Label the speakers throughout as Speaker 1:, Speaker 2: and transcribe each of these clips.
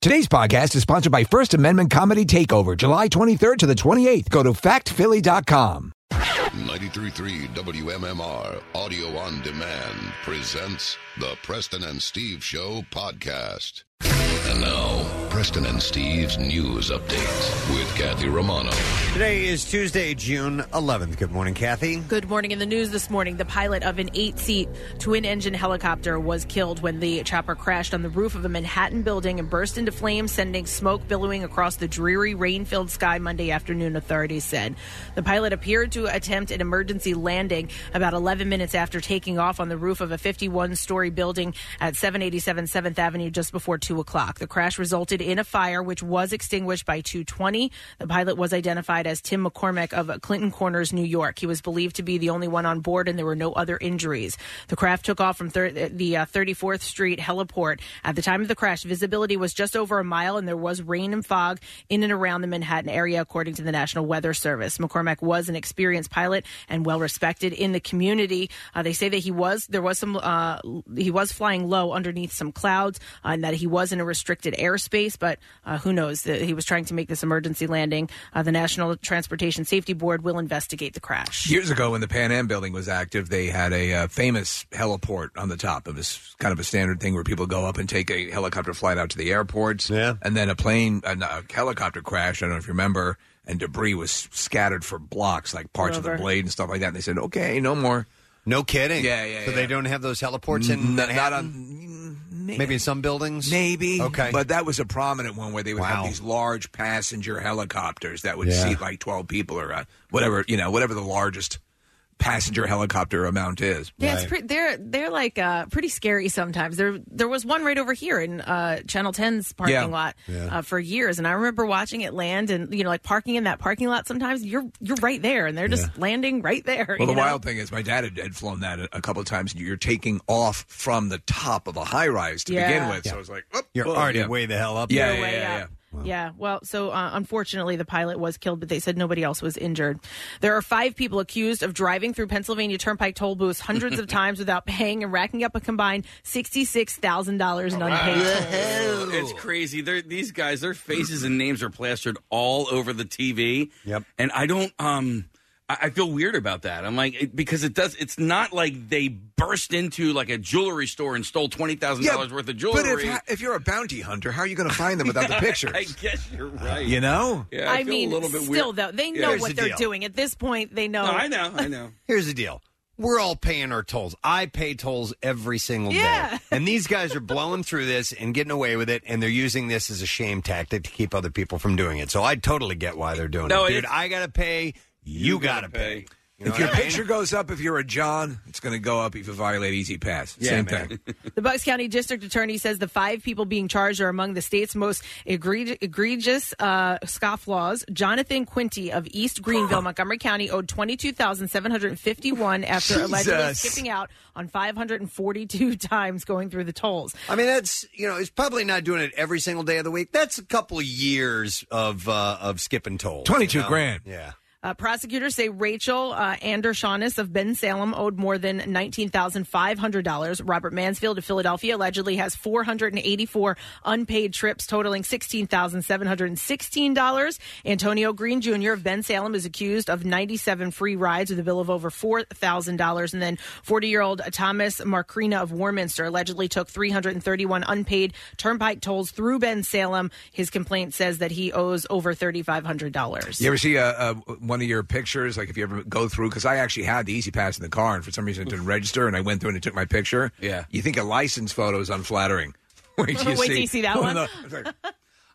Speaker 1: Today's podcast is sponsored by First Amendment Comedy Takeover, July 23rd to the 28th. Go to factphilly.com.
Speaker 2: 933 WMMR Audio on Demand presents the Preston and Steve Show podcast. And now, Preston and Steve's news update with Kathy Romano.
Speaker 3: Today is Tuesday, June 11th. Good morning, Kathy.
Speaker 4: Good morning. In the news this morning, the pilot of an eight seat twin engine helicopter was killed when the chopper crashed on the roof of a Manhattan building and burst into flames, sending smoke billowing across the dreary, rain filled sky Monday afternoon, authorities said. The pilot appeared to attempt an emergency landing about 11 minutes after taking off on the roof of a 51 story building at 787 7th Avenue just before 2 o'clock. The crash resulted in a fire, which was extinguished by 220. The pilot was identified as Tim McCormick of Clinton Corners, New York. He was believed to be the only one on board, and there were no other injuries. The craft took off from thir- the uh, 34th Street heliport. At the time of the crash, visibility was just over a mile, and there was rain and fog in and around the Manhattan area, according to the National Weather Service. McCormack was an experienced pilot and well respected in the community. Uh, they say that he was there was some uh, he was flying low underneath some clouds, uh, and that he was in a restricted airspace. But uh, who knows? That he was trying to make this emergency landing. Uh, the National Transportation Safety Board will investigate the crash.
Speaker 5: Years ago, when the Pan Am building was active, they had a uh, famous heliport on the top. It was kind of a standard thing where people go up and take a helicopter flight out to the airports. Yeah. And then a plane, a, a helicopter crash, I don't know if you remember, and debris was scattered for blocks, like parts of
Speaker 3: Over.
Speaker 5: the blade and stuff like that. And they said, okay, no more.
Speaker 3: No kidding.
Speaker 5: Yeah, yeah,
Speaker 3: So
Speaker 5: yeah.
Speaker 3: they don't have those heliports in
Speaker 5: N- not
Speaker 3: Manhattan? Maybe in some buildings?
Speaker 5: Maybe.
Speaker 3: Okay.
Speaker 5: But that was a prominent one where they would have these large passenger helicopters that would
Speaker 3: Yeah.
Speaker 5: seat like 12 people or uh, whatever, you know, whatever the largest passenger helicopter amount is.
Speaker 4: Yeah, it's pre- they're they're like uh, pretty scary sometimes. There there was one right over here in uh, Channel 10's parking
Speaker 5: Yeah.
Speaker 4: lot
Speaker 5: Yeah.
Speaker 4: uh, for years, and I remember watching it land, and you know, like parking in that parking lot. Sometimes you're you're right there, and they're just landing right there.
Speaker 5: Well, the
Speaker 4: you know?
Speaker 5: wild thing is, my dad had, had flown that a, a couple of times. and You're taking off from the top of a high rise to
Speaker 4: Yeah.
Speaker 5: begin with,
Speaker 4: Yeah.
Speaker 5: so it's like whoop,
Speaker 3: You're
Speaker 5: whoa,
Speaker 3: already
Speaker 5: yeah.
Speaker 3: way the hell up
Speaker 5: Yeah,
Speaker 3: there.
Speaker 5: yeah,
Speaker 3: Way
Speaker 5: yeah, yeah.
Speaker 3: up.
Speaker 4: Yeah, well, so uh, unfortunately, the pilot was killed, but they said nobody else was injured. There are five people accused of driving through Pennsylvania Turnpike toll booths hundreds of times without paying and racking up a combined $66,000 in unpaid tolls.
Speaker 6: It's crazy. They're, these guys, their faces and names are plastered all over the TV. Yep. And I don't. Um, I, I feel weird about that. I'm like it, because it does. It's not like they burst into like a jewelry store and stole twenty thousand dollars worth of jewelry.
Speaker 5: But if, ha- if you're a bounty hunter, how are you going to find them without the
Speaker 6: Yeah,
Speaker 5: pictures?
Speaker 6: I guess you're right.
Speaker 5: You know?
Speaker 6: Yeah, I, feel
Speaker 4: mean,
Speaker 6: a little bit
Speaker 4: still
Speaker 6: weird.
Speaker 4: though, they
Speaker 3: Yeah.
Speaker 4: know
Speaker 3: Here's
Speaker 4: what
Speaker 3: the
Speaker 4: they're
Speaker 3: deal.
Speaker 4: doing. At this point, they Oh, know.
Speaker 3: No, I know,
Speaker 6: I know.
Speaker 3: Here's the deal. We're all paying our tolls. I pay tolls every single
Speaker 4: Yeah.
Speaker 3: day. And these guys are blowing through this and getting away with it, and they're using this as a shame tactic to keep other people from doing it. So I totally get why they're doing
Speaker 5: No,
Speaker 3: it. Dude,
Speaker 5: it's-
Speaker 3: I got to pay. You, got to pay. You know
Speaker 5: if
Speaker 3: what
Speaker 5: your
Speaker 3: I mean?
Speaker 5: picture goes up, if you're a John, it's going to go up if you violate Easy Pass.
Speaker 3: Yeah,
Speaker 5: Same
Speaker 3: man.
Speaker 5: thing.
Speaker 4: The Bucks County District Attorney says the five people being charged are among the state's most egreg- egregious uh, scofflaws. Jonathan Quinty of East Greenville, Montgomery County, owed twenty two thousand seven hundred fifty one after allegedly
Speaker 3: Jesus.
Speaker 4: skipping out on five hundred and forty two times going through the tolls.
Speaker 3: I mean, that's you know, it's probably not doing it every single day of the week. That's a couple years of uh, of skipping tolls.
Speaker 5: 22
Speaker 3: you know?
Speaker 5: grand.
Speaker 3: Yeah.
Speaker 4: Uh, prosecutors say Rachel uh, Andershawness of Ben Salem owed more than $19,500. Robert Mansfield of Philadelphia allegedly has 484 unpaid trips totaling $16,716. Antonio Green Jr. of Ben Salem is accused of 97 free rides with a bill of over $4,000. And then 40 year old Thomas Marcrina of Warminster allegedly took 331 unpaid turnpike tolls through Ben Salem. His complaint says that he owes over $3,500.
Speaker 5: You ever see uh, uh, one of your pictures? Like if you ever go through, because I actually had the Easy Pass in the car, and for some reason it didn't register, and I went through and it took my picture. Yeah, you think a license photo is unflattering? Wait till you
Speaker 4: Wait
Speaker 5: see,
Speaker 4: till you see that one.
Speaker 5: of the- it's like,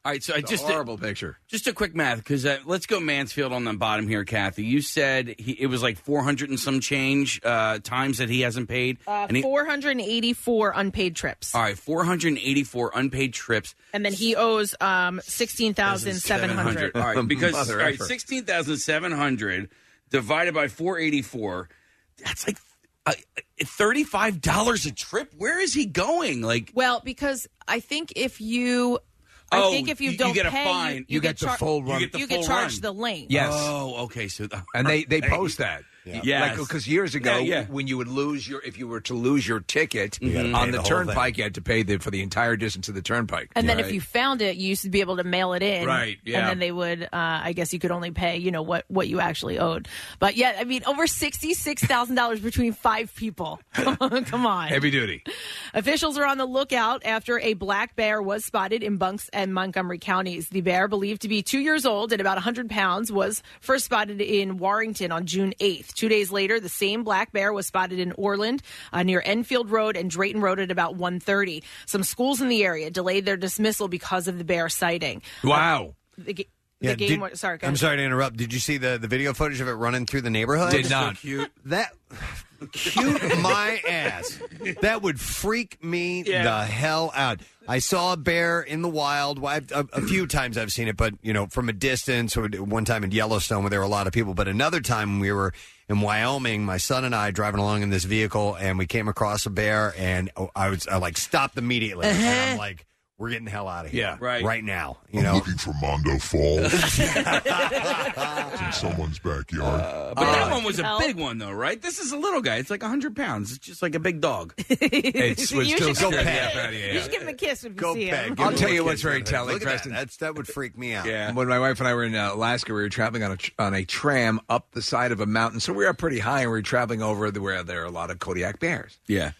Speaker 6: All right, so I
Speaker 5: It's a
Speaker 6: just
Speaker 5: horrible picture.
Speaker 6: Just a quick math, because uh, let's go Mansfield on the bottom here, Kathy. You said he, it was like four hundred and some change uh, times that he hasn't paid.
Speaker 4: Uh,
Speaker 6: and he,
Speaker 4: 484 unpaid trips.
Speaker 6: all right, four hundred and eighty-four unpaid trips.
Speaker 4: And then he owes um, 16,700.
Speaker 6: All right, because
Speaker 5: Mother
Speaker 6: all right,
Speaker 5: effer.
Speaker 6: sixteen thousand seven hundred divided by four eighty-four. That's like uh, thirty-five dollars a trip. Where is he going? Like,
Speaker 4: Well, because I think if you I
Speaker 6: oh,
Speaker 4: think if you, don't
Speaker 6: get a
Speaker 4: pay,
Speaker 6: fine.
Speaker 4: you, you get, char-
Speaker 6: You get the full run.
Speaker 4: charged the lane.
Speaker 5: Yes.
Speaker 6: Oh, okay. So,
Speaker 5: and they they
Speaker 6: Hey.
Speaker 5: post that. Yeah.
Speaker 6: Yes.
Speaker 5: because years ago,
Speaker 6: Yeah, yeah.
Speaker 5: when you would lose your, if you were to lose your ticket
Speaker 6: You gotta pay
Speaker 5: on the,
Speaker 6: the whole
Speaker 5: turnpike, you had to pay the, for the entire distance of the turnpike.
Speaker 4: And then if
Speaker 5: Right.
Speaker 4: you found it, you used to be able to mail it in.
Speaker 5: Right, yeah.
Speaker 4: And then they would, uh, I guess you could only pay, you know, what, what you actually owed. But yeah, I mean, over $66,000 between five people. Come on. Come on.
Speaker 5: heavy duty,
Speaker 4: Officials are on the lookout after a black bear was spotted in Bunks and Montgomery counties. The bear, believed to be two years old and about 100 pounds, was first spotted in Warrington on June 8th. Two days later, the same black bear was spotted in Orland uh, near Enfield Road and Drayton Road at about 1.30. Some schools in the area delayed their dismissal because of the bear sighting.
Speaker 5: Wow.
Speaker 4: The, ga-
Speaker 3: Yeah,
Speaker 4: the game
Speaker 3: did-
Speaker 4: was... Sorry, go
Speaker 3: I'm
Speaker 4: ahead.
Speaker 3: sorry to interrupt. Did you see the, the video footage of it running through the neighborhood?
Speaker 5: Did not.
Speaker 3: That cute my ass. That would freak me
Speaker 7: Yeah.
Speaker 3: the hell out. I saw a bear in the wild. Well, I've, a, a few times I've seen it, but you know, from a distance. Or one time in Yellowstone, where there were a lot of people. But another time we were in Wyoming, my son and I driving along in this vehicle, and we came across a bear, and oh, I was I like stopped immediately. And
Speaker 4: Uh-huh.
Speaker 3: I'm like, we're getting the hell out of here,
Speaker 8: Yeah, right.
Speaker 3: right now. You know,
Speaker 8: looking for Mondo Falls. it's in someone's backyard.
Speaker 6: Uh, But that
Speaker 4: Oh,
Speaker 6: one was a big one, though, right? This is a little guy. It's like 100 pounds. It's just like a big dog.
Speaker 5: It's- You it's should still- go pet.
Speaker 6: Yeah,
Speaker 4: You should give him a kiss if you see him.
Speaker 5: I'll tell you what's very telling, Preston.
Speaker 3: That's that would freak me out.
Speaker 5: When my wife and I were in uh, Alaska, we were traveling on a tr- on a tram up the side of a mountain, so we were up pretty high, and we were traveling over the, where there are a lot of Kodiak bears.
Speaker 6: Yeah.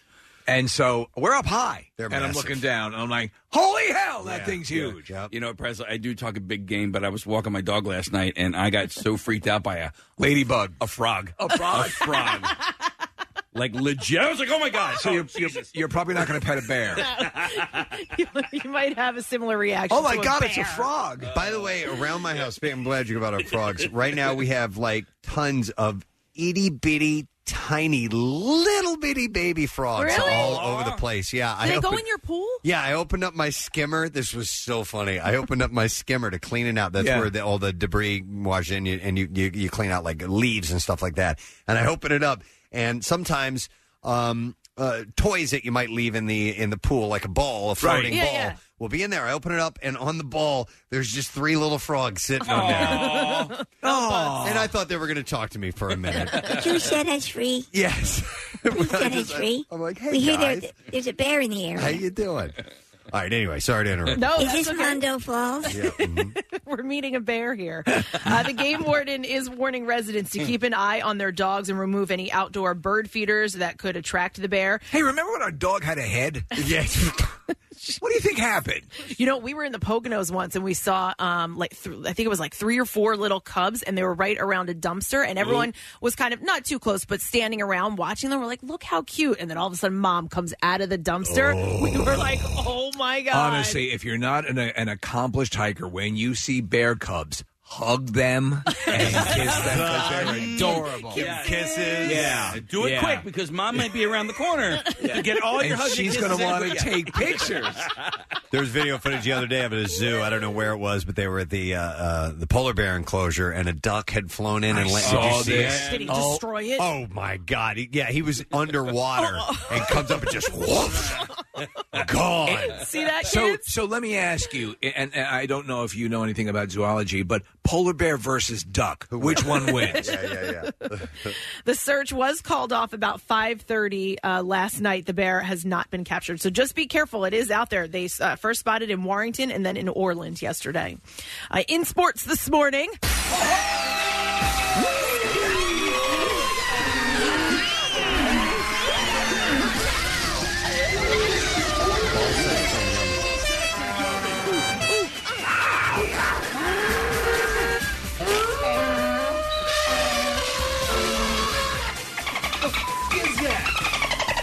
Speaker 5: And so we're up high,
Speaker 6: They're
Speaker 5: and I'm
Speaker 6: massive.
Speaker 5: looking down, and I'm like, "Holy hell, that thing's huge!"
Speaker 6: You know, Prez, I do talk a big game, but I was walking my dog last night and I got so freaked out by a ladybug, a frog, a frog, a frog. like legit, I was like, "Oh my god!" So
Speaker 5: you're, you're, you're probably not going to pet a bear.
Speaker 4: you might have a similar reaction.
Speaker 5: Oh, my
Speaker 4: to
Speaker 5: God, it's a
Speaker 4: bear.
Speaker 5: frog.
Speaker 3: Uh, By the way, around my house, I'm glad you brought up frogs. Right now, we have like tons of itty bitty, tiny, little bitty baby frogs
Speaker 4: Really?
Speaker 3: all over the place. Yeah,
Speaker 4: Do they go
Speaker 3: opened-
Speaker 4: in your pool?
Speaker 3: Yeah, I opened up my skimmer. This was so funny. I opened up my skimmer to clean it out. That's
Speaker 7: Yeah.
Speaker 3: where the, all the debris washes in, you, and you, you you clean out like leaves and stuff like that. And I open it up, and sometimes um, uh, toys that you might leave in the in the pool, like a ball, a floating
Speaker 7: Yeah,
Speaker 3: ball,
Speaker 7: yeah.
Speaker 3: will be in there. I open it up, and on the ball, there's just three little frogs sitting on there.
Speaker 7: Aw.
Speaker 3: And I thought they were going to talk to me for a minute.
Speaker 9: Did you set us free?
Speaker 3: Yes.
Speaker 9: You set us free?
Speaker 3: uh, I'm like, hey,
Speaker 9: We hear
Speaker 3: guys.
Speaker 9: there, there's a bear in the
Speaker 3: How
Speaker 9: area.
Speaker 3: you doing? All right. Anyway, sorry to interrupt.
Speaker 9: Is this Mondo Falls?
Speaker 4: We're meeting a bear here. Uh, the game warden is warning residents to keep an eye on their dogs and remove any outdoor bird feeders that could attract the bear.
Speaker 5: Hey, remember when our dog had a head? Yes. what do you think happened?
Speaker 4: You know, we were in the Poconos once and we saw, um, like, th- I think it was like three or four little cubs, and they were right around a dumpster, and everyone was kind of not too close, but standing around watching them. We're like, look how cute! And then all of a sudden, mom comes out of the dumpster. We were like, oh my god!
Speaker 5: Honestly, if you're not an, an accomplished hiker, when you see bear cubs, hug them and kiss them because they're adorable.
Speaker 6: Kisses, yeah. Do it
Speaker 5: Yeah.
Speaker 6: quick because mom might be around the corner to get all your
Speaker 5: And
Speaker 6: hugs.
Speaker 5: she's
Speaker 6: going
Speaker 5: gonna wanna take pictures.
Speaker 3: There was video footage the other day of a zoo. I don't know where it was, but they were at the uh, uh, the polar bear enclosure, and a duck had flown in and
Speaker 5: I
Speaker 3: landed.
Speaker 5: saw
Speaker 3: Did you see
Speaker 5: this.
Speaker 3: it?
Speaker 5: Did he
Speaker 3: oh,
Speaker 4: destroy it?
Speaker 3: Oh my god! He- yeah, he was underwater
Speaker 5: Oh.
Speaker 3: and comes up and just whoops, gone.
Speaker 4: See that,
Speaker 5: So, so let me ask you, and, and I don't know if you know anything about zoology, but polar bear versus duck, which one wins?
Speaker 4: Yeah,
Speaker 3: yeah,
Speaker 5: yeah.
Speaker 4: The search was called off about 5:30 uh, last night. The bear has not been captured, so just be careful. It is out there. They uh, first spotted in Warrington and then in Orland yesterday. Uh, in sports this morning.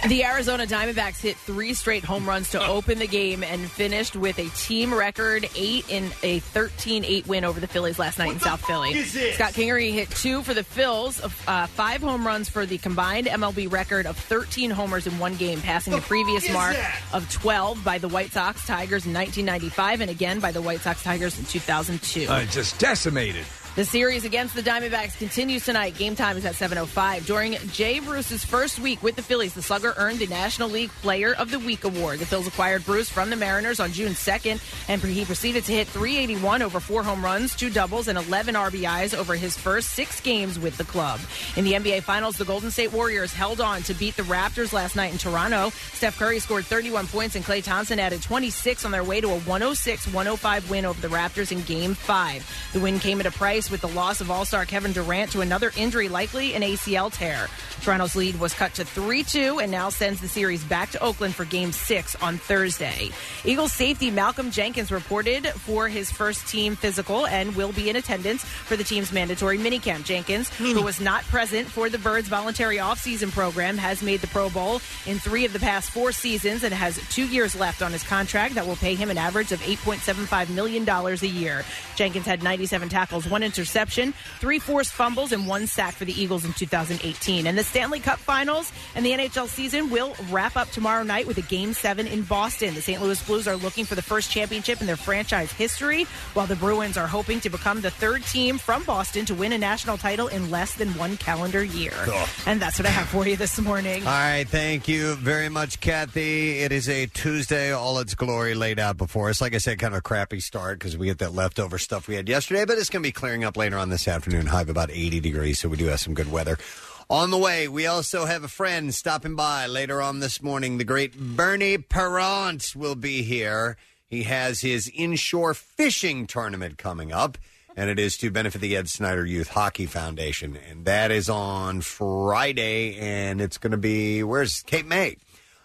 Speaker 4: The Arizona Diamondbacks hit three straight home runs to open the game and finished with a team record eight in a 13-8 win over the Phillies last night in South Philly.
Speaker 10: is this?
Speaker 4: Scott Kingery hit two for the Phils, uh, five home runs for the combined MLB record of 13 homers in one game, passing the previous
Speaker 10: is
Speaker 4: mark
Speaker 10: that?
Speaker 4: of 12 by the White Sox Tigers in 1995 and again by the White Sox Tigers in 2002.
Speaker 5: Uh, just decimated.
Speaker 4: The series against the Diamondbacks continues tonight. Game time is at 7.05. During Jay Bruce's first week with the Phillies, the slugger earned the National League Player of the Week award. The Phils acquired Bruce from the Mariners on June 2nd, and he proceeded to hit 381 over four home runs, two doubles, and 11 RBIs over his first six games with the club. In the NBA Finals, the Golden State Warriors held on to beat the Raptors last night in Toronto. Steph Curry scored 31 points, and Klay Thompson added 26 on their way to a 106-105 win over the Raptors in Game 5. The win came at a price with the loss of All-Star Kevin Durant to another injury, likely an ACL tear. Toronto's lead was cut to 3-2 and now sends the series back to Oakland for Game 6 on Thursday. Eagles safety Malcolm Jenkins reported for his first team physical and will be in attendance for the team's mandatory minicamp. Jenkins, who was not present for the Birds voluntary offseason program, has made the Pro Bowl in three of the past four seasons and has two years left on his contract that will pay him an average of $8.75 million a year. Jenkins had 97 tackles, one interception, three forced fumbles, and one sack for the Eagles in 2018. And the Stanley Cup Finals and the NHL season will wrap up tomorrow night with a Game 7 in Boston. The St. Louis Blues are looking for the first championship in their franchise history, while the Bruins are hoping to become the third team from Boston to win a national title in less than one calendar year.
Speaker 3: Ugh.
Speaker 4: And that's what I have for you this morning.
Speaker 3: All right, thank you very much, Kathy. It is a Tuesday, all its glory laid out before us. Like I said, kind of a crappy start because we get that leftover stuff we had yesterday, but it's going to be clearing up later on this afternoon. High of about 80 degrees, so we do have some good weather. On the way, we also have a friend stopping by later on this morning. The great Bernie Perrant will be here. He has his inshore fishing tournament coming up, and it is to benefit the Ed Snyder Youth Hockey Foundation. And that is on Friday, and it's going to be where's Cape May?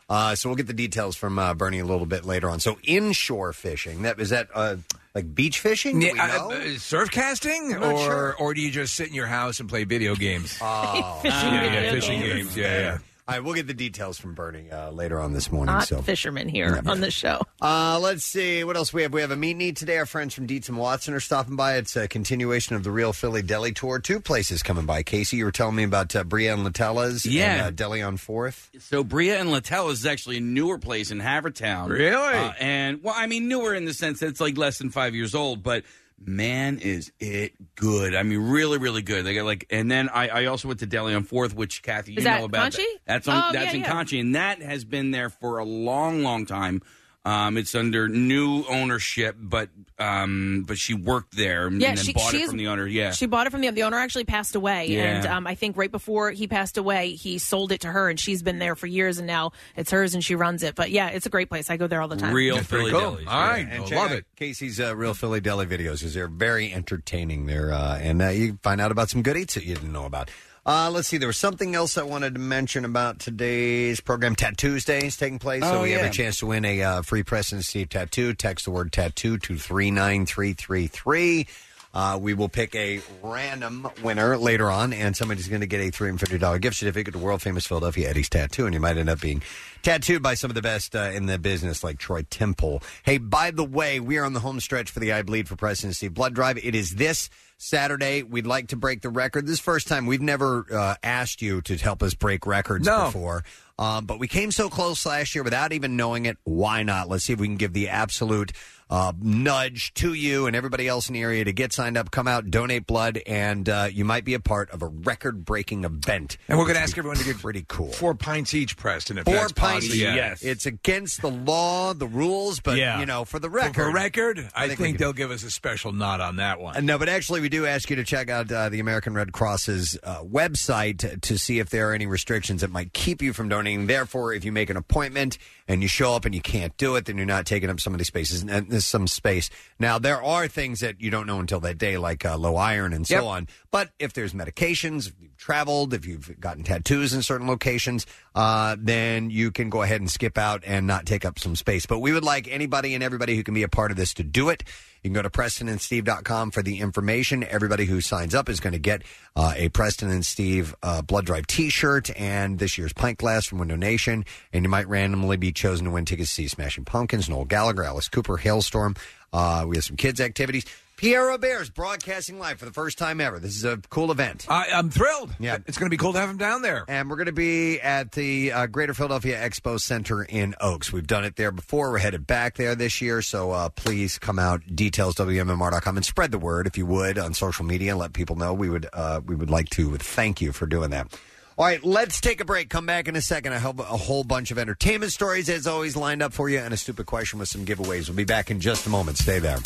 Speaker 3: Uh, so we'll get the details from uh, Bernie a little bit later on. So inshore fishing, that is that uh, like beach fishing? Do we
Speaker 5: Yeah,
Speaker 3: know?
Speaker 5: uh, uh, surf casting,
Speaker 3: I'm not
Speaker 5: or
Speaker 3: sure.
Speaker 5: or do you just sit in your house and play video games?
Speaker 3: Oh.
Speaker 5: Ah, yeah, yeah, fishing games. Yeah, yeah.
Speaker 3: All right, we'll get the details from Bernie uh, later on this morning.
Speaker 4: Not
Speaker 3: so
Speaker 4: fishermen here on the show.
Speaker 3: Uh, let's see what else we have. We have a meet and eat today. Our friends from Dietz and Watson are stopping by. It's a continuation of the Real Philly Deli Tour. Two places coming by. Casey, you were telling me about uh, Brienne Latella's and
Speaker 6: Yeah.
Speaker 3: uh, Deli on Fourth.
Speaker 6: So Bria and Latella is actually a newer place in Havertown.
Speaker 3: Really?
Speaker 6: Uh, and well, I mean newer in the sense that it's like less than five years old, but man, is it good. I mean, really, really good. They got like and then I, I also went to Deli on Fourth, which Kathy, you
Speaker 4: Is that
Speaker 6: know about.
Speaker 4: Conchi?
Speaker 6: That's on
Speaker 4: Oh,
Speaker 6: that's
Speaker 4: yeah,
Speaker 6: in
Speaker 4: yeah.
Speaker 6: Conchi, and that has been there for a long, long time. Um, it's under new ownership, but um, but she worked there and,
Speaker 4: Yeah,
Speaker 6: then
Speaker 4: she-
Speaker 6: bought it
Speaker 4: she's-
Speaker 6: from the owner. Yeah.
Speaker 4: She bought it from the the owner. Actually, passed away,
Speaker 6: Yeah.
Speaker 4: and um, I think right before he passed away, he sold it to her, and she's been there for years, and now it's hers, and she runs it. But yeah, it's a great place. I go there all the time.
Speaker 6: Real
Speaker 5: That's
Speaker 6: Philly
Speaker 5: pretty cool.
Speaker 6: delis.
Speaker 5: All right,
Speaker 3: And
Speaker 5: I
Speaker 3: check
Speaker 5: love
Speaker 3: out
Speaker 5: it.
Speaker 3: Casey's uh, Real Philly Deli videos because they're very entertaining. There, uh, and uh, you can find out about some good eats that you didn't know about. Uh, let's see. There was something else I wanted to mention about today's program. Tattoos Day is taking place, so
Speaker 7: Oh,
Speaker 3: we have
Speaker 7: yeah.
Speaker 3: a chance to win a uh, free Preston Steve tattoo. Text the word tattoo to three nine three three three. Uh, we will pick a random winner later on, and somebody's going to get a three hundred fifty dollars gift certificate to world famous Philadelphia Eddie's Tattoo, and you might end up being tattooed by some of the best uh, in the business, like Troy Temple. Hey, by the way, we are on the home stretch for the I Bleed for President Steve Blood Drive. It is this Saturday. We'd like to break the record. This is the first time we've never uh, asked you to help us break records before. Um, but we came so close last year without even knowing it. Why not? Let's see if we can give the absolute uh, nudge to you and everybody else in the area to get signed up, come out, donate blood, and uh, you might be a part of a record breaking event.
Speaker 5: And we're
Speaker 3: Which
Speaker 5: going to
Speaker 3: would
Speaker 5: ask
Speaker 3: be
Speaker 5: everyone to get
Speaker 3: pretty cool.
Speaker 5: Four pints each, Preston. If
Speaker 3: Four
Speaker 5: that's
Speaker 3: pints.
Speaker 5: possible.
Speaker 3: It's against the law, the rules, but
Speaker 5: Yeah.
Speaker 3: you know, for the
Speaker 5: For-
Speaker 3: record,
Speaker 5: For record,
Speaker 3: we
Speaker 5: I, think
Speaker 3: can-
Speaker 5: they'll give us a special nod on that one.
Speaker 3: Uh, No, but actually, we do ask you to check out uh, the American Red Cross's uh, website to, to see if there are any restrictions that might keep you from donating. Therefore, if you make an appointment and you show up and you can't do it, then you're not taking up somebody's spaces and there's some space. Now, there are things that you don't know until that day, like uh, low iron and so
Speaker 10: Yep.
Speaker 3: on. But if there's medications, if you've traveled, if you've gotten tattoos in certain locations, uh, then you can go ahead and skip out and not take up some space. But we would like anybody and everybody who can be a part of this to do it. You can go to PrestonandSteve.com for the information. Everybody who signs up is going to get uh, a Preston and Steve uh, Blood Drive t shirt and this year's pint glass from Window Nation. And you might randomly be chosen to win tickets to see Smashing Pumpkins, Noel Gallagher, Alice Cooper, Hailstorm. Uh, we have some kids' activities. Pierre Bears broadcasting live for the first time ever. This is a cool event.
Speaker 5: I, I'm thrilled.
Speaker 3: Yeah.
Speaker 5: It's going to be cool to have him down there.
Speaker 3: And we're going to be at the uh, Greater Philadelphia Expo Center in Oaks. We've done it there before. We're headed back there this year. So uh, please come out. Details, WMMR.com, and spread the word if you would on social media and let people know. We would, uh, we would like to thank you for doing that. All right, let's take a break. Come back in a second. I have a whole bunch of entertainment stories, as always, lined up for you, and a stupid question with some giveaways. We'll be back in just a moment. Stay there.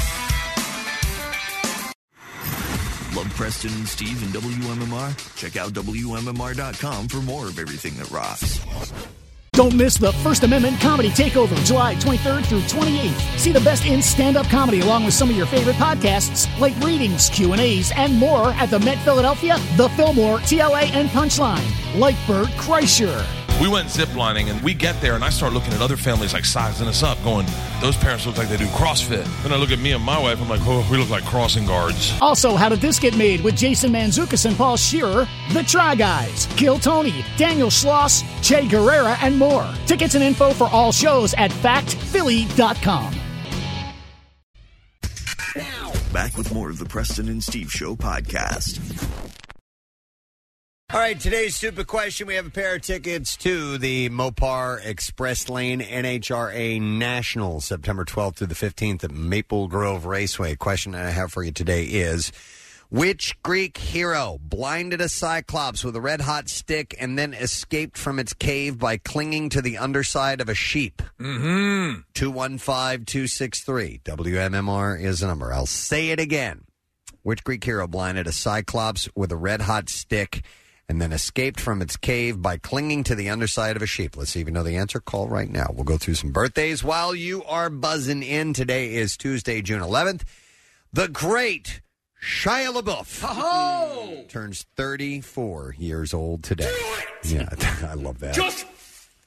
Speaker 7: Love Preston and Steve and WMMR? Check out WMMR.com for more of everything that rocks.
Speaker 10: Don't miss the First Amendment Comedy Takeover, July 23rd through 28th. See the best in stand-up comedy along with some of your favorite podcasts, like readings, Q&As, and more at the Met Philadelphia, the Fillmore, TLA, and Punchline. Like Bert Kreischer.
Speaker 11: We went ziplining and we get there and I start looking at other families like sizing us up, going, those parents look like they do CrossFit. Then I look at me and my wife, I'm like, oh, we look like crossing guards.
Speaker 10: Also, How Did This Get Made with Jason Manzukas and Paul Shearer, The Try Guys, Gil Tony, Daniel Schloss, Che Guerrera, and more. Tickets and info for all shows at factphilly.com.
Speaker 7: Back with more of the Preston and Steve Show podcast.
Speaker 3: All right, today's stupid question. We have a pair of tickets to the Mopar Express Lane NHRA National, September 12th through the 15th at Maple Grove Raceway. Question that I have for you today is Which Greek hero blinded a cyclops with a red hot stick and then escaped from its cave by clinging to the underside of a sheep?
Speaker 5: Mm-hmm.
Speaker 3: 215 263. WMMR is the number. I'll say it again. Which Greek hero blinded a cyclops with a red hot stick and then escaped from its cave by clinging to the underside of a sheep? Let's see if you know the answer. Call right now. We'll go through some birthdays while you are buzzing in. Today is Tuesday, June 11th. The great Shia LaBeouf
Speaker 5: Oh!
Speaker 3: turns 34 years old today. Yeah, I love that.
Speaker 12: Just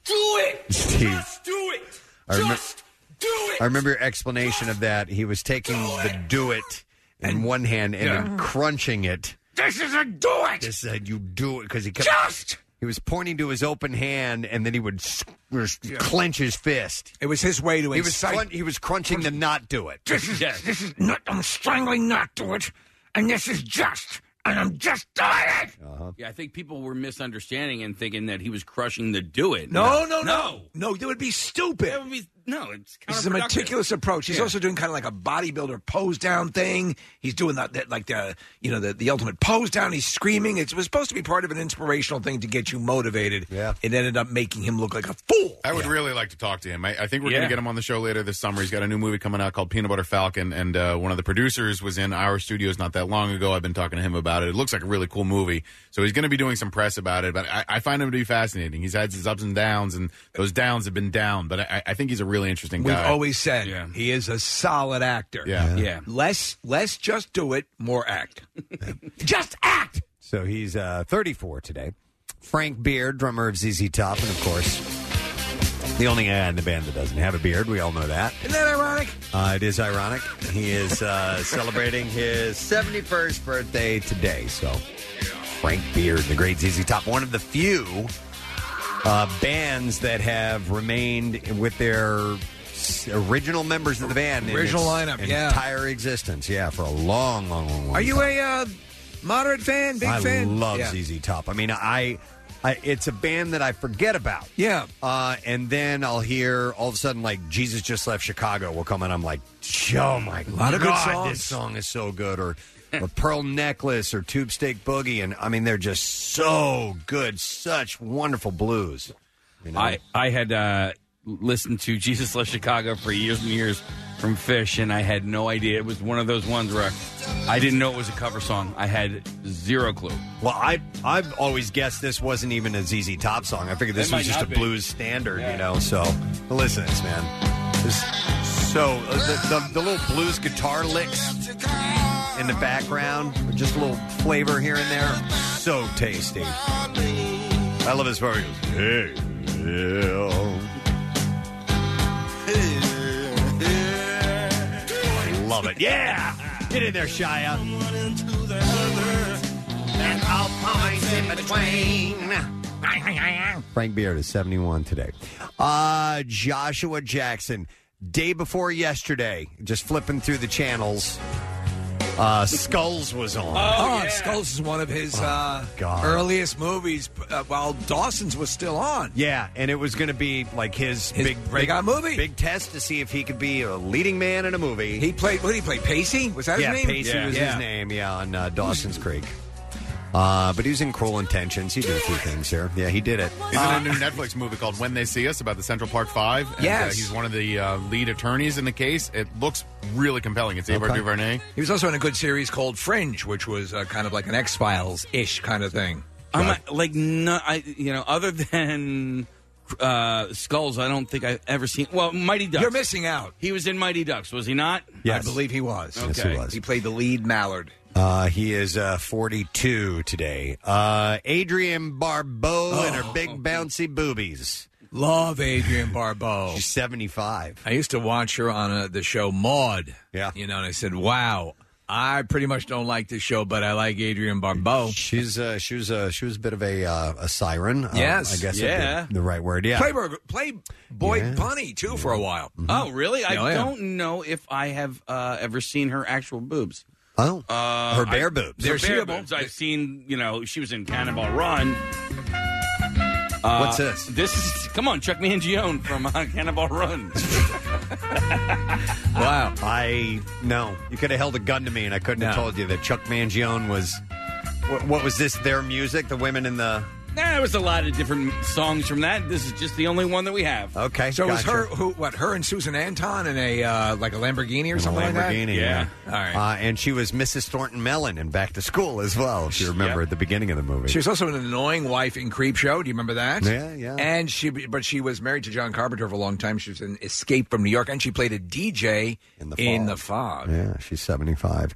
Speaker 12: do it.
Speaker 3: Steve.
Speaker 12: Just do it.
Speaker 3: I remem-
Speaker 12: Just do it.
Speaker 3: I remember your explanation of that. He was taking the do it in one hand and then
Speaker 12: Yeah.
Speaker 3: crunching it.
Speaker 12: This is a do it.
Speaker 3: Just said you do it because he kept.
Speaker 12: Just-
Speaker 3: He was pointing to his open hand and then he would s- just clench his fist.
Speaker 5: It was his way to
Speaker 3: he was
Speaker 5: incite-
Speaker 3: crun- he was crunching the not do it.
Speaker 12: This is this is not. I'm strangling not to it, and this is just, and I'm just doing it.
Speaker 5: Uh-huh.
Speaker 6: Yeah, I think people were misunderstanding and thinking that he was crushing the do it.
Speaker 5: No, no, no. No, that would be stupid. That
Speaker 6: would be, no, it's
Speaker 5: This is a meticulous approach. He's
Speaker 6: Yeah.
Speaker 5: also doing kind of like a bodybuilder pose down thing. He's doing that, that like the you know the, the ultimate pose down. He's screaming. It was supposed to be part of an inspirational thing to get you motivated. Yeah, it ended up making him look like a fool.
Speaker 13: I would really like to talk to him. I, I think we're
Speaker 5: Yeah.
Speaker 13: going to get him on the show later this summer. He's got a new movie coming out called Peanut Butter Falcon, and uh, one of the producers was in our studios not that long ago. I've been talking to him about it. It looks like a really cool movie, so he's going to be doing some press about it. But I, I find him to be fascinating. He's had his ups and downs, and those downs have been down. But I, I think he's a really interesting
Speaker 5: We've
Speaker 13: guy.
Speaker 5: always said he is a solid actor.
Speaker 13: Yeah. Yeah.
Speaker 5: Less, less just do it, more act.
Speaker 3: Just act. So he's uh, 34 today. Frank Beard, drummer of ZZ Top, and of course, the only guy in the band that doesn't have a beard. We all know that.
Speaker 5: Isn't that ironic?
Speaker 3: Uh, it is ironic. He is uh, celebrating his 71st birthday today. So, Frank Beard, the great ZZ Top, one of the few uh, bands that have remained with their s- original members of the band. in
Speaker 5: Original
Speaker 3: its
Speaker 5: lineup, yeah.
Speaker 3: Entire existence, yeah, for a long, long, long, long
Speaker 5: Are you
Speaker 3: time.
Speaker 5: a uh, moderate fan? Big
Speaker 3: I
Speaker 5: fan?
Speaker 3: love
Speaker 5: Yeah.
Speaker 3: ZZ Top. I mean, I, I it's a band that I forget about.
Speaker 5: Yeah.
Speaker 3: Uh, and then I'll hear all of a sudden like Jesus just left Chicago will come and I'm like, oh my
Speaker 5: A lot of good
Speaker 3: God,
Speaker 5: songs.
Speaker 3: this song is so good or or Pearl Necklace or Tube Steak Boogie and I mean they're just so good, such wonderful blues. You know?
Speaker 6: I, I had uh, listened to Jesus Left Chicago for years and years from Fish, and I had no idea. It was one of those ones where I didn't know it was a cover song. I had zero clue.
Speaker 3: well, I I've always guessed this wasn't even a ZZ Top song. I figured this
Speaker 6: It might
Speaker 3: was just a
Speaker 6: not be.
Speaker 3: blues standard,
Speaker 6: Yeah.
Speaker 3: you know. So listen to this, man. This, so uh, the, the the little blues guitar licks in the background, just a little flavor here and there, so tasty. I love this part. where he goes, Hey, yeah." Love it. Yeah, get in there, Shia. And I'll point in between. Frank Beard is 71 today. Uh, Joshua Jackson, day before yesterday, just flipping through the channels, Uh, Skulls was on.
Speaker 5: Oh, Skulls is one of his uh,
Speaker 3: Oh, God.
Speaker 5: earliest movies uh, while Dawson's was still on.
Speaker 3: Yeah, and it was going to be like his, big
Speaker 5: breakout
Speaker 3: big,
Speaker 5: movie.
Speaker 3: big test to see if he could be a leading man in a movie.
Speaker 5: He played. What did he play? Pacey was that
Speaker 3: yeah,
Speaker 5: his name?
Speaker 3: Pacey
Speaker 5: Yeah.
Speaker 3: was
Speaker 5: Yeah.
Speaker 3: his name. Yeah, on uh, Dawson's Creek. Uh, but he was in Cruel Intentions. He did a few things there. Yeah, he did it.
Speaker 13: Isn't a new Netflix movie called When They See Us about the Central Park Five? And, uh,
Speaker 5: Yes.
Speaker 13: he's one of the uh, lead attorneys in the case. It looks really compelling. It's Ava
Speaker 5: Okay.
Speaker 13: DuVernay.
Speaker 5: He was also in a good series called Fringe, which was uh, kind of like an X Files ish kind of thing.
Speaker 6: I'm not- like no, I you know other than uh, Skulls, I don't think I've ever seen. Well, Mighty Ducks. You're
Speaker 5: missing out.
Speaker 6: He was in Mighty Ducks, was he not?
Speaker 5: I believe he was.
Speaker 3: Yes, he was.
Speaker 5: He played the lead Mallard.
Speaker 3: Uh, he is uh, 42 today. Uh, Adrian Barbeau and her big bouncy boobies.
Speaker 5: Love Adrian Barbeau.
Speaker 3: She's 75.
Speaker 5: I used to watch her on uh the show Maud. Yeah. You know, and I said, wow, I pretty much don't like this show, but I like Adrian Barbeau.
Speaker 3: She's uh, she was uh, she was a bit of a uh, a siren. um,
Speaker 5: Yes.
Speaker 3: I guess
Speaker 5: Yeah.
Speaker 3: would be the right word. Yeah,
Speaker 5: Playboy, Playboy Bunny, too, for a while.
Speaker 3: Mm-hmm.
Speaker 6: Oh, really? I
Speaker 5: Yeah, yeah.
Speaker 6: don't know if I have uh, ever seen her actual boobs.
Speaker 3: Oh,
Speaker 6: uh,
Speaker 3: her bare boobs.
Speaker 6: They're
Speaker 3: They're
Speaker 6: bare
Speaker 3: seeable.
Speaker 6: boobs. I've seen. You know, she was in Cannonball Run. Uh,
Speaker 3: What's this?
Speaker 6: This is come on, Chuck Mangione from uh, Cannonball Run.
Speaker 5: Wow.
Speaker 3: I no. You could have held a gun to me, and I couldn't have
Speaker 6: No.
Speaker 3: told you that Chuck Mangione was. What, what was this? Their music, the women in the.
Speaker 6: Nah, there was a lot of different songs from that. This is just the only one that we have.
Speaker 3: Okay,
Speaker 5: So it was her who what her and Susan Anton in a uh, like a Lamborghini or something like that.
Speaker 3: Lamborghini.
Speaker 5: All right.
Speaker 3: Uh, and she was Mrs. Thornton Mellon in Back to School as well. If you remember at the beginning of the movie,
Speaker 5: She was also an annoying wife in Creep Show. Do you remember that?
Speaker 3: Yeah, yeah.
Speaker 5: And she, but she was married to John Carpenter for a long time. She was in Escape from New York, and she played a DJ in the fog.
Speaker 3: Yeah, she's 75.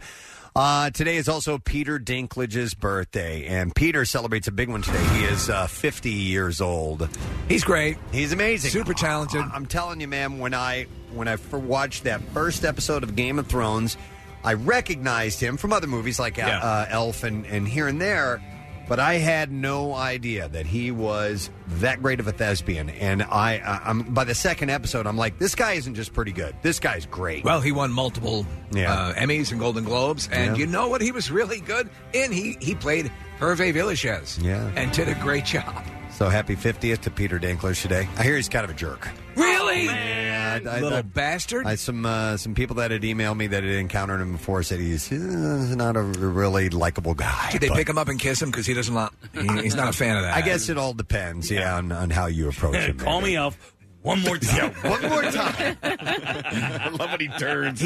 Speaker 3: Uh, today is also Peter Dinklage's birthday, and Peter celebrates a big one today. He is uh, 50 years old.
Speaker 5: He's great.
Speaker 3: He's amazing.
Speaker 5: Super talented.
Speaker 3: I, am telling you, ma'am, when I when I f- watched that first episode of Game of Thrones, I recognized him from other movies like uh, uh, Elf and, and here and there, but I had no idea that he was that great of a thespian. And I, I I'm by the second episode, I'm like, this guy isn't just pretty good. This guy's great.
Speaker 5: Well, he won multiple
Speaker 3: Yeah.
Speaker 5: uh, Emmys and Golden Globes, and
Speaker 3: Yeah.
Speaker 5: you know what? He was really good in. He he played Hervé Villachez.
Speaker 3: Yeah.
Speaker 5: and did a great job.
Speaker 3: So happy 50th to Peter Dinklage today. I hear he's kind of a jerk.
Speaker 5: Really,
Speaker 3: Yeah, I- I-
Speaker 5: little
Speaker 3: I-
Speaker 5: bastard.
Speaker 3: I some uh, some people that had emailed me that had encountered him before said he's uh, not a really likable guy.
Speaker 5: did they
Speaker 3: but
Speaker 5: pick him up and kiss him because he doesn't want? he- he's not a fan of that.
Speaker 3: I guess it all depends, yeah, on, on how you approach him.
Speaker 6: Call me Elf one more time.
Speaker 3: one more time.
Speaker 13: I love when he turns.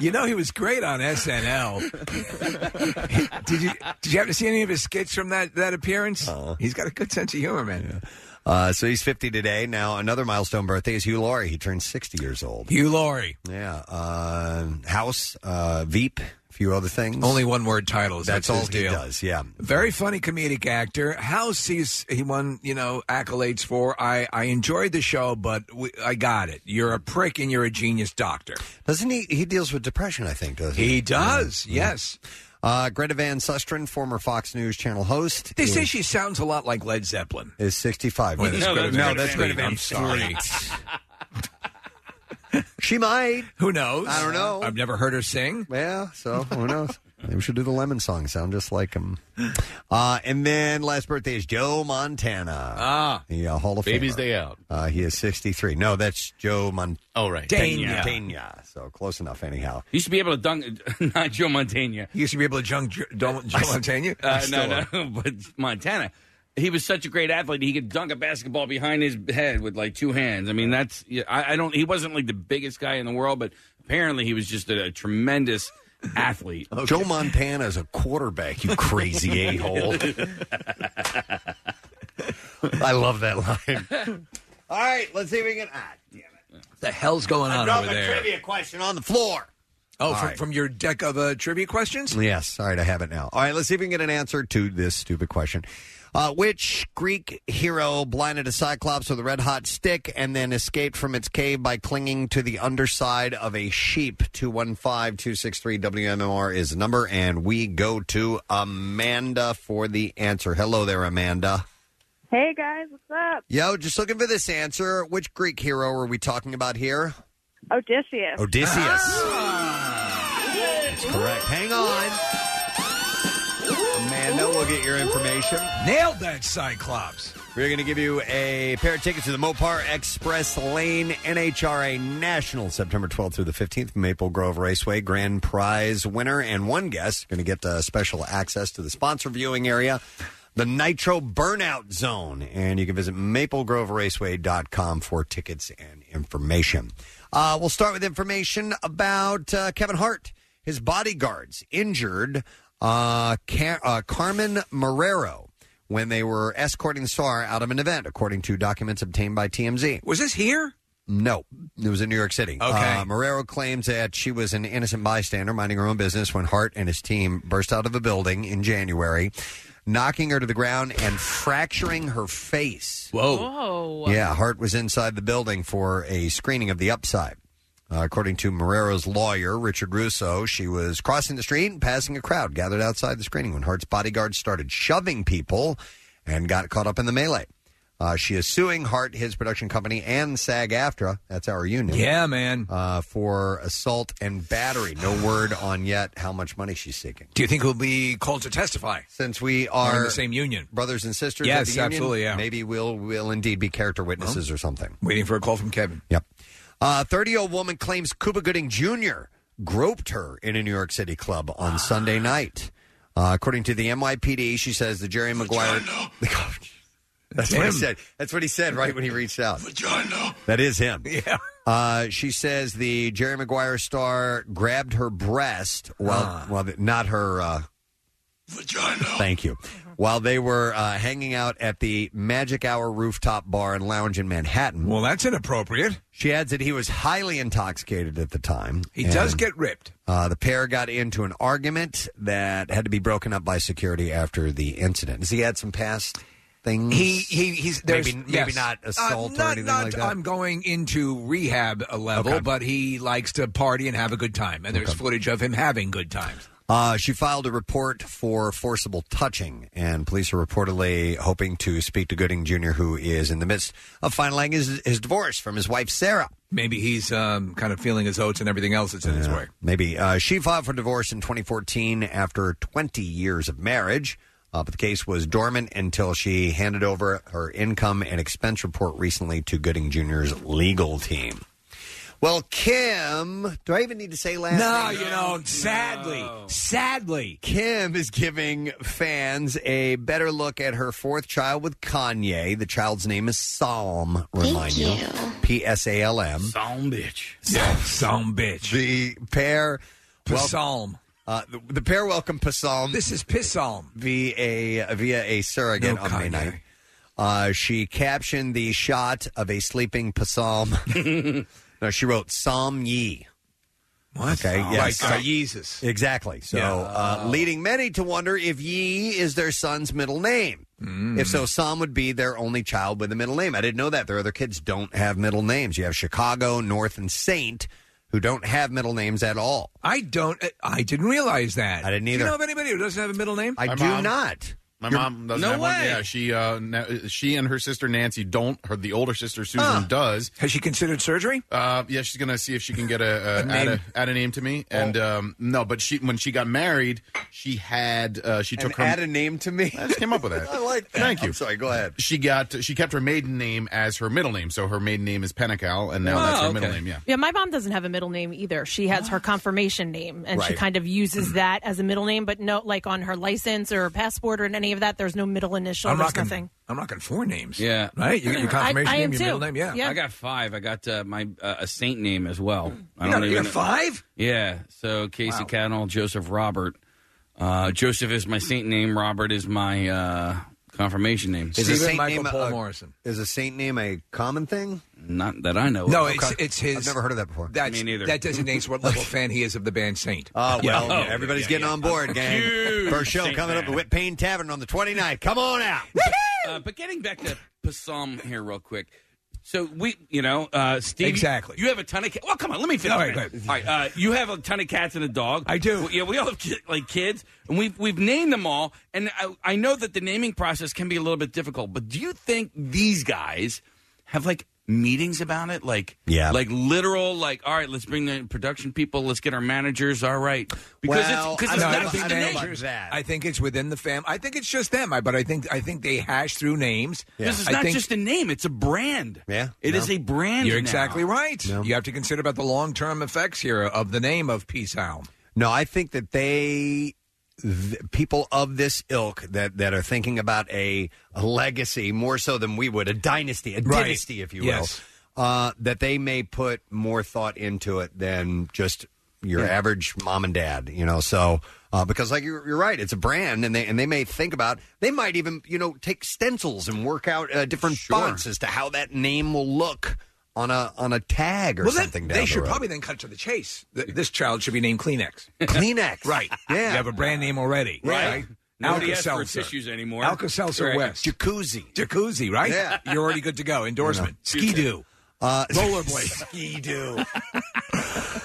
Speaker 5: You know he was great on SNL. He- did you did you happen to see any of his skits from that that appearance?
Speaker 13: Uh-huh.
Speaker 5: He's got a good sense of humor, man.
Speaker 3: Uh, so he's 50 today. Now another milestone birthday is Hugh Laurie. He turned 60 years old.
Speaker 5: Hugh Laurie.
Speaker 3: Yeah, uh, House, uh, Veep, a few other things.
Speaker 5: Only one word titles.
Speaker 3: That's,
Speaker 5: That's,
Speaker 3: all
Speaker 5: his
Speaker 3: he
Speaker 5: deal.
Speaker 3: does. Yeah.
Speaker 5: Very funny comedic actor. House he's he won you know accolades for. I I enjoyed the show, but we, I got it. You're a prick and you're a genius doctor.
Speaker 3: Doesn't he? He deals with depression, I think. Doesn't he?
Speaker 5: He does.
Speaker 3: Yeah.
Speaker 5: Yes.
Speaker 3: Uh, Greta Van Susteren, former Fox News Channel host.
Speaker 5: They say
Speaker 3: is-
Speaker 5: she sounds a lot like Led Zeppelin.
Speaker 3: is 65.
Speaker 5: Well, that's No, Greta that's Van- Greta
Speaker 3: Greta
Speaker 5: Van
Speaker 3: Van
Speaker 5: Fleet.
Speaker 3: Fleet. she might.
Speaker 5: Who knows?
Speaker 3: I don't know.
Speaker 5: I've never heard her sing.
Speaker 3: Yeah, so who knows? Maybe we should do the lemon song. Sound just like him. Uh, and then last birthday is Joe Montana.
Speaker 5: Ah.
Speaker 3: The uh, Hall of
Speaker 13: Baby's
Speaker 3: Famer.
Speaker 13: Day Out.
Speaker 3: Uh, he is 63. No, that's Joe Montana.
Speaker 13: Oh, right.
Speaker 6: Dana.
Speaker 3: Dana. So close enough, anyhow.
Speaker 6: He used to be able to dunk, not Joe Montana.
Speaker 5: He used to be able to dunk Joe, Joe Montana.
Speaker 6: Uh, no, no, but Montana. He was such a great athlete. He could dunk a basketball behind his head with like two hands. I mean, that's yeah, I, I don't. He wasn't like the biggest guy in the world, but apparently he was just a, a tremendous athlete.
Speaker 3: Joe Montana is a quarterback, you crazy a hole. I love that line. All right, let's see if we can. Ah, damn it.
Speaker 5: What the hell's going
Speaker 3: I
Speaker 5: on
Speaker 3: dropped
Speaker 5: over
Speaker 3: my
Speaker 5: there?
Speaker 3: trivia question on the floor.
Speaker 5: Oh,
Speaker 3: All
Speaker 5: from,
Speaker 3: right.
Speaker 5: from your deck of uh, trivia questions?
Speaker 3: Yes. All right, I have it now. All right, let's see if we can get an answer to this stupid question. Uh, which Greek hero blinded a cyclops with a red hot stick and then escaped from its cave by clinging to the underside of a sheep? 215 263 WMMR is the number, and we go to Amanda for the answer. Hello there, Amanda.
Speaker 14: Hey guys, what's up?
Speaker 3: Yo, just looking for this answer. Which Greek hero are we talking about here?
Speaker 14: Odysseus.
Speaker 15: Ah.
Speaker 3: Odysseus. That's correct. Hang on. Amanda will get your information. Nailed that, Cyclops. We're going to give you a pair of tickets to the Mopar Express Lane NHRA National September 12th through the 15th, Maple Grove Raceway. Grand prize winner and one guest going to get uh, special access to the sponsor viewing area, the Nitro Burnout Zone. And you can visit maplegroveraceway.com for tickets and information. Uh, we'll start with information about uh, Kevin Hart. His bodyguards injured uh, Car- uh, Carmen Marrero when they were escorting the star out of an event, according to documents obtained by TMZ.
Speaker 5: Was this here?
Speaker 3: No, it was in New York City. Okay. Uh, Marrero claims that she was an innocent bystander minding her own business when Hart and his team burst out of a building in January, knocking her to the ground and fracturing her face.
Speaker 4: Whoa. Whoa.
Speaker 3: Oh. Yeah, Hart was inside the building for a screening of the upside. Uh, according to Marrero's lawyer, Richard Russo, she was crossing the street and passing a crowd gathered outside the screening when Hart's bodyguards started shoving people and got caught up in the melee. Uh, she is suing Hart, his production company, and SAG AFTRA. That's our union.
Speaker 5: Yeah, man.
Speaker 3: Uh, for assault and battery. No word on yet how much money she's seeking.
Speaker 5: Do you think he'll be called to testify?
Speaker 3: Since we
Speaker 5: We're
Speaker 3: are
Speaker 5: in the same union.
Speaker 3: brothers and sisters.
Speaker 5: Yes,
Speaker 3: at the union,
Speaker 5: absolutely, yeah.
Speaker 3: Maybe we'll will indeed be character witnesses or something.
Speaker 5: Waiting for a call from Kevin.
Speaker 3: Yep. Uh, 30 year old woman claims Cuba Gooding Jr. groped her in a New York City club on Sunday night. Uh, according to the NYPD, she says the Jerry Maguire. That's what he
Speaker 12: him.
Speaker 3: said. That's what he said right when he reached out. That is him. Yeah. Uh, she says the Jerry Maguire star grabbed her breast while,
Speaker 5: Ah.
Speaker 3: well, th- not her uh, vagina. Thank you. While they were uh, hanging out at the Magic Hour rooftop bar and lounge in Manhattan.
Speaker 5: Well, that's inappropriate.
Speaker 3: She adds that he was highly intoxicated at the time.
Speaker 5: He does
Speaker 3: and,
Speaker 5: get ripped.
Speaker 3: Uh, the pair got into an argument that had to be broken up by security after the incident. Has he had some past things?
Speaker 5: He he he's there's-
Speaker 3: maybe maybe
Speaker 5: yes.
Speaker 3: not
Speaker 5: Uh,
Speaker 3: assault or
Speaker 5: not-
Speaker 3: anything
Speaker 5: not-
Speaker 3: like that.
Speaker 5: I'm going into rehab a level,
Speaker 3: Okay.
Speaker 5: but he likes to party and have a good time, and there's
Speaker 3: Okay.
Speaker 5: footage of him having good times.
Speaker 3: Uh, she filed a report for forcible touching, and police are reportedly hoping to speak to Gooding Jr., who is in the midst of finalizing his, his divorce from his wife, Sarah.
Speaker 5: Maybe he's um, kind of feeling his oats and everything else that's in his way.
Speaker 3: Maybe. Uh, she filed for divorce in 2014 after 20 years of marriage, uh, but the case was dormant until she handed over her income and expense report recently to Gooding Jr.'s legal team. Well, Kim, Um, do I even need to say last
Speaker 5: No,
Speaker 3: name?
Speaker 5: you don't. Sadly,
Speaker 6: Oh.
Speaker 5: sadly,
Speaker 3: Kim is giving fans a better look at her fourth child with Kanye. The child's name is Psalm, remind you. P S A L M.
Speaker 6: Psalm bitch.
Speaker 5: Yeah, Psalm bitch.
Speaker 3: The pair. wel-
Speaker 5: Psalm.
Speaker 3: Uh, the, the pair welcome Psalm.
Speaker 5: This is Psalm.
Speaker 3: Via a, via a surrogate
Speaker 5: No
Speaker 3: on May
Speaker 5: Kanye.
Speaker 3: 9th. Uh, she captioned the shot of a sleeping Psalm. no, she wrote Psalm Yee.
Speaker 5: What?
Speaker 3: Okay,
Speaker 5: Psalm.
Speaker 3: yes.
Speaker 5: Like, uh, Jesus.
Speaker 3: Exactly. So,
Speaker 5: Yeah.
Speaker 3: uh, leading many to wonder if Yee is their son's middle name.
Speaker 5: Mm.
Speaker 3: If so, Psalm would be their only child with a middle name. I didn't know that. Their other kids don't have middle names. You have Chicago, North, and Saint, who don't have middle names at all.
Speaker 5: I don't. uh, I didn't realize that.
Speaker 3: I didn't
Speaker 5: Do you
Speaker 3: either.
Speaker 5: know of anybody who doesn't have a middle name?
Speaker 3: I do not.
Speaker 13: My
Speaker 5: Your-
Speaker 13: mom doesn't
Speaker 5: No
Speaker 13: have one.
Speaker 5: way.
Speaker 13: Yeah, she uh, na- she and her sister Nancy don't. Her the older sister Susan does.
Speaker 5: Has she considered surgery?
Speaker 13: Uh, yeah, she's gonna see if she can get a, uh
Speaker 5: A
Speaker 13: add,
Speaker 5: name. Oh.
Speaker 13: a add a name to me. And um, no, but she when she got married, she had uh, she took her
Speaker 3: add a name to me.
Speaker 13: I just came up with that.
Speaker 3: I like that.
Speaker 13: Thank you.
Speaker 3: I'm sorry, go ahead.
Speaker 13: She got she kept her maiden name as her middle name, so her maiden name is Penical, and now
Speaker 6: Oh,
Speaker 13: that's her
Speaker 6: okay.
Speaker 13: middle name. Yeah.
Speaker 4: Yeah, my mom doesn't have a middle name either. She has her confirmation name, and she
Speaker 13: Right.
Speaker 4: kind of uses that as a middle name, but no, like on her license or passport or in any of that, there's no middle initial.
Speaker 5: I'm
Speaker 4: there's
Speaker 5: rocking-
Speaker 4: nothing.
Speaker 5: I'm rocking four names.
Speaker 6: Yeah.
Speaker 5: Right? You got your confirmation name, your middle name. Yeah.
Speaker 6: I got five. I got uh, my uh, a saint name as well.
Speaker 5: Hmm.
Speaker 6: I
Speaker 5: You got- you got five?
Speaker 6: Yeah. So Casey Cannell, Joseph Robert. Uh, Joseph is my saint name. Robert is my uh, confirmation name.
Speaker 3: Is a saint
Speaker 5: uh,
Speaker 3: name a, Morrison. Is a saint name a common thing?
Speaker 6: Not that I know.
Speaker 5: No,
Speaker 6: of.
Speaker 5: it's it's his.
Speaker 3: I've never heard of that before.
Speaker 5: That's,
Speaker 6: Me neither.
Speaker 5: That designates what level fan he is of the band Saint.
Speaker 3: Oh, well, everybody's getting on board, gang. First show coming up at Whit Payne Tavern on the 29th. Come on out.
Speaker 6: Uh, but getting back to Psalm here, real quick. So we, you know, uh, Steve,
Speaker 5: Exactly.
Speaker 6: You have a ton of cats. Well, come on, let me finish.
Speaker 5: All right,
Speaker 6: man.
Speaker 5: go ahead.
Speaker 6: All right, uh, you have a ton of cats and a dog. I
Speaker 5: do.
Speaker 6: yeah, we all have ki- like kids, and we've we've named them all. And I, I know that the naming process can be a little bit difficult, but do you think these guys have like meetings about it? Like,
Speaker 3: Yeah.
Speaker 6: like literal, like, all right, let's bring the production people, let's get our managers, all right, because it's, cause it's
Speaker 5: No, I
Speaker 6: not
Speaker 5: don't
Speaker 6: just
Speaker 5: think
Speaker 6: the
Speaker 5: it's
Speaker 6: name.
Speaker 5: just- I think it's within the fam. I think it's just them. I, but I think I think they hash through names.
Speaker 6: This is
Speaker 5: I
Speaker 6: not
Speaker 5: think-
Speaker 6: just a name; it's a brand.
Speaker 3: Yeah,
Speaker 6: it is a brand.
Speaker 5: You're
Speaker 6: now.
Speaker 5: exactly right. You have to consider about the long term effects here of the name of Peace Hound.
Speaker 3: No, I think that they th- people of this ilk that that are thinking about a, a legacy more so than we would a dynasty, a
Speaker 5: Right.
Speaker 3: dynasty, if you
Speaker 5: Yes.
Speaker 3: will. Uh, that they may put more thought into it than just your
Speaker 16: Yeah.
Speaker 3: average mom and dad, you know. So uh, because like you're, you're right, it's a brand, and they and they may think about they might even you know take stencils and work out uh, different fonts as to how that name will look on a on a tag or
Speaker 5: Well, that-
Speaker 3: something. down
Speaker 5: they
Speaker 3: the
Speaker 5: should
Speaker 3: road.
Speaker 5: probably then cut to the chase. Th- This child should be named Kleenex.
Speaker 3: Kleenex.
Speaker 5: right. Yeah. You have a brand name already.
Speaker 6: Right. Nobody asks for
Speaker 5: Alka-Seltzer.
Speaker 6: tissues anymore.
Speaker 5: Alka-Seltzer
Speaker 6: Right.
Speaker 5: West.
Speaker 3: Jacuzzi.
Speaker 5: Jacuzzi, right?
Speaker 6: Yeah.
Speaker 5: You're already good to go. Endorsement.
Speaker 3: You know.
Speaker 5: Ski-Doo.
Speaker 3: Uh,
Speaker 5: Rollerblade.
Speaker 3: Ski-Doo.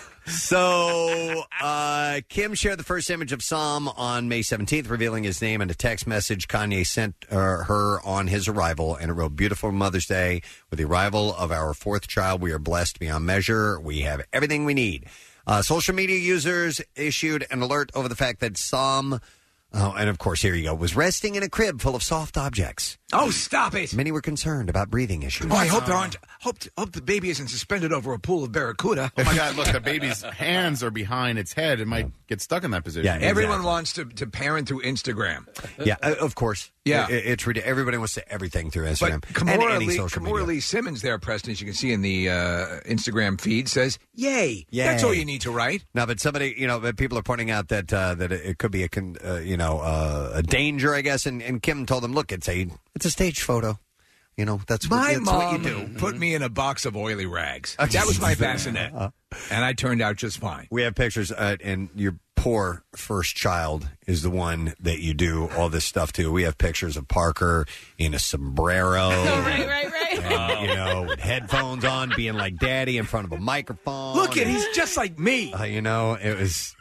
Speaker 3: So, uh, Kim shared the first image of Psalm on May 17th, revealing his name in a text message Kanye sent uh, her on his arrival. And it wrote, Beautiful Mother's Day. With the arrival of our fourth child, we are blessed beyond measure. We have everything we need. Uh, social media users issued an alert over the fact that Psalm, oh, and of course, here you go, was resting in a crib full of soft objects.
Speaker 5: Oh, stop it.
Speaker 3: Many were concerned about breathing issues.
Speaker 5: Oh, I hope there aren't. Hope hope the baby isn't suspended over a pool of barracuda.
Speaker 13: Oh my God! Look, the baby's hands are behind its head. It might get stuck in that position.
Speaker 5: Yeah, everyone wants to, to parent through Instagram.
Speaker 3: Yeah, uh, of course.
Speaker 5: Yeah.
Speaker 3: It- it's ridiculous. Everybody wants to everything through Instagram
Speaker 5: But Kamora,
Speaker 3: and any
Speaker 5: Lee,
Speaker 3: social
Speaker 5: Kamora
Speaker 3: media.
Speaker 5: Lee Simmons, there, Preston, as you can see in the uh, Instagram feed, says, "Yay! That's
Speaker 3: Yay.
Speaker 5: all you need to write."
Speaker 3: No, but somebody, you know, but people are pointing out that uh, that it it could be a, con, uh, you know, uh, a danger, I guess. And, and Kim told them, look, it's a it's a stage photo. You know, that's what,
Speaker 5: My
Speaker 3: that's
Speaker 5: mom
Speaker 3: what you do.
Speaker 5: put me in a box of oily rags. That was my bassinet, and I turned out just fine.
Speaker 3: We have pictures, uh, and your poor first child is the one that you do all this stuff to. We have pictures of Parker in a sombrero.
Speaker 4: right, right, right.
Speaker 3: and, Uh, you know, with headphones on, being like daddy in front of a microphone.
Speaker 5: Look at he's just like me.
Speaker 3: Uh, you know, it was.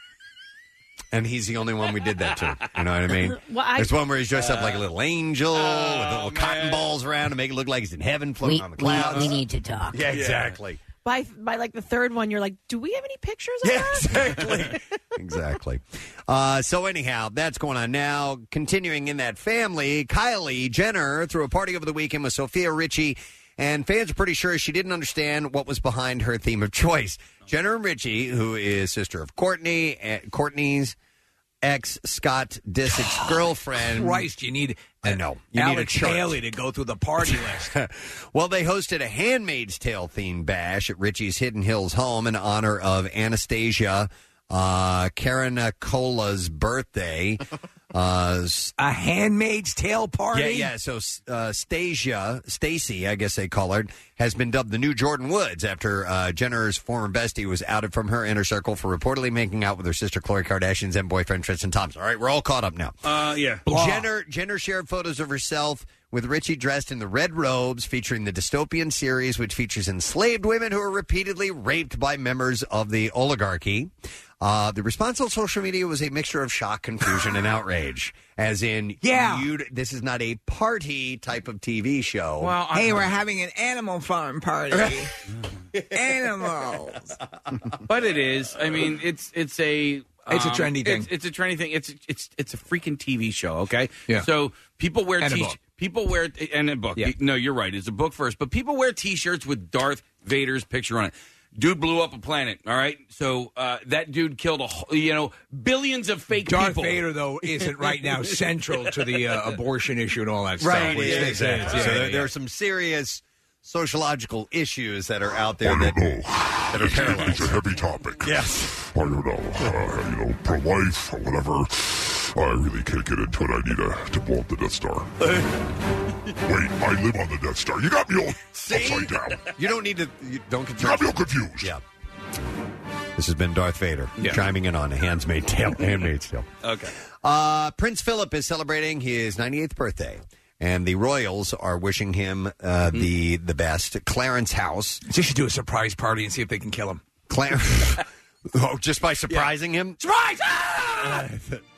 Speaker 3: And he's the only one we did that to. You know what I mean?
Speaker 4: Well, I-
Speaker 3: There's one where he's dressed up like a little angel with
Speaker 5: Oh,
Speaker 3: little cotton balls around to make it look like he's in heaven floating on the clouds.
Speaker 9: we need to talk.
Speaker 3: yeah, exactly.
Speaker 4: By by, like the third one, you're like, do we have any pictures of that?
Speaker 3: exactly. Uh, so anyhow, that's going on now. Continuing in that family, Kylie Jenner threw a party over the weekend with Sophia Richie, and fans are pretty sure she didn't understand what was behind her theme of choice. Jenner and Richie, who is sister of Courtney, eh, Courtney's ex Scott Disick's girlfriend.
Speaker 5: Christ, you need
Speaker 3: I know. You need a
Speaker 5: Alex
Speaker 3: chart.
Speaker 5: Haley to go through the party list.
Speaker 3: well, they hosted a Handmaid's Tale themed bash at Richie's Hidden Hills home in honor of Anastasia uh, Karenakola's birthday. Uh,
Speaker 5: a Handmaid's Tale party?
Speaker 3: Yeah, yeah. So uh, Stasia, Stacy, I guess they call her, has been dubbed the new Jordan Woods after uh, Jenner's former bestie was outed from her inner circle for reportedly making out with her sister Khloe Kardashian's and boyfriend Tristan Thompson. All right, we're all caught up now.
Speaker 6: Uh, yeah.
Speaker 3: Jenner Jenner shared photos of herself with Richie dressed in the red robes, featuring the dystopian series, which features enslaved women who are repeatedly raped by members of the oligarchy. Uh, the response on social media was a mixture of shock, confusion, and outrage. As in, yeah, you this is not a party type of TV show.
Speaker 16: hey, we're having an animal farm party. Animal.
Speaker 6: but it is. I mean, it's it's a um,
Speaker 5: It's a trendy thing.
Speaker 6: It's, it's a trendy thing. It's it's it's a freaking TV show. Okay.
Speaker 5: Yeah.
Speaker 6: So people wear
Speaker 5: And a
Speaker 6: t-
Speaker 5: book.
Speaker 6: people wear and a book.
Speaker 5: Yeah.
Speaker 6: No, you're right. It's a book first, but people wear T-shirts with Darth Vader's picture on it. Dude blew up a planet. All right. So uh, that dude killed a whole, you know billions of fake
Speaker 5: Darth
Speaker 6: people.
Speaker 5: Vader, though, isn't right now central to the uh, abortion issue and all that stuff.
Speaker 3: Right,
Speaker 5: which
Speaker 3: yeah,
Speaker 5: makes sense.
Speaker 3: exactly.
Speaker 5: Yeah,
Speaker 3: so
Speaker 5: yeah,
Speaker 3: there,
Speaker 5: yeah.
Speaker 3: there are some serious sociological issues that are out there that that are paralyzed.
Speaker 8: It's a heavy topic.
Speaker 3: Yes.
Speaker 8: I don't know, uh, you know, pro life or whatever. I really can't get into it. I need to, to blow up the Death Star. Wait, I live on the Death Star. You got me all upside down.
Speaker 3: You don't need to. You don't get.
Speaker 8: You got me all confused.
Speaker 3: Yeah. This has been Darth Vader
Speaker 8: Yeah.
Speaker 3: chiming in on a Handmaid's Tale. Handmaid's Tale.
Speaker 6: Okay.
Speaker 3: Uh, Prince Philip is celebrating his 98th birthday, and the royals are wishing him uh, the the best. Clarence House.
Speaker 5: They should do a surprise party and see if they can kill him.
Speaker 3: Clarence. oh, just by surprising him.
Speaker 5: Surprise!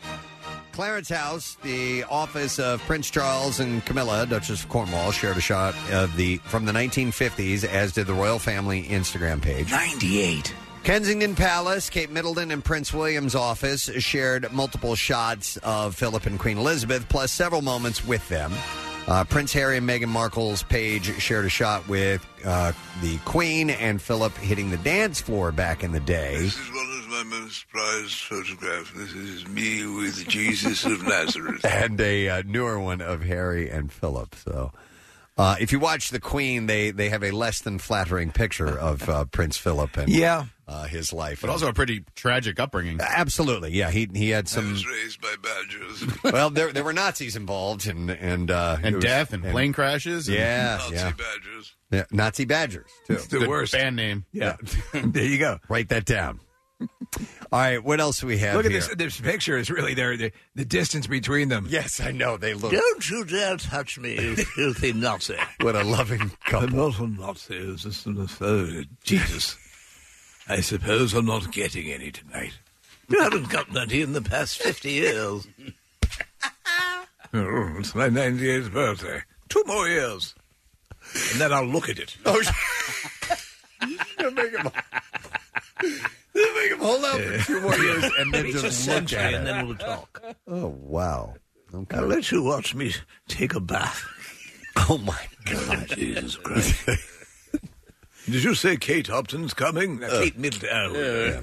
Speaker 3: Clarence House, the office of Prince Charles and Camilla, Duchess of Cornwall, shared a shot of the from the 1950s, as did the royal family Instagram page. 98. Kensington Palace, Kate Middleton, and Prince William's office shared multiple shots of Philip and Queen Elizabeth, plus several moments with them. Uh, Prince Harry and Meghan Markle's page shared a shot with uh, the Queen and Philip hitting the dance floor back in the day.
Speaker 17: One is my most prized photograph. This is me with Jesus of Nazareth.
Speaker 3: and a uh, newer one of Harry and Philip. So, uh, if you watch the Queen, they they have a less than flattering picture of uh, Prince Philip and
Speaker 13: Yeah.
Speaker 3: uh, his life,
Speaker 13: But also a pretty tragic upbringing.
Speaker 3: Absolutely, yeah. He he had some.
Speaker 17: Raised by badgers.
Speaker 3: well, there there were Nazis involved, and and uh,
Speaker 13: And
Speaker 3: it was-
Speaker 13: death and plane crashes and-
Speaker 3: yeah,
Speaker 13: Nazi
Speaker 3: yeah.
Speaker 17: badgers.
Speaker 3: Yeah, Nazi badgers too. It's
Speaker 13: the Good worst. band name.
Speaker 3: Yeah,
Speaker 5: there you go.
Speaker 3: Write that down. All right, what else do we have?
Speaker 5: Look at
Speaker 3: here?
Speaker 5: this. This picture is really there. The, the distance between them.
Speaker 3: Yes, I know. They look.
Speaker 15: Don't you dare touch me, you filthy Nazi.
Speaker 3: What a loving couple.
Speaker 15: I'm not a Nazi. It's just an oh, Jesus. I suppose I'm not getting any tonight. You haven't gotten any in the past 50 years.
Speaker 5: Mm,
Speaker 12: Oh,
Speaker 15: it's my 98th birthday. Two more years. And then I'll look at it.
Speaker 3: Oh, make him, make him hold out for two more years and then
Speaker 15: It's
Speaker 3: just
Speaker 15: a
Speaker 3: look
Speaker 15: century
Speaker 3: at
Speaker 15: and
Speaker 3: it.
Speaker 15: then we'll talk.
Speaker 3: Oh, wow. Okay.
Speaker 15: I'll let you watch me take a bath.
Speaker 3: Oh, my
Speaker 15: God. Jesus Christ. Did you say Kate Upton's coming? Kate
Speaker 5: uh,
Speaker 15: Middleton. Oh, yeah.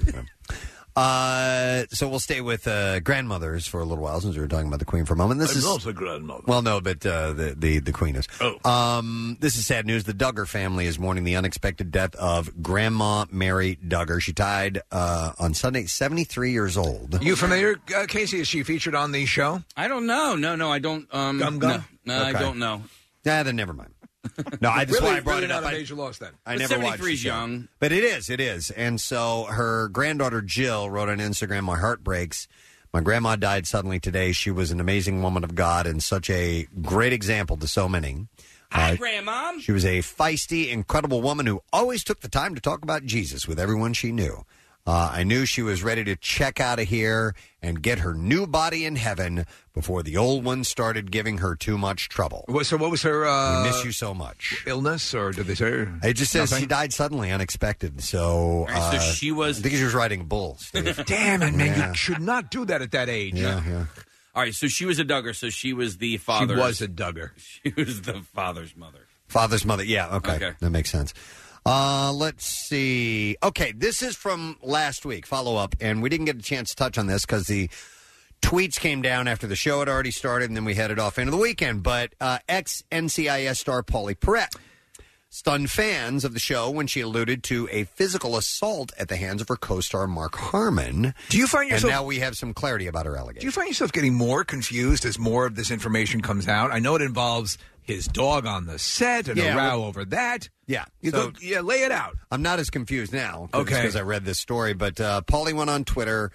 Speaker 3: Uh, so we'll stay with uh, grandmothers for a little while since we were talking about the Queen for a moment. This
Speaker 15: I'm
Speaker 3: is
Speaker 15: not a grandmother.
Speaker 3: Well, no, but uh, the, the the Queen is. Oh, um, this is sad news. The Duggar family is mourning the unexpected death of Grandma Mary Duggar. She died uh, on Sunday, seventy three years old.
Speaker 5: You familiar, uh, Casey? Is she featured on the show?
Speaker 6: I don't know. No, no, I don't. Um,
Speaker 5: Gum Gum?
Speaker 6: No, no I
Speaker 5: Okay.
Speaker 6: don't know.
Speaker 3: Nah, Ah, then never mind. No, I, that's
Speaker 5: really,
Speaker 3: why I brought
Speaker 5: really
Speaker 3: it up.
Speaker 5: Not a
Speaker 3: I-
Speaker 5: major loss then.
Speaker 3: I never watched. the
Speaker 6: is
Speaker 3: show.
Speaker 6: young.
Speaker 3: but it is, it is. And so her granddaughter Jill wrote on Instagram, "My heart breaks. My grandma died suddenly today. She was an amazing woman of God and such a great example to so many.
Speaker 6: Hi,
Speaker 3: Uh,
Speaker 6: grandmom.
Speaker 3: she was a feisty, incredible woman who always took the time to talk about Jesus with everyone she knew. Uh, I knew she was ready to check out of here and get her new body in heaven before the old one started giving her too much trouble.
Speaker 5: What- So what was her? Uh,
Speaker 3: we miss you so much.
Speaker 5: Illness or did they say?
Speaker 3: It just says she
Speaker 5: Nothing?
Speaker 3: died suddenly, unexpected. So, uh,
Speaker 5: All right, so she
Speaker 6: was.
Speaker 3: I think she was riding a bull. Steve.
Speaker 5: Damn it, man!
Speaker 3: Yeah.
Speaker 5: You should not do that at that age.
Speaker 3: Yeah, yeah.
Speaker 6: All right, so she was a Duggar, so she was the father.
Speaker 5: was a Duggar.
Speaker 6: She was the father's mother.
Speaker 3: Father's mother. Yeah. Okay.
Speaker 6: Okay.
Speaker 3: That makes sense. Uh, let's see. Okay, this is from last week, follow up, and we didn't get a chance to touch on this because the tweets came down after the show had already started, and then we headed off into the weekend. But uh, ex NCIS star Paulie Perrette stunned fans of the show when she alluded to a physical assault at the hands of her co-star Mark Harmon.
Speaker 5: Do you find yourself-
Speaker 3: And now we have some clarity about her allegation.
Speaker 5: Do you find yourself getting more confused as more of this information comes out? I know it involves his dog on the set and
Speaker 3: Yeah,
Speaker 5: a row
Speaker 3: well-
Speaker 5: over that.
Speaker 3: Yeah.
Speaker 5: You
Speaker 3: So-
Speaker 5: go, yeah, lay it out.
Speaker 3: I'm not as confused now.
Speaker 5: Okay.
Speaker 3: Because I read this story. But uh, Paulie went on Twitter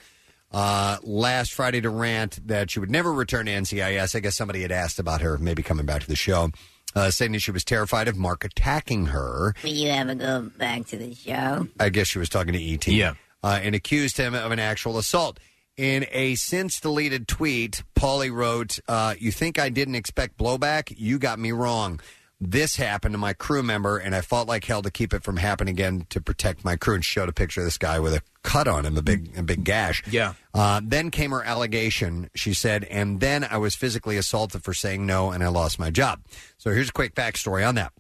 Speaker 3: uh, last Friday to rant that she would never return to NCIS. I guess somebody had asked about her maybe coming back to the show, uh, saying that she was terrified of Mark attacking her.
Speaker 9: Will you ever go back to the show?
Speaker 3: I guess she was talking to ET. Yeah. Uh, and accused him of an actual assault. In a since deleted tweet, Paulie wrote, uh, You think I didn't expect blowback? You got me wrong. This happened to my crew member, and I fought like hell to keep it from happening again to protect my crew. And she showed a picture of this guy with a cut on him, a big, a big gash.
Speaker 5: Yeah.
Speaker 3: Uh, then came her allegation. She said, and then I was physically assaulted for saying no, and I lost my job. So here's a quick backstory on that.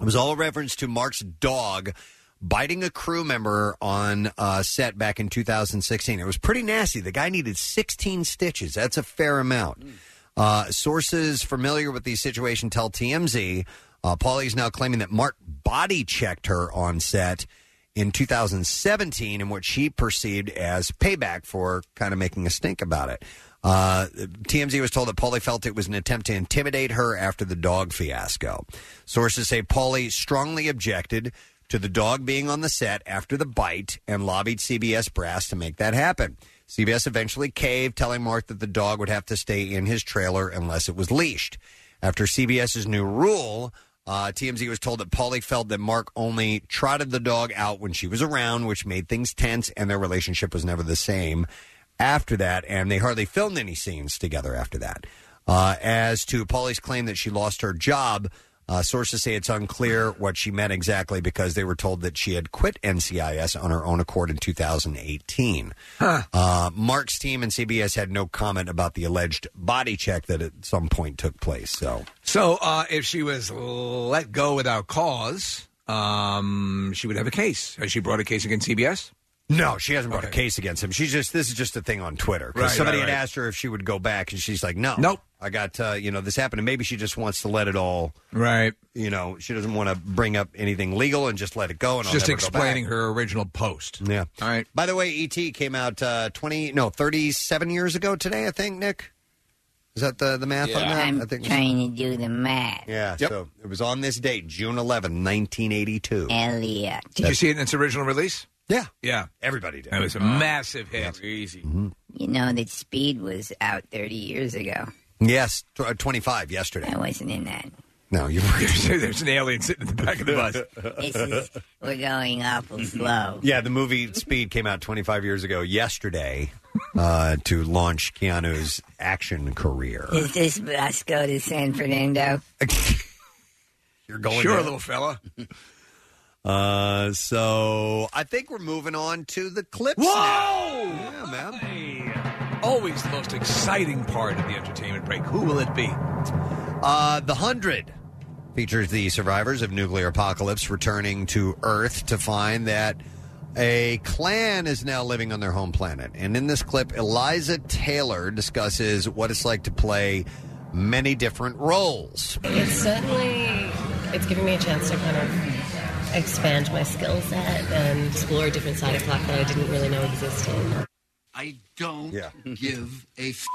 Speaker 3: It was all a reference to Mark's dog biting a crew member on uh, set back in 2016. It was pretty nasty. The guy needed 16 stitches. That's a fair amount. Uh, sources familiar with the situation tell TMZ uh, Paulie is now claiming that Mark body checked her on set in 2017 in what she perceived as payback for kind of making a stink about it. Uh, TMZ was told that Paulie felt it was an attempt to intimidate her after the dog fiasco. Sources say Paulie strongly objected to the dog being on the set after the bite and lobbied CBS brass to make that happen. CBS eventually caved, telling Mark that the dog would have to stay in his trailer unless it was leashed. After CBS's new rule, uh, TMZ was told that Paulie felt that Mark only trotted the dog out when she was around, which made things tense, and their relationship was never the same after that, and they hardly filmed any scenes together after that. Uh, as to Polly's claim that she lost her job, uh, sources say it's unclear what she meant exactly because they were told that she had quit NCIS on her own accord in 2018. Uh, Mark's team and CBS had no comment about the alleged body check that at some point took place. So,
Speaker 5: So uh, if she was let go without cause, um, she would have a case. Has she brought a case against CBS?
Speaker 3: No, she hasn't brought a case against him. She's just this is just a thing on Twitter because
Speaker 5: Right,
Speaker 3: somebody
Speaker 5: right,
Speaker 3: had
Speaker 5: right.
Speaker 3: asked her if she would go back, and she's like, "No, nope, I got uh, you know this happened." And maybe she just wants to let it all
Speaker 5: right.
Speaker 3: You know, she doesn't want to bring up anything legal and just let it go. And I'll
Speaker 5: Just
Speaker 3: never go back.
Speaker 5: explaining her original post.
Speaker 3: Yeah. All right. By the way, E.T. came out uh, 20, no, 37 years ago today, I think, Nick. Is that the, the math on that?
Speaker 9: I'm
Speaker 3: I think
Speaker 9: trying to do the math.
Speaker 3: Yeah. So it was on this date, June 11, 1982.
Speaker 9: Elliot.
Speaker 5: Did you see it in its original release?
Speaker 3: Yeah.
Speaker 5: Yeah.
Speaker 3: Everybody did.
Speaker 5: That was a massive hit.
Speaker 6: Easy.
Speaker 3: Mm-hmm.
Speaker 9: You know that Speed was out 30 years ago.
Speaker 3: Yes, tw- uh, 25 yesterday. I
Speaker 9: wasn't in that.
Speaker 3: No, you
Speaker 5: There's an alien sitting in the back of the bus.
Speaker 9: This is, we're going awful slow.
Speaker 3: Yeah, the movie Speed came out 25 years ago yesterday uh, to launch Keanu's action career.
Speaker 9: Is this bus go to San Fernando?
Speaker 3: You're going
Speaker 9: Sure,
Speaker 3: there.
Speaker 9: little
Speaker 5: fella.
Speaker 3: Uh, so I think we're moving on to the clips.
Speaker 5: Whoa!
Speaker 3: now. Yeah, man.
Speaker 5: Always the most exciting part of the entertainment break. Who will it be?
Speaker 3: Uh, the Hundred features the survivors of nuclear apocalypse returning to Earth to find that a clan is now living on their home planet. And in this clip, Eliza Taylor discusses what it's like to play many different roles.
Speaker 18: It's certainly it's giving me a chance to kind of expand my skill set and explore a different side of life that I didn't really know existed.
Speaker 17: I don't give a f-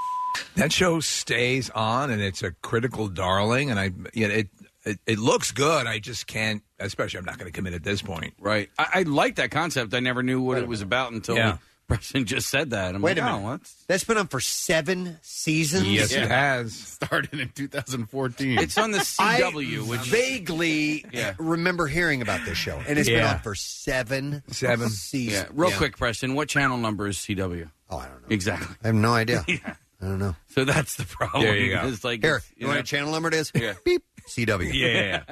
Speaker 5: That show stays on, and it's a critical darling. And I, you know, it, it it looks good. I just can't. Especially, I'm not going to commit at this point.
Speaker 6: Right. I, I like that concept. I never knew what it was about until
Speaker 5: Yeah.
Speaker 6: Preston just said that. I'm
Speaker 3: Wait
Speaker 6: like,
Speaker 3: a
Speaker 6: oh,
Speaker 3: minute.
Speaker 6: what?
Speaker 3: That's been on for seven seasons.
Speaker 6: Yes, it Yeah.
Speaker 5: has.
Speaker 13: Started in 2014.
Speaker 6: It's on the CW,
Speaker 3: I
Speaker 6: which-
Speaker 3: vaguely
Speaker 6: Yeah.
Speaker 3: remember hearing about this show, and it's been
Speaker 6: Yeah.
Speaker 3: on for seven,
Speaker 6: Yeah.
Speaker 3: seasons.
Speaker 6: Real
Speaker 3: Yeah.
Speaker 6: quick, Preston, what channel number is CW?
Speaker 3: Oh, I don't know.
Speaker 6: Exactly.
Speaker 3: I have no idea. I don't know.
Speaker 6: So that's the problem.
Speaker 3: There you go.
Speaker 6: It's like
Speaker 3: Here,
Speaker 6: it's-
Speaker 3: you want
Speaker 6: know-
Speaker 3: a channel number it is?
Speaker 6: Yeah.
Speaker 3: Beep. CW.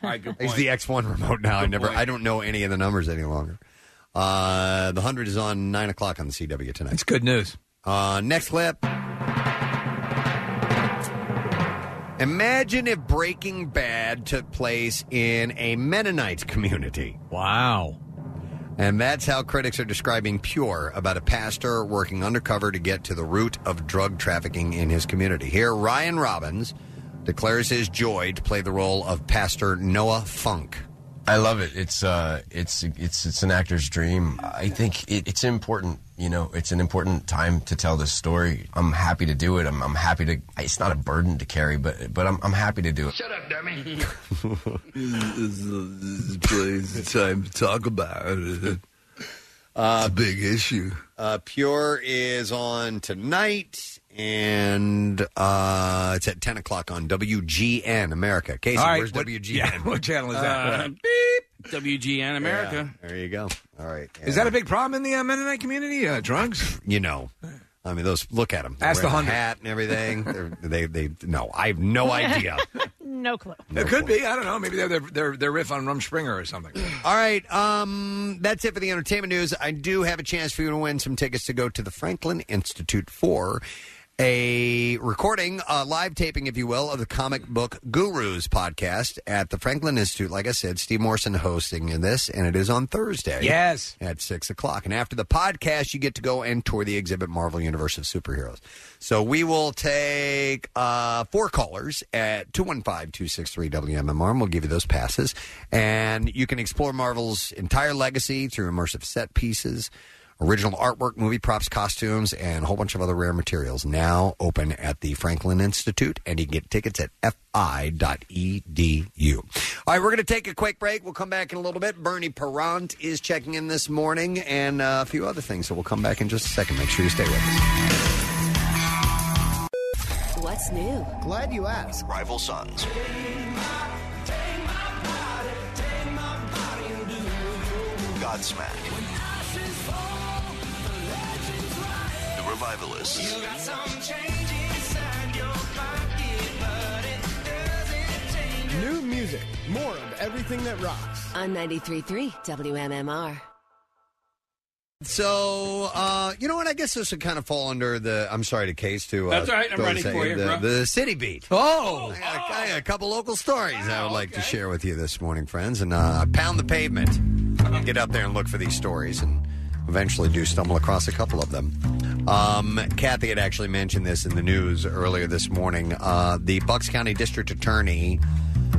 Speaker 6: All right, good
Speaker 3: It's
Speaker 6: point.
Speaker 3: the X1 remote now. I
Speaker 6: Good
Speaker 3: never.
Speaker 6: point.
Speaker 3: I don't know any of the numbers any longer. Uh, the hundred is on nine o'clock on the CW tonight. It's
Speaker 5: good news.
Speaker 3: Uh, next clip. Imagine if Breaking Bad took place in a Mennonite community.
Speaker 5: Wow.
Speaker 3: And that's how critics are describing Pure about a pastor working undercover to get to the root of drug trafficking in his community. Here, Ryan Robbins declares his joy to play the role of Pastor Noah Funk.
Speaker 19: I love it. It's uh, it's it's it's an actor's dream. I think it, it's important. You know, it's an important time to tell this story. I'm happy to do it. I'm, I'm happy to. It's not a burden to carry, but but I'm I'm happy to do it.
Speaker 17: Shut up, dummy.
Speaker 15: this is a place and time to talk about it.
Speaker 3: Uh,
Speaker 15: big issue.
Speaker 3: Uh, Pure is on tonight, and uh, it's at 10 o'clock on WGN America. Casey,
Speaker 6: All right,
Speaker 3: where's
Speaker 6: what-
Speaker 3: WGN?
Speaker 6: yeah, what
Speaker 5: channel
Speaker 6: is that? Uh, beep. WGN America.
Speaker 3: Yeah, there you go. All right.
Speaker 5: Is that a big problem in the uh, Mennonite community? Uh, drugs?
Speaker 3: You know. I mean, those. Look at them.
Speaker 5: Ask the hundred.
Speaker 3: hat and everything. They're- they, they, no, I have no idea.
Speaker 4: no clue.
Speaker 5: it could be. I don't know. Maybe they're they're they're riff on Rumspringer or something.
Speaker 3: All right, um, that's it for the entertainment news. I do have a chance for you to win some tickets to go to the Franklin Institute for a recording, a live taping, if you will, of the Comic Book Gurus podcast at the Franklin Institute. Like I said, Steve Morrison hosting in this, and it is on Thursday.
Speaker 5: Yes,
Speaker 3: at six o'clock. And after the podcast, you get to go and tour the exhibit Marvel Universe of Superheroes. So we will take uh, four callers at 215 263 WMMR, and we'll give you those passes. And you can explore Marvel's entire legacy through immersive set pieces. Original artwork, movie props, costumes, and a whole bunch of other rare materials now open at the Franklin Institute, and you can get tickets at E fi.edu. All right, we're going to take a quick break. We'll come back in a little bit. Bernie Perrant is checking in this morning and uh, a few other things, so we'll come back in just a second. Make sure you stay with us.
Speaker 20: What's new?
Speaker 10: Glad you asked.
Speaker 20: Rival Sons.
Speaker 7: Godsmack. The Revivalists.
Speaker 21: New music, more of everything that rocks.
Speaker 20: On 93.3 WMMR.
Speaker 3: So, uh, you know what? I guess this would kind of fall under the. I'm sorry to case to. Uh,
Speaker 6: That's all right. I'm
Speaker 3: those-
Speaker 6: ready for you,
Speaker 3: the,
Speaker 6: bro.
Speaker 3: the city beat.
Speaker 6: Oh!
Speaker 3: I got- I got a couple local stories I would like to share with you this morning, friends, and uh, pound the pavement. Get out there and look for these stories, and eventually do stumble across a couple of them. Um, Kathy had actually mentioned this in the news earlier this morning. Uh, the Bucks County District Attorney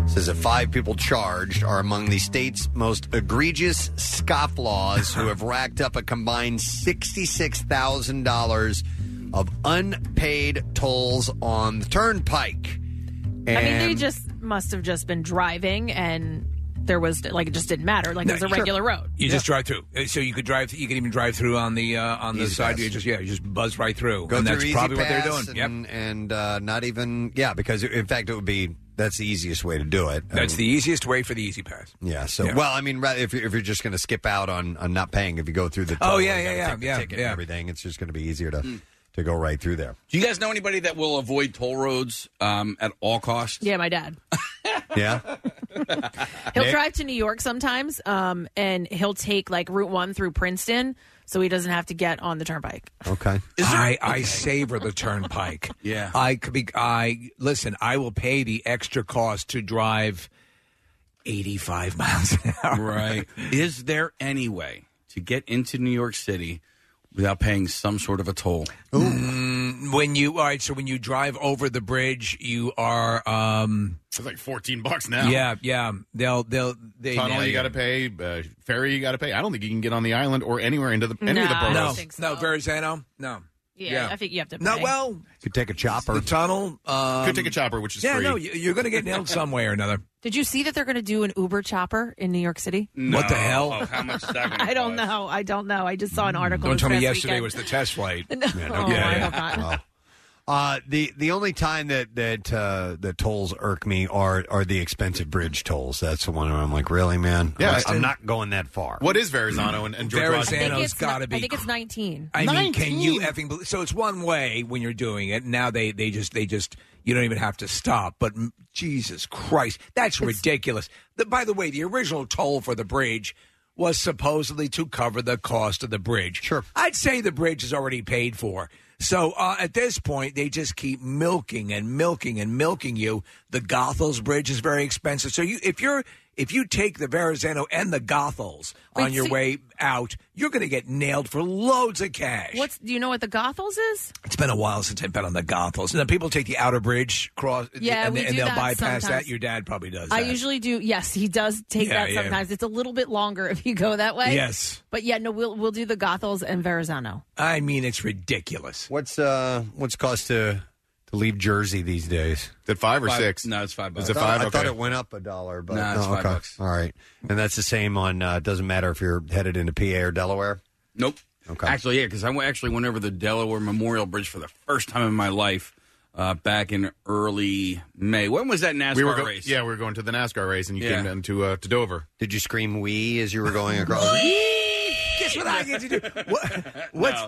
Speaker 3: says that five people charged are among the state's most egregious scofflaws who have racked up a combined $66,000 of unpaid tolls on the turnpike.
Speaker 4: I mean, they
Speaker 3: And-
Speaker 4: just must have just been driving and there was, like, it just didn't matter. Like, it was a regular road.
Speaker 5: You just drive through, Uh, so you could drive. You could even drive through on the uh, on the
Speaker 3: Easy
Speaker 5: side.
Speaker 3: pass.
Speaker 5: You just yeah, you just buzz right through.
Speaker 3: Go
Speaker 5: and
Speaker 3: through
Speaker 5: that's
Speaker 3: Easy
Speaker 5: probably what they're
Speaker 3: Pass
Speaker 5: doing.
Speaker 3: And, and uh, not even, yeah, because in fact, it would be, that's the easiest way to do it.
Speaker 5: That's
Speaker 3: Um,
Speaker 5: the easiest way for the easy pass.
Speaker 3: Yeah. So,
Speaker 5: Yeah.
Speaker 3: well, I mean, rather if you're, if you're just going to skip out on, on not paying, if you go through the toll,
Speaker 6: Oh, yeah,
Speaker 3: and
Speaker 6: yeah,
Speaker 3: gotta
Speaker 6: yeah,
Speaker 3: take the
Speaker 6: yeah,
Speaker 3: ticket
Speaker 6: yeah.
Speaker 3: and everything, it's just going to be easier to
Speaker 13: Mm.
Speaker 3: to go right through there.
Speaker 6: Do you guys know anybody that will avoid toll roads um, at all costs?
Speaker 4: Yeah, my dad.
Speaker 3: Yeah.
Speaker 4: He'll
Speaker 6: Nick?
Speaker 4: drive to New York sometimes, um, and he'll take like Route One through Princeton, so he doesn't have to get on the turnpike.
Speaker 3: Okay.
Speaker 5: I, I savor the turnpike.
Speaker 6: yeah.
Speaker 5: I could be. I listen. I will pay the extra cost to drive eighty-five miles an hour.
Speaker 6: Right. Is there any way to get into New York City without paying some sort of a toll?
Speaker 5: Mm, when you all right, so when you drive over the bridge, you are. um
Speaker 13: It's like fourteen bucks now.
Speaker 5: Yeah, yeah. They'll they'll they
Speaker 13: Tunnel
Speaker 5: nail
Speaker 13: you got to pay, uh, ferry you got to pay. I don't think you can get on the island or anywhere into the any of the
Speaker 5: No, I
Speaker 13: boroughs.
Speaker 5: don't think so. No, Verrazano. No.
Speaker 4: Yeah,
Speaker 5: Yeah.
Speaker 4: I think you have to. Pay.
Speaker 5: No, well,
Speaker 3: could take a chopper.
Speaker 5: The tunnel um,
Speaker 13: Could take a chopper, which is
Speaker 5: yeah.
Speaker 13: free.
Speaker 5: No, you- you're going to get nailed some way or another.
Speaker 4: Did you see that they're going to do an Uber chopper in New York City?
Speaker 5: What the hell?
Speaker 13: Oh,
Speaker 6: how much
Speaker 4: I don't know. I don't know. I just saw an article.
Speaker 5: Don't
Speaker 4: this
Speaker 5: tell me
Speaker 4: past
Speaker 5: yesterday
Speaker 4: weekend.
Speaker 5: was the test flight.
Speaker 4: No. Oh, I hope not.
Speaker 3: Uh, the the only time that that uh, the tolls irk me are are the expensive bridge tolls. That's the one where I'm like, really, man.
Speaker 13: Yeah,
Speaker 3: I'm- I'm
Speaker 13: and-
Speaker 3: not going that far.
Speaker 13: What is Verrazano and, and George
Speaker 4: I think
Speaker 5: Verrazano's
Speaker 4: it's
Speaker 5: got
Speaker 4: ni-
Speaker 5: to be.
Speaker 4: I think it's nineteen.
Speaker 5: I mean, can you effing? bel- So it's one way when you're doing it. Now they they just they just you don't even have to stop. But m- Jesus Christ, that's ridiculous. The, by the way, the original toll for the bridge was supposedly to cover the cost of the bridge. Sure, I'd say the bridge is already paid for. So uh, at this point, they just keep milking and milking and milking you. The Gothels Bridge is very expensive. So you, if you're if you take the Verrazano and the Gothels on
Speaker 4: Wait,
Speaker 5: your
Speaker 4: so-
Speaker 5: way out, you're going to get nailed for loads of cash.
Speaker 4: What's do you know what the Gothels is?
Speaker 5: It's been a while since I've been on the Gothels. Now people take the outer bridge cross,
Speaker 4: Yeah,
Speaker 5: and,
Speaker 4: we
Speaker 5: and
Speaker 4: do
Speaker 5: they'll
Speaker 4: that
Speaker 5: bypass
Speaker 4: sometimes.
Speaker 5: that. Your dad probably does.
Speaker 4: I
Speaker 5: that.
Speaker 4: usually do. Yes, he does take
Speaker 5: Yeah,
Speaker 4: that
Speaker 5: yeah.
Speaker 4: sometimes. It's a little bit longer if you go that way.
Speaker 5: Yes.
Speaker 4: but yeah, no, we'll we'll do the Gothels and Verrazano.
Speaker 5: I mean, it's ridiculous.
Speaker 3: What's uh what's cost to to leave Jersey these days?
Speaker 13: Did five
Speaker 6: or Five- six? no, it's five
Speaker 3: Is it
Speaker 6: bucks.
Speaker 3: five? I
Speaker 6: Okay.
Speaker 3: thought it went up a dollar, but
Speaker 6: Nah, it's
Speaker 3: Oh,
Speaker 6: five
Speaker 3: okay.
Speaker 6: bucks.
Speaker 3: All right, and that's the same on. Uh, doesn't matter if you're headed into PA or Delaware.
Speaker 6: Nope.
Speaker 3: Okay.
Speaker 6: Actually, yeah, because I went- actually went over the Delaware Memorial Bridge for the first time in my life uh, back in early May. When was that NASCAR
Speaker 13: we were go-
Speaker 6: race?
Speaker 13: Yeah, we were going to the NASCAR race, and you
Speaker 6: Yeah.
Speaker 13: came down to uh, to Dover.
Speaker 3: Did you scream "wee" as you were going across?
Speaker 5: Guess what I get to do? What, what's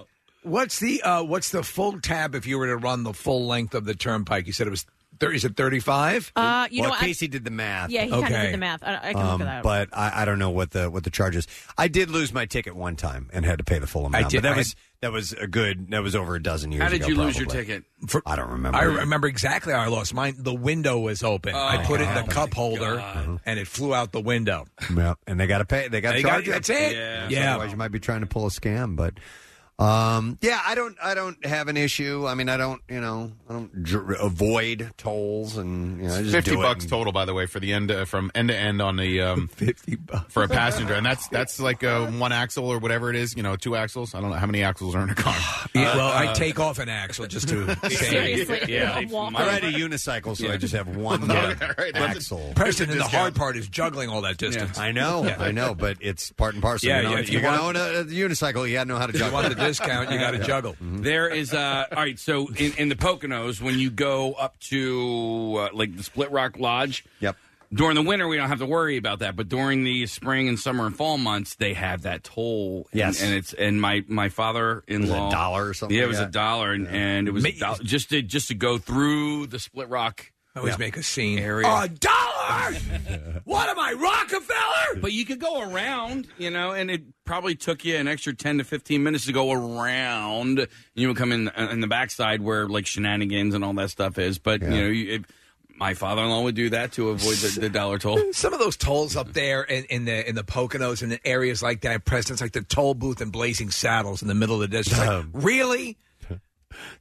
Speaker 5: what's the uh, what's the full tab if you were to run the full length of the turnpike? You said it was thir Is it thirty five?
Speaker 4: Uh, you know
Speaker 3: well,
Speaker 4: what, I-
Speaker 3: Casey did the math.
Speaker 4: Yeah, he kind of did the math. I, I can look
Speaker 3: Um,
Speaker 4: it up.
Speaker 3: but I, I don't know what the what the charge is. I did lose my ticket one time and had to pay the full amount.
Speaker 5: did-
Speaker 3: but that
Speaker 5: I-
Speaker 3: was that was a good. That was over a dozen years.
Speaker 6: How did
Speaker 3: ago,
Speaker 6: you lose your
Speaker 3: probably.
Speaker 6: ticket?
Speaker 3: I don't remember.
Speaker 5: I remember exactly how I lost mine. The window was open.
Speaker 3: Oh,
Speaker 5: I put it in the cup holder, and it flew out the window.
Speaker 3: Yeah, and they got to pay. They got to
Speaker 5: They got-
Speaker 3: charge you.
Speaker 5: that's it. Yeah. Yeah.
Speaker 3: Otherwise, you might be trying to pull a scam. But um, yeah, I don't. I don't have an issue. I mean, I don't. You know, I don't dr- avoid tolls and you know, I just
Speaker 13: Fifty
Speaker 3: do it
Speaker 13: bucks
Speaker 3: and-
Speaker 13: total, by the way, for the end uh, from end to end on the um, fifty bucks for a passenger, and that's that's like uh, one axle or whatever it is. You know, two axles. I don't know how many axles are in a car.
Speaker 5: Yeah, well, I
Speaker 13: Uh,
Speaker 5: take off an axle just to
Speaker 13: Seriously. Yeah.
Speaker 3: I ride a unicycle, so I just have one
Speaker 5: Yeah.
Speaker 3: uh,
Speaker 5: Right, that's a-
Speaker 3: axle.
Speaker 5: Preston, and the hard part is juggling all that distance.
Speaker 3: I know, I know, but it's part and parcel.
Speaker 5: Yeah,
Speaker 3: you know,
Speaker 5: yeah,
Speaker 3: if
Speaker 5: you
Speaker 3: you're going
Speaker 5: want-
Speaker 3: to own a, a unicycle, you got to know how to
Speaker 5: If you
Speaker 3: juggle.
Speaker 5: want the discount, you gotta
Speaker 3: Yeah.
Speaker 5: juggle.
Speaker 6: There is uh all right. So in, in the Poconos, when you go up to uh, like the Split Rock Lodge,
Speaker 3: yep,
Speaker 6: during the winter we don't have to worry about that but during the spring and summer and fall months they have that toll and,
Speaker 3: Yes.
Speaker 6: and it's and my my father-in-law
Speaker 3: Was it a dollar or something
Speaker 6: yeah it
Speaker 3: like
Speaker 6: was
Speaker 3: that?
Speaker 6: a dollar and, and it was a dollar, just to just to go through the split rock
Speaker 5: Always
Speaker 6: make a scene area
Speaker 5: A dollar?
Speaker 6: what am i rockefeller but you could go around you know and it probably took you an extra 10 to 15 minutes to go around and you would come in uh, in the backside where like shenanigans and all that stuff is but you know you, it, my father-in-law would do that to avoid the, the dollar toll
Speaker 5: Some of those tolls up there in, in the in the Poconos and in areas like that, Preston's like the toll booth and blazing saddles in the middle of the desert. It's like, really?
Speaker 3: Um,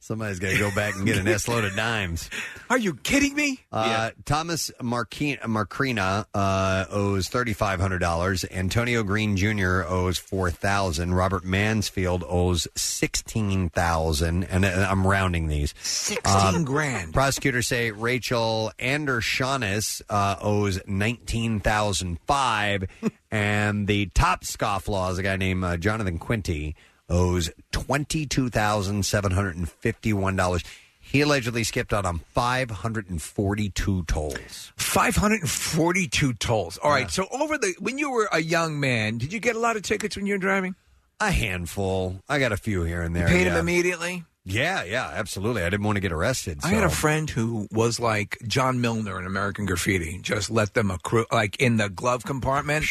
Speaker 3: Somebody's got to go back and get an S load of dimes.
Speaker 5: Are you kidding me?
Speaker 3: Uh, Thomas Marquina, Marcrina uh, owes thirty five hundred dollars. Antonio Green Jr. owes four thousand. Robert Mansfield owes sixteen thousand. And uh, I'm rounding these. Um, Sixteen
Speaker 5: grand.
Speaker 3: Prosecutors say Rachel Andershanis uh, owes nineteen thousand five, and the top scofflaw is a guy named uh, Jonathan Quinty owes twenty two thousand seven hundred and fifty one dollars. He allegedly skipped out on 542 tolls.
Speaker 5: 542 tolls. All right. So over the when you were a young man, did you get a lot of tickets when you were driving?
Speaker 3: A handful. I got a few here and there.
Speaker 5: Paid
Speaker 3: yeah.
Speaker 5: them immediately.
Speaker 3: Yeah, yeah, absolutely. I didn't want to get arrested. So.
Speaker 5: I had a friend who was like John Milner in American Graffiti, just let them accrue, like in the glove compartment.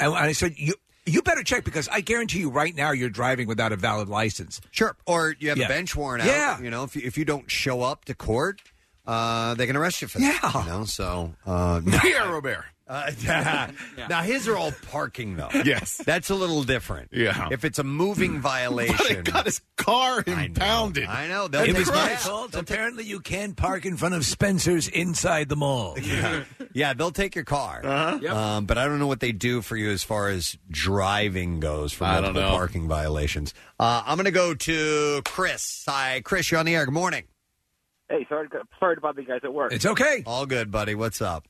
Speaker 5: And I said, you you better check because I guarantee you right now you're driving without a valid license.
Speaker 3: Sure. Or you have
Speaker 5: Yeah.
Speaker 3: a bench warrant out.
Speaker 5: Yeah.
Speaker 3: You know, if you, if you don't show up to court, uh, they can arrest you for that. Yeah. You know, so. Uh, no.
Speaker 13: Pierre Robert.
Speaker 3: Uh, Now, his are all parking, though.
Speaker 13: Yes.
Speaker 3: That's a little different.
Speaker 13: Yeah.
Speaker 3: If it's a moving violation.
Speaker 13: But it got his car impounded.
Speaker 3: I know.
Speaker 13: They'll
Speaker 5: it
Speaker 13: take
Speaker 5: was my
Speaker 13: that.
Speaker 5: fault. Apparently, you can park in front of Spencer's inside the mall.
Speaker 3: Yeah, yeah they'll take your car.
Speaker 5: Uh-huh. Yep.
Speaker 3: Um, but I don't know what they do for you as far as driving goes for
Speaker 5: I don't
Speaker 3: multiple
Speaker 5: know.
Speaker 3: parking violations. Uh, I'm going to go to Chris. Hi, Chris. You're on the air. Good morning.
Speaker 1: Hey, sorry, to- sorry to bother you guys at work.
Speaker 3: All good, buddy. What's up?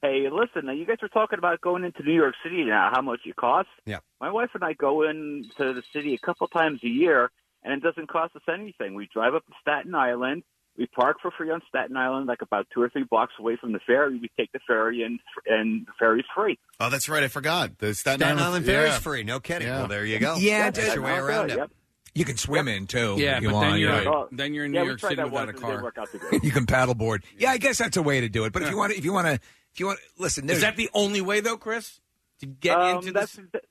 Speaker 1: Hey, listen, now you guys were talking about going into New York City now, how much it costs.
Speaker 3: Yeah.
Speaker 1: My wife and I go into the city a couple times a year, and it doesn't cost us anything. We drive up to Staten Island. We park for free on Staten Island, like about two or three blocks away from the ferry. We take the ferry, and and the ferry's free.
Speaker 13: Oh, that's right. I forgot. The Staten,
Speaker 3: Staten Island Ferry's
Speaker 13: yeah.
Speaker 3: free. No kidding.
Speaker 13: Yeah.
Speaker 3: Well, there you go.
Speaker 5: Yeah,
Speaker 3: that's your way
Speaker 5: dude.
Speaker 3: around it.
Speaker 5: Yep. You can swim in too.
Speaker 6: Yeah,
Speaker 5: if you
Speaker 6: but
Speaker 5: want,
Speaker 6: then you're
Speaker 5: yeah.
Speaker 6: then you're in
Speaker 5: Yeah,
Speaker 6: New
Speaker 5: we
Speaker 6: York
Speaker 5: tried
Speaker 6: City
Speaker 5: that
Speaker 6: without a
Speaker 5: once and it
Speaker 6: car.
Speaker 1: didn't work out too
Speaker 5: you can paddleboard. Yeah, I guess that's a way to do it. But if you want to, if you want to, if you want, listen.
Speaker 6: Is
Speaker 5: there's-
Speaker 6: that the only way though, Chris? To get into
Speaker 1: Um, that's,
Speaker 6: this?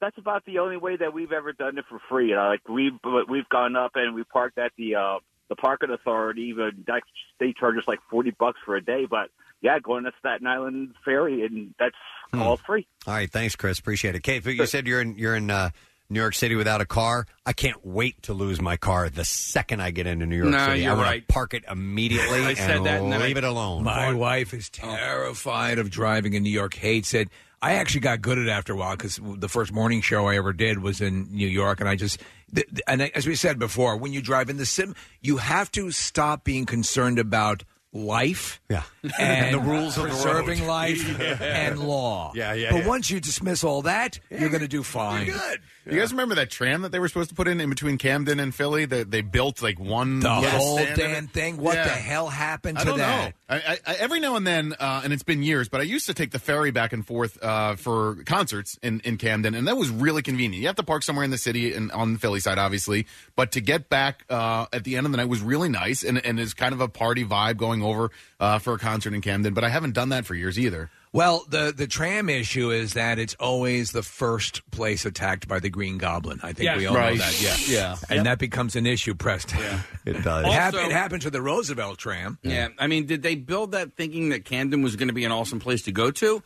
Speaker 1: That's about the only way that we've ever done it for free. You know, like we've we've gone up and we parked at the uh, the parking authority. But that, they charge us like forty bucks for a day. But yeah, going to Staten Island Ferry and that's
Speaker 3: Hmm.
Speaker 1: all free.
Speaker 3: All right. Thanks, Chris. Appreciate it. Kate, you said you're in you're in uh, New York City without a car. I can't wait to lose my car the second I get into New York
Speaker 5: No,
Speaker 3: City.
Speaker 5: you're
Speaker 3: I wanna
Speaker 5: right.
Speaker 3: park it immediately
Speaker 5: I
Speaker 3: and
Speaker 5: said that, and then I- Oh.
Speaker 3: leave it alone.
Speaker 5: My wife is terrified of driving in New York. Hates it. I actually got good at it after a while because the first morning show I ever did was in New York, and I just th- th- and I- as we said before, when you drive in the sim, you have to stop being concerned about life, yeah, and,
Speaker 3: And the rules of the road.
Speaker 5: preserving life
Speaker 3: Yeah.
Speaker 5: and law.
Speaker 13: Yeah, yeah,
Speaker 5: But
Speaker 13: yeah.
Speaker 5: once you dismiss all that, you're going to do fine.
Speaker 13: Good. You guys remember that tram that they were supposed to put in in between Camden and Philly? That they built like one
Speaker 5: The
Speaker 13: little
Speaker 5: whole
Speaker 13: stand of
Speaker 5: damn
Speaker 13: it?
Speaker 5: thing. What
Speaker 13: Yeah.
Speaker 5: the hell happened to
Speaker 13: I don't
Speaker 5: that?
Speaker 13: know. I, I, I, every now and then, uh, and it's been years, but I used to take the ferry back and forth uh, for concerts in, in Camden, and that was really convenient. You have to park somewhere in the city and on the Philly side, obviously, but to get back uh, at the end of the night was really nice, and, and is kind of a party vibe going over uh, for a concert in Camden. But I haven't done that for years either.
Speaker 5: Well, the the tram issue is that it's always the first place attacked by the Green Goblin. I think
Speaker 13: Yes.
Speaker 5: we all
Speaker 13: Right.
Speaker 5: know that. Yeah,
Speaker 13: Yeah.
Speaker 5: and that becomes an issue, Preston.
Speaker 3: It does.
Speaker 5: it, hap-
Speaker 6: Also-
Speaker 5: it happened to the Roosevelt tram.
Speaker 6: Yeah, I mean, did they build that thinking that Camden was going to be an awesome place to go to?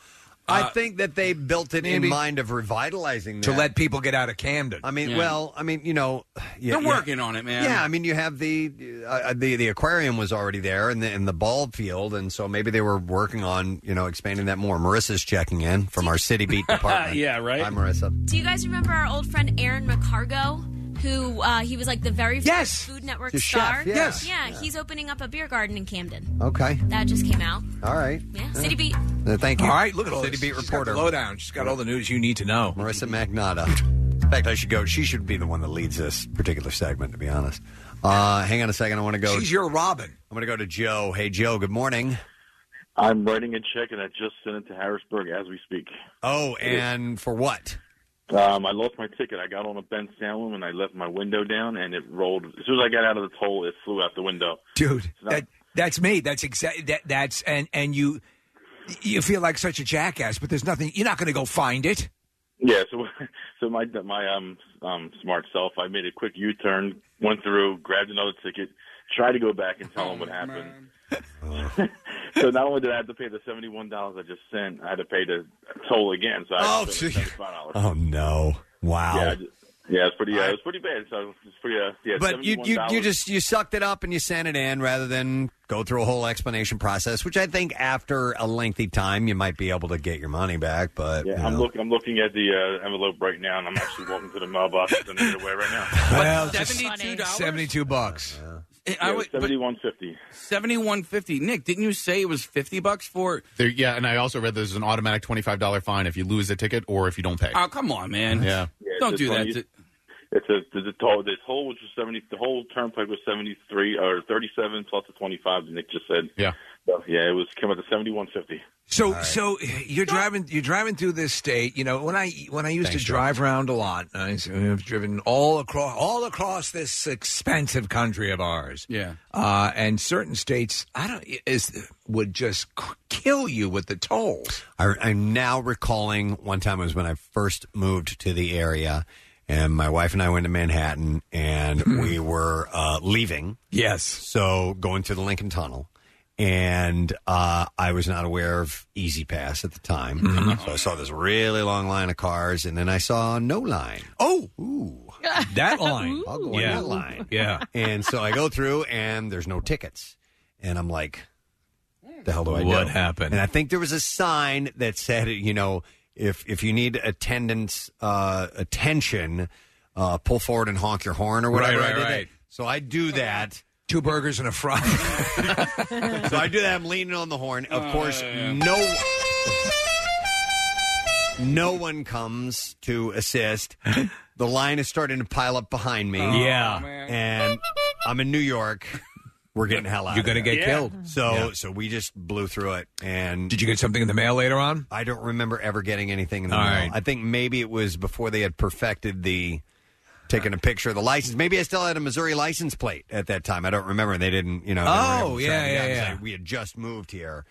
Speaker 3: I
Speaker 6: Uh,
Speaker 3: think that they built it
Speaker 6: maybe-
Speaker 3: in mind of revitalizing
Speaker 5: to
Speaker 3: that.
Speaker 5: let people get out of Camden.
Speaker 3: I mean,
Speaker 6: Yeah.
Speaker 3: well, I mean, you know, yeah,
Speaker 6: They're
Speaker 3: yeah.
Speaker 6: working on it, man.
Speaker 3: Yeah, I mean, you have the uh, the the aquarium was already there, and the and the ball field, and so maybe they were working on you know expanding that more. Marissa's checking in from our city beat department.
Speaker 6: Yeah, right.
Speaker 3: Hi, Marissa.
Speaker 22: Do you guys remember our old friend Aaron McCargo? Who uh, he was like the very first
Speaker 3: Yes.
Speaker 22: Food Network
Speaker 3: The chef,
Speaker 22: star.
Speaker 3: yeah. Yes.
Speaker 22: Yeah, he's opening up a beer garden in Camden.
Speaker 3: Okay.
Speaker 22: That just came out.
Speaker 3: All right.
Speaker 22: Yeah, City Beat.
Speaker 3: Uh, thank you.
Speaker 5: All right, look at all
Speaker 3: City
Speaker 5: this.
Speaker 3: Beat
Speaker 5: She's got
Speaker 3: reporter.
Speaker 5: the lowdown. She's got all the news you need to know.
Speaker 3: Marissa Magnata. In fact, I should go. She should be the one that leads this particular segment. To be honest. Uh, hang on a second. I want to go.
Speaker 5: She's your Robin.
Speaker 3: I'm going to go to Joe. Hey, Joe. Good morning.
Speaker 2: I'm writing a check, and I just sent it to Harrisburg as we speak.
Speaker 3: Oh, and for what?
Speaker 2: Um, I lost my ticket. I got on a Ben Salem, and I left my window down, and it rolled. As soon as I got out of the toll, it flew out the window.
Speaker 5: dude. That, that's me. That's exactly that. That's and and you you feel like such a jackass, but there's nothing. You're not going to go find it.
Speaker 2: Yeah, so so my my um um smart self, I made a quick U turn, went through, grabbed another ticket, tried to go back and tell them
Speaker 3: Oh,
Speaker 2: what happened. so not only did I have to pay the seventy one dollars I just sent, I had to pay the toll again. So I had to pay the $75.
Speaker 3: Oh no! Wow.
Speaker 2: Yeah, I ju- yeah, it's pretty. Uh, it's pretty bad. So it's pretty. Uh, yeah,
Speaker 3: but you, you you
Speaker 2: $71.
Speaker 3: just you sucked it up and you sent it in rather than go through a whole explanation process, which I think after a lengthy time you might be able to get your money back. But you
Speaker 2: I'm
Speaker 3: know.
Speaker 2: looking. I'm looking at the uh, envelope right now, and I'm actually walking to the mailbox and sending it away right now.
Speaker 5: Well,
Speaker 6: seventy-two dollars, Eh,
Speaker 5: seventy-two bucks.
Speaker 6: I
Speaker 2: Yeah,
Speaker 6: would-
Speaker 2: seventy-one fifty.
Speaker 6: seventy-one fifty. Nick, didn't you say it was fifty bucks for?
Speaker 13: There, yeah, and I also read there's an automatic twenty-five dollar fine if you lose a ticket or if you don't pay.
Speaker 6: Oh, come on, man.
Speaker 13: Yeah.
Speaker 2: Yeah,
Speaker 6: Don't
Speaker 2: this
Speaker 6: do
Speaker 2: one
Speaker 6: that
Speaker 2: is-
Speaker 6: to-
Speaker 2: It's a the, the toll. This whole which was seventy. The whole turnpike was seventy three or thirty seven plus the twenty five. Nick just said.
Speaker 13: Yeah.
Speaker 2: So, yeah, it was came out to seventy one fifty.
Speaker 5: So so you're driving you're driving through this state. You know when I when I used
Speaker 2: Thanks,
Speaker 5: to
Speaker 2: Joe.
Speaker 5: drive around a lot, I s- I've driven all across all across this expensive country of ours.
Speaker 6: Yeah.
Speaker 5: Uh, and certain states, I don't is would just c- kill you with the tolls.
Speaker 3: I, I'm now recalling one time it was when I first moved to the area, and my wife and I went to Manhattan, and we were uh, leaving.
Speaker 5: Hmm. Yes.
Speaker 3: So going through the Lincoln Tunnel, and uh, I was not aware of Easy Pass at the time.
Speaker 5: Mm-hmm.
Speaker 3: So I saw this really long line of cars, and then I saw no line.
Speaker 5: Oh,
Speaker 3: ooh,
Speaker 5: that line.
Speaker 3: I'll go on
Speaker 5: Yeah.
Speaker 3: that line.
Speaker 5: Yeah.
Speaker 3: And so I go through, and there's no tickets, and I'm like, the hell do I do?
Speaker 5: What happened?
Speaker 3: And I think there was a sign that said, you know, if if you need attendance uh, attention, uh, pull forward and honk your horn or whatever.
Speaker 5: Right,
Speaker 3: I
Speaker 5: right,
Speaker 3: did that.
Speaker 5: right.
Speaker 3: So I do that.
Speaker 5: Two burgers and a fry.
Speaker 3: so I do that. I'm leaning on the horn. Of
Speaker 5: Oh,
Speaker 3: course,
Speaker 5: yeah.
Speaker 3: no. No one comes to assist. The line is starting to pile up behind me.
Speaker 5: Oh, Yeah. man.
Speaker 3: and I'm in New York. We're getting hell out.
Speaker 5: You're
Speaker 3: going
Speaker 5: gonna
Speaker 3: to
Speaker 5: get Yeah. killed.
Speaker 3: So,
Speaker 5: Yeah.
Speaker 3: so we just blew through it. And
Speaker 5: Did you get something in the mail later on?
Speaker 3: I don't remember ever getting anything in the
Speaker 5: All
Speaker 3: mail.
Speaker 5: right.
Speaker 3: I think maybe it was before they had perfected the taking a picture of the license. Maybe I still had a Missouri license plate at that time. I don't remember. They didn't, you know. they weren't able
Speaker 5: Oh,
Speaker 3: to
Speaker 5: yeah,
Speaker 3: track me
Speaker 5: yeah,
Speaker 3: down. It's
Speaker 5: yeah.
Speaker 3: like, we had just moved here.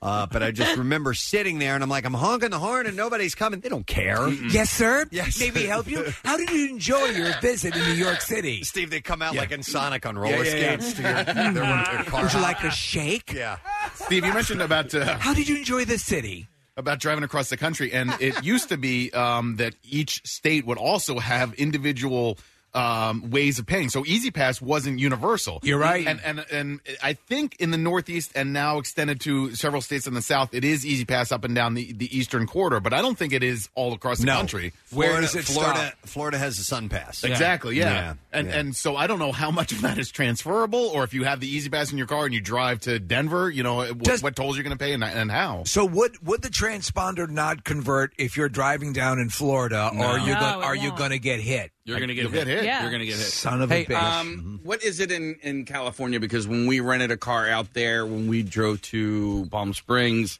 Speaker 3: Uh, but I just remember sitting there and I'm like, I'm honking the horn and nobody's coming. They don't care.
Speaker 5: Yes, sir.
Speaker 3: Yes.
Speaker 5: May we help you? How did you enjoy your visit in New York City?
Speaker 3: Steve, they come out like in Sonic on
Speaker 5: Yeah,
Speaker 3: roller
Speaker 5: yeah, yeah.
Speaker 3: skates. To your, their, their car
Speaker 5: Would you
Speaker 3: hop.
Speaker 5: like a shake?
Speaker 3: Yeah.
Speaker 13: Steve, you mentioned about uh,
Speaker 5: how did you enjoy the city?
Speaker 13: About driving across the country, and it used to be um, that each state would also have individual um, ways of paying. So Easy Pass wasn't universal.
Speaker 5: You're right.
Speaker 13: and and and I think in the Northeast and now extended to several states in the South, it is Easy Pass up and down the, the Eastern corridor, but I don't think it is all across the
Speaker 3: No.
Speaker 13: country.
Speaker 3: Florida, Florida, Florida has the sun pass.
Speaker 13: Exactly. Yeah. And
Speaker 3: yeah.
Speaker 13: and so I don't know how much of that is transferable, or if you have the Easy Pass in your car and you drive to Denver, you know what, what tolls you're going to pay and, and how.
Speaker 5: So would would the transponder not convert if you're driving down in Florida,
Speaker 13: No.
Speaker 5: or are you
Speaker 6: No,
Speaker 5: go-
Speaker 6: it
Speaker 5: are you
Speaker 6: won't.
Speaker 5: going to get hit?
Speaker 6: You're gonna get
Speaker 5: You'll
Speaker 6: hit.
Speaker 5: Yeah.
Speaker 6: You're gonna get hit.
Speaker 5: Son of a
Speaker 6: hey,
Speaker 5: bitch.
Speaker 6: Um, what is it in in California? Because when we rented a car out there, when we drove to Palm Springs,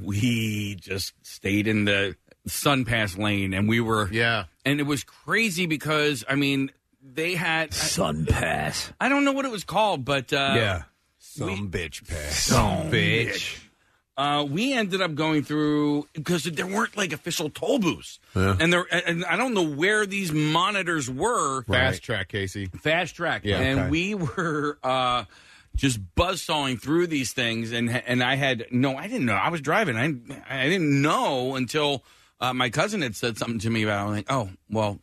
Speaker 6: we just stayed in the Sun Pass lane, and we were
Speaker 13: yeah,
Speaker 6: and it was crazy because I mean they had Sun
Speaker 5: Pass.
Speaker 6: I don't know what it was called, but uh,
Speaker 5: Yeah.
Speaker 3: Some bitch pass.
Speaker 5: Some bitch.
Speaker 6: Uh, we ended up going through because there weren't like official toll booths,
Speaker 13: Yeah.
Speaker 6: and there and I don't know where these monitors were.
Speaker 13: Fast track, Casey.
Speaker 6: fast track,
Speaker 13: Yeah,
Speaker 6: and
Speaker 13: okay.
Speaker 6: we were uh, just buzzsawing through these things, and and I had no, I didn't know I was driving, I I didn't know until uh, my cousin had said something to me about. It. I'm like, oh well,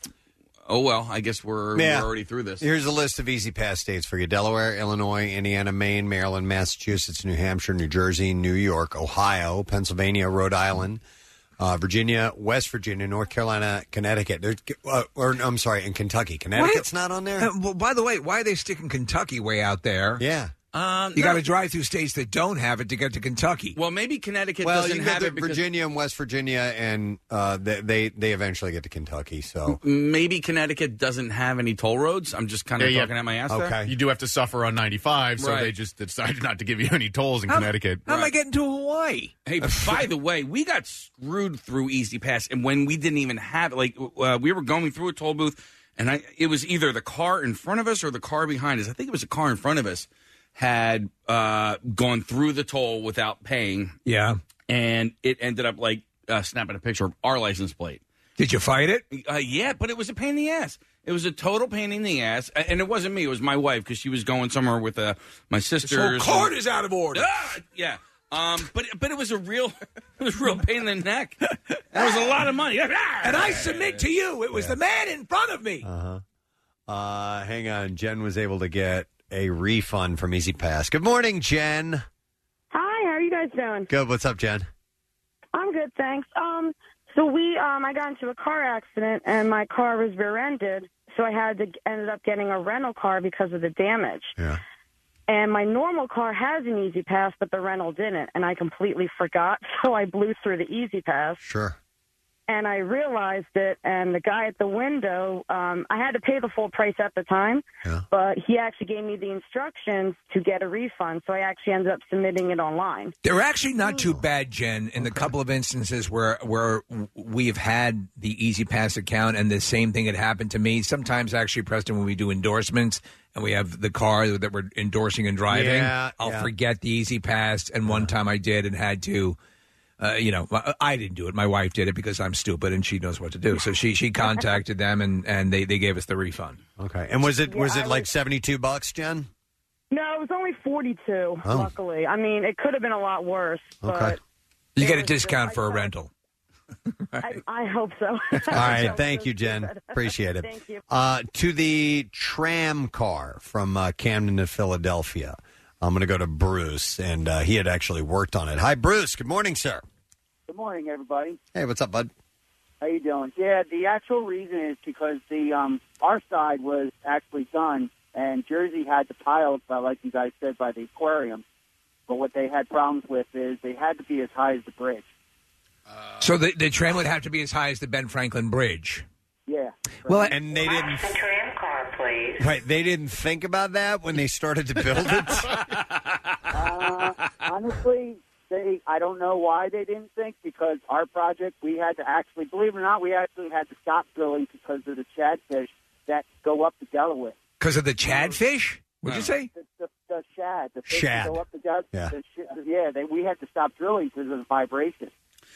Speaker 6: oh well, I guess we're,
Speaker 3: Yeah.
Speaker 6: we're already through this.
Speaker 3: Here's a list of easy pass states for you Delaware, Illinois, Indiana, Maine, Maryland, Massachusetts, New Hampshire, New Jersey, New York, Ohio, Pennsylvania, Rhode Island, uh, Virginia, West Virginia, North Carolina, Connecticut. There's, uh, or, no,
Speaker 5: Uh,
Speaker 3: I'm sorry, in Kentucky. Connecticut's not on there.
Speaker 5: well, by the way, why are they sticking Kentucky way out there?
Speaker 3: Yeah.
Speaker 6: Um,
Speaker 5: You
Speaker 6: no.
Speaker 5: got to drive through states that don't have it to get to Kentucky.
Speaker 6: Well, maybe Connecticut
Speaker 3: well,
Speaker 6: doesn't
Speaker 3: you get
Speaker 6: have
Speaker 3: to
Speaker 6: it because
Speaker 3: Virginia and West Virginia, and uh, they, they they eventually get to Kentucky. So
Speaker 6: maybe Connecticut doesn't have any toll roads. I'm just kind of
Speaker 13: Yeah, yeah.
Speaker 6: talking at my ass.
Speaker 13: Okay.
Speaker 6: There.
Speaker 13: You do have to suffer on 95, so
Speaker 6: Right.
Speaker 13: they just decided not to give you any tolls in
Speaker 6: How-
Speaker 13: Connecticut.
Speaker 6: how am I Right.
Speaker 5: getting to Hawaii?
Speaker 6: Hey, by the way, we got screwed through Easy Pass, and when we didn't even have it, like uh, we were going through a toll booth, and I it was either the car in front of us or the car behind us. I think it was the car in front of us had uh, gone through the toll without paying,
Speaker 5: Yeah.
Speaker 6: and it ended up like uh, snapping a picture of our license plate.
Speaker 5: Did you fight it?
Speaker 6: Uh, yeah, but it was a pain in the ass. It was a total pain in the ass, A- and it wasn't me. It was my wife because she was going somewhere with uh, my sister.
Speaker 5: This whole court is out of order.
Speaker 6: Ah, yeah, um, but but it was a real it was a real pain in the neck. That was a lot of money.
Speaker 5: And I submit to you, it was the man in front of me.
Speaker 3: Uh-huh. Uh Hang on, Jen was able to get a refund from Easy Pass. Good morning, Jen.
Speaker 11: Hi, how are you guys doing?
Speaker 3: Good. What's up, Jen?
Speaker 11: I'm good, thanks. Um, so we, um, I got into a car accident and my car was rear-ended, so I had to ended up getting a rental car because of the damage.
Speaker 3: Yeah.
Speaker 11: And my normal car has an easy pass, but the rental didn't, and I completely forgot, so I blew through the easy pass.
Speaker 3: Sure.
Speaker 11: and I realized it. And the guy at the window, um, I had to pay the full price at the time, but he actually gave me the instructions to get a refund. So I actually ended up submitting it online.
Speaker 5: They're actually not
Speaker 3: Oh.
Speaker 5: too bad, Jen. In the couple of instances where where we've had the Easy Pass account and the same thing had happened to me. Sometimes, actually, Preston, when we do endorsements and we have the car that we're endorsing and driving,
Speaker 15: Yeah,
Speaker 5: I'll
Speaker 15: yeah.
Speaker 5: forget the Easy Pass. And one time I did and had to. Uh, you know, my- I didn't do it. My wife did it because I'm stupid and she knows what to do. So she she contacted them and, and they, they gave us the refund.
Speaker 3: Okay. And was it was it like seventy two bucks, Jen?
Speaker 11: No, it was only 42,
Speaker 5: Oh.
Speaker 11: luckily. I mean, it could have been a lot worse, but
Speaker 5: You get a discount for a rental.
Speaker 11: I, I hope so.
Speaker 3: All right. Thank you, Jen. Appreciate it.
Speaker 11: Thank you.
Speaker 3: Uh, to the tram car from uh, Camden to Philadelphia. I'm going to go to Bruce, and uh, he had actually worked on it. Hi, Bruce. Good morning, sir.
Speaker 14: Good morning, everybody.
Speaker 3: Hey, what's up, bud?
Speaker 14: How you doing? Yeah, the actual reason is because the um, our side was actually done, and Jersey had the piles by, like you guys said, by the aquarium. But what they had problems with is they had to be as high as the bridge.
Speaker 5: So the, the tram would have to be as high as the Ben Franklin Bridge.
Speaker 14: Yeah.
Speaker 5: Well,
Speaker 3: and they didn't.
Speaker 14: Tram car, please.
Speaker 3: Right, they didn't think about that when they started to build it.
Speaker 14: uh, honestly, they I don't know why they didn't think because our project we had to actually believe it or not we actually had to stop drilling because of the shadfish that go up the Delaware.
Speaker 5: Because of the Chadfish? Would you say?
Speaker 14: The, the, the shad, the fish
Speaker 5: Shad.
Speaker 14: that go up the Delaware.
Speaker 5: Yeah.
Speaker 14: the sh- yeah they, we had to stop drilling because of the vibration.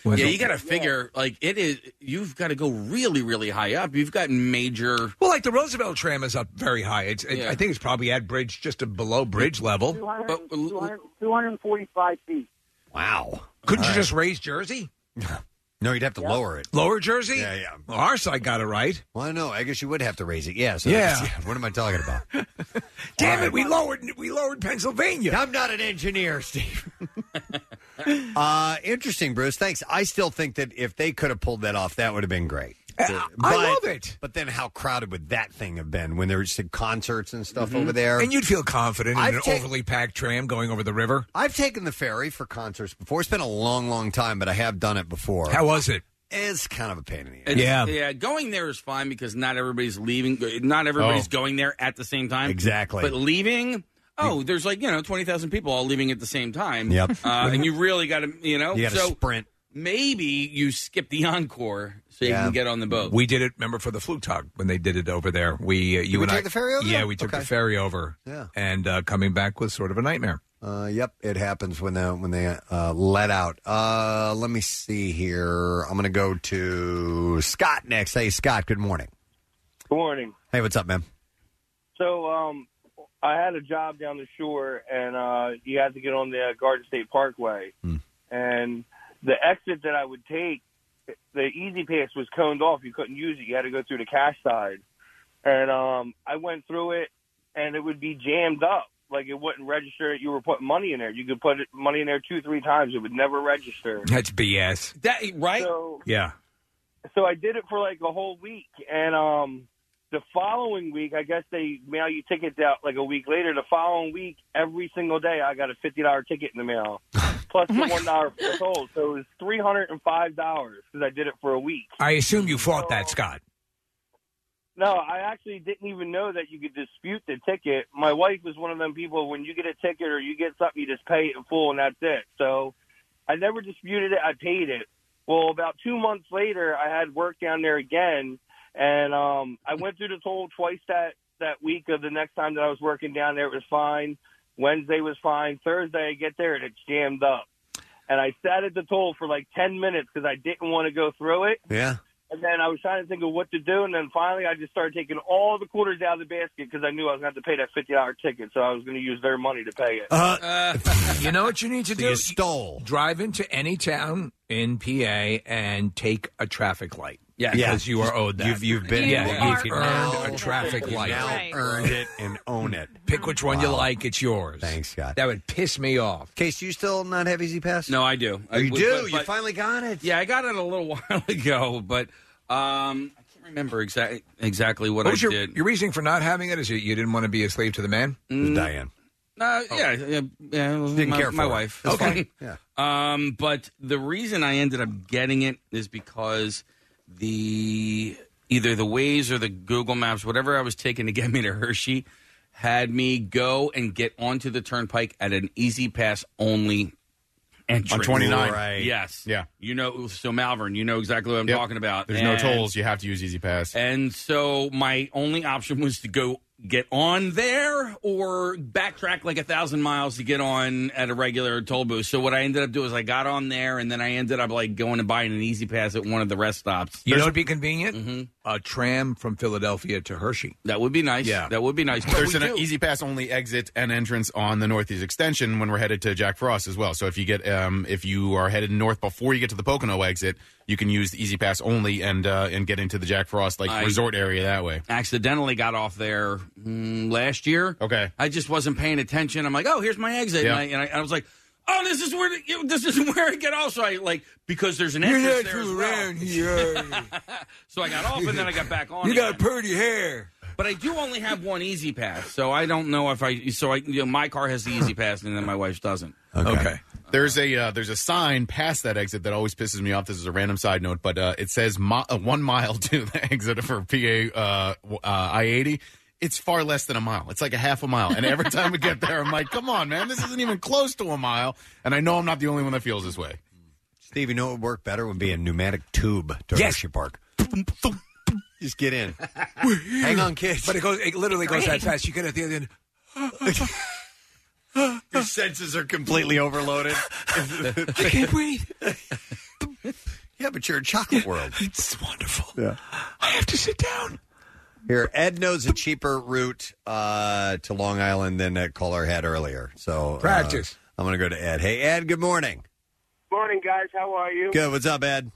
Speaker 6: yeah, you got to figure like it is. You've got to go really really high up. You've got major.
Speaker 5: Well, like the Roosevelt tram is up very high. It's, it, I think it's probably at bridge, just a below bridge level.
Speaker 14: 200, 200, 245 feet.
Speaker 3: Wow.
Speaker 5: Couldn't you just raise Jersey?
Speaker 3: No, you'd have to lower it.
Speaker 5: Lower Jersey?
Speaker 3: Yeah, yeah.
Speaker 5: Well, our side got it right.
Speaker 3: Well, I know. I guess you would have to raise it. Yeah. So
Speaker 5: Yeah.
Speaker 3: that's- What am I talking about?
Speaker 5: Damn it, we lowered we lowered Pennsylvania.
Speaker 3: I'm not an engineer, Steve. uh, interesting, Bruce. Thanks. I still think that if they could have pulled that off, that would have been great.
Speaker 5: I love it.
Speaker 3: But then how crowded would that thing have been when there was the concerts and stuff over there?
Speaker 5: Mm-hmm. And you'd feel confident in
Speaker 3: I've
Speaker 5: an
Speaker 3: ta-
Speaker 5: overly packed tram going over the river.
Speaker 3: I've taken the ferry for concerts before. It's been a long, long time, but I have done it before.
Speaker 5: How was it?
Speaker 3: It's kind of a pain in the ass.
Speaker 6: It's- yeah. Going there is fine because not everybody's leaving. Not everybody's
Speaker 3: Oh.
Speaker 6: going there at the same time.
Speaker 3: Exactly.
Speaker 6: But leaving, oh, there's like you know twenty thousand people all leaving at the same time.
Speaker 3: Yep.
Speaker 6: Uh, and you really got to you know
Speaker 5: You gotta
Speaker 6: so
Speaker 3: sprint.
Speaker 6: Maybe you skip the encore so you
Speaker 5: Yeah.
Speaker 6: can get on the boat.
Speaker 5: We did it. Remember for the Flutog when they did it over there. We uh, you
Speaker 3: we
Speaker 5: and
Speaker 3: take
Speaker 5: I,
Speaker 3: the ferry over
Speaker 5: Yeah,
Speaker 3: there?
Speaker 5: we took
Speaker 3: Okay.
Speaker 5: the ferry over.
Speaker 3: Yeah.
Speaker 5: and uh, coming back was sort of a nightmare.
Speaker 3: Uh, yep, it happens when they when they uh, let out. Uh, let me see here. I'm going to go to Scott next. Hey, Scott. Good morning.
Speaker 23: Good morning.
Speaker 3: Hey, what's up, man?
Speaker 23: So, um, I had a job down the shore, and uh, you had to get on the Garden State Parkway.
Speaker 6: Hmm.
Speaker 23: And the exit that I would take, the easy pass was coned off. You couldn't use it. You had to go through the cash side. And um, I went through it, and it would be jammed up. Like it wouldn't register that you were putting money in there. You could put it- money in there two, three times. It would never register.
Speaker 5: That's BS.
Speaker 6: That right?
Speaker 23: So,
Speaker 5: Yeah.
Speaker 23: so I did it for like a whole week, and um, the following week, I guess they mail you tickets out like a week later. The following week, every single day, I got a fifty dollar ticket in the mail, plus the one dollar for the toll. So it was three hundred and five dollars because I did it for a week.
Speaker 5: I assume you fought that, Scott.
Speaker 23: No, I actually didn't even know that you could dispute the ticket. My wife was one of them people when you get a ticket or you get something, you just pay it in full and that's it. So I never disputed it. I paid it. Well, about two months later, I had work down there again, and um, I went through the toll twice that that week. Of the next time that I was working down there, it was fine. Wednesday was fine. Thursday, I get there and it's jammed up, and I sat at the toll for like ten minutes because I didn't want to go through it.
Speaker 3: Yeah.
Speaker 23: And then I was trying to think of what to do, and then finally I just started taking all the quarters out of the basket because I knew I was going to have to pay that fifty dollar ticket, so I was going to use their money to pay it.
Speaker 13: Oh,
Speaker 5: Uh, you know what you need to do? You stole. Drive into any town in PA and take a traffic light.
Speaker 3: Yeah.
Speaker 5: because
Speaker 3: Yeah.
Speaker 5: you are owed that.
Speaker 3: You've- you've been-
Speaker 5: Yeah,
Speaker 3: You
Speaker 5: you've
Speaker 3: are
Speaker 5: earned
Speaker 3: owed.
Speaker 5: a traffic
Speaker 3: You've
Speaker 5: light.
Speaker 3: now Right. earned it and own it.
Speaker 5: Pick which one you
Speaker 3: Wow.
Speaker 5: like. It's yours. Thanks,
Speaker 3: Scott.
Speaker 5: That would piss me off.
Speaker 3: Case, do you still not have Easy Pass?
Speaker 6: No, I do.
Speaker 3: Oh, you
Speaker 6: I-
Speaker 3: do?
Speaker 6: but-
Speaker 3: you
Speaker 6: but-
Speaker 3: finally got it.
Speaker 6: Yeah, I got it a little while ago, but um, I can't remember exactly exactly what,
Speaker 5: What, was
Speaker 6: I
Speaker 5: your,
Speaker 6: did.
Speaker 5: your reasoning for not having it? Is you, you didn't want to be a slave to the man?
Speaker 6: Mm.
Speaker 3: Diane.
Speaker 6: Uh, yeah, yeah, yeah.
Speaker 5: Oh. Didn't
Speaker 6: my,
Speaker 5: care for
Speaker 6: my
Speaker 5: it.
Speaker 6: wife.
Speaker 5: That's
Speaker 6: okay.
Speaker 3: Yeah.
Speaker 6: Um, but the reason I ended up getting it is because the either the Waze or the Google Maps, whatever I was taking to get me to Hershey, had me go and get onto the turnpike at an easy pass only entrance.
Speaker 13: On 29.
Speaker 6: Yes.
Speaker 13: Yeah.
Speaker 6: You know, so Malvern, you know exactly what I'm
Speaker 13: Yep.
Speaker 6: talking about.
Speaker 13: There's no
Speaker 6: And-
Speaker 13: tolls. You have to use Easy Pass.
Speaker 6: and so my only option was to go get on there or backtrack like a thousand miles to get on at a regular toll booth. So what I ended up doing is I got on there and then I ended up like going and buying an easy pass at one of the rest stops.
Speaker 5: You know what'd be convenient? A tram from Philadelphia to Hershey.
Speaker 6: That would be nice.
Speaker 5: Yeah.
Speaker 6: That would be nice.
Speaker 13: There's an Easy Pass only exit and entrance on the Northeast Extension when we're headed to Jack Frost as well. So if you get um, if you are headed north before you get to the Pocono exit, you can use the Easy Pass only and uh, and get into the Jack Frost like
Speaker 6: I-
Speaker 13: resort area that way.
Speaker 6: accidentally got off there mm, last year.
Speaker 13: Okay.
Speaker 6: I just wasn't paying attention. I'm like, oh, here's my exit.
Speaker 13: Yeah.
Speaker 6: And, I, and, I, and I was like, oh, this is where the, you- this is where I get off. So I like because there's an
Speaker 15: You're
Speaker 6: entrance
Speaker 15: not
Speaker 6: there
Speaker 15: from
Speaker 6: as well.
Speaker 15: around here.
Speaker 6: so I got off and then I got back on.
Speaker 15: You
Speaker 6: again.
Speaker 15: got pretty hair.
Speaker 6: But I do only have one Easy Pass, so I don't know if I. So I, you know, my car has the Easy Pass, and then my wife's doesn't.
Speaker 13: Okay. There's a uh, there's a sign past that exit that always pisses me off. This is a random side note, but uh, it says mi- uh, one mile to the exit for PA uh, w- uh, I eighty. It's far less than a mile. It's like a half a mile. And every time we get there, I'm like, come on, man, this isn't even close to a mile. And I know I'm not the only one that feels this way.
Speaker 3: Steve, you know what would work better would be a pneumatic tube to Hershey Park. Just get in. Hang on, kids.
Speaker 5: But it goes. It literally goes that fast. You get at the other end.
Speaker 3: Your senses are completely overloaded.
Speaker 15: I can't breathe.
Speaker 3: yeah, but you're a chocolate world.
Speaker 15: It's wonderful.
Speaker 3: Yeah.
Speaker 15: I have to sit down.
Speaker 3: Here, Ed knows a cheaper route uh, to Long Island than that caller had earlier. So uh,
Speaker 8: Practice.
Speaker 3: I'm going to go to Ed. Hey, Ed. Good morning.
Speaker 8: Morning, guys. How are you?
Speaker 3: Good. What's up, Ed?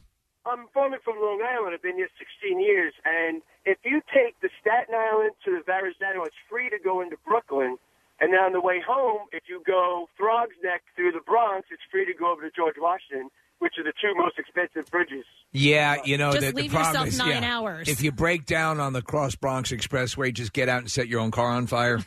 Speaker 8: I'm phoning from Long Island. I've been here 16 years, and if you take the Staten Island to the Verrazano, it's free to go into Brooklyn. And then on the way home, if you go Throg's Neck through the Bronx, it's free to go over to George Washington, which are the two most expensive bridges.
Speaker 5: Yeah, you know
Speaker 8: Just
Speaker 5: the, the
Speaker 8: leave
Speaker 5: problem
Speaker 8: yourself
Speaker 5: is,
Speaker 8: nine
Speaker 5: yeah,
Speaker 8: hours.
Speaker 5: If you break down on the Cross Bronx Expressway, just get out and set your own car on fire.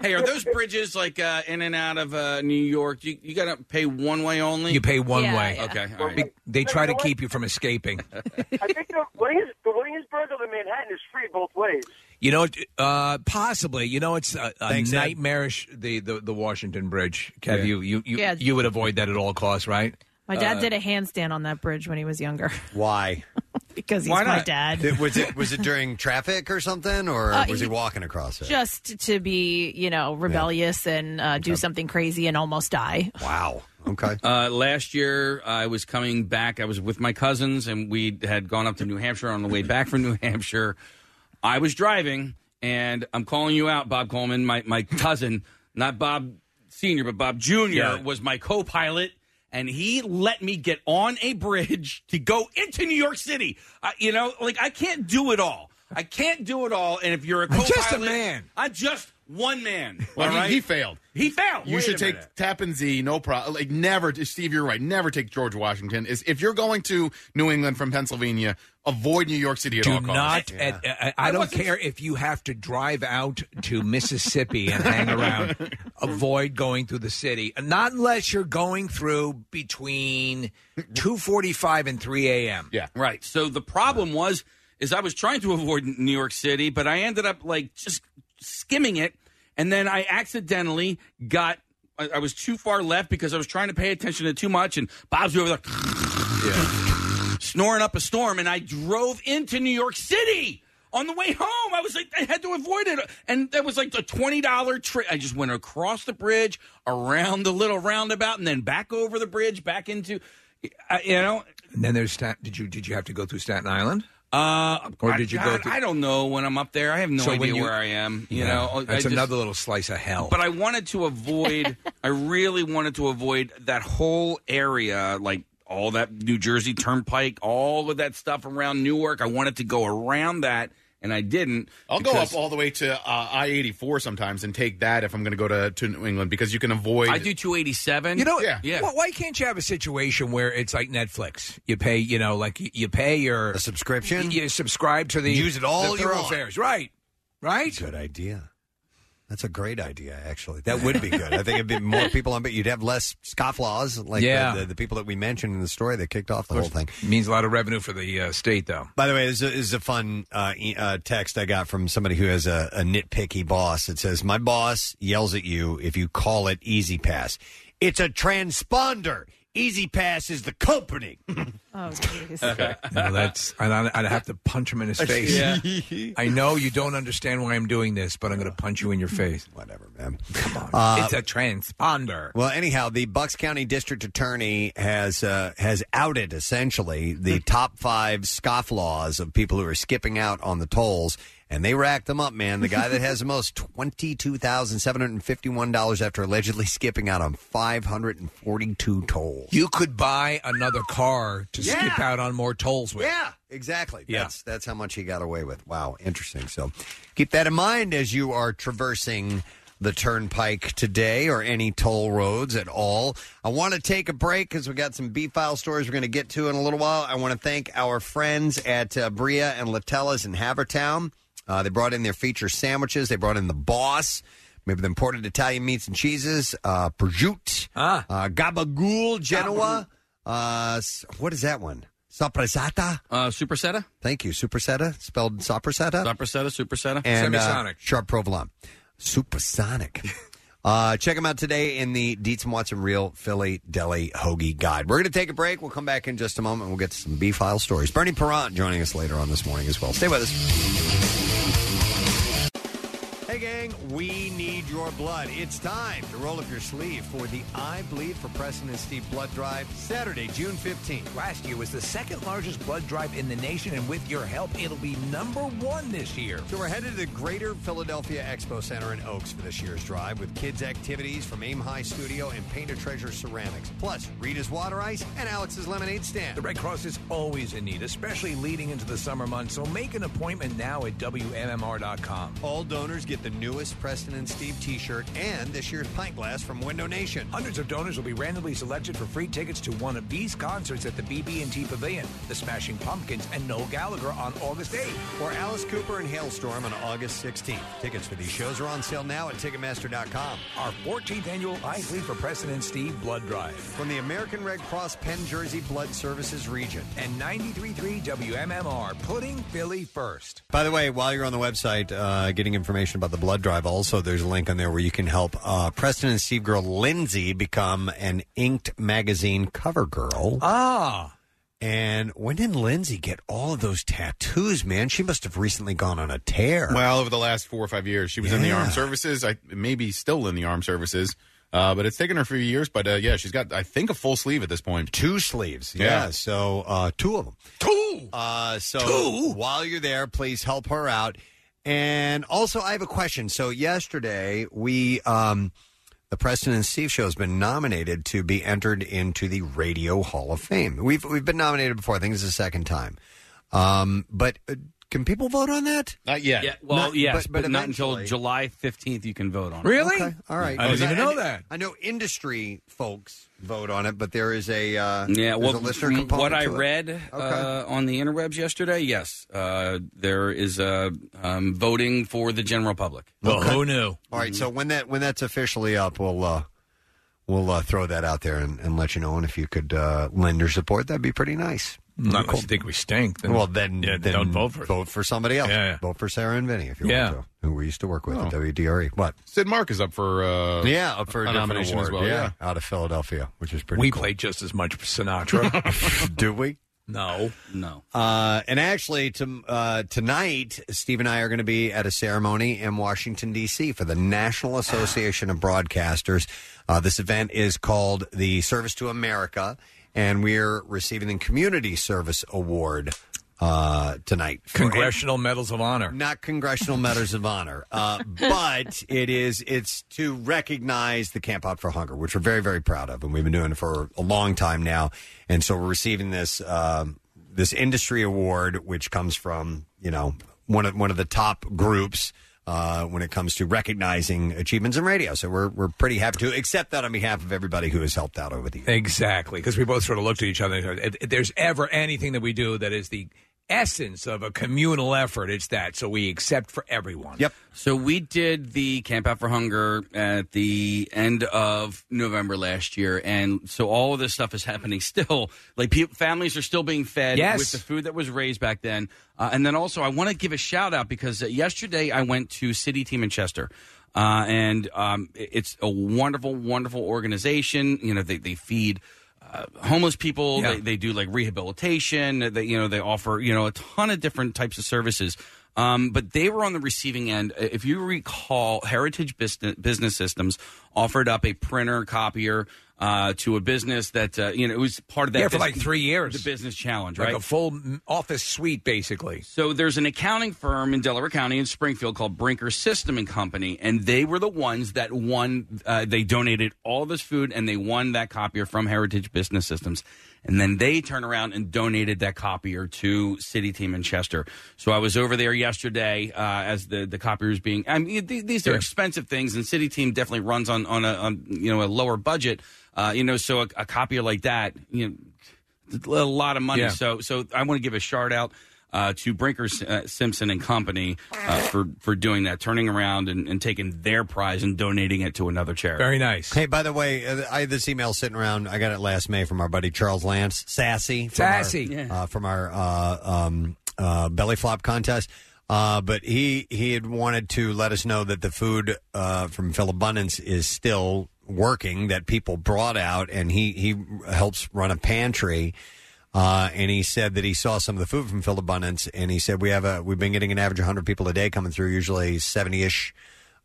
Speaker 6: Hey, are those bridges like uh, in and out of uh, New York? You, you got to pay one way only.
Speaker 5: You pay one way.
Speaker 6: Okay. All right.
Speaker 5: Be- They try to keep you from escaping.
Speaker 8: I think the Williams, the Williamsburg or the Manhattan is free both ways.
Speaker 5: You know, uh, possibly. You know, it's a, a
Speaker 8: Thanks, Ed.
Speaker 5: nightmarish the, the the Washington Bridge. Kev,
Speaker 6: Yeah.
Speaker 5: you you you,
Speaker 4: Yeah.
Speaker 5: you would avoid that at all costs, right?
Speaker 4: My dad
Speaker 5: Uh,
Speaker 4: did a handstand on that bridge when he was younger
Speaker 3: Why?
Speaker 4: because he's
Speaker 3: Why
Speaker 4: my
Speaker 3: not?
Speaker 4: dad.
Speaker 3: Did- was it was it during traffic or something, or
Speaker 4: Uh,
Speaker 3: was he
Speaker 4: he-
Speaker 3: walking across it?
Speaker 4: Just to be, you know, rebellious and uh, do something crazy and almost die.
Speaker 3: Wow. Okay.
Speaker 6: Uh, last year, I was coming back. I was with my cousins, and we had gone up to New Hampshire. On the way back from New Hampshire, I was driving, and I'm calling you out, Bob Coleman, my my cousin, not Bob Senior, but Bob Junior
Speaker 5: Yeah.
Speaker 6: was my co-pilot. And he let me get on a bridge to go into New York City. I, you know, like I can't do it all. I can't do it all. And if you're a
Speaker 5: I'm
Speaker 6: co-pilot,
Speaker 5: just a man.
Speaker 6: I'm just One man.
Speaker 13: Well,
Speaker 6: all
Speaker 13: he,
Speaker 6: right?
Speaker 13: he failed.
Speaker 6: He failed.
Speaker 13: You
Speaker 6: Wait
Speaker 13: should
Speaker 6: a
Speaker 13: take
Speaker 6: minute.
Speaker 13: Tappan Zee. No problem. Like never, Steve. You're right. Never take George Washington. Is if you're going to New England from Pennsylvania, avoid New York City at all
Speaker 5: Do
Speaker 13: costs.
Speaker 5: not. At, I, I don't care if you have to drive out to Mississippi and hang around. Avoid going through the city, not unless you're going through between two forty-five and three a.m.
Speaker 13: Yeah.
Speaker 6: Right. So the problem was is I was trying to avoid New York City, but I ended up like just skimming it, and then I accidentally got. I, I was too far left because I was trying to pay attention to too much, and Bob's over there snoring up a storm, and I drove into New York City. On the way home, I was like, I had to avoid it, and that was like the twenty dollar trip. I just went across the bridge, around the little roundabout, and then back over the bridge, back into, I- you know,
Speaker 5: And then there's Stat- did you did you have to go through Staten Island?
Speaker 6: Uh,
Speaker 5: or did you go?
Speaker 6: God,
Speaker 5: through,
Speaker 6: I don't know when I'm up there. I have no
Speaker 5: So when
Speaker 6: idea
Speaker 5: you-
Speaker 6: where I am. You
Speaker 5: Yeah.
Speaker 6: know,
Speaker 5: that's
Speaker 6: I just-
Speaker 5: another little slice of hell.
Speaker 6: But I wanted to avoid. I really wanted to avoid that whole area, like all that New Jersey Turnpike, all of that stuff around Newark. I wanted to go around that, and I didn't.
Speaker 13: I'll go
Speaker 6: because
Speaker 13: up all the way to uh, I eighty four sometimes and take that if I'm going to go to to New England because you can avoid.
Speaker 6: I do two eighty seven.
Speaker 5: You know,
Speaker 13: yeah,
Speaker 5: wh- why can't you have a situation where it's like Netflix? You pay, you know, like you, you pay your a
Speaker 3: subscription.
Speaker 5: You, subscribe to the
Speaker 3: Use it all
Speaker 5: the
Speaker 3: you want.
Speaker 5: thoroughfares, right? Right.
Speaker 3: Good idea. That's a great idea, actually. That would be good. I think it'd be more people on, but you'd have less scofflaws like
Speaker 5: Yeah.
Speaker 3: the, the, the people that we mentioned in the story that kicked off the whole thing.
Speaker 5: Means a lot of revenue for the uh, state, though.
Speaker 3: By the way, this is a, this is a fun uh, e- uh, text I got from somebody who has a, a nitpicky boss. It says, "My boss yells at you if you call it Easy Pass. It's a transponder. Easy Pass is the company."
Speaker 4: Oh,
Speaker 5: Okay. No, that's and I'd, I'd have to punch him in his face.
Speaker 3: Yeah.
Speaker 5: I know you don't understand why I'm doing this, but I'm going to punch you in your face.
Speaker 3: Whatever, man.
Speaker 5: Come on,
Speaker 3: Uh,
Speaker 5: it's a transponder.
Speaker 3: Well, anyhow, the Bucks County District Attorney has uh, has outed essentially
Speaker 5: Hmm.
Speaker 3: the top five scofflaws of people who are skipping out on the tolls, and they racked them up, man. The guy that has the most twenty two thousand seven hundred fifty one dollars after allegedly skipping out on five hundred and forty two tolls.
Speaker 5: You could buy another car to
Speaker 3: Yeah.
Speaker 5: skip out on more tolls with.
Speaker 3: Yeah, exactly.
Speaker 5: Yeah.
Speaker 3: That's that's how much he got away with. Wow, interesting. So keep that in mind as you are traversing the turnpike today or any toll roads at all. I want to take a break because we got some B file stories we're going to get to in a little while. I want to thank our friends at uh, Bria and Latella's in Havertown. Uh, they brought in their feature sandwiches. They brought in the boss. Maybe the imported Italian meats and cheeses, uh, prosciutto, uh, gabagool, Genoa. Uh, s- what is that one? Soprasata?
Speaker 6: Uh, supersetta.
Speaker 3: Thank you. Supersetta, spelled soprasata.
Speaker 6: Soprasetta, supersetta.
Speaker 3: And uh,
Speaker 6: Semisonic.
Speaker 3: sharp provolone. Supersonic. uh, check them out today in the Dietz and Watson Real Philly Deli Hoagie Guide. We're going to take a break. We'll come back in just a moment. and We'll get to some B file stories. Bernie Perrant joining us later on this morning as well. Stay with us. Hey, gang, we need your blood. It's time to roll up your sleeve for the I Bleed for Preston and Steve Blood Drive, Saturday, June 15th.
Speaker 5: Last year was the second largest blood drive in the nation, and with your help, it'll be number one this year.
Speaker 3: So we're headed to the Greater Philadelphia Expo Center in Oaks for this year's drive with kids' activities from Aim High Studio and Paint a Treasure Ceramics. Plus, Rita's Water Ice and Alex's Lemonade Stand.
Speaker 5: The Red Cross is always in need, especially leading into the summer months, so make an appointment now at WMMR.com.
Speaker 3: All donors get the newest Preston and Steve t shirt and this year's pint glass from Window Nation.
Speaker 5: Hundreds of donors will be randomly selected for free tickets to one of these concerts at the BB&T Pavilion, the Smashing Pumpkins, and Noel Gallagher on August 8th.
Speaker 3: Or Alice Cooper and Hailstorm on August 16th. Tickets for these shows are on sale now at Ticketmaster.com.
Speaker 5: Our 14th annual I Bleed for President Steve Blood Drive.
Speaker 3: From the American Red Cross Penn Jersey Blood Services region.
Speaker 5: And 93.3 WMMR, putting Philly first.
Speaker 3: By the way, while you're on the website uh, getting information about the blood drive, also there's a link on there where you can help uh, Preston and Steve girl Lindsay become an inked magazine cover girl.
Speaker 5: Ah.
Speaker 3: And when did Lindsay get all of those tattoos, man? She must have recently gone on a tear.
Speaker 13: Well, over the last four or five years, she was in the armed services. I maybe still in the armed services, uh, but it's taken her a few years. But uh, yeah, she's got I think a full sleeve at this point.
Speaker 3: Two sleeves,
Speaker 13: yeah.
Speaker 3: yeah. So uh, two of them.
Speaker 5: Two.
Speaker 3: Uh, so while you're there, please help her out. And also, I have a question. So yesterday, we um, the Preston and Steve show has been nominated to be entered into the Radio Hall of Fame. We've we've been nominated before. I think it's the second time. Um, but uh, Can people vote on that?
Speaker 6: Not yet. Yeah, well,
Speaker 3: Not-
Speaker 6: yes,
Speaker 3: but-
Speaker 6: but,
Speaker 3: but
Speaker 6: not until
Speaker 3: eventually.
Speaker 6: July 15th you can vote on it.
Speaker 3: Okay. All right.
Speaker 6: I didn't even know that.
Speaker 3: I know industry folks vote on it, but there is a uh,
Speaker 6: Yeah,
Speaker 3: there's
Speaker 6: well,
Speaker 3: a listener
Speaker 6: m-
Speaker 3: component
Speaker 6: what I
Speaker 3: to it.
Speaker 6: read uh, on the interwebs yesterday, yes, uh, there is uh, um, voting for the general public.
Speaker 3: Okay. All right, so when that when that's officially up, we'll uh, we'll uh, throw that out there and, and let you know. And if you could uh, lend your support, that'd be pretty nice.
Speaker 5: Not unless you think we stink. Then,
Speaker 3: well, then,
Speaker 5: yeah,
Speaker 3: then
Speaker 5: don't vote for it.
Speaker 3: vote for somebody else. Vote for Sarah and Vinny if you
Speaker 5: Yeah.
Speaker 3: want to, who we used to work with at WDRE. E. What?
Speaker 13: Sid Mark is up for uh,
Speaker 3: yeah, up for a
Speaker 13: a
Speaker 3: different
Speaker 13: nomination
Speaker 3: award,
Speaker 13: as well. Yeah.
Speaker 3: out of Philadelphia, which is pretty.
Speaker 5: we
Speaker 3: cool.
Speaker 5: play just as much Sinatra.
Speaker 3: Do we?
Speaker 5: No,
Speaker 6: no.
Speaker 3: Uh, and actually, to, uh, tonight, Steve and I are going to be at a ceremony in Washington, D.C. for the National Association of Broadcasters. Uh, this event is called the Service to America, and we're receiving the Community Service Award uh, tonight. for-
Speaker 5: Congressional Medals of Honor.
Speaker 3: Not Congressional Medals of Honor, uh, but it is it's to recognize the Camp Out for Hunger, which we're very very proud of, and we've been doing it for a long time now. And so we're receiving this um, this industry award, which comes from you know one of one of the top groups. Uh, when it comes to recognizing achievements in radio, so we're we're pretty happy to accept that on behalf of everybody who has helped out over the years.
Speaker 5: Exactly, because we both sort of looked at each other. and said, If, if there's ever anything that we do that is the essence of a communal effort, it's that. So we accept for everyone.
Speaker 3: Yep.
Speaker 6: So we did the Camp Out for Hunger at the end of November last year, and so all of this stuff is happening still. Like peop families are still being fed
Speaker 5: Yes.
Speaker 6: with the food that was raised back then, uh, and then also I want to give a shout out because uh, yesterday I went to City Team in Chester. Uh, and um, it- it's a wonderful, wonderful organization. You know, they, they feed uh, homeless people. They, they do like rehabilitation. They, you know, they offer you know a ton of different types of services. Um, but they were on the receiving end. Uh, If you recall, Heritage Business, business Systems offered up a printer copier uh, to a business that uh, you know it was part of that
Speaker 5: yeah, for like
Speaker 6: business-
Speaker 5: three years.
Speaker 6: the business challenge,
Speaker 5: like
Speaker 6: right?
Speaker 5: a full m- office suite, basically.
Speaker 6: So there's an accounting firm in Delaware County in Springfield called Brinker System and Company, and they were the ones that won. Uh, they donated all this food, and they won that copier from Heritage Business Systems, and then they turned around and donated that copier to City Team in Chester. So I was over there yesterday uh, as the the copier was being. I mean, th- these are
Speaker 5: Yeah.
Speaker 6: expensive things, and City Team definitely runs on on a on, you know a lower budget. Uh, you know, so a, a copier like that, you know a lot of money.
Speaker 5: Yeah.
Speaker 6: So so I want to give a shout out uh, to Brinker uh, Simpson and Company uh, for for doing that, turning around and, and taking their prize and donating it to another charity.
Speaker 5: nice.
Speaker 3: Hey, by the way, uh, I had this email sitting around. I got it last May from our buddy Charles Lance, sassy, from our-
Speaker 5: Sassy. Yeah.
Speaker 3: uh, from our uh, um, uh, belly flop contest. Uh, but he he had wanted to let us know that the food uh, from Philabundance is still working that people brought out, and he he helps run a pantry. Uh, and he said that he saw some of the food from Philabundance, and he said we have a we've been getting an average 100 people a day coming through, usually 70 ish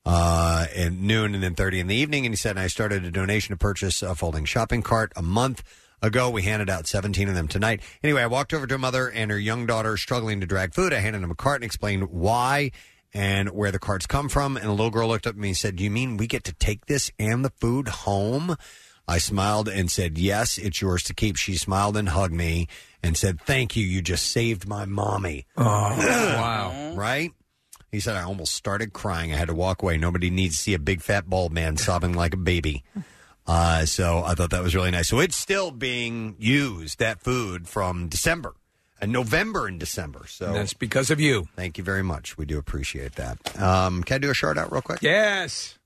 Speaker 3: uh, at noon and then 30 in the evening. And he said, I started a donation to purchase a folding shopping cart a month ago. We handed out 17 of them tonight. Anyway, I walked over to a mother and her young daughter struggling to drag food. I handed them a cart and explained why and where the carts come from. And the little girl looked up at me and said, You mean we get to take this and the food home? I smiled and said, Yes, it's yours to keep. She smiled and hugged me and said, Thank you. You just saved my mommy. Oh,
Speaker 5: wow.
Speaker 3: Right? He said, I almost started crying. I had to walk away. Nobody needs to see a big fat bald man sobbing like a baby. Uh, so I thought that was really nice. So it's still being used, that food from December and November and December. So
Speaker 5: And that's because of you.
Speaker 3: Thank you very much. We do appreciate that. Um, can I do a shout out real quick?
Speaker 5: Yes.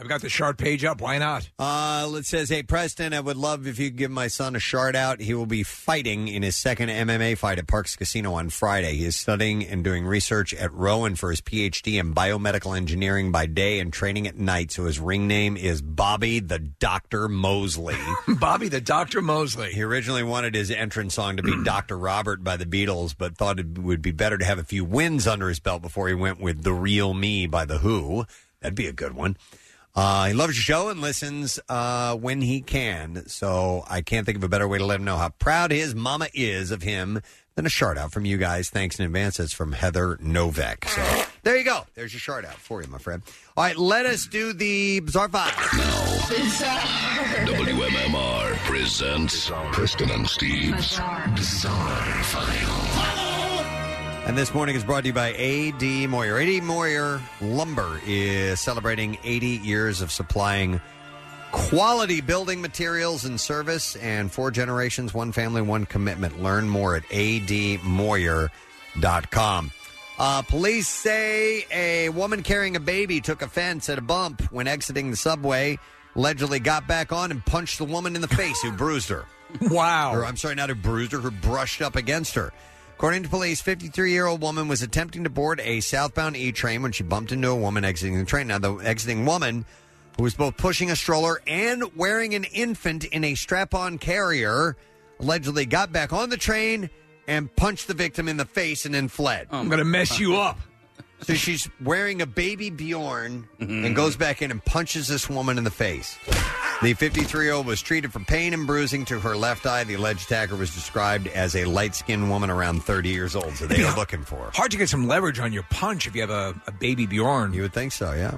Speaker 5: I've got the shard page up. Why not?
Speaker 3: Uh, it says, "Hey Preston, I would love if you could give my son a shard out. He will be fighting in his second MMA fight at Parks Casino on Friday. He is studying and doing research at Rowan for his PhD in biomedical engineering by day and training at night. So his ring name is Bobby the Doctor Mosley.
Speaker 5: Bobby the Doctor Mosley.
Speaker 3: He originally wanted his entrance song to be Doctor Robert by the Beatles, but thought it would be better to have a few wins under his belt before he went with "The Real Me" by the Who. That'd be a good one. Uh, he loves your show and listens uh, when he can. So I can't think of a better way to let him know how proud his mama is of him than a shout out from you guys. Thanks in advance. That's from Heather Novak. So there you go. There's your shout out for you, my friend. All right, let us do the bizarre five.
Speaker 9: WMMR presents Preston and Steve's Bizarre File.
Speaker 3: And this morning is brought to you by A.D. Moyer. A.D. Moyer Lumber is celebrating 80 years of supplying quality building materials and service and four generations, one family, one commitment. Learn more at admoyer.com. Uh, police say a woman carrying a baby took offense at a bump when exiting the subway, allegedly got back on and punched the woman in the face who bruised her.
Speaker 5: Wow.
Speaker 3: Or, I'm sorry, not who bruised her, who brushed up against her. According to police, 53 year old woman was attempting to board a southbound E train when she bumped into a woman exiting the train. Now, the exiting woman, who was both pushing a stroller and wearing an infant in a strap on carrier, allegedly got back on the train and punched the victim in the face and then fled.
Speaker 5: I'm gonna mess you up.
Speaker 3: So she's wearing a baby Bjorn
Speaker 5: Mm-hmm.
Speaker 3: and goes back in and punches this woman in the face. The 53 year old was treated for pain and bruising to her left eye. The alleged attacker was described as a light skinned woman around 30 years old, so they are looking for her.
Speaker 5: Hard to get some leverage on your punch if you have a, a baby Bjorn. You
Speaker 3: would think so, yeah.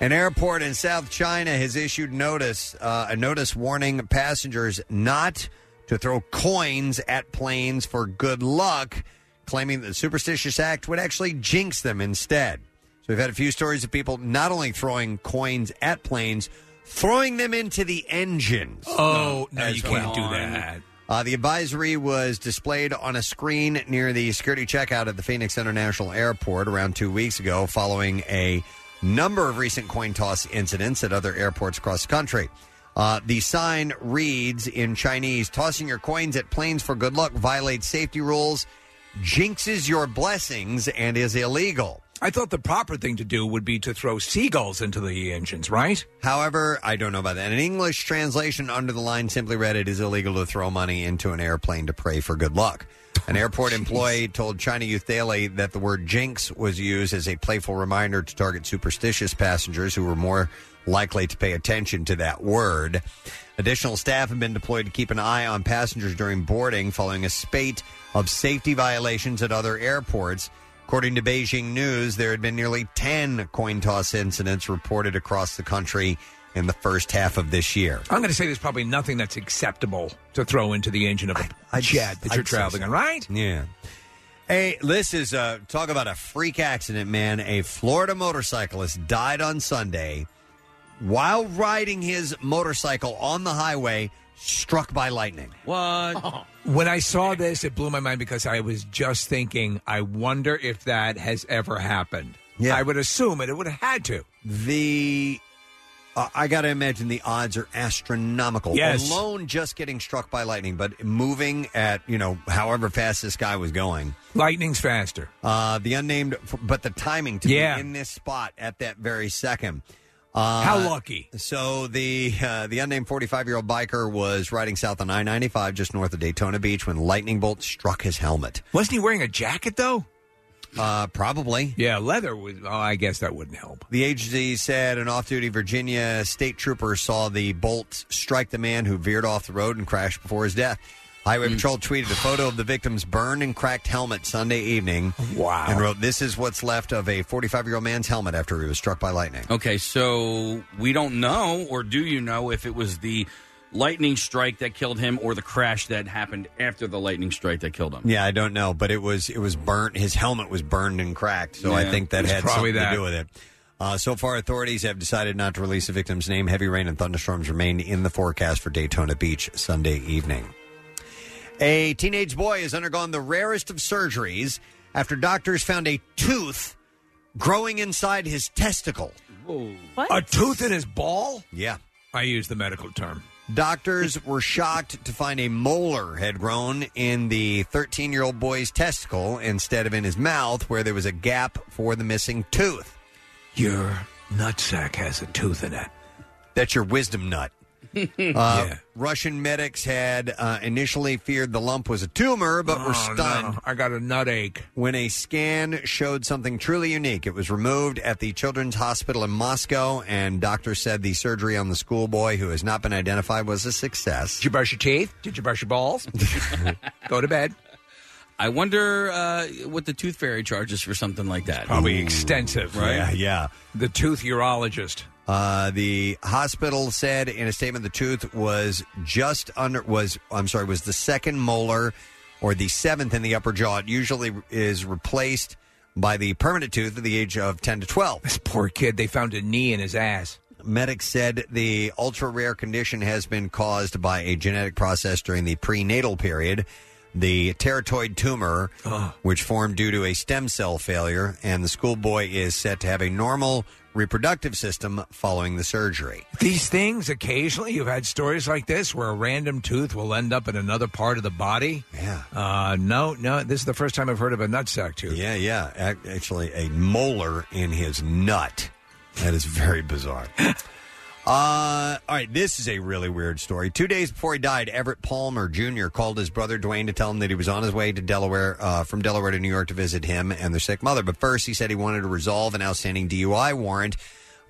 Speaker 3: An airport in South China has issued notice uh, a notice warning passengers not to throw coins at planes for good luck, claiming that the superstitious act would actually jinx them instead. So we've had a few stories of people not only throwing coins at planes, throwing them into the engines.
Speaker 5: Oh, no,
Speaker 3: Uh, as
Speaker 5: you can't
Speaker 3: well.
Speaker 5: do that.
Speaker 3: Uh, the advisory was displayed on a screen near the security checkout at the Phoenix International Airport around two weeks ago, following a number of recent coin toss incidents at other airports across the country. Uh, the sign reads in Chinese Tossing your coins at planes for good luck violates safety rules, jinxes your blessings, and is illegal.
Speaker 5: I thought the proper thing to do would be to throw seagulls into the engines, right?
Speaker 3: However, I don't know about that. An English translation under the line simply read it is illegal to throw money into an airplane to pray for good luck. An airport employee told China Youth Daily that the word jinx was used as a playful reminder to target superstitious passengers who were more likely to pay attention to that word. Additional staff have been deployed to keep an eye on passengers during boarding following a spate of safety violations at other airports. According to Beijing News, there had been nearly 10 coin toss incidents reported across the country in the first half of this year.
Speaker 5: I'm going to say there's probably nothing that's acceptable to throw into the engine of a jet that
Speaker 3: I'd
Speaker 5: you're
Speaker 3: say
Speaker 5: traveling
Speaker 3: so.
Speaker 5: on, right?
Speaker 3: Yeah. Hey, this is uh talk about a freak accident, man. A Florida motorcyclist died on Sunday while riding his motorcycle on the highway, struck by lightning.
Speaker 6: What?
Speaker 5: When I saw this, it blew my mind because I was just thinking, I wonder if that has ever happened.
Speaker 3: Yeah.
Speaker 5: I would assume it. It would have had to.
Speaker 3: The uh, I got to imagine the odds are astronomical.
Speaker 5: Yes.
Speaker 3: Alone just getting struck by lightning, but moving at, you know, however fast this guy was going.
Speaker 5: Lightning's faster.
Speaker 3: Uh, the unnamed, but the timing to
Speaker 5: Yeah.
Speaker 3: be in this spot at that very second. Uh,
Speaker 5: How lucky.
Speaker 3: So the uh, the unnamed 45 year old biker was riding south on I 95 just north of Daytona Beach when lightning bolt struck his helmet.
Speaker 5: Wasn't he wearing a jacket, though?
Speaker 3: Uh, probably.
Speaker 5: Yeah, leather was. Oh, I guess that wouldn't help.
Speaker 3: The agency said an off duty Virginia state trooper saw the bolt strike the man who veered off the road and crashed before his death. Highway
Speaker 5: Hmm.
Speaker 3: Patrol tweeted a photo of the victim's burned and cracked helmet Sunday evening.
Speaker 5: Wow.
Speaker 3: And wrote, This is what's left of a 45 year old man's helmet after he was struck by lightning.
Speaker 6: Okay, so we don't know, or do you know, if it was the lightning strike that killed him or the crash that happened after the lightning strike that killed him?
Speaker 3: Yeah, I don't know, but it was it was burnt. His helmet was burned and cracked, so I
Speaker 6: Yeah.
Speaker 3: think that
Speaker 6: It's
Speaker 3: had
Speaker 6: probably
Speaker 3: something
Speaker 6: that.
Speaker 3: to do with it. Uh, so far, authorities have decided not to release the victim's name. Heavy rain and thunderstorms remain in the forecast for Daytona Beach Sunday evening. A teenage boy has undergone the rarest of surgeries after doctors found a tooth growing inside his testicle.
Speaker 5: A tooth in his ball?
Speaker 3: Yeah.
Speaker 5: I use the medical term.
Speaker 3: Doctors were shocked to find a molar had grown in the 13 year old boy's testicle instead of in his mouth, where there was a gap for the missing tooth.
Speaker 5: Your nutsack has a tooth in it.
Speaker 3: That's your wisdom nut. uh,
Speaker 5: Yeah.
Speaker 3: Russian medics had uh, initially feared the lump was a tumor, but were
Speaker 5: Oh, no.
Speaker 3: stunned
Speaker 5: I got a nut ache.
Speaker 3: when a scan showed something truly unique. It was removed at the Children's Hospital in Moscow, and doctors said the surgery on the schoolboy, who has not been identified, was a success. Did
Speaker 5: you brush your teeth? Did you brush your balls? Go to bed.
Speaker 6: I wonder uh, what the tooth fairy charges for something like that.
Speaker 5: Probably extensive, right?
Speaker 3: Yeah, yeah.
Speaker 5: The tooth urologist.
Speaker 3: Uh, the hospital said in a statement the tooth was just under was I'm sorry was the second molar or the seventh in the upper jaw. It usually is replaced by the permanent tooth at the age of 10 to 12. This
Speaker 5: poor kid, they found a knee in his ass.
Speaker 3: Medics said the ultra rare condition has been caused by a genetic process during the prenatal period. The teratoid tumor,
Speaker 5: Oh,
Speaker 3: which formed due to a stem cell failure, and the schoolboy is said to have a normal reproductive system following the surgery.
Speaker 5: These things, occasionally, you've had stories like this where a random tooth will end up in another part of the body.
Speaker 3: Yeah.
Speaker 5: Uh, no, no, this is the first time I've heard of a nutsack tooth.
Speaker 3: Yeah, yeah. Ac- Actually, a molar in his nut. That is very bizarre. Uh, all right, this is a really weird story. Two days before he died, Everett Palmer Jr. called his brother Dwayne to tell him that he was on his way to Delaware, uh, from Delaware to New York to visit him and their sick mother. But first, he said he wanted to resolve an outstanding DUI warrant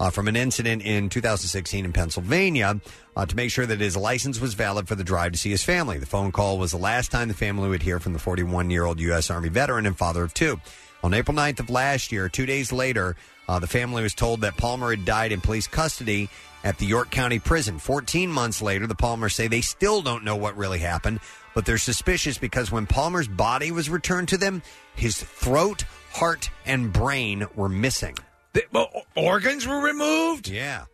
Speaker 3: uh, from an incident in 2016 in Pennsylvania uh, to make sure that his license was valid for the drive to see his family. The phone call was the last time the family would hear from the 41 year old U.S. Army veteran and father of two. On April 9th of last year, two days later, uh, the family was told that Palmer had died in police custody at the York County Prison. 14 months later, the Palmers say they still don't know what really happened, but they're suspicious because when Palmer's body was returned to them, his throat, heart, and brain were missing.
Speaker 5: organs were removed?
Speaker 3: Yeah.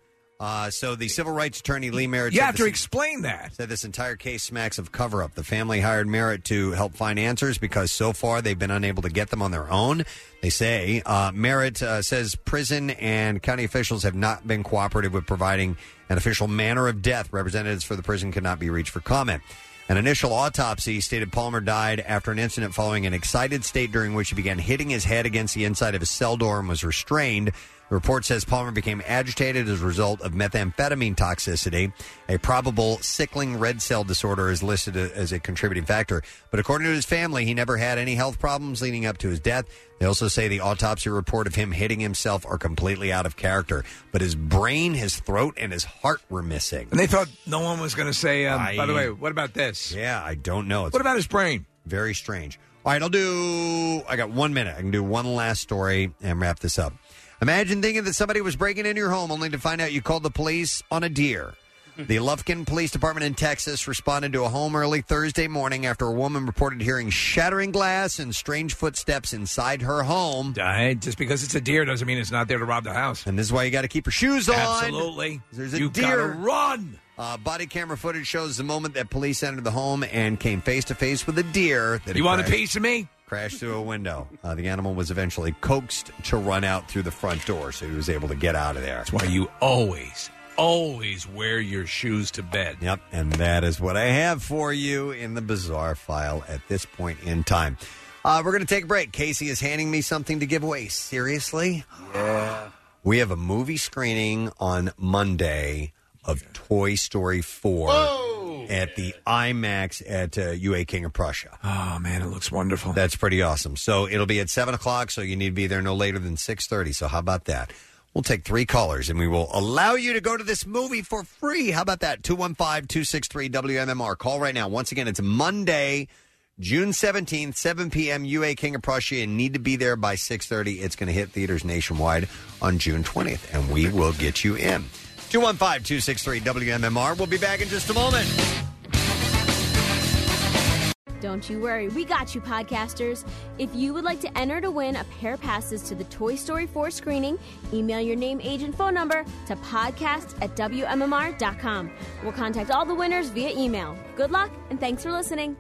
Speaker 3: Uh, so the civil rights attorney Lee Merritt.
Speaker 5: You
Speaker 3: said
Speaker 5: have to
Speaker 3: this-
Speaker 5: explain that.
Speaker 3: Said this entire case smacks of cover up. The family hired Merritt to help find answers because so far they've been unable to get them on their own. They say uh, Merritt uh, says prison and county officials have not been cooperative with providing an official manner of death. Representatives for the prison cannot be reached for comment. An initial autopsy stated Palmer died after an incident following an excited state during which he began hitting his head against the inside of his cell door and was restrained. The report says Palmer became agitated as a result of methamphetamine toxicity. A probable sickling red cell disorder is listed a- as a contributing factor. But according to his family, he never had any health problems leading up to his death. They also say the autopsy report of him hitting himself are completely out of character. But his brain, his throat, and his heart were missing.
Speaker 5: And they thought no one was going to say, um, by the
Speaker 3: I-
Speaker 5: way, what about this?
Speaker 3: Yeah, I don't know. It's
Speaker 5: What about his brain?
Speaker 3: Very strange. All right, I'll do. I got one minute. I can do one last story and wrap this up. Imagine thinking that somebody was breaking into your home only to find out you called the police on a deer.
Speaker 5: Hmm.
Speaker 3: The Lufkin Police Department in Texas responded to a home early Thursday morning after a woman reported hearing shattering glass and strange footsteps inside her home.
Speaker 5: I, just because it's a deer doesn't mean it's not there to rob the house.
Speaker 3: And this is why you got to keep your shoes on.
Speaker 5: Absolutely.
Speaker 3: There's a
Speaker 5: You gotta
Speaker 3: deer.
Speaker 5: run.
Speaker 3: Uh, body camera footage shows the moment that police entered the home and came face to face with a deer. That
Speaker 5: You
Speaker 3: had
Speaker 5: want a
Speaker 3: crashed-
Speaker 5: piece of me?
Speaker 3: Crashed through a window. Uh, the animal was eventually coaxed to run out through the front door, so he was able to get out of there. That's
Speaker 5: why you always, Oh, always wear your shoes to bed.
Speaker 3: Yep, and that is what I have for you in the bizarre file at this point in time. Uh, we're going to take a break. Casey is handing me something to give away. Seriously? Yeah. We have a movie screening on Monday of Toy Story 4 at the IMAX at uh, UA King of Prussia.
Speaker 5: Oh, man, it looks wonderful.
Speaker 3: That's pretty awesome. So it'll be at 7 o'clock, so you need to be there no later than 6.30. So how about that? We'll take three callers, and we will allow you to go to this movie for free. How about that? 215-263-WMMR. Call right now. Once again, it's Monday, June 17th, 7 p.m., UA King of Prussia. You need to be there by 6.30. It's going to hit theaters nationwide on June 20th, and we will get you in. 215-263-WMMR. We'll be back in just a moment.
Speaker 9: Don't you worry, we got you, podcasters. If you would like to enter to win a pair of passes to the Toy Story 4 screening, email your name, age, and phone number to podcast at WMMR.com. We'll contact all the winners via email. Good luck, and thanks for listening.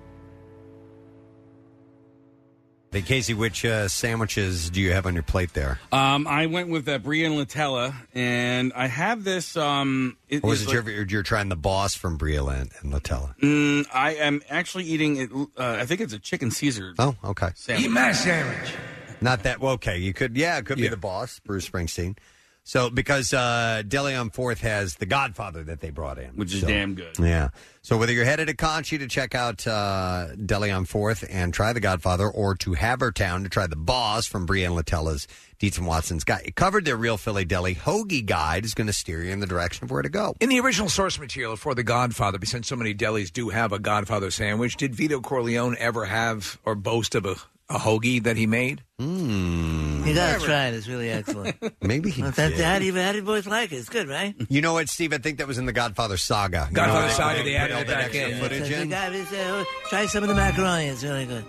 Speaker 3: Hey, Casey, which uh, sandwiches do you have on your plate there?
Speaker 6: Um, I went with uh, Brie and Latella, and I have this. Um, it
Speaker 3: Or was
Speaker 6: is
Speaker 3: it
Speaker 6: like-
Speaker 3: you're, you're trying the boss from Brieland and Latella?
Speaker 6: Mm, I am actually eating it. Uh, I think it's a chicken Caesar.
Speaker 3: Oh, okay.
Speaker 6: Sandwich. Eat my
Speaker 5: sandwich.
Speaker 3: Not that. Well, okay, you could. Yeah, it could be the boss, Bruce Springsteen. So because uh, Deli on Fourth has the Godfather that they brought in,
Speaker 6: Which is
Speaker 3: So-
Speaker 6: damn good.
Speaker 3: Yeah. So whether you're headed to Conchi to check out uh, Deli on Fourth and try the Godfather, or to Havertown to try the boss from Brienne Latella's Dietz and Watson's guy, it covered their real Philly deli hoagie guide is going to steer you in the direction of where to go.
Speaker 5: In the original source material for The Godfather, since so many delis do have a Godfather sandwich, did Vito Corleone ever have or boast of a a hoagie that he made.
Speaker 12: You gotta try it. It's really excellent.
Speaker 3: Hmm. Maybe he
Speaker 12: That,
Speaker 3: did.
Speaker 12: how, do you, how do you boys like it? It's good, right?
Speaker 3: You know what, Steve? I think that was in the Godfather saga. You
Speaker 5: Godfather
Speaker 3: know, they
Speaker 5: saga,
Speaker 3: put
Speaker 5: they
Speaker 3: in- put
Speaker 5: added
Speaker 3: all
Speaker 5: it
Speaker 3: that
Speaker 5: back
Speaker 3: extra
Speaker 12: Yeah,
Speaker 3: footage
Speaker 12: so the
Speaker 3: in.
Speaker 12: guy was, uh, try some of the macaroni. It's really good.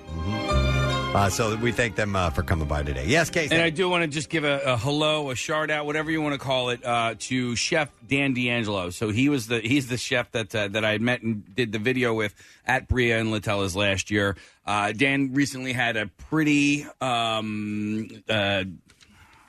Speaker 3: Uh, so we thank them uh, for coming by today. Yes, Casey.
Speaker 6: And I do want to just give a, a hello, a shout out, whatever you want to call it, uh, to Chef Dan D'Angelo. So he was the he's the chef that uh, that I had met and did the video with at Bria and Latella's last year. Uh, Dan recently had a pretty um, uh,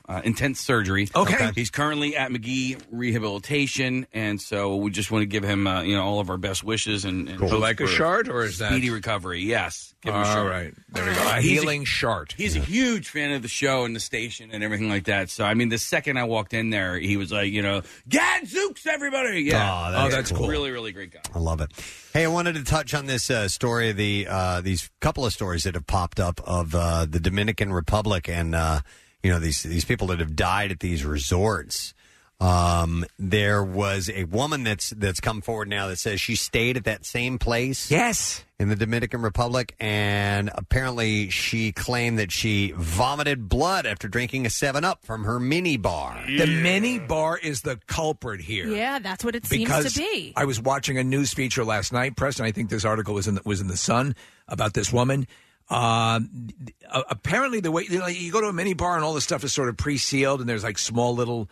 Speaker 6: uh, intense surgery.
Speaker 5: Okay.
Speaker 6: he's currently at McGee Rehabilitation, and so we just want to give him uh, you know all of our best wishes and, and
Speaker 5: So
Speaker 6: hope
Speaker 5: like a
Speaker 6: for
Speaker 5: shard, or is that
Speaker 6: speedy recovery? Yes, give him a
Speaker 5: All
Speaker 6: shard.
Speaker 5: right. There we go. A
Speaker 6: Uh, He's
Speaker 5: healing shard.
Speaker 6: He's a huge fan of the show and the station and everything like that. So I mean, the second I walked in there, he was like, you know, Gadzooks, everybody! Yeah,
Speaker 3: Oh, that's
Speaker 6: Yeah,
Speaker 3: cool.
Speaker 6: Really, really great guy.
Speaker 3: I love it. Hey, I wanted to touch on this uh, story, the uh, these couple of stories that have popped up of uh, the Dominican Republic and uh, you know these these people that have died at these resorts. Um, there was a woman that's that's come forward now that says she stayed at that same place.
Speaker 5: Yes,
Speaker 3: in the Dominican Republic, and apparently she claimed that she vomited blood after drinking a Seven Up from her mini bar.
Speaker 5: The mini bar is the culprit here.
Speaker 4: Yeah, that's what it
Speaker 5: because
Speaker 4: seems to be.
Speaker 5: I was watching a news feature last night, Preston. I think this article was in the, was in the Sun about this woman. Um, a- apparently, the way you, know, you go to a mini bar and all the stuff is sort of pre sealed, and there's like small little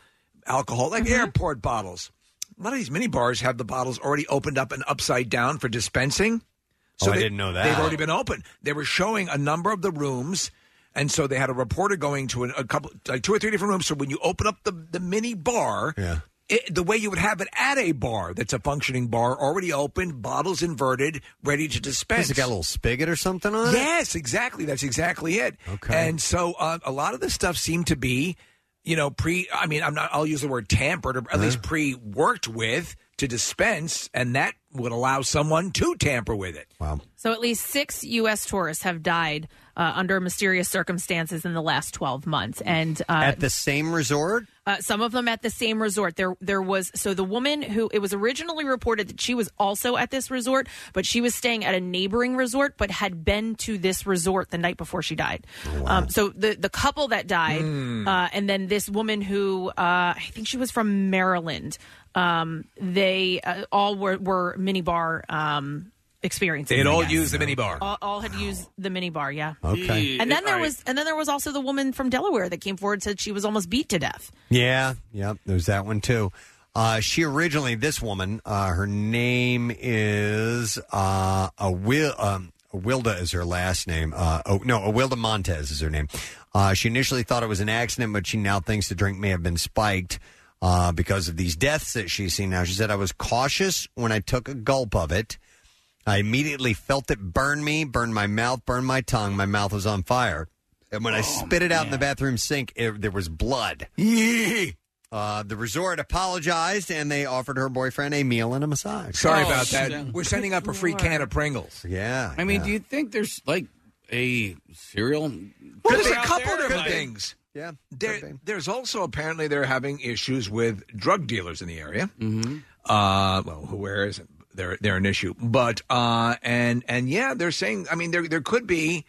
Speaker 5: alcohol,
Speaker 4: Mm-hmm.
Speaker 5: like airport bottles. A lot of these mini bars have the bottles already opened up and upside down for dispensing.
Speaker 3: Oh, I didn't know that.
Speaker 5: They've already been open. They were showing a number of the rooms, and so they had a reporter going to an, a couple, like two or three different rooms. So when you open up the the mini bar, yeah. It, the way you would have it at a bar that's a functioning bar, already open, bottles inverted, ready to dispense.
Speaker 3: Has it got a little spigot or something on it?
Speaker 5: Yes, exactly. That's exactly it. Okay. And so uh, a lot of this stuff seemed to be, you know, pre. I mean, I'm not. I'll use the word tampered, or at
Speaker 3: Uh-huh.
Speaker 5: least pre-worked with to dispense, and that would allow someone to tamper with it.
Speaker 3: Wow.
Speaker 4: So at least six U.S. tourists have died uh, under mysterious circumstances in the last 12 months, and uh,
Speaker 3: At the same resort?
Speaker 4: Uh, some of them at the same resort. There, there was so the woman who it was originally reported that she was also at this resort, but she was staying at a neighboring resort, but had been to this resort the night before she died. Um, so the the couple that died,
Speaker 16: Hmm.
Speaker 4: uh, and then this woman who uh, I think she was from Maryland. Um, they uh, all were were minibar um, experiences.
Speaker 5: They'd
Speaker 4: I
Speaker 5: all
Speaker 4: guess.
Speaker 5: used the minibar.
Speaker 4: All, all had used the minibar. Yeah.
Speaker 3: Okay.
Speaker 4: And then there
Speaker 3: I-
Speaker 4: was, and then there was also the woman from Delaware that came forward and said she was almost beat to death.
Speaker 3: Yeah, yeah. There's that one too. Uh, she originally, this woman, uh, her name is uh, a will. Um, Wilda is her last name. Uh, oh, no, Wilda Montez is her name. Uh, she initially thought it was an accident, but she now thinks the drink may have been spiked uh, because of these deaths that she's seen now. She said, I was cautious when I took a gulp of it. I immediately felt it burn me, burn my mouth, burn my tongue. My mouth was on fire. And
Speaker 6: Oh,
Speaker 3: when I spit it out in the bathroom sink, it, there was blood. Uh, the resort apologized and they offered her boyfriend a meal and a massage.
Speaker 5: Sorry about that. We're sending up a free can of Pringles.
Speaker 3: Yeah.
Speaker 6: I mean, do you think there's like a serial?
Speaker 5: Well, there's a couple different
Speaker 6: Could be.
Speaker 5: things.
Speaker 3: Yeah.
Speaker 5: There, there's also apparently they're having issues with drug dealers in the area. Mm-hmm. Uh, well, who where isn't? They're they're an issue, but uh, and and yeah, they're saying. I mean, there there could be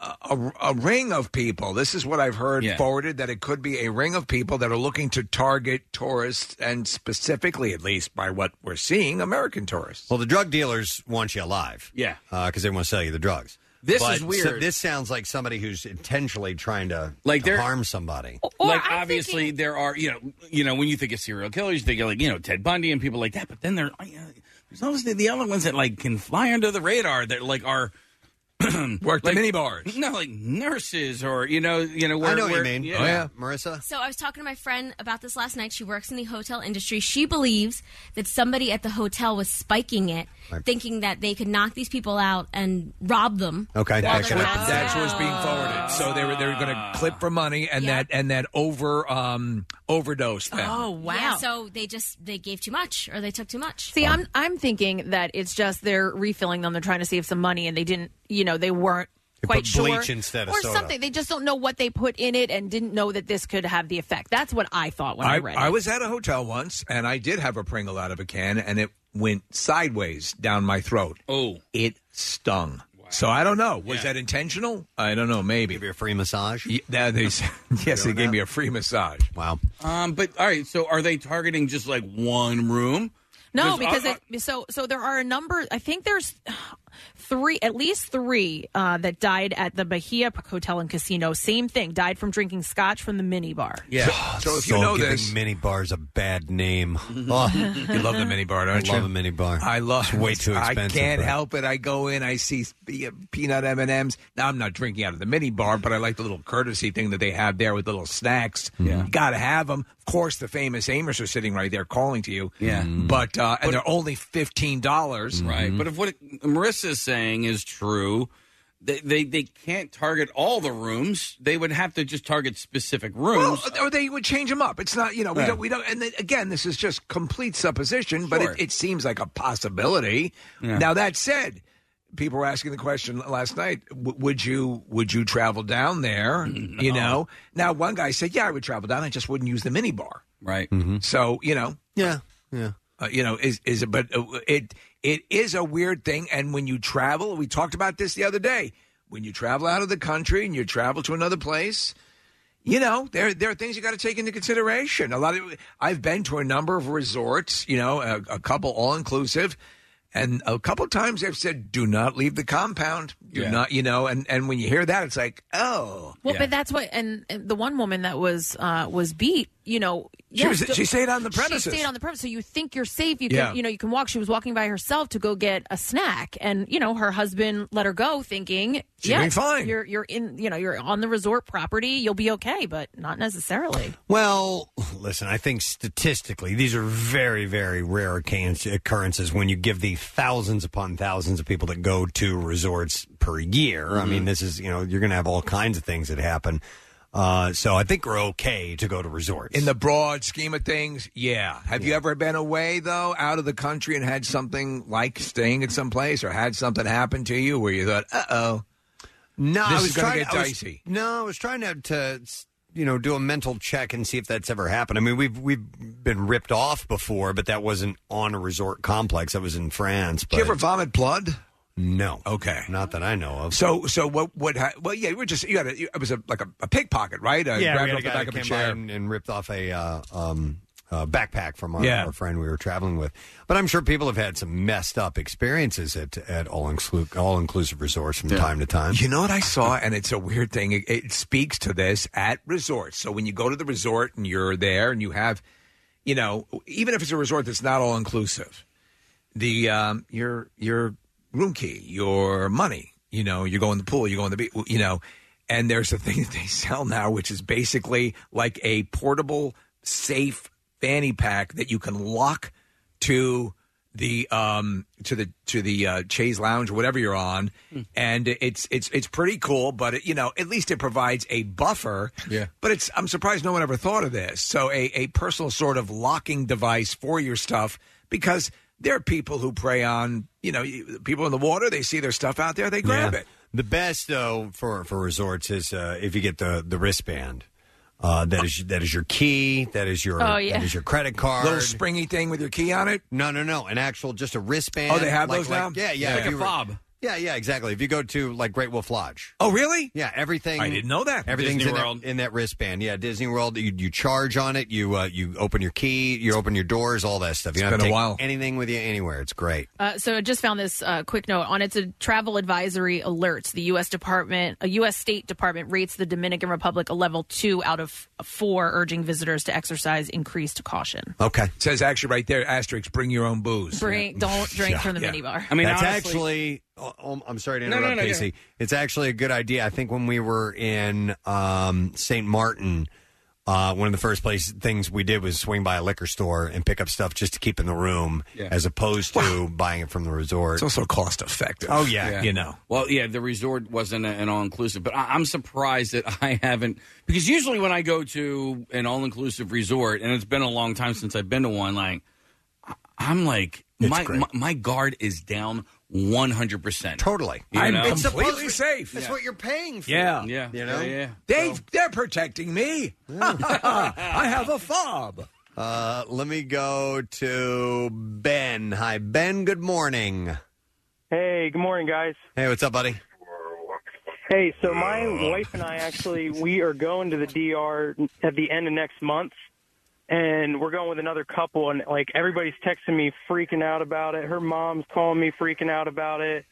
Speaker 5: a, a, a ring of people. This is what I've heard
Speaker 6: Yeah.
Speaker 5: forwarded that it could be a ring of people that are looking to target tourists and specifically, at least by what we're seeing, American tourists.
Speaker 3: Well, the drug dealers want you alive.
Speaker 6: Yeah.
Speaker 3: Because they want to sell you the drugs.
Speaker 6: This
Speaker 3: But
Speaker 6: is
Speaker 3: so-
Speaker 6: weird.
Speaker 3: this sounds like somebody who's intentionally trying to,
Speaker 6: Like
Speaker 3: to
Speaker 6: they're- Oh,
Speaker 3: harm somebody.
Speaker 6: like obviously there are you know you know when you think of serial killers you think of like you know Ted Bundy and people like that but then there you know, there's obviously the other ones that like can fly under the radar that like are
Speaker 5: work
Speaker 6: like,
Speaker 5: mini bars
Speaker 6: no like nurses or you know you know where,
Speaker 3: I know what you
Speaker 6: where-
Speaker 3: mean.
Speaker 6: yeah.
Speaker 3: Marissa?
Speaker 22: So I was talking to my friend about this last night. She works in the hotel industry. She believes that somebody at the hotel was spiking it,
Speaker 3: Right.
Speaker 22: thinking that they could knock these people out and rob them.
Speaker 3: Okay,
Speaker 22: while
Speaker 5: that's
Speaker 22: they're
Speaker 5: what,
Speaker 22: passed
Speaker 5: that's
Speaker 22: out.
Speaker 5: what's being forwarded. So they were they were going to clip for money and that and that over um overdose thing.
Speaker 22: wow! Yeah, so they just they gave too much or they took too much.
Speaker 4: See, I'm I'm thinking that it's just they're refilling them. They're trying to save some money, and they didn't. You know, they weren't
Speaker 3: They
Speaker 4: quite
Speaker 3: put
Speaker 4: sure,
Speaker 3: bleach instead of
Speaker 4: or
Speaker 3: soda.
Speaker 4: something. They just don't know what they put in it, and didn't know that this could have the effect. That's what I thought when I, read it.
Speaker 5: was at a hotel once and I did have a Pringle out of a can and it went sideways down my throat.
Speaker 6: Oh.
Speaker 5: It stung. Wow. So I don't know. Was that intentional? I don't know. Maybe. Give you
Speaker 3: a free massage?
Speaker 5: Yeah, they, s- yes, they gave me a free massage.
Speaker 3: Wow.
Speaker 6: Um, but all right, so are they targeting just like one room?
Speaker 4: No, because
Speaker 6: uh,
Speaker 4: it, so so there are a number. I think there's three, at least three, uh, that died at the Bahia Hotel and Casino. Same thing, died from drinking scotch from the mini bar.
Speaker 5: Yeah. So, if you
Speaker 3: So
Speaker 5: know
Speaker 3: giving
Speaker 5: this,
Speaker 3: mini bar's a bad name.
Speaker 5: You love the mini bar, don't
Speaker 3: I
Speaker 5: you?
Speaker 3: Love a mini bar.
Speaker 5: I love.
Speaker 3: It's way too expensive.
Speaker 5: I can't
Speaker 3: but-
Speaker 5: help it. I go in. I see pe- peanut M and M's. Now I'm not drinking out of the mini bar, but I like the little courtesy thing that they have there with little snacks.
Speaker 6: uh, Yeah.
Speaker 5: You got to have them. Of course, the famous Amos are sitting right there calling to you.
Speaker 6: Yeah.
Speaker 5: But Mm-hmm. uh, and they're only fifteen dollars.
Speaker 6: Right. But if what Marissa is saying is true, they, they they can't target all the rooms. They would have to just target specific rooms.
Speaker 5: Well, or they would change them up. It's not you know we
Speaker 6: Yeah.
Speaker 5: don't we don't. And then, again, this is just complete supposition, but
Speaker 6: Sure.
Speaker 5: it, it seems like a possibility.
Speaker 6: Yeah.
Speaker 5: Now that said, people were asking the question last night: w- Would you would you travel down there? You know, now one guy said, "Yeah, I would travel down. I just wouldn't use the minibar."
Speaker 6: Right.
Speaker 4: Mm-hmm.
Speaker 5: So you know,
Speaker 3: yeah, yeah.
Speaker 5: Uh, you know, is is it? But uh, it it is a weird thing. And when you travel, we talked about this the other day. When you travel out of the country and you travel to another place, you know there there are things you got to take into consideration. A lot of I've been to a number of resorts, you know, a, a couple all inclusive, and a couple times they've said, "Do not leave the compound. Do
Speaker 6: Yeah.
Speaker 5: not," you know. And and when you hear that, it's like, oh,
Speaker 4: Well, but that's what, and, and the one woman that was uh, was beat, you know,
Speaker 5: She was- she stayed on the premises.
Speaker 4: She stayed on the premises, so you think you're safe. You can,
Speaker 5: Yeah.
Speaker 4: you know, you can walk. She was walking by herself to go get a snack, and you know, her husband let her go, thinking,
Speaker 3: She'll
Speaker 4: yeah,
Speaker 3: be fine."
Speaker 4: You're you're in, you know, you're on the resort property. You'll be okay, but not necessarily.
Speaker 3: Well, listen, I think statistically, these are very, very rare occa- occurrences when you give the thousands upon thousands of people that go to resorts per year. I
Speaker 5: Mm-hmm.
Speaker 3: mean, this is, you know, you're going to have all kinds of things that happen. Uh, so I think we're okay to go to resorts.
Speaker 5: In the broad scheme of things, yeah. Have you ever been away though, out of the country, and had something like staying at some place, or had something happen to you where you thought, "Uh oh,
Speaker 3: No,
Speaker 5: this
Speaker 3: I was
Speaker 5: is going to
Speaker 3: trying-
Speaker 5: get
Speaker 3: I was-
Speaker 5: dicey."
Speaker 3: no, I was trying to, to you know do a mental check and see if that's ever happened. I mean, we've we've been ripped off before, but that wasn't on a resort complex. That was in France. But
Speaker 5: Did you ever vomit blood?
Speaker 3: No.
Speaker 5: Okay.
Speaker 3: Not that I know of.
Speaker 5: So, so what? What? Ha- well, yeah, you were just you had a, you, it was a, like a, a pickpocket, right? Uh,
Speaker 3: yeah, we had
Speaker 5: grabbed off
Speaker 3: a
Speaker 5: the
Speaker 3: guy
Speaker 5: back
Speaker 3: that
Speaker 5: of a
Speaker 3: came by
Speaker 5: chair.
Speaker 3: and, and ripped off a uh, um, uh, backpack from our,
Speaker 5: Yeah.
Speaker 3: our friend we were traveling with. But I'm sure people have had some messed up experiences at at all inclu- all inclusive resorts from time to time.
Speaker 5: You know what I saw, and it's a weird thing. It, it speaks to this at resorts. So when you go to the resort and you're there, and you have, you know, even if it's a resort that's not all inclusive, the um, your your room key, your money, you know, you go in the pool, you go in the beach, you know, and there's a thing that they sell now, which is basically like a portable safe fanny pack that you can lock to the um to the to the uh, Chase Lounge or whatever you're on, and it's it's it's pretty cool. But it, you know, at least it provides a buffer.
Speaker 6: Yeah.
Speaker 5: But it's I'm surprised no one ever thought of this. So a a personal sort of locking device for your stuff because there are people who prey on you know you- people in the water. They see their stuff out there, they grab
Speaker 3: Yeah.
Speaker 5: it.
Speaker 3: The best though for for resorts is uh, if you get the the wristband. Uh, that is that is your key. That is your
Speaker 5: Oh, yeah.
Speaker 3: that is your credit card.
Speaker 5: Little springy thing with your key on it.
Speaker 3: No, no, no. An actual just a wristband.
Speaker 5: Oh, they have
Speaker 3: like-
Speaker 5: those
Speaker 3: like-
Speaker 5: now.
Speaker 3: Yeah, yeah.
Speaker 5: Like
Speaker 3: if
Speaker 5: a
Speaker 3: you were-
Speaker 5: fob.
Speaker 3: Yeah, yeah, exactly. If you go to like Great Wolf Lodge.
Speaker 5: Oh, really?
Speaker 3: Yeah, everything.
Speaker 5: I didn't know that.
Speaker 3: Everything's
Speaker 5: Disney
Speaker 3: in that,
Speaker 5: World.
Speaker 3: in that wristband. Yeah, Disney World. You, you charge on it. You uh, you open your key. You open your doors. All that stuff. You
Speaker 5: It's
Speaker 3: don't have to
Speaker 5: been a
Speaker 3: take
Speaker 5: while.
Speaker 3: Anything with you anywhere. It's great.
Speaker 4: Uh, so I just found this uh, quick note on its uh, travel advisory alerts. The U.S. Department, a U.S. State Department rates the Dominican Republic a level two out of four, urging visitors to exercise increased caution.
Speaker 3: Okay.
Speaker 5: says actually right there, asterisk, bring your own booze.
Speaker 4: Bring, don't drink
Speaker 5: Yeah,
Speaker 4: from the
Speaker 5: yeah.
Speaker 4: minibar.
Speaker 3: that's actually. oh, oh, I'm sorry to
Speaker 4: No, no,
Speaker 3: interrupt,
Speaker 4: no, you're-
Speaker 3: Casey. It's actually a good idea. I think when we were in um, St. Martin, uh, one of the first place things we did was swing by a liquor store and pick up stuff just to keep in the room,
Speaker 6: Yeah.
Speaker 3: as opposed to buying it from the resort. It's
Speaker 5: also cost effective.
Speaker 3: Oh yeah, you know.
Speaker 6: Well, yeah, the resort wasn't a- an all inclusive, but I, I'm surprised that I haven't because usually when I go to an all inclusive resort, and it's been a long time since I've been to one, like I- I'm like my, my my guard is down 100 percent.
Speaker 3: Totally,
Speaker 5: I'm completely safe.
Speaker 3: That's what you're paying for.
Speaker 5: Yeah.
Speaker 6: yeah,
Speaker 5: You know?
Speaker 6: yeah, yeah.
Speaker 5: They, they're protecting me. I have a fob.
Speaker 3: Uh, let me go to Ben. Hi, Ben. Good morning.
Speaker 16: Hey, good morning, guys.
Speaker 3: Hey, what's up, buddy?
Speaker 16: Hey, so my wife and I actually we are going to the DR at the end of next month, and we're going with another couple. And like everybody's texting me, freaking out about it. Her mom's calling me, freaking out about it.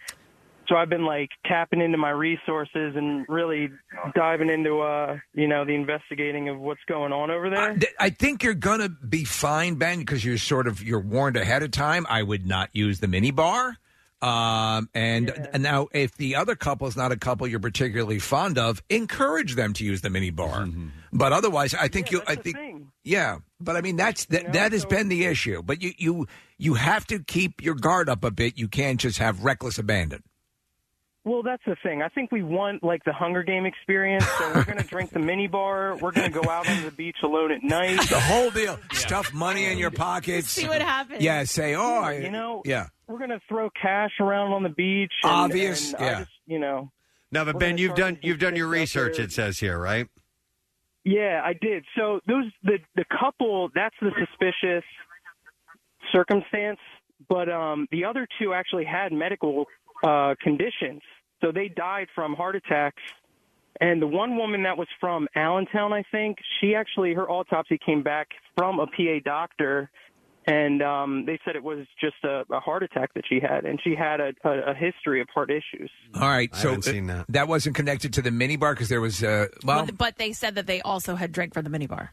Speaker 16: So I've been like tapping into my resources and really diving into uh you know the investigating of what's going on over there.
Speaker 5: Th- I think you're gonna be fine, Ben, because you're sort of you're warned ahead of time. I would not use the mini bar. Um, and and now, if the other couple is not a couple you're particularly fond of, encourage them to use the mini bar.
Speaker 16: Mm-hmm.
Speaker 5: But otherwise, I think you. I think yeah. But I mean, that's that, that has been the issue. But you you you have to keep your guard up a bit. You can't just have reckless abandon.
Speaker 16: Well, that's the thing. I think we want like the Hunger Game experience. So we're gonna drink the mini bar. We're gonna go out on the beach alone at night.
Speaker 5: The whole deal. Stuff money in your pockets.
Speaker 16: See what happens.
Speaker 5: Yeah. Say oh. I,
Speaker 16: You know,
Speaker 5: Yeah.
Speaker 16: we're gonna throw cash around on the beach. And,
Speaker 5: Obvious,
Speaker 16: and I
Speaker 3: yeah.
Speaker 16: just, you know.
Speaker 3: No, but
Speaker 16: We're
Speaker 3: Ben,
Speaker 16: gonna
Speaker 3: you've
Speaker 16: start
Speaker 3: done
Speaker 16: with
Speaker 3: you've done your research.
Speaker 16: there.
Speaker 3: It says here, right?
Speaker 16: Yeah, I did. So those the the couple that's the suspicious circumstance, but um, the other two actually had medical uh, conditions, so they died from heart attacks. And the one woman that was from Allentown, I think, she actually her autopsy came back from a PA doctor, and um, they said it was just a, a heart attack that she had, and she had a, a, a history of heart issues.
Speaker 5: All right. so
Speaker 16: haven't seen
Speaker 5: that. that wasn't connected to the mini bar because there was uh, well.
Speaker 4: But- but they said that they also had drank from the minibar.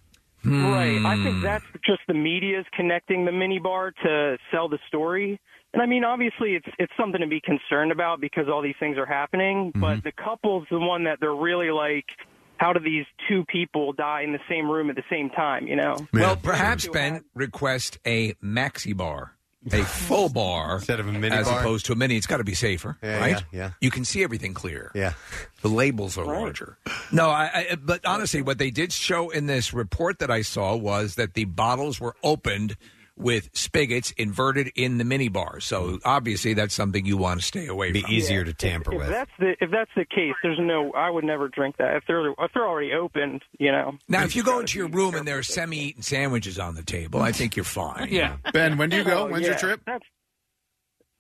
Speaker 16: Right. I think that's
Speaker 13: Hmm.
Speaker 16: just the media's connecting the minibar to sell the story. And I mean, obviously, it's it's something to be concerned about because all these things are happening.
Speaker 13: Mm-hmm.
Speaker 16: But the couple's the one that they're really like, how do these two people die in the same room at the same time? You know?
Speaker 5: Well, perhaps Ben request a maxi bar, a full bar instead of a
Speaker 3: mini
Speaker 5: as
Speaker 3: bar?
Speaker 5: opposed to a mini. It's got to be safer,
Speaker 3: Yeah,
Speaker 5: right?
Speaker 3: yeah, yeah.
Speaker 5: You can see everything clear.
Speaker 3: Yeah,
Speaker 5: the labels are larger. No, I, I. But honestly, what they did show in this report that I saw was that the bottles were opened with spigots inverted in the mini bar. So obviously, that's something you want to stay away from. Be
Speaker 3: easier to tamper
Speaker 16: If that's the if that's the case, there's no. I would never drink that if they're if they're already opened. You know.
Speaker 5: Now, if you go into your room and there are semi-eaten sandwiches on the table, I think you're fine.
Speaker 13: Yeah. Ben, when do you go?
Speaker 16: Oh,
Speaker 13: When's
Speaker 16: yeah.
Speaker 13: your trip?
Speaker 16: That's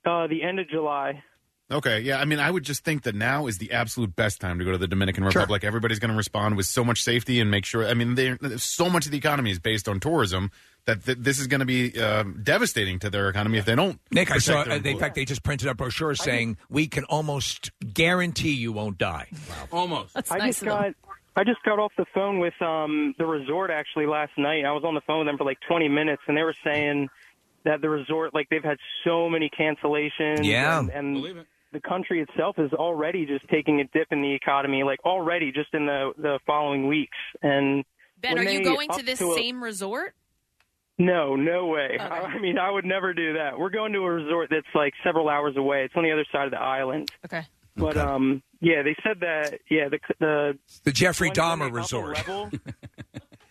Speaker 16: uh, the end of July.
Speaker 13: Okay, yeah. I mean, I would just think that now is the absolute best time to go to the Dominican Republic. Everybody's going to respond with so much safety and make sure. I mean, they, so much of the economy is based on tourism that th- this is going to be um, devastating to their economy if they don't.
Speaker 5: Nick, I
Speaker 13: protect their
Speaker 5: saw. uh, they- In
Speaker 13: employees.
Speaker 5: fact, they just printed up brochures saying we can almost guarantee you won't die.
Speaker 6: Almost.
Speaker 16: I
Speaker 6: nice
Speaker 16: just
Speaker 6: of them.
Speaker 16: got I just got off the phone with um the resort actually last night. I was on the phone with them for like 20 minutes, and they were saying that the resort like they've had so many cancellations.
Speaker 5: Yeah.
Speaker 16: and, and the country itself is already just taking a dip in the economy, like already just in the the following weeks. And
Speaker 4: Ben,
Speaker 16: when
Speaker 4: are you
Speaker 16: they
Speaker 4: going to
Speaker 16: up
Speaker 4: this
Speaker 16: a-
Speaker 4: same resort?
Speaker 16: no, no way.
Speaker 4: Okay.
Speaker 16: I, I mean, I would never do that. We're going to a resort that's like several hours away. It's on the other side of the island.
Speaker 4: Okay.
Speaker 16: But um, yeah, they said that. Yeah, the the
Speaker 5: the Jeffrey
Speaker 16: Dahmer
Speaker 5: resort.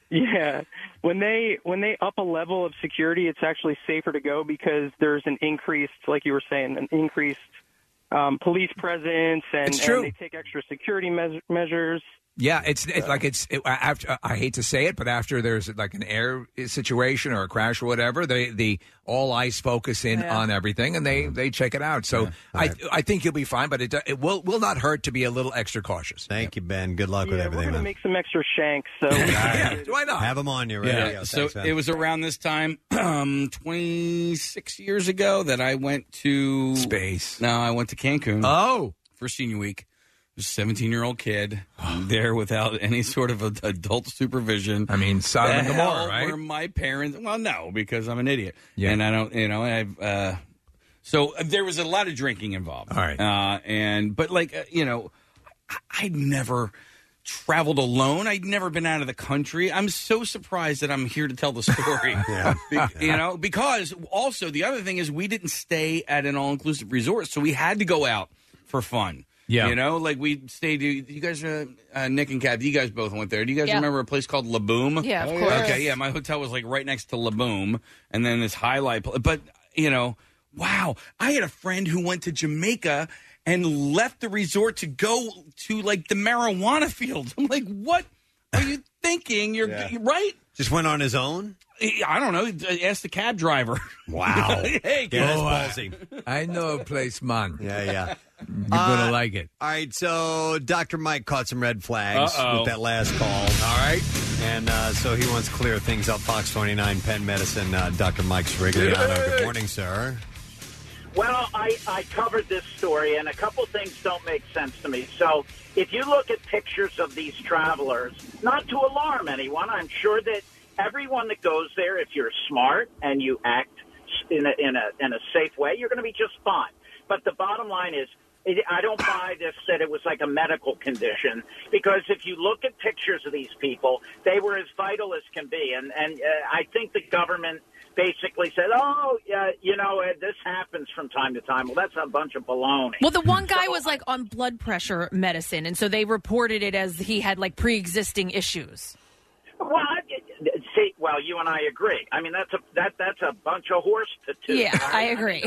Speaker 16: yeah, when they when they up a level of security, it's actually safer to go because there's an increased, like you were saying, an increased um, police presence, and,
Speaker 5: It's true.
Speaker 16: and they take extra security meas measures.
Speaker 5: Yeah, it's it's like it's it, after. I hate to say it, but after there's like an air situation or a crash or whatever, they the all eyes focus in
Speaker 18: Yeah.
Speaker 5: on everything and
Speaker 3: Mm.
Speaker 5: they they check it out. So I I think you'll be fine, but it do- it will will not hurt to be a little extra cautious.
Speaker 3: Thank you, Ben. Good luck with
Speaker 16: We're
Speaker 3: everything,
Speaker 16: gonna
Speaker 3: man.
Speaker 16: make some extra shanks. So yeah,
Speaker 5: why not?
Speaker 3: Have them on you. Right?
Speaker 6: Yeah. So it was around this time, um, 26 years ago, that I went to
Speaker 5: space.
Speaker 6: No, I went to Cancun.
Speaker 5: Oh,
Speaker 6: for senior week. 17 year old kid I'm there without any sort of ad- adult supervision.
Speaker 5: I mean, Sodom and
Speaker 6: the
Speaker 5: Gomorrah,
Speaker 6: hell
Speaker 5: right?
Speaker 6: Were my parents? Well, no, because I'm an idiot.
Speaker 5: Yeah.
Speaker 6: And I don't, you know, I've, uh, so uh, there was a lot of drinking involved. All right. Uh, and, but like, uh, you know, I, I'd never traveled alone. I'd never been out of the country. I'm so surprised that I'm here to tell the story. Be- you know, because also the other thing is we didn't stay at an all inclusive resort, so we had to go out for fun.
Speaker 19: Yeah.
Speaker 6: You know, like we stayed. You you guys, uh, uh, Nick and Kathy, you guys both went there. Do you guys
Speaker 4: Yeah.
Speaker 6: remember a place called Laboom?
Speaker 4: Yeah, of Oh, yeah. course.
Speaker 6: Okay, yeah. My hotel was like right next to Laboom, and then this highlight. pl- But you know, wow, I had a friend who went to Jamaica and left the resort to go to like the marijuana field. I'm like, what are you thinking? You're right.
Speaker 3: Just went on his own?
Speaker 6: I don't know. Ask the cab driver.
Speaker 3: Wow.
Speaker 6: hey,
Speaker 3: Yeah, that's
Speaker 6: guys.
Speaker 3: ballsy.
Speaker 5: I know a place, man.
Speaker 3: Yeah, yeah.
Speaker 5: You're gonna
Speaker 3: Uh,
Speaker 5: like it.
Speaker 3: All right, so Dr. Mike caught some red flags
Speaker 5: Uh-oh.
Speaker 3: with that last call. All right. And uh, so he wants to clear things up. Fox 29, Penn Medicine, uh, Dr. Mike Srigliano. Good morning, sir.
Speaker 17: Well, I, I covered this story, and a couple things don't make sense to me. So, if you look at pictures of these travelers, not to alarm anyone, I'm sure that everyone that goes there, if you're smart and you act in a, in a, in a safe way, you're going to be just fine. But the bottom line is, it- I don't buy this that it was like a medical condition because if you look at pictures of these people, they were as vital as can be, and and uh, I think the government basically said, "Oh, yeah, you know, uh, this happens from time to time." Well, that's a bunch of baloney.
Speaker 4: Well, the one guy was like on blood pressure medicine, and so they reported it as he had like pre existing issues.
Speaker 17: Well, I, see, well, you and I agree. I mean, that's a that that's a bunch of horse tattoos.
Speaker 4: Yeah, I agree.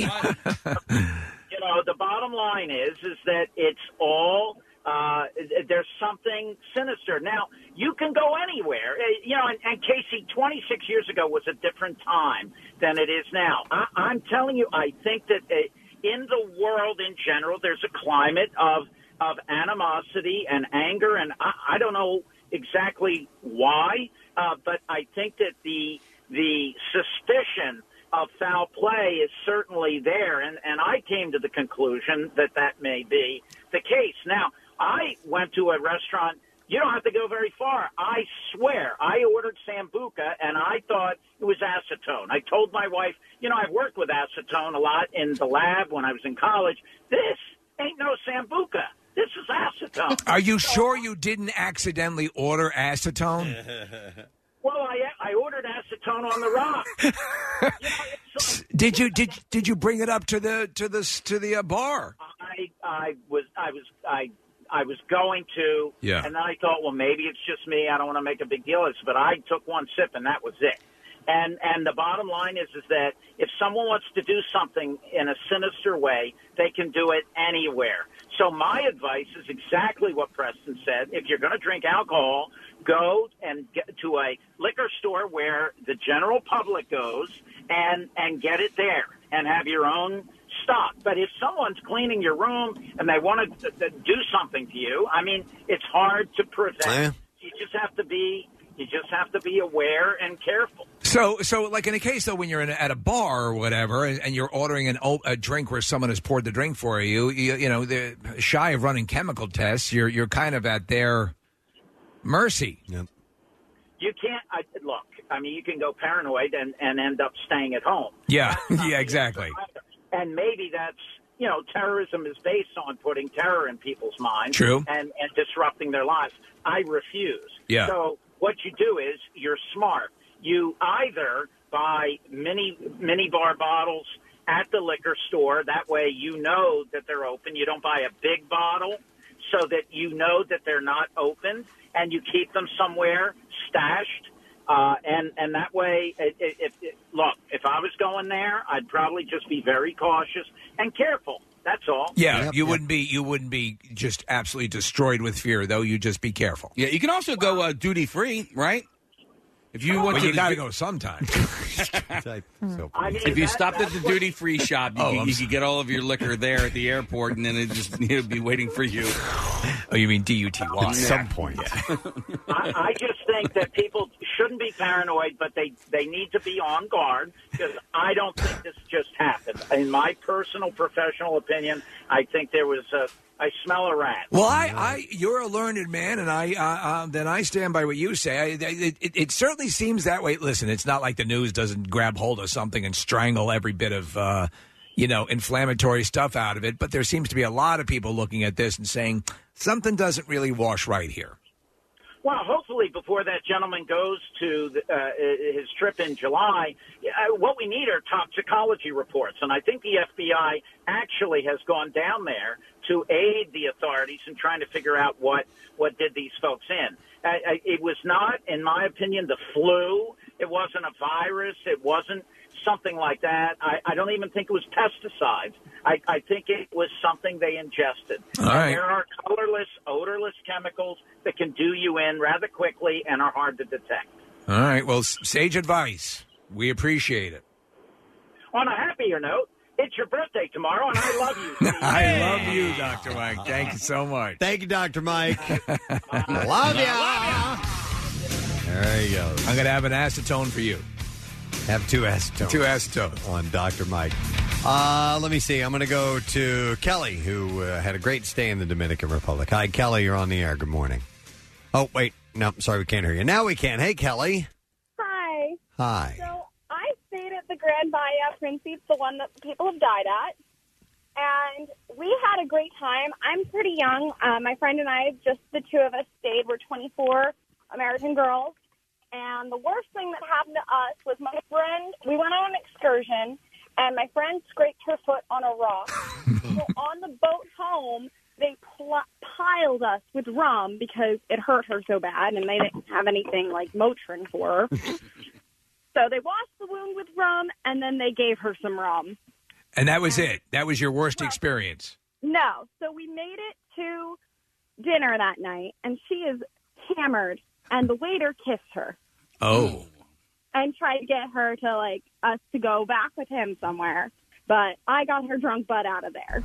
Speaker 17: you know, the bottom line is is that it's all uh, there's something sinister. Now you can go anywhere, Uh, you know. And, and Casey, 26 years ago was a different time than it is now. I, I'm telling you, I think that uh, in the world in general, there's a climate of of animosity and anger, and I, I don't know exactly why, uh, but I think that the the suspicion of foul play is certainly there, and, and I came to the conclusion that that may be the case. Now, I went to a restaurant. You don't have to go very far. I swear, I ordered sambuca, and I thought it was acetone. I told my wife, you know, I've worked with acetone a lot in the lab when I was in college. This ain't no sambuca. This is acetone.
Speaker 5: Are you sure you didn't accidentally order acetone?
Speaker 17: Well, I I ordered acetone on the rock.
Speaker 5: did you did did you bring it up to the to the to the uh, bar?
Speaker 17: I I was I was I I was going to,
Speaker 5: Yeah.
Speaker 17: and then I thought, well, maybe it's just me. I don't want to make a big deal of this, but I took one sip and that was it. And and the bottom line is is that if someone wants to do something in a sinister way, they can do it anywhere. So my advice is exactly what Preston said. If you're going to drink alcohol, go and get to a liquor store where the general public goes and and get it there and have your own stop. But if someone's cleaning your room and they want to do something to you, I mean, it's hard to prevent.
Speaker 5: Yeah.
Speaker 17: You just have to be you just have to be aware and careful.
Speaker 5: So, so like in a case though, when you're in a, at a bar or whatever, and, and you're ordering an o- a drink where someone has poured the drink for you, you, you know, they're shy of running chemical tests. You're you're kind of at their mercy.
Speaker 17: You can't I, look. I mean, you can go paranoid and and end up staying at home.
Speaker 5: Yeah, yeah, exactly.
Speaker 17: And maybe that's you know terrorism is based on putting terror in people's minds.
Speaker 5: True.
Speaker 17: And and disrupting their lives. I refuse.
Speaker 5: Yeah.
Speaker 17: So what you do is you're smart. You either buy mini mini bar bottles at the liquor store. That way you know that they're open. You don't buy a big bottle so that you know that they're not open and you keep them somewhere stashed. Uh, and and that way, it, it, it, it, look, if I was going there, I'd probably just be very cautious and careful. That's all.
Speaker 5: Yeah, you wouldn't be you wouldn't be just absolutely destroyed with fear though. You just be careful.
Speaker 6: Yeah, you can also go uh, duty free, right? If you want
Speaker 5: Oh, Well,
Speaker 6: to,
Speaker 5: you gotta go sometime.
Speaker 6: if you stopped at the duty free shop, you,
Speaker 5: Oh,
Speaker 6: could,
Speaker 5: I'm
Speaker 6: you could get all of your liquor there at the airport, and then it just it'd be waiting for you.
Speaker 5: Oh, you mean D U T Y?
Speaker 6: At some point.
Speaker 17: I, I just think that people shouldn't be paranoid, but they, they need to be on guard because I don't think this just happened. In my personal professional opinion, I think there was a I smell a rat.
Speaker 5: Well, I, I, you're a learned man, and I, uh, um, then I stand by what you say. I, it, it, it certainly seems that way. Listen, it's not like the news doesn't grab hold of something and strangle every bit of, uh, you know, inflammatory stuff out of it. But there seems to be a lot of people looking at this and saying something doesn't really wash right here.
Speaker 17: Well, hopefully, before that gentleman goes to the, uh, his trip in July, uh, what we need are toxicology reports. And I think the FBI actually has gone down there to aid the authorities in trying to figure out what, what did these folks in. Uh, uh, it was not, in my opinion, the flu. It wasn't a virus. It wasn't something like that. I, I don't even think it was pesticides. I, I think it was something they ingested.
Speaker 5: All
Speaker 17: And
Speaker 5: right.
Speaker 17: There are colorless, odorless chemicals that can do you in rather quickly and are hard to detect.
Speaker 5: All right. Well, s- sage advice. We appreciate it.
Speaker 17: On a happier note, it's your birthday tomorrow, and I love you.
Speaker 5: I love you, Dr. Mike. Thank you so much.
Speaker 3: Thank you, Dr. Mike.
Speaker 5: love
Speaker 3: There you go.
Speaker 5: I'm going to have an acetone for you.
Speaker 3: Have two acetones.
Speaker 5: Two acetones.
Speaker 3: On Dr. Mike. Uh, let me see. I'm going to go to Kelly, who uh, had a great stay in the Dominican Republic. Hi, Kelly. You're on the air. Good morning. Oh, wait. No, sorry. We can't hear you. Now we can. Hey, Kelly.
Speaker 10: Hi.
Speaker 3: Hi.
Speaker 10: So I stayed at the Grand Bahia Principe, the one that people have died at, and we had a great time. I'm pretty young. Uh, my friend and I, just the two of us, stayed. We're 24 American girls, and the worst thing that happened to us was my friend. We went on an excursion, and my friend scraped her foot on a rock. so on the boat home. They pl- piled us with rum because it hurt her so bad, and they didn't have anything like Motrin for her. So they washed the wound with rum, and then they gave her some rum.
Speaker 5: And that was it. That was your worst experience.
Speaker 10: No, so we made it to dinner that night, and she is hammered, and the waiter kissed her
Speaker 5: Oh.
Speaker 10: and tried to get her to like us to go back with him somewhere. But I got her drunk butt out of there.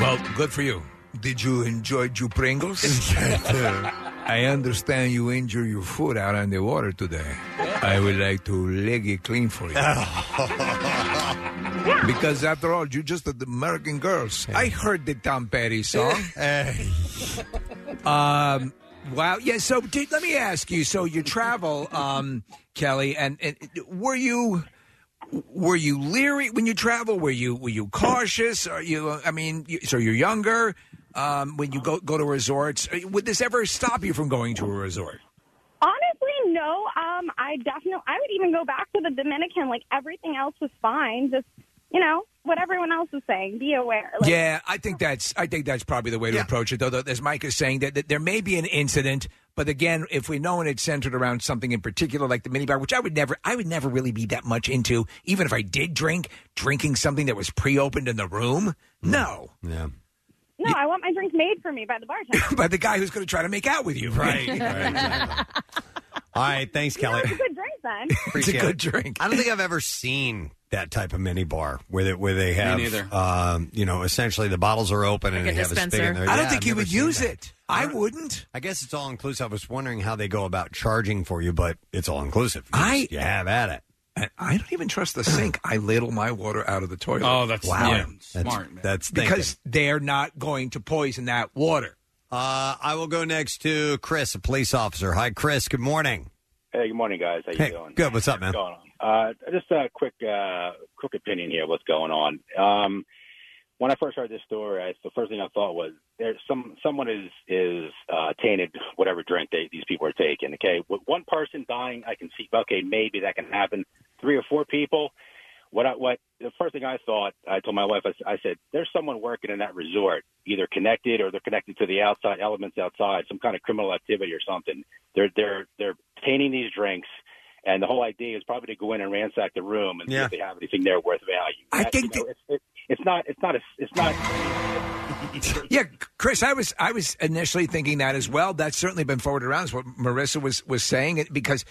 Speaker 5: Well, good for you.
Speaker 15: Did you enjoy your Pringles? I understand you injured your foot out on the water today. I would like to leg it clean for you. because after all, you're just an American girls. I heard the Tom Petty song.
Speaker 5: Um, wow. Yeah. So did, let me ask you. So you travel, um, Kelly, and, and were you were you leery when you travel? Were you were you cautious? Are you? I mean, you, so you're younger. Um, when you go go to resorts, would this ever stop you from going to a resort?
Speaker 10: Honestly, no. Um, I definitely, I would even go back to the Dominican. Like everything else was fine. Just you know what everyone else is saying. Be aware. Like,
Speaker 5: Yeah, I think that's I think that's probably the way to approach it. Though, though, as Mike is saying, that, that there may be an incident, but again, if we know and it's centered around something in particular, like the minibar, which I would never, I would never really be that much into, even if I did drink, drinking something that was pre-opened in the room. No,
Speaker 3: Hmm. yeah,
Speaker 10: No, I want my drink made for me by the bartender.
Speaker 5: but the guy who's going to try to make out with you,
Speaker 3: Right, right, exactly. All right. Thanks, Kelly.
Speaker 10: It's a good drink then.
Speaker 3: Appreciate it. I don't think I've ever seen that type of mini bar where they, where they have,
Speaker 5: neither.
Speaker 3: Um, you know, essentially the bottles are open and
Speaker 5: Like a
Speaker 3: they have a spig
Speaker 5: dispenser.
Speaker 3: in there.
Speaker 5: I don't think you would use it. I
Speaker 3: wouldn't. I guess it's all inclusive. I was wondering how they go about charging for you, but it's all inclusive. You
Speaker 5: I-
Speaker 3: just- you have at it.
Speaker 5: And I don't even trust the sink. I ladle my water out of the toilet.
Speaker 3: Oh, that's-
Speaker 5: wow,
Speaker 3: yeah, That's- smart, man. that's thinking.
Speaker 5: because they're not going to poison that water.
Speaker 3: Uh, I will go next to Chris, a police officer. Hi, Chris. Good morning.
Speaker 18: Hey, good morning, guys. How you
Speaker 3: Hey,
Speaker 18: doing?
Speaker 3: good. What's up, man?
Speaker 18: What's going on? Uh, just a quick, uh, quick opinion here. What's going on? Um, when I first heard this story, I, the first thing I thought was there's some someone is is uh, tainted whatever drink they, these people are taking. Okay, with one person dying, I can see. Okay, maybe that can happen. Three or four people. What I, what the first thing I thought, I told my wife, I, s- I said, "There's someone working in that resort, either connected or they're connected to the outside elements outside, some kind of criminal activity or something. They're they're they're tainting these drinks." And the whole idea is probably to go in and ransack the room and see
Speaker 5: Yeah.
Speaker 18: if they have anything there worth value. I think it's, it, it's not. It's not. A, it's not.
Speaker 5: Yeah, Chris, I was I was initially thinking that as well. That's certainly been forwarded around. Is what Marissa was was saying it- because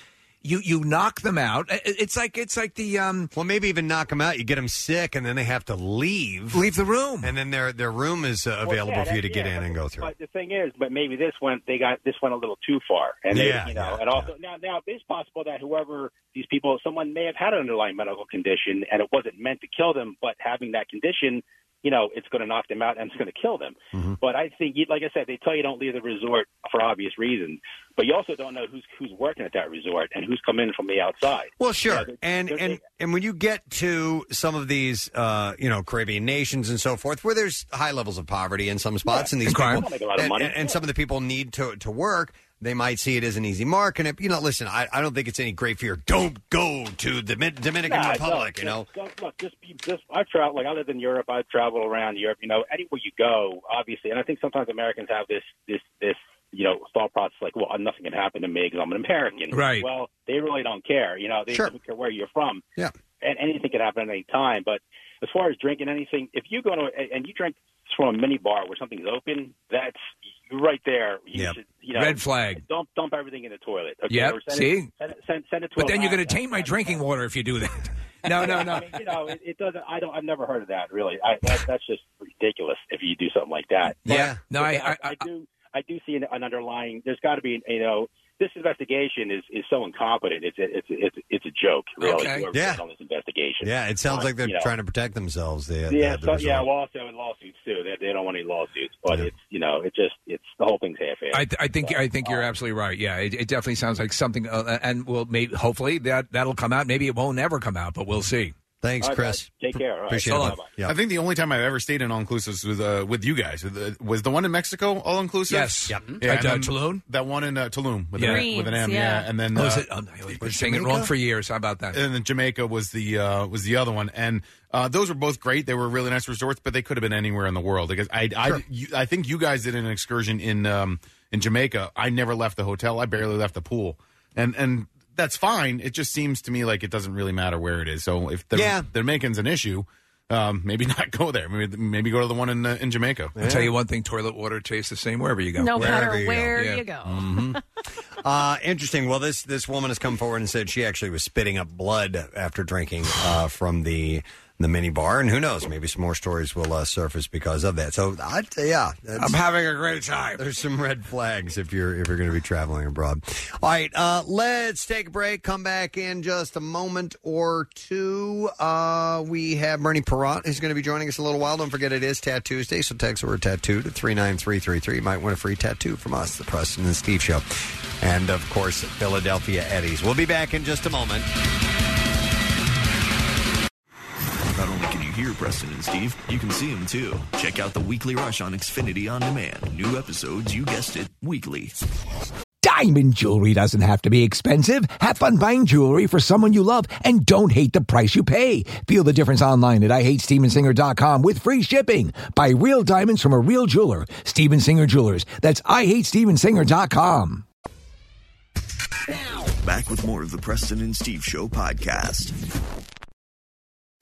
Speaker 5: you you knock them out. I- I- It's like it's like the um.
Speaker 3: Well, maybe even knock them out. You get them sick, and then they have to leave.
Speaker 5: Leave the room,
Speaker 3: and then their their room is uh, available
Speaker 18: yeah,
Speaker 3: for you to
Speaker 18: that-
Speaker 3: get
Speaker 18: yeah,
Speaker 3: in and go through.
Speaker 18: But the thing is, but maybe this went. They got this went a little too far, and they,
Speaker 3: Yeah,
Speaker 18: you know,
Speaker 3: yeah,
Speaker 18: and also now now it's possible that whoever these people, someone may have had an underlying medical condition, and it wasn't meant to kill them, but having that condition. You know, it's going to knock them out and it's going to kill them.
Speaker 3: Mm-hmm.
Speaker 18: But I think, like I said, they tell you don't leave the resort for obvious reasons. But you also don't know who's who's working at that resort and who's come in from the outside.
Speaker 3: Well, sure, and and and when you get to some of these, uh, you know, Caribbean nations and so forth, where there's high levels of poverty in some spots, and these
Speaker 18: And crime.
Speaker 3: people,
Speaker 18: They don't make a lot of
Speaker 3: and,
Speaker 18: money.
Speaker 3: and- and some of the people need to to work. They might see it as an easy mark, and if, you know, listen, I, I don't think it's any great fear. Don't go to the Min- Dominican
Speaker 18: Nah,
Speaker 3: Republic,
Speaker 18: don't.
Speaker 3: you know.
Speaker 18: Just- don't- look, just be, just I've traveled, like I lived in Europe. I've traveled around Europe. You know, anywhere you go, obviously, and I think sometimes Americans have this, this, this, you know, thought process like, well, nothing can happen to me because I'm an American.
Speaker 5: Right.
Speaker 18: Well, they really don't care. You know, they
Speaker 5: Sure.
Speaker 18: don't care where you're from.
Speaker 3: Yeah.
Speaker 18: And anything can happen at any time. But as far as drinking anything, if you go to and you drink from a mini bar where something's open, that's right there. You
Speaker 15: Yep.
Speaker 18: should, you know,
Speaker 15: Red flag.
Speaker 18: Dump dump everything in the toilet. Okay?
Speaker 15: Yep,
Speaker 18: Or send
Speaker 15: see?
Speaker 18: It, send, it- send, send it to
Speaker 15: But
Speaker 18: a
Speaker 15: then you're going
Speaker 18: lab.
Speaker 15: to taint my drinking water if you do that. No, no,
Speaker 18: I
Speaker 15: no.
Speaker 18: mean, you know, it, it doesn't. I don't. I've never heard of that. Really, I, that, that's just ridiculous. If you do something like that,
Speaker 15: Yeah.
Speaker 18: no, I, I, do. I do see an, an underlying. There's got to be, you know, this investigation is, is so incompetent. It's it's it's it's a joke, really.
Speaker 3: Okay.
Speaker 18: whoever's
Speaker 3: Yeah.
Speaker 18: on this investigation.
Speaker 3: Yeah, it sounds
Speaker 18: Uh,
Speaker 3: like they're
Speaker 18: you know.
Speaker 3: trying to protect themselves. The,
Speaker 18: yeah,
Speaker 3: the- the
Speaker 18: so, yeah.
Speaker 3: result.
Speaker 18: Well, also lawsuits too. They, they don't want any lawsuits, but it's you know, it just it's the whole thing's half-assed.
Speaker 15: I, th- I think I think you're
Speaker 18: Uh,
Speaker 15: absolutely right. Yeah, it, it definitely sounds like something, uh, and we'll maybe hopefully that that'll come out. Maybe it won't ever come out, but we'll see.
Speaker 3: Thanks,
Speaker 18: Take care.
Speaker 15: Appreciate it.
Speaker 13: I think the only time I've ever stayed in all inclusives with uh, with you guys with, uh, was the one in Mexico, all inclusive.
Speaker 15: Yes. Yep.
Speaker 13: Yeah,
Speaker 15: At,
Speaker 13: and
Speaker 15: uh,
Speaker 13: then
Speaker 15: Tulum?
Speaker 13: That one in uh, Tulum with, an,
Speaker 15: Dreams,
Speaker 13: with an M.
Speaker 15: yeah.
Speaker 13: Yeah. And then
Speaker 15: Oh,
Speaker 13: uh,
Speaker 15: is it- um, I was saying it wrong for years. How about that?
Speaker 13: And then Jamaica was the uh, was the other one, and uh, those were both great. They were really nice resorts, but they could have been anywhere in the world. Because I I, you, I think you guys did an excursion in um, in Jamaica. I never left the hotel. I barely left the pool, and and that's fine. It just seems to me like it doesn't really matter where it is. So if the
Speaker 15: Yeah.
Speaker 13: Dominican's an issue, um, maybe not go there. Maybe maybe go to the one in uh, in Jamaica.
Speaker 15: I'll tell you one thing: toilet water tastes the same wherever you go.
Speaker 4: No matter where you go.
Speaker 3: Mm-hmm.
Speaker 6: Mm-hmm.
Speaker 3: Uh, interesting. Well, this this woman has come forward and said she actually was spitting up blood after drinking uh, from the the mini bar, and who knows, maybe some more stories will uh, surface because of that. So, I, yeah,
Speaker 15: I'm having a great time.
Speaker 3: There's some red flags if you're if you're going to be traveling abroad. All right, uh, let's take a break. Come back in just a moment or two. Uh, we have Bernie Perrant who's going to be joining us in a little while. Don't forget it is Tattoo Tuesday, so text the word tattoo to 39333. You might win a free tattoo from us, the Preston and Steve Show. And of course, Philadelphia Eddies. We'll be back in just a moment.
Speaker 7: Not only can you hear Preston and Steve, you can see them too. Check out the weekly rush on Xfinity On Demand. New episodes, you guessed it, weekly.
Speaker 19: Diamond jewelry doesn't have to be expensive. Have fun buying jewelry for someone you love and don't hate the price you pay. Feel the difference online at IHateStevensinger.com with free shipping. Buy real diamonds from a real jeweler. Steven Singer Jewelers. That's IHateStevensinger.com.
Speaker 7: Back with more of the Preston and Steve Show podcast.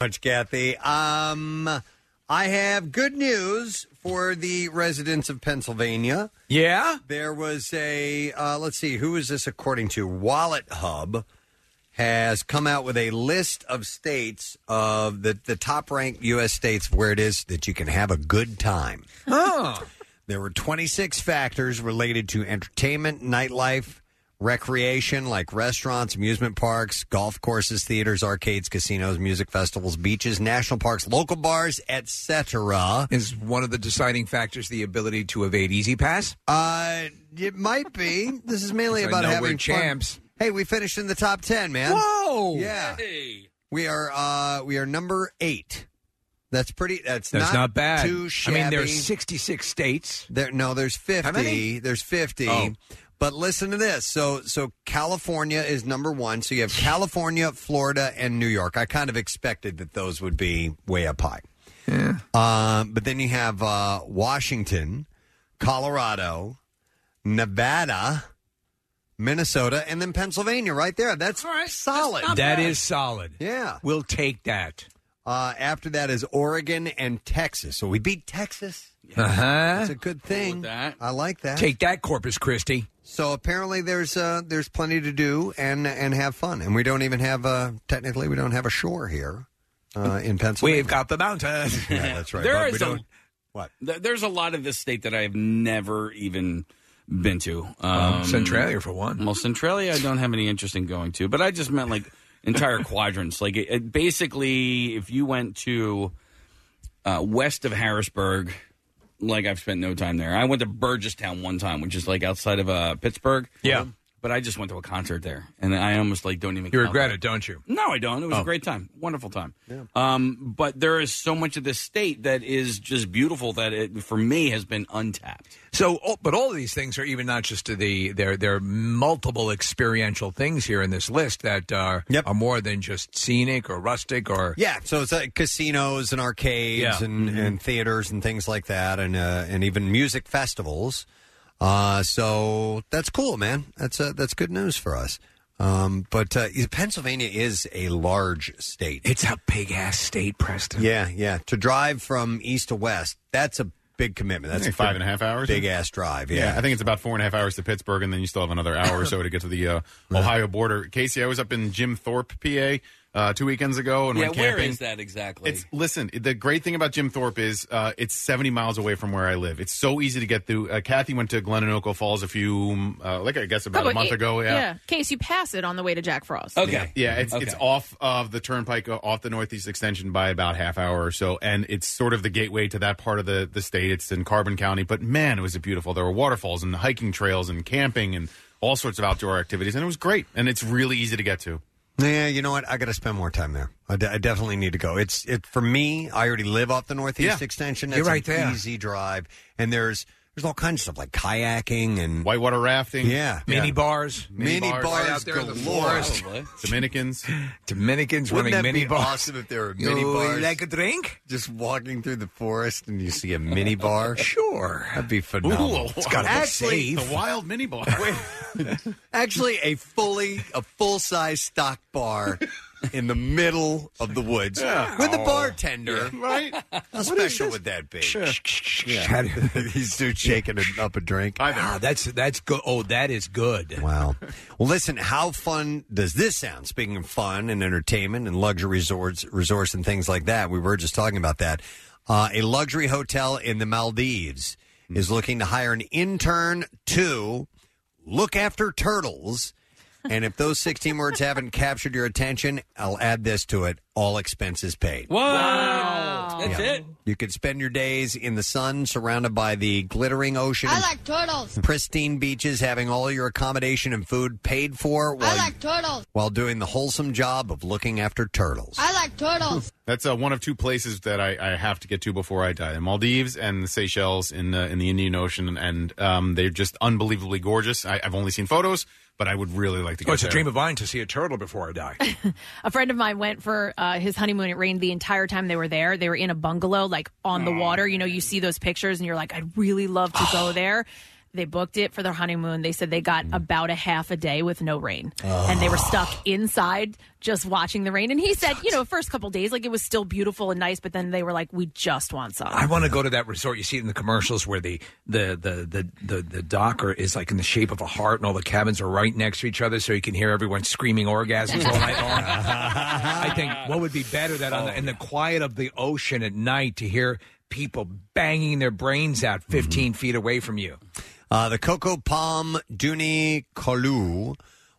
Speaker 3: much, Kathy. Um, I have good news for the residents of Pennsylvania.
Speaker 15: Yeah,
Speaker 3: there was a. Uh, let's see, who is this according to? Wallet Hub has come out with a list of states of the the top ranked U.S. states where it is that you can have a good time.
Speaker 15: Oh.
Speaker 3: There were 26 factors related to entertainment, nightlife, recreation, like restaurants, amusement parks, golf courses, theaters, arcades, casinos, music festivals, beaches, national parks, local bars, etc.
Speaker 15: Is one of the deciding factors the ability to evade Easy Pass?
Speaker 3: Uh, it might be. This is mainly
Speaker 15: I
Speaker 3: about
Speaker 15: know
Speaker 3: having
Speaker 15: we're
Speaker 3: fun.
Speaker 15: champs.
Speaker 3: Hey, we finished in the top 10, man.
Speaker 15: Whoa!
Speaker 3: Yeah. We are uh we are number 8. That's pretty that's,
Speaker 15: That's not, bad.
Speaker 3: Too
Speaker 15: I
Speaker 3: shabby.
Speaker 15: mean, there's 66 states.
Speaker 3: There, no, there's 50.
Speaker 15: many?
Speaker 3: There's 50.
Speaker 15: Oh.
Speaker 3: But listen to this. So, so California is number one. So you have California, Florida, and New York. I kind of expected that those would be way up high.
Speaker 15: Yeah.
Speaker 3: Um, but then you have uh, Washington, Colorado, Nevada, Minnesota, and then Pennsylvania right there. That's solid.
Speaker 15: That is solid.
Speaker 3: Yeah.
Speaker 15: We'll take that.
Speaker 3: Uh, after that is Oregon and Texas. So we beat Texas.
Speaker 15: Uh-huh.
Speaker 3: That's a good thing. I like that.
Speaker 15: Take that, Corpus Christi.
Speaker 3: So apparently there's uh, there's plenty to do and and have fun. And we don't even have uh, technically we don't have a shore here uh, in Pennsylvania.
Speaker 15: We've got the mountain.
Speaker 3: Yeah, that's right.
Speaker 6: There
Speaker 3: But
Speaker 6: is
Speaker 3: we
Speaker 6: a-
Speaker 3: don't- what?
Speaker 6: Th- there's a lot of this state that I have never even been to. Um,
Speaker 15: Centralia, for one.
Speaker 6: Well, Centralia, I don't have any interest in going to, but I just meant like entire quadrants. Like, it, it basically, if you went to uh, west of Harrisburg, like I've spent no time there. I went to Burgesstown one time, which is like outside of uh, Pittsburgh.
Speaker 15: Yeah.
Speaker 6: But I just went to a concert there, and I almost like don't even.
Speaker 15: You
Speaker 6: count
Speaker 15: regret
Speaker 6: that.
Speaker 15: it, don't you?
Speaker 6: No, I don't. It was
Speaker 15: Oh.
Speaker 6: a great time, wonderful time. Um, but there is so much of this state that is just beautiful that it, for me has been untapped.
Speaker 15: So,
Speaker 5: oh,
Speaker 15: all- but all of these things are even not just to the there. There are multiple experiential things here in this list that are are more than just scenic or rustic or
Speaker 3: Yeah, so it's like casinos and arcades
Speaker 15: Yeah.
Speaker 3: and,
Speaker 13: Mm-hmm.
Speaker 15: Mhm.
Speaker 3: and theaters and things like that, and uh, and even music festivals. Uh, so that's cool, man. That's uh, that's good news for us. Um, but uh, Pennsylvania is a large state.
Speaker 15: It's a big ass state, Preston.
Speaker 3: Yeah, yeah. To drive from east to west, that's a big commitment. That's
Speaker 13: I think five and a half hours.
Speaker 3: Big ass drive. Yeah.
Speaker 13: I think it's about four and a half hours to Pittsburgh, and then you still have another hour or so to get to the uh, Ohio border. Casey, I was up in Jim Thorpe, PA, uh, two weekends ago, and
Speaker 6: yeah,
Speaker 13: went
Speaker 6: where
Speaker 13: camping.
Speaker 6: is that exactly?
Speaker 13: It's listen. The great thing about Jim Thorpe is uh, it's 70 miles away from where I live. It's so easy to get through. Uh, Kathy went to Glenanoco Falls a few, uh, like I guess about a
Speaker 4: Probably
Speaker 13: month
Speaker 4: eight-
Speaker 13: ago.
Speaker 4: yeah. Case you pass it on the way to Jack Frost.
Speaker 13: Yeah, yeah, it's it's off of the turnpike, uh, off the northeast extension by about half hour or so, and it's sort of the gateway to that part of the the state. It's in Carbon County, but man, it was beautiful. There were waterfalls and hiking trails and camping and all sorts of outdoor activities, and it was great. And it's really easy to get to.
Speaker 3: Yeah, you know what? I got to spend more time there. I, de- I definitely need to go. It's it for me. I already live off the Northeast
Speaker 13: Yeah.
Speaker 3: Extension.
Speaker 13: You're
Speaker 3: It's
Speaker 13: right
Speaker 3: an
Speaker 13: there.
Speaker 3: Easy drive, and there's there's all kinds of stuff like kayaking and
Speaker 13: whitewater rafting.
Speaker 3: Yeah,
Speaker 13: Mini
Speaker 5: bars,
Speaker 3: mini, bars,
Speaker 5: right out there in the
Speaker 3: galore.
Speaker 5: forest.
Speaker 13: Dominicans,
Speaker 5: Dominicans
Speaker 3: Wouldn't
Speaker 5: running
Speaker 3: that
Speaker 5: mini
Speaker 3: be
Speaker 5: bars.
Speaker 3: awesome if there were
Speaker 5: You
Speaker 3: mini bars?
Speaker 5: like a drink?
Speaker 3: Just walking through the forest and you see a mini bar.
Speaker 5: sure,
Speaker 3: that'd be phenomenal.
Speaker 13: Ooh,
Speaker 3: it's got
Speaker 13: actually the wild mini bar. Wait,
Speaker 3: actually a fully a full size stock bar in the middle of the woods
Speaker 13: Yeah.
Speaker 3: with a
Speaker 13: Oh.
Speaker 3: bartender.
Speaker 13: Yeah. Right?
Speaker 3: How
Speaker 13: What is
Speaker 3: special
Speaker 13: this?
Speaker 3: would that be?
Speaker 13: Sure.
Speaker 3: Yeah. He's dude shaking it up a drink.
Speaker 5: Ah, that's that's good. Oh, that is good.
Speaker 3: Wow. Well, listen, how fun does this sound? Speaking of fun and entertainment and luxury resorts, resorts and things like that, we were just talking about that. Uh, a luxury hotel in the Maldives is looking to hire an intern to look after turtles. And if those 16 words haven't captured your attention, I'll add this to it all expenses paid.
Speaker 6: Wow. That's
Speaker 3: Yeah.
Speaker 6: it.
Speaker 3: You could spend your days in the sun, surrounded by the glittering ocean. and
Speaker 11: turtles.
Speaker 3: pristine beaches, having all your accommodation and food paid for while,
Speaker 11: turtles.
Speaker 3: while doing the wholesome job of looking after turtles.
Speaker 11: I like turtles.
Speaker 13: That's uh, one of two places that I, I have to get to before I die: the Maldives and the Seychelles in the in the Indian Ocean, and um, they're just unbelievably gorgeous. I, I've only seen photos, but I would really like to. Go
Speaker 5: Oh, it's a
Speaker 13: there.
Speaker 5: dream of mine to see a turtle before I die.
Speaker 4: A friend of mine went for uh, his honeymoon. It rained the entire time they were there. They were in a bungalow, like on the water. You know, you see those pictures and you're like, I'd really love to go there. They booked it for their honeymoon. They said they got
Speaker 3: Mm.
Speaker 4: about a half a day with no rain. And they were stuck inside just watching the rain. And he said, you know, first couple days, like it was still beautiful and nice, but then they were like, we just want sun.
Speaker 5: I want to go to that resort. You see it in the commercials where the the the the the, the docker is like in the shape of a heart, and all the cabins are right next to each other, so you can hear everyone screaming orgasms all night long. I think what would be better than on the, in the quiet of the ocean at night to hear people banging their brains out 15 feet away from you.
Speaker 3: Uh, the Coco Palm Duni Kalu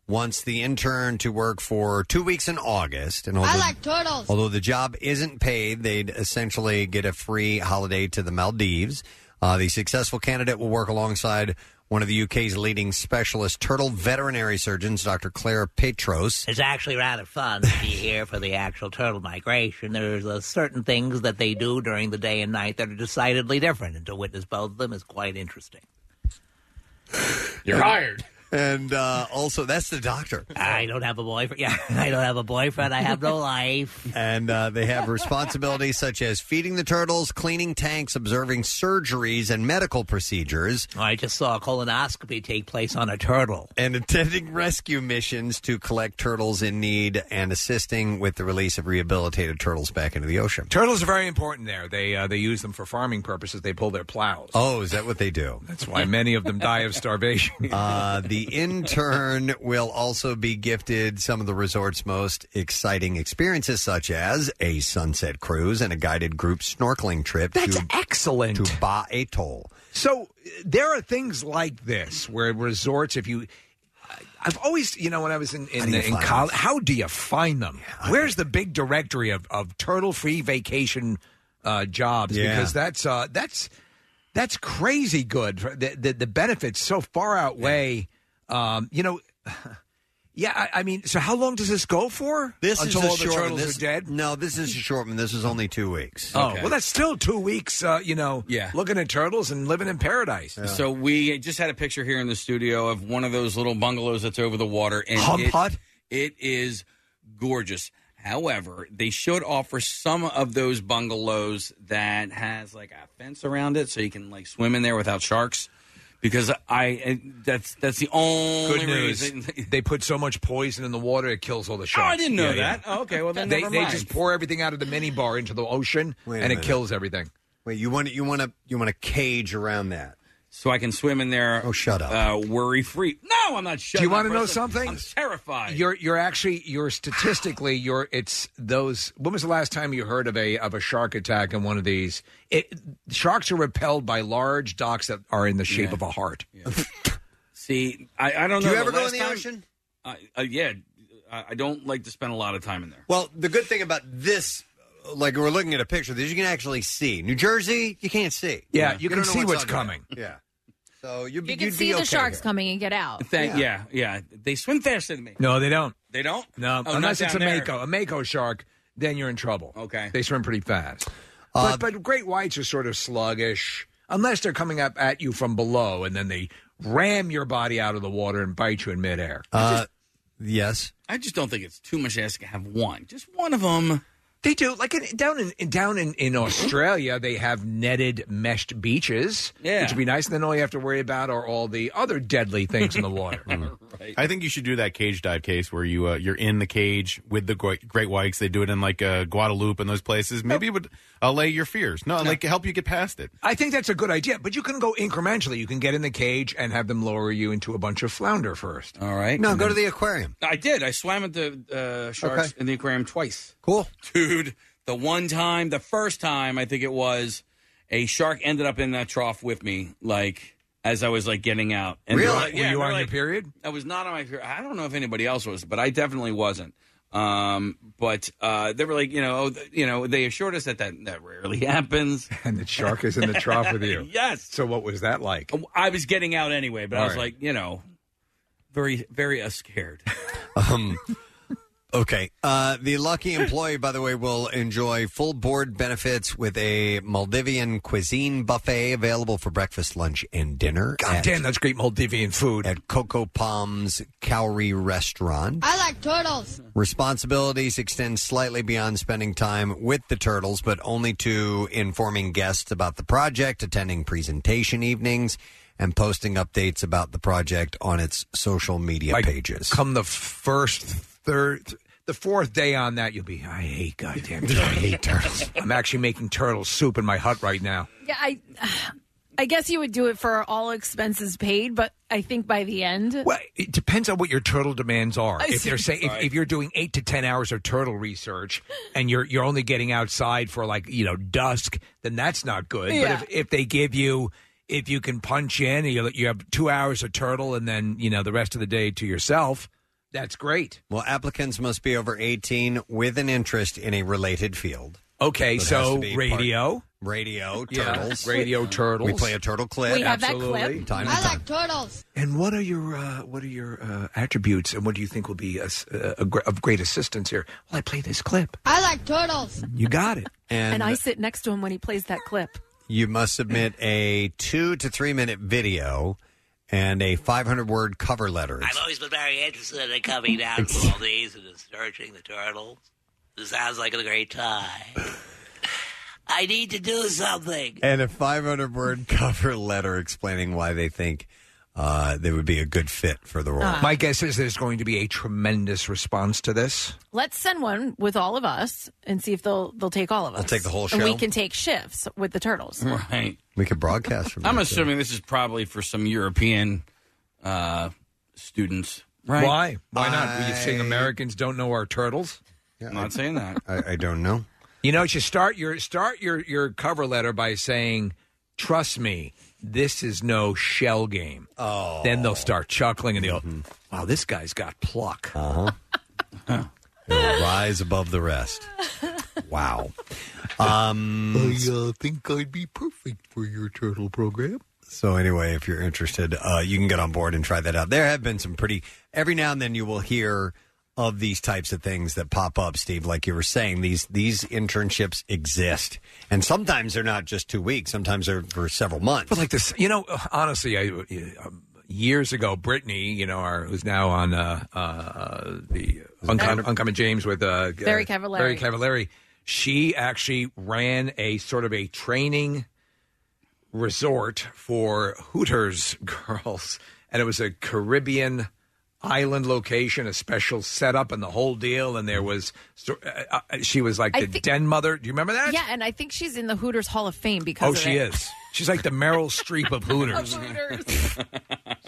Speaker 3: wants the intern to work for two weeks in August. And although,
Speaker 11: turtles.
Speaker 3: although the job isn't paid, they'd essentially get a free holiday to the Maldives. Uh, the successful candidate will work alongside one of the UK's leading specialist turtle veterinary surgeons, Dr. Claire Petros.
Speaker 15: It's actually rather fun to be here for the actual turtle migration. There's uh, certain things that they do during the day and night that are decidedly different, and to witness both of them is quite interesting.
Speaker 3: You're hired. And uh, also, that's the doctor.
Speaker 15: I don't have a boyfriend. Yeah, I don't have a boyfriend. I have no life.
Speaker 3: and uh, they have responsibilities such as feeding the turtles, cleaning tanks, observing surgeries and medical procedures.
Speaker 15: I just saw a uh, colonoscopy take place on a turtle.
Speaker 3: And attending rescue missions to collect turtles in need and assisting with the release of rehabilitated turtles back into the ocean.
Speaker 5: Turtles are very important there. They uh, they use them for farming purposes. They pull their plows.
Speaker 3: Oh, is that what they do? That's
Speaker 5: why many of them die of starvation.
Speaker 3: uh, the intern will also be gifted some of the resort's most exciting experiences, such as a sunset cruise and a guided group snorkeling trip. That's to,
Speaker 5: excellent.
Speaker 3: To Ba Atoll.
Speaker 5: So uh, there are things like this where resorts, if you, I- I've always, you know, when I was in in,
Speaker 3: do you
Speaker 5: in
Speaker 3: find
Speaker 5: college, how do you find them? Where's the big directory of of turtle free vacation uh, jobs?
Speaker 3: Yeah.
Speaker 5: Because that's uh, that's that's crazy good. The the, the benefits so far outweigh, um, you know. Yeah, I, I mean, so how long does this go for?
Speaker 3: This
Speaker 5: Until
Speaker 3: is a
Speaker 5: all the
Speaker 3: short
Speaker 5: turtles
Speaker 3: one. This-
Speaker 5: are dead.
Speaker 3: No, this is a short one. This is only two weeks.
Speaker 5: Oh, well, that's still two weeks. Uh, you know,
Speaker 6: Yeah.
Speaker 5: looking at turtles and living in paradise.
Speaker 6: So we just had a picture here in the studio of one of those little bungalows that's over the water. And
Speaker 5: Hump
Speaker 6: it-
Speaker 5: hut?
Speaker 6: It is gorgeous. However, they should offer some of those bungalows that has like a fence around it, so you can like swim in there without sharks. Because I that's that's the only
Speaker 5: Good news.
Speaker 6: reason.
Speaker 5: they put so much poison in the water it kills all the
Speaker 6: Oh,
Speaker 5: sharks.
Speaker 6: I didn't know
Speaker 5: Yeah,
Speaker 6: that.
Speaker 5: yeah.
Speaker 6: Oh, okay, well then
Speaker 5: they
Speaker 6: never
Speaker 5: they
Speaker 6: mind.
Speaker 5: just pour everything out of the mini bar into the ocean
Speaker 6: Wait a
Speaker 5: and it
Speaker 6: minute.
Speaker 5: kills everything.
Speaker 3: Wait, you want you want to you want a cage around that?
Speaker 6: So I can swim in there. Oh,
Speaker 3: shut up!
Speaker 6: Uh, worry free. No, I'm not shutting.
Speaker 5: Do you want
Speaker 6: up,
Speaker 5: to know
Speaker 6: Preston.
Speaker 5: something?
Speaker 6: I'm terrified.
Speaker 5: You're you're actually you're statistically you're it's those. When was the last time you heard of a of a shark attack in one of these? It, sharks are repelled by large docks that are in the shape of a heart.
Speaker 6: See, I, I don't
Speaker 5: Do
Speaker 6: know.
Speaker 5: you ever go in
Speaker 6: last
Speaker 5: the
Speaker 6: time-
Speaker 3: ocean?
Speaker 6: I- uh, yeah, I, I don't like to spend a lot of time in there.
Speaker 3: Well, the good thing about this, like we're looking at a picture, that you can actually see. New Jersey, you can't see.
Speaker 5: Yeah, you can
Speaker 3: don't know
Speaker 5: see what's
Speaker 3: under
Speaker 5: coming.
Speaker 3: there. Yeah. So you'd be,
Speaker 4: You can
Speaker 3: you'd
Speaker 4: see
Speaker 3: be
Speaker 4: the
Speaker 3: okay
Speaker 4: sharks
Speaker 3: here.
Speaker 4: coming and get out.
Speaker 6: Thank, yeah. yeah, They swim faster than me.
Speaker 5: No, they don't.
Speaker 6: They don't.
Speaker 5: No,
Speaker 6: Oh,
Speaker 5: unless
Speaker 6: not
Speaker 5: it's a
Speaker 6: down there.
Speaker 5: mako, a mako shark, then you're in trouble.
Speaker 6: Okay,
Speaker 5: they swim pretty fast.
Speaker 3: Uh,
Speaker 5: but but great whites are sort of sluggish unless they're coming up at you from below, and then they ram your body out of the water and bite you in midair.
Speaker 3: Uh, yes.
Speaker 6: I just don't think it's too much to ask to have one. Just one of them.
Speaker 5: They do like in, down in- in down in, in Australia. They have netted meshed beaches,
Speaker 13: Yeah.
Speaker 5: which would be nice. And then all you have to worry about are all the other deadly things in the water.
Speaker 13: I think you should do that cage dive case where you uh, you're in the cage with the gre- great whites. They do it in like uh, Guadeloupe and those places. Maybe it would allay your fears. No, like help you get past it.
Speaker 5: I think that's a good idea, but you can go incrementally. You can get in the cage and have them lower you into a bunch of flounder first.
Speaker 6: All right.
Speaker 3: No, go to the aquarium.
Speaker 6: I did. I swam at the uh, sharks
Speaker 5: Okay.
Speaker 6: in the aquarium twice.
Speaker 3: Cool,
Speaker 6: dude. The one time, the first time, I think it was a shark ended up in that trough with me, like as I was like getting out. they
Speaker 5: Really?
Speaker 6: like-
Speaker 5: Were you
Speaker 6: they
Speaker 5: on your
Speaker 6: like-
Speaker 5: period?
Speaker 6: I was not on my period. I don't know if anybody else was, but I definitely wasn't. Um, but uh, they were like, you know, th- you know, they assured us that that, that rarely happens.
Speaker 5: And the shark is in the trough with you.
Speaker 6: Yes.
Speaker 5: So what was that like?
Speaker 6: I was getting out anyway, but I
Speaker 5: All
Speaker 6: was
Speaker 5: right.
Speaker 6: like, you know, very, very uh, scared.
Speaker 3: Um, okay. Uh, the lucky employee, by the way, will enjoy full board benefits with a Maldivian cuisine buffet available for breakfast, lunch, and dinner. God
Speaker 5: damn, that's great Maldivian food.
Speaker 3: At Coco Palms Cowrie Restaurant.
Speaker 11: I like turtles.
Speaker 3: Responsibilities extend slightly beyond spending time with the turtles, but only to informing guests about the project, attending presentation evenings, and posting updates about the project on its social media pages.
Speaker 5: Come the first, third, the fourth day on that, you'll be. I hate goddamn. Turtles. I hate turtles. I'm actually making turtle soup in my hut right now.
Speaker 4: Yeah, I. I guess you would do it for all expenses paid, but I think by the end,
Speaker 5: Well, it depends on what your turtle demands are.
Speaker 4: I
Speaker 5: if they're
Speaker 4: see.
Speaker 5: saying if, if you're doing eight to ten hours of turtle research and you're you're only getting outside for like you know dusk, then that's not good.
Speaker 24: Yeah.
Speaker 5: But if, if they give you if you can punch in and you you have two hours of turtle and then you know the rest of the day to yourself, that's great.
Speaker 3: Well, applicants must be over 18 with an interest in a related field.
Speaker 5: Okay,
Speaker 3: it has
Speaker 5: so
Speaker 3: to be
Speaker 5: radio,
Speaker 3: radio,
Speaker 5: Yeah,
Speaker 3: turtles.
Speaker 5: radio turtles.
Speaker 3: We play a turtle clip.
Speaker 11: We have that
Speaker 5: Absolutely.
Speaker 11: clip.
Speaker 3: Time to
Speaker 11: I like turtles.
Speaker 5: And what are your uh, what are your uh, attributes and what do you think will be a, s- uh, a gr- of great assistance here? Well, I play this clip.
Speaker 4: I like turtles.
Speaker 5: You got it.
Speaker 4: And, I sit next to him when he plays that clip.
Speaker 3: You must submit a two to three minute video and a 500 word cover letter.
Speaker 15: I've always been very interested in coming down to all these and researching the turtles. This sounds like a great time. I need to do something.
Speaker 3: and a 500 word cover letter explaining why they think uh, they would be a good fit for the
Speaker 11: Uh-huh.
Speaker 3: role.
Speaker 5: My guess is there's going to be a tremendous response to this.
Speaker 4: Let's send one with all of us and see if they'll they'll take all of us.
Speaker 3: I'll take the whole
Speaker 4: And we
Speaker 3: show. Mm-hmm.
Speaker 4: can take shifts with the turtles.
Speaker 6: Right.
Speaker 3: We could broadcast from
Speaker 6: I'm
Speaker 3: there, too.
Speaker 6: assuming this is probably for some European uh, students, right?
Speaker 5: Why? Why not? Are you saying Americans don't know our turtles?
Speaker 6: I'm not saying that.
Speaker 3: I, I don't know.
Speaker 5: You know, you should start your start your your cover letter by saying, "Trust me, this is no shell game."
Speaker 3: Oh.
Speaker 5: Then they'll start chuckling and they'll, "Wow, this guy's got pluck."
Speaker 3: Uh huh. rise above the rest. Wow. Um,
Speaker 25: I uh, think I'd be perfect for your turtle program.
Speaker 3: So anyway, if you're interested, uh, you can get on board and try that out. There have been some pretty. Every now and then, you will hear of these types of things that pop up, Steve. Like you were saying, these these internships exist, and sometimes they're not just two weeks. Sometimes they're for several months.
Speaker 5: But like this, you know, honestly, I, um, years ago, Brittany, you know, our, who's now on uh, uh, uh, the Uncommon, Uncommon James with uh,
Speaker 4: Barry
Speaker 5: uh,
Speaker 4: Cavallari.
Speaker 5: Barry Cavallari, she actually ran a sort of a training resort for Hooters girls, and it was a Caribbean island location, a special setup, and the whole deal. And there was so- uh, uh, she was like
Speaker 4: I
Speaker 5: the
Speaker 4: think-
Speaker 5: den mother. Do you remember that?
Speaker 4: Yeah, and I think she's in the Hooters Hall of Fame because
Speaker 5: oh,
Speaker 4: of
Speaker 5: she
Speaker 4: it.
Speaker 5: is. She's like the Meryl Streep of Hooters.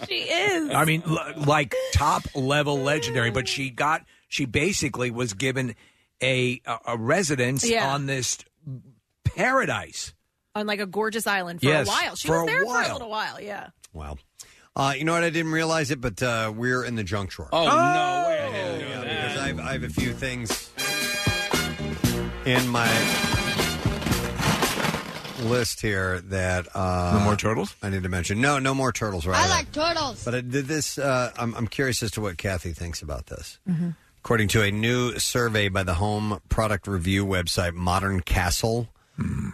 Speaker 4: She is.
Speaker 5: I mean, l- like top level legendary. But she got she basically was given a a, a residence
Speaker 4: Yeah.
Speaker 5: on this paradise.
Speaker 4: on like a gorgeous island for
Speaker 3: Yes,
Speaker 4: a while. She
Speaker 3: for
Speaker 4: was
Speaker 3: a
Speaker 4: there for
Speaker 3: while.
Speaker 4: a little while. Yeah.
Speaker 3: Wow. Uh, you know what? I didn't realize it, but uh, we're in the junk drawer.
Speaker 6: Oh, no way! I didn't know that.
Speaker 3: Because I've, I have a few things in my list here that. Uh, no more
Speaker 5: turtles?
Speaker 3: I need to mention. No, no more turtles, right?
Speaker 11: I like turtles.
Speaker 3: But I did this. Uh, I'm, I'm curious as to what Kathy thinks about this. According to a new survey by the home product review website Modern Castle,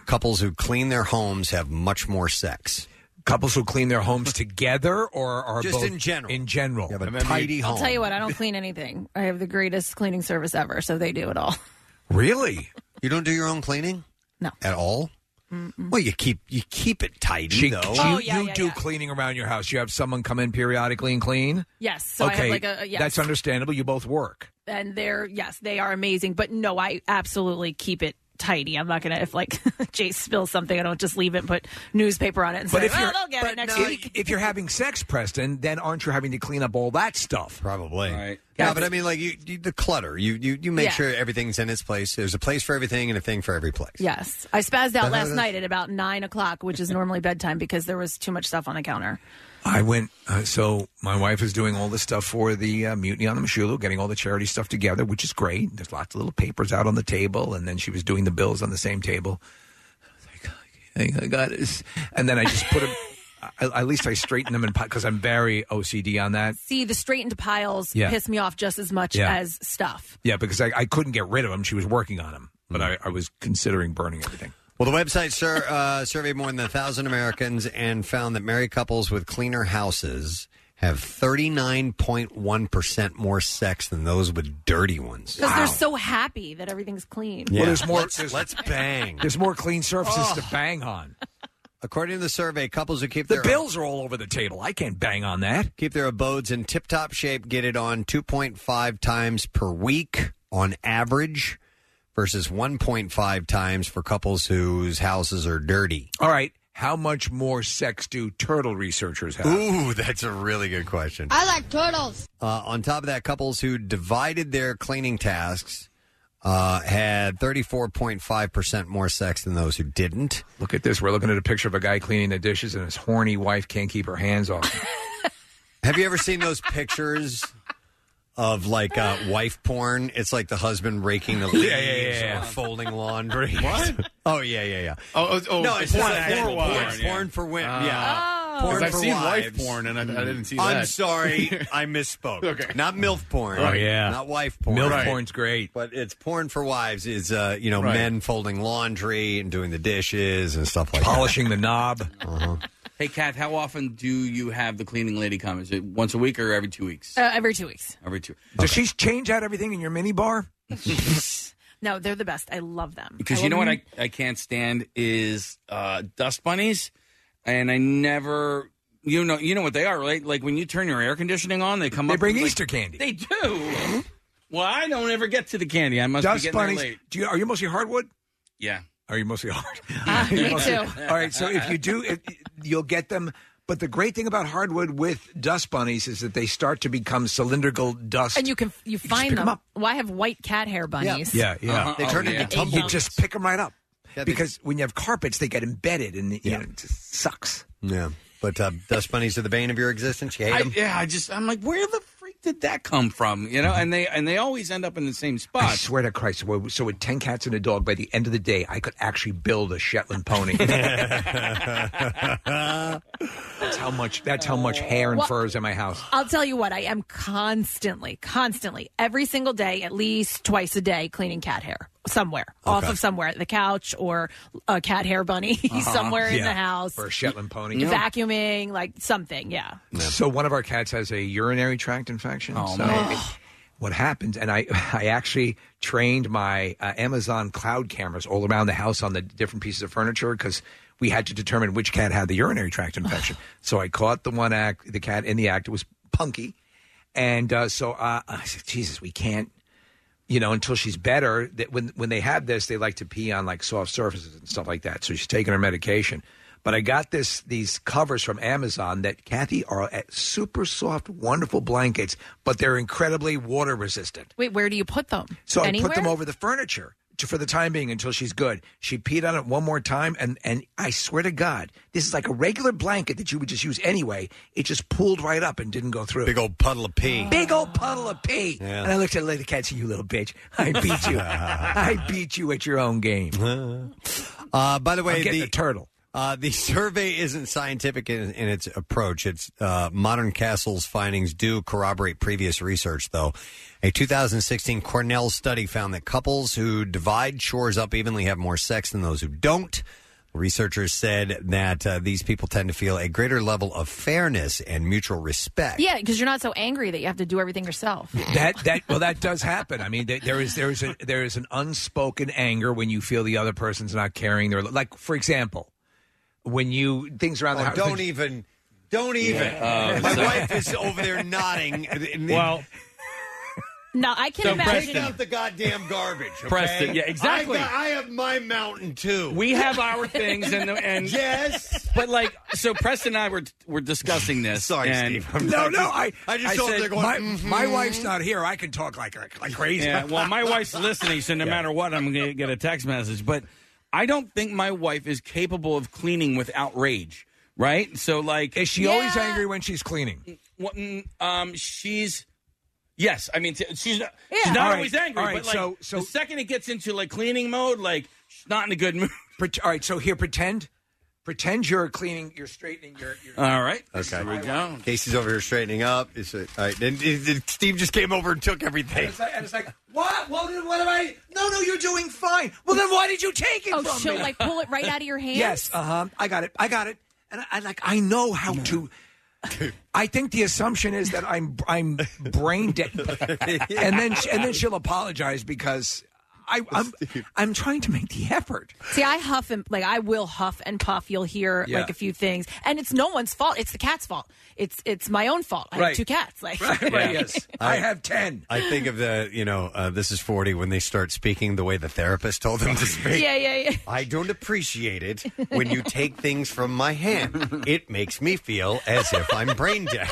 Speaker 3: couples who clean their homes have much more sex.
Speaker 5: Couples who clean their homes together or are
Speaker 3: Just
Speaker 5: both-
Speaker 3: in general.
Speaker 5: In general,
Speaker 3: a And then tidy
Speaker 4: I'll tell you what, I don't clean anything. I have the greatest cleaning service ever, so they do it all.
Speaker 5: Really?
Speaker 3: You don't do your own cleaning?
Speaker 4: No.
Speaker 3: At all? Mm-hmm. Well, you keep you keep it tidy
Speaker 5: She,
Speaker 3: though.
Speaker 5: you,
Speaker 4: Oh,
Speaker 5: you do cleaning around your house. You have someone come in periodically and clean.
Speaker 4: Yes. So I
Speaker 5: okay,
Speaker 4: have like a, a yes.
Speaker 5: that's understandable. You both work.
Speaker 4: and they're yes, they are amazing. But no, I absolutely keep it tidy. I'm not gonna if like Jay spills something, I don't just leave it and put newspaper on it and
Speaker 5: But
Speaker 4: say,
Speaker 5: if
Speaker 4: "Well,
Speaker 5: you're-
Speaker 4: they'll get it next
Speaker 5: if,
Speaker 4: week.
Speaker 5: if you're having sex, Preston, then aren't you having to clean up all that stuff?
Speaker 3: Probably. Right. Yeah, but I mean, like you, you the clutter. You you you make
Speaker 4: Yeah.
Speaker 3: sure everything's in its place. There's a place for everything and a thing for every place.
Speaker 4: Yes. I spazzed out
Speaker 3: That-
Speaker 4: last
Speaker 3: that's-
Speaker 4: night at about nine o'clock, which is normally bedtime because there was too much stuff on the counter.
Speaker 5: I went. Uh, so my wife is doing all this stuff for the uh, mutiny on the Mashulu, getting all the charity stuff together, which is great. There's lots of little papers out on the table, and then she was doing the bills on the same table. I was like, I got this, and then I just put them. I, at least I straightened them in because I'm very OCD on that.
Speaker 4: See, the straightened piles
Speaker 5: Yeah.
Speaker 4: piss me off just as much
Speaker 5: Yeah.
Speaker 4: as stuff.
Speaker 5: Yeah, because I, I couldn't get rid of them. She was working on them, but I, I was considering burning everything.
Speaker 3: Well, the website sur- uh, surveyed more than a thousand Americans and found that married couples with cleaner houses have 39.1 percent more sex than those with dirty ones.
Speaker 4: Because they're so happy that everything's clean.
Speaker 3: Yeah.
Speaker 5: Well, there's more.
Speaker 3: Let's, let's bang. Oh.
Speaker 5: There's more clean surfaces to bang on.
Speaker 3: According to the survey, couples who keep
Speaker 5: The
Speaker 3: their
Speaker 5: bills are all over the table. I can't bang on that.
Speaker 3: Keep their abodes in tip top shape, get it on 2.5 times per week on average versus 1.5 times for couples whose houses are dirty.
Speaker 5: All right. How much more sex do turtle researchers have?
Speaker 3: Ooh, that's a really good question.
Speaker 11: I like turtles.
Speaker 3: Uh, on top of that, couples who divided their cleaning tasks uh, had 34.5% more sex than those who didn't.
Speaker 5: Look at this. We're looking at a picture of a guy cleaning the dishes, and his horny wife can't keep her hands off. him.
Speaker 3: Have you ever seen those pictures of like uh, wife porn? It's like the husband raking the leaves
Speaker 15: Yeah, yeah, yeah, yeah.
Speaker 3: or folding laundry.
Speaker 15: What?
Speaker 3: Oh yeah, yeah, yeah.
Speaker 15: Oh, oh, oh,
Speaker 3: no, it's
Speaker 15: porn
Speaker 3: not
Speaker 15: for
Speaker 3: actual porn.
Speaker 15: wives.
Speaker 3: Porn,
Speaker 15: Yeah.
Speaker 3: for women.
Speaker 15: Ah.
Speaker 3: yeah,
Speaker 15: Oh. 'Cause I've seen wife porn and I- I didn't see
Speaker 3: Uh, Mm-hmm. I'm
Speaker 15: that.
Speaker 3: sorry, I misspoke.
Speaker 15: Okay.
Speaker 3: not milf porn.
Speaker 15: Oh, yeah.
Speaker 3: not wife porn.
Speaker 15: Milf Right. porn's
Speaker 5: great,
Speaker 3: but it's porn for wives. Is uh, you know
Speaker 15: Right.
Speaker 3: men folding laundry and doing the dishes and stuff like
Speaker 5: polishing the knob.
Speaker 3: Uh-huh.
Speaker 6: Hey, Kath, how often do you have the cleaning lady come? Is it once a week or every two weeks?
Speaker 4: Uh, every two weeks.
Speaker 6: Every two.
Speaker 5: Does she change out everything in your mini bar?
Speaker 4: No, they're the best. I love them.
Speaker 6: Because you know what I, I can't stand is uh, dust bunnies, and I never you know you know what they are right. Like when you turn your air conditioning on, they come
Speaker 5: They
Speaker 6: up.
Speaker 5: bring
Speaker 6: with, like-
Speaker 5: Easter candy.
Speaker 6: They do. Well, I don't ever get to the candy. I must be
Speaker 5: Dust
Speaker 6: getting there
Speaker 5: bunnies.
Speaker 6: late.
Speaker 5: Do you, are you mostly hardwood?
Speaker 6: Yeah.
Speaker 5: Are you mostly hard?
Speaker 6: Uh, me
Speaker 5: You're mostly-
Speaker 6: too.
Speaker 5: All right. So if you do, if, you'll get them. But the great thing about hardwood with dust bunnies is that they start to become cylindrical dust.
Speaker 4: And you can you find
Speaker 5: pick 'em
Speaker 4: them. Well, I have white cat hair bunnies.
Speaker 5: Yeah, yeah.
Speaker 3: They turn into tumblers.
Speaker 5: You just pick them right up.
Speaker 3: they-
Speaker 5: because when you have carpets, they get embedded, and you know, it just sucks.
Speaker 3: Yeah, but uh, dust bunnies are the bane of your existence. You hate
Speaker 6: I,
Speaker 3: them.
Speaker 6: yeah, I just I'm like, where the freak did that come from? You know, and they and they always end up in the same
Speaker 5: I
Speaker 6: spot.
Speaker 5: swear to Christ. well, So with ten cats and a dog, by the end of the day, I could actually build a Shetland pony. that's how much. That's how much hair and
Speaker 4: Well-
Speaker 5: fur is in my house.
Speaker 4: I'll tell you what, I am constantly, constantly, every single day, at least twice a day, cleaning cat hair somewhere, off of somewhere, the couch or a cat hair bunny somewhere in the house,
Speaker 5: or Uh-huh. a Shetland pony.
Speaker 4: vacuuming, like something. Yeah.
Speaker 5: So one of our cats has a urinary tract infection.
Speaker 4: Oh,
Speaker 5: so
Speaker 4: man.
Speaker 5: What happens, and I, I actually trained my uh, Amazon cloud cameras all around the house on the different pieces of furniture because we had to determine which cat had the urinary tract infection. so I caught the one act, the cat in the act. It was Punky, And uh, so uh, I said, Jesus, we can't, you know, until she's better. That when when they have this, they like to pee on like soft surfaces and stuff like that. So she's taking her medication. But I got this these covers from Amazon that Kathy are uh, super soft, wonderful blankets, but they're incredibly water resistant.
Speaker 4: Wait, where do you put them?
Speaker 5: So
Speaker 4: Anywhere?
Speaker 5: I put them over the furniture to, for the time being until she's good. She peed on it one more time, and and I swear to God, this is like a regular blanket that you would just use anyway. It just pulled right up and didn't go through. Big
Speaker 3: old puddle of pee.
Speaker 5: Big old puddle of pee.
Speaker 3: Yeah.
Speaker 5: And I looked at it like the cat said, "You little bitch, I beat you. I beat you at your own game."
Speaker 3: Uh, by the way,
Speaker 5: I'm getting
Speaker 3: the
Speaker 5: a turtle.
Speaker 3: Uh, the survey isn't scientific in, in its approach. Its uh, modern castles findings do corroborate previous research, though. A 2016 Cornell study found that couples who divide chores up evenly have more sex than those who don't. Researchers said that uh, these people tend to feel a greater level of fairness and mutual respect.
Speaker 4: Yeah, because you're not so angry that you have to do everything yourself.
Speaker 5: that that well that does happen i mean th- there is there is a, there is an unspoken anger when you feel the other person's not carrying their like for example when you things around the
Speaker 3: Oh,
Speaker 5: house
Speaker 3: don't even, don't even.
Speaker 5: Yeah. Oh,
Speaker 3: My
Speaker 5: sorry.
Speaker 3: wife is over there nodding.
Speaker 5: Well,
Speaker 4: No, I can
Speaker 3: So
Speaker 4: imagine.
Speaker 3: Preston- Take out the goddamn garbage. okay?
Speaker 6: Preston, yeah, exactly.
Speaker 3: I, got- I have my mountain too.
Speaker 6: We have our things, and the, and
Speaker 3: yes,
Speaker 6: but like so, Preston and I were were discussing this. Sorry, and, Steve.
Speaker 5: no no i
Speaker 6: told
Speaker 5: said, my,
Speaker 3: "Mm-hmm."
Speaker 5: my wife's not here i can talk like mm-hmm. like crazy
Speaker 6: Yeah, well, my wife's listening, so no matter what, I'm going to get a text message. But I don't think my wife is capable of cleaning without rage, right? So, like, Mm,
Speaker 5: is she always angry when she's cleaning?
Speaker 6: um, she's. Yes, I mean t- she's not, she's not
Speaker 5: All right,
Speaker 6: always angry,
Speaker 5: all right,
Speaker 6: but like
Speaker 5: so- so-
Speaker 6: the second it gets into like cleaning mode, like she's not in a good mood.
Speaker 5: all right, so here, pretend, pretend you're cleaning, you're straightening your. your
Speaker 6: All right.
Speaker 3: Okay. Here we go. Casey's over here straightening up. It's a, all right. And, and- and Steve just came over and took everything.
Speaker 5: like, and it's like, what? Well, then what am I? No, no, you're doing fine. Well, then why did you take it
Speaker 4: Oh,
Speaker 5: from
Speaker 4: she'll,
Speaker 5: me?
Speaker 4: like, pull it right out of your hands?
Speaker 5: Yes, uh huh. I got it. I got it. And I, I like, I know how to. I think the assumption is that I'm I'm brain dead, and then she- and then she'll apologize because I, I'm I'm trying to make the effort.
Speaker 4: See, I huff and like I will huff and puff. You'll hear
Speaker 5: Yeah.
Speaker 4: like a few things, and it's no one's fault. It's the cat's fault. It's it's my own fault. I
Speaker 3: Right.
Speaker 4: have two cats. Like
Speaker 5: yes. I have ten.
Speaker 3: I think of the you know uh, this is forty when they start speaking the way the therapist told them to speak.
Speaker 4: yeah, yeah, yeah.
Speaker 3: I don't appreciate it when you take things from my hand. It makes me feel as if I'm brain dead.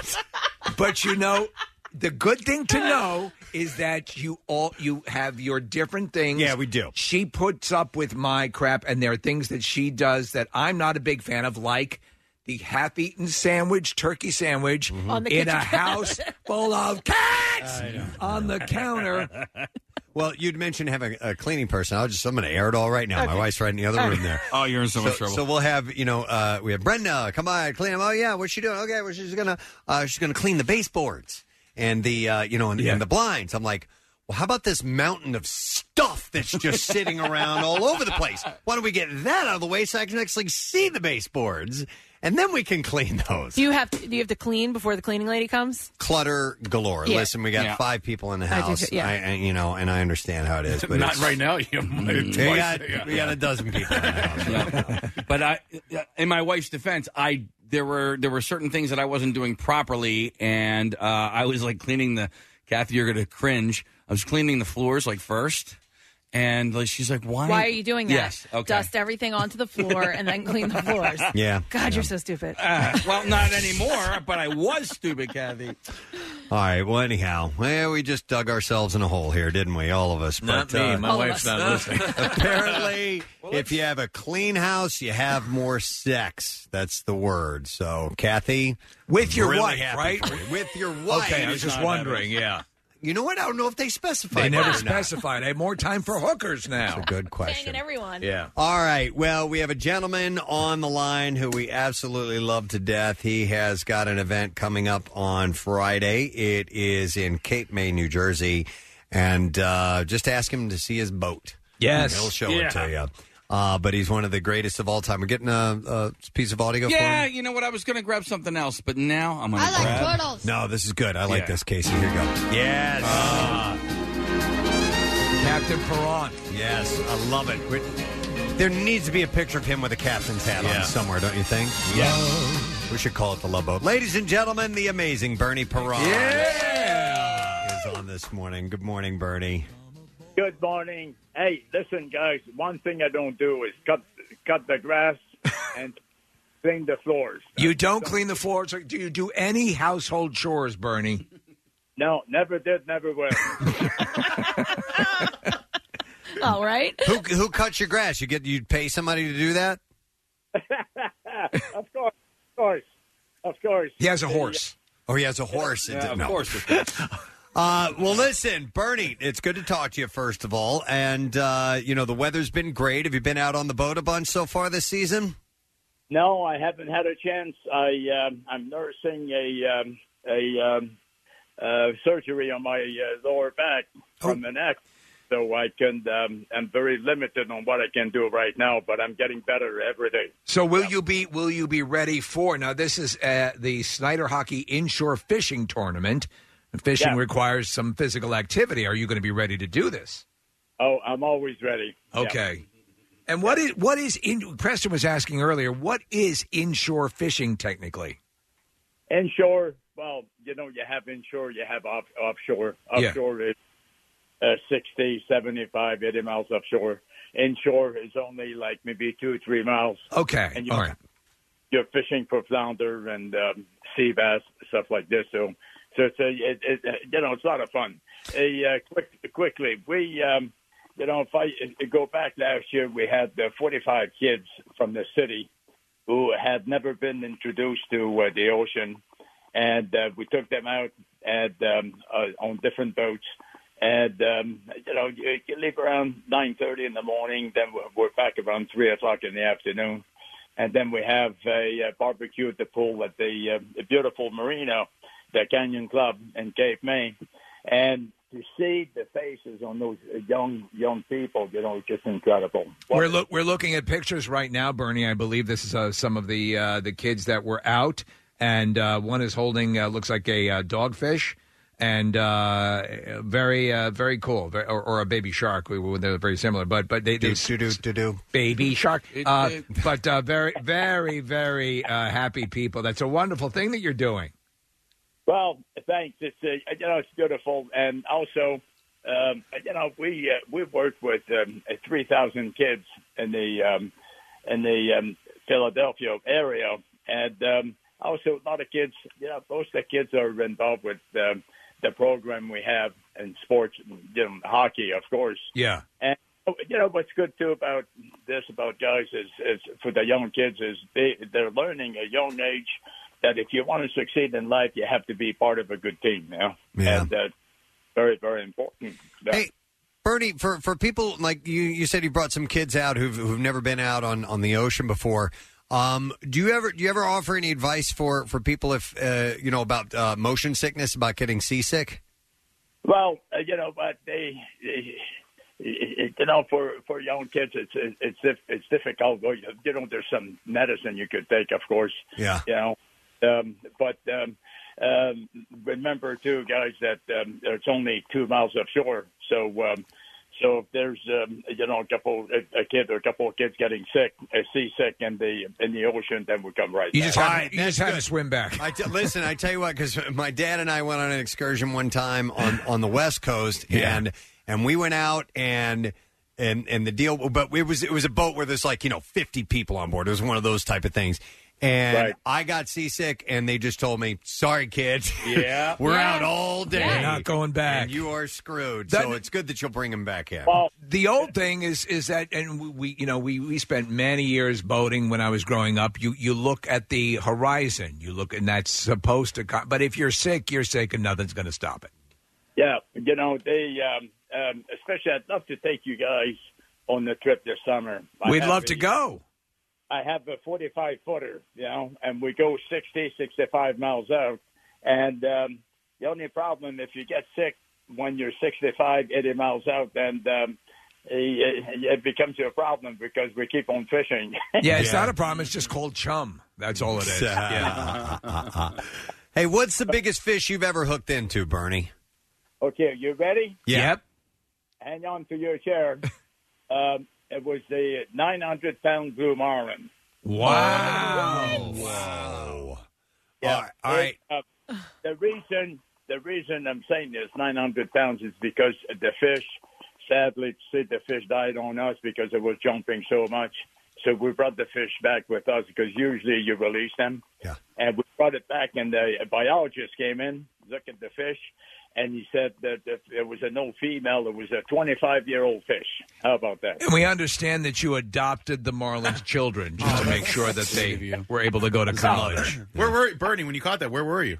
Speaker 5: But you know, the good thing to know is that you all you have your different things. Yeah, we do. She puts up with my crap, and there are things that she does that I'm not a big fan of, like the half-eaten sandwich, turkey sandwich,
Speaker 3: Mm-hmm.
Speaker 15: On the
Speaker 5: in a
Speaker 15: kitchen
Speaker 5: house full of cats on the counter.
Speaker 3: Well, you'd mentioned having a cleaning person. I'll just I'm going to air it all right now. My
Speaker 5: Okay.
Speaker 3: wife's right in the other
Speaker 5: All
Speaker 3: room
Speaker 5: right.
Speaker 3: there.
Speaker 6: Oh, you're in so much trouble.
Speaker 3: So we'll have you know uh, we have Brenda come on clean them. Oh yeah, what's she doing? Okay, well she's gonna uh, she's gonna clean the baseboards and the uh, you know and, and the blinds. I'm like. Well, how about this mountain of stuff that's just sitting around all over the place? Why don't we get that out of the way so I can actually see the baseboards, and then we can clean those.
Speaker 4: Do you have to, do you have to clean before the cleaning lady comes?
Speaker 3: Clutter galore.
Speaker 4: Yeah.
Speaker 3: Listen, we got
Speaker 4: Yeah.
Speaker 3: five people in the
Speaker 4: I do
Speaker 3: house.
Speaker 4: too, yeah.
Speaker 3: I, I- you know, and I understand how it is, but
Speaker 6: Not
Speaker 3: it's- Mm.
Speaker 6: right now. You might have
Speaker 3: We
Speaker 6: twice-
Speaker 3: got- we got a dozen people.
Speaker 6: but I, in my wife's defense, I there were there were certain things that I wasn't doing properly, and uh, I was like cleaning the. Kathy, you're gonna cringe. I was cleaning the floors like first, and like, she's like, "Why?
Speaker 4: Why are you doing that?
Speaker 6: Yes, okay.
Speaker 4: Dust everything onto the floor and then clean the floors.
Speaker 3: Yeah.
Speaker 4: God, you're so stupid.
Speaker 6: Uh, well, not anymore. but I was stupid, Kathy.
Speaker 3: All right. Well, anyhow, well, we just dug ourselves in a hole here, didn't we? All of us. uh,
Speaker 15: Not me. My All of wife's us. not listening.
Speaker 3: Apparently, if you have a clean house, you have more sex. That's the word. So, Kathy,
Speaker 5: with
Speaker 15: your wife, right?
Speaker 3: With your wife.
Speaker 5: Okay, I was just wondering. Yeah,
Speaker 3: You know what? I don't know if they
Speaker 5: they
Speaker 3: specified.
Speaker 5: never
Speaker 3: that or not.
Speaker 5: specified. I have more time for hookers now.
Speaker 3: That's a good question.
Speaker 4: Banging everyone.
Speaker 5: Yeah.
Speaker 3: All right. Well, we have a gentleman on the line who we absolutely love to death. He has got an event coming up on Friday. It is in Cape May, New Jersey, and uh, just ask him to see his boat.
Speaker 5: Yes.
Speaker 3: he'll show it
Speaker 6: Yeah.
Speaker 3: to you. Uh, but he's one of the greatest of all time. We're getting a, a piece of audio.
Speaker 6: yeah,
Speaker 3: for him.
Speaker 6: you know what? I was gonna grab something else, but now I'm gonna. grab...
Speaker 3: No, this is good. I like
Speaker 6: Yeah.
Speaker 3: this, Casey. Here you go. Uh, Yes.
Speaker 5: Captain Perron.
Speaker 3: Yes, I love it. We- There needs to be a picture of him with a captain's hat
Speaker 15: Yeah.
Speaker 3: on somewhere, don't you think?
Speaker 15: Yeah.
Speaker 3: We should call it the Love Boat. Ladies and gentlemen, the amazing Bernie Perron.
Speaker 15: Yeah.
Speaker 3: is on this morning. Good morning, Bernie.
Speaker 8: Good morning. Hey, listen, guys. One thing I don't do is cut cut the grass and clean the floors.
Speaker 5: You don't clean the floors. or Do you do any household chores, Bernie?
Speaker 8: No, never did, never will.
Speaker 4: All right.
Speaker 3: Who who cuts your grass? You get you pay somebody to do that?
Speaker 8: Ah, of course, of course, of course.
Speaker 3: He has a horse. Oh, he has a horse.
Speaker 8: Yeah, of
Speaker 3: course. Uh, well, listen, Bernie, it's good to talk to you, first of all. And, uh, you know, the weather's been great. Have you been out on the boat a bunch so far this season?
Speaker 8: No, I haven't had a chance. I um I'm nursing a um, a um, uh, surgery on my uh, lower back from an ex, so I can um, I'm very limited on what I can do right now. But I'm getting better every day.
Speaker 5: So will you be will you be ready for now? This is uh, the Snyder Hockey Inshore Fishing Tournament. And Fishing
Speaker 8: Yeah.
Speaker 5: requires some physical activity. Are you going to be ready to do this?
Speaker 8: Oh, I'm always ready.
Speaker 5: Okay. And what is what is in, Preston was asking earlier? What is inshore fishing technically?
Speaker 8: Inshore, well, you know, you have inshore, you have off, offshore.
Speaker 5: Yeah.
Speaker 8: Offshore is uh, 60, 75, 80 miles offshore. Inshore is only like maybe two, three miles.
Speaker 5: Okay,
Speaker 8: And you,
Speaker 5: all right.
Speaker 8: You're fishing for flounder and um, sea bass, stuff like this. So, so it's a, it, it, you know, it's a lot of fun. A, uh, quick, quickly, we, um, you know, if I uh, go back last year, we had uh, 45 kids from the city who had never been introduced to uh, the ocean and uh, we took them out and um, uh, on different boats. And um, you know, you, you leave around nine thirty in the morning, then we're- we're back around three o'clock in the afternoon, and then we have a, uh barbecue at the pool at the, uh, the beautiful marina, the Canyon Club in Cape May, and to see the faces on those young young people, you know, it's just incredible.
Speaker 5: We're look we're looking at pictures right now, Bernie. I believe this is uh, some of the uh, the kids that were out, and uh, one is holding uh, looks like a uh, dogfish, and uh, very uh, very cool, Ver- or, or a baby shark. We were they're very similar, but but they, they
Speaker 3: do do do do
Speaker 5: baby shark.
Speaker 6: It's
Speaker 5: Uh,
Speaker 6: big.
Speaker 5: but uh, very very very uh, happy people. That's a wonderful thing that you're doing.
Speaker 8: Well, thanks. It's uh, you know it's beautiful, and also um, you know we uh, we worked with um, three thousand kids in the um, in the um, Philadelphia area, and um, also a lot of kids. You know, most of the kids are involved with um, the program we have in sports, you know, hockey, of course.
Speaker 5: Yeah.
Speaker 8: And you know what's good too about this about guys is, is for the young kids is they they're learning at a young age that if you want to succeed in life, you have to be part of a good team. You know?
Speaker 3: Yeah.
Speaker 8: and that's very very important.
Speaker 3: Hey, Bernie, for, for people like you, you said you brought some kids out who've, who've never been out on, on the ocean before. Um, do you ever do you ever offer any advice for, for people if uh, you know about uh, motion sickness, about getting seasick?
Speaker 8: Well, uh, you know, but they, they- you know, for for young kids, it's it's dif- it's difficult. Well, You you know, there's some medicine you could take, of course.
Speaker 3: Yeah.
Speaker 8: You know, um, but um, um, remember too, guys, that um, it's only two miles offshore. So, um, so if there's um, you know a couple a, a kid or a couple of kids getting sick, uh, seasick in the in the ocean, then we come right.
Speaker 5: You just
Speaker 8: back.
Speaker 5: have, you just have to swim back.
Speaker 3: I t- listen, I tell you what, because my dad and I went on an excursion one time on, on the West Coast, and and we went out and and and the deal, but it was it was a boat where there's like you know fifty people on board. It was one of those type of things, and
Speaker 6: Right.
Speaker 3: I got seasick, and they just told me, "Sorry, kids,
Speaker 6: Yeah.
Speaker 3: we're
Speaker 6: Yeah.
Speaker 3: out all day.
Speaker 6: We're not
Speaker 5: going back.
Speaker 3: And you are screwed."
Speaker 5: That-
Speaker 3: so it's good that you'll bring him back in.
Speaker 5: the old thing is is that, and we, we you know we, we spent many years boating when I was growing up. You you look at the horizon, you look, and that's supposed to. Come, but if you're sick, you're sick, and nothing's going to stop it.
Speaker 8: Yeah, you know they, um, um, especially I'd love to take you guys on the trip this summer. I
Speaker 5: We'd
Speaker 8: have
Speaker 5: love
Speaker 8: a-
Speaker 5: to go.
Speaker 8: I have a 45 footer, you know, and we go 60, 65 miles out. And um, the only problem if you get sick when you're 65, 80 miles out, then um, it, it becomes a problem because we keep on fishing.
Speaker 5: Yeah, it's not a problem. It's just called chum. That's all it is. Yeah.
Speaker 3: hey, what's the biggest fish you've ever hooked into, Bernie?
Speaker 8: Okay, you ready?
Speaker 5: Yep.
Speaker 8: hang on to your chair. um, it was the 900 pound blue marlin.
Speaker 5: Wow.
Speaker 3: Wow.
Speaker 8: Yeah.
Speaker 3: All right.
Speaker 8: It, uh, the reason the reason I'm saying this 900 pounds is because the fish, sadly, see, the fish died on us because it was jumping so much. So we brought the fish back with us because usually you release them.
Speaker 3: Yeah.
Speaker 8: And we brought it back, and the biologist came in, looked at the fish, and he said that if it was an old female, it was a 25 year old fish. How about that?
Speaker 15: And we understand that you adopted the Marlins children just to make sure that they were able to go to college.
Speaker 13: Where were Bernie when you caught that? Where were you?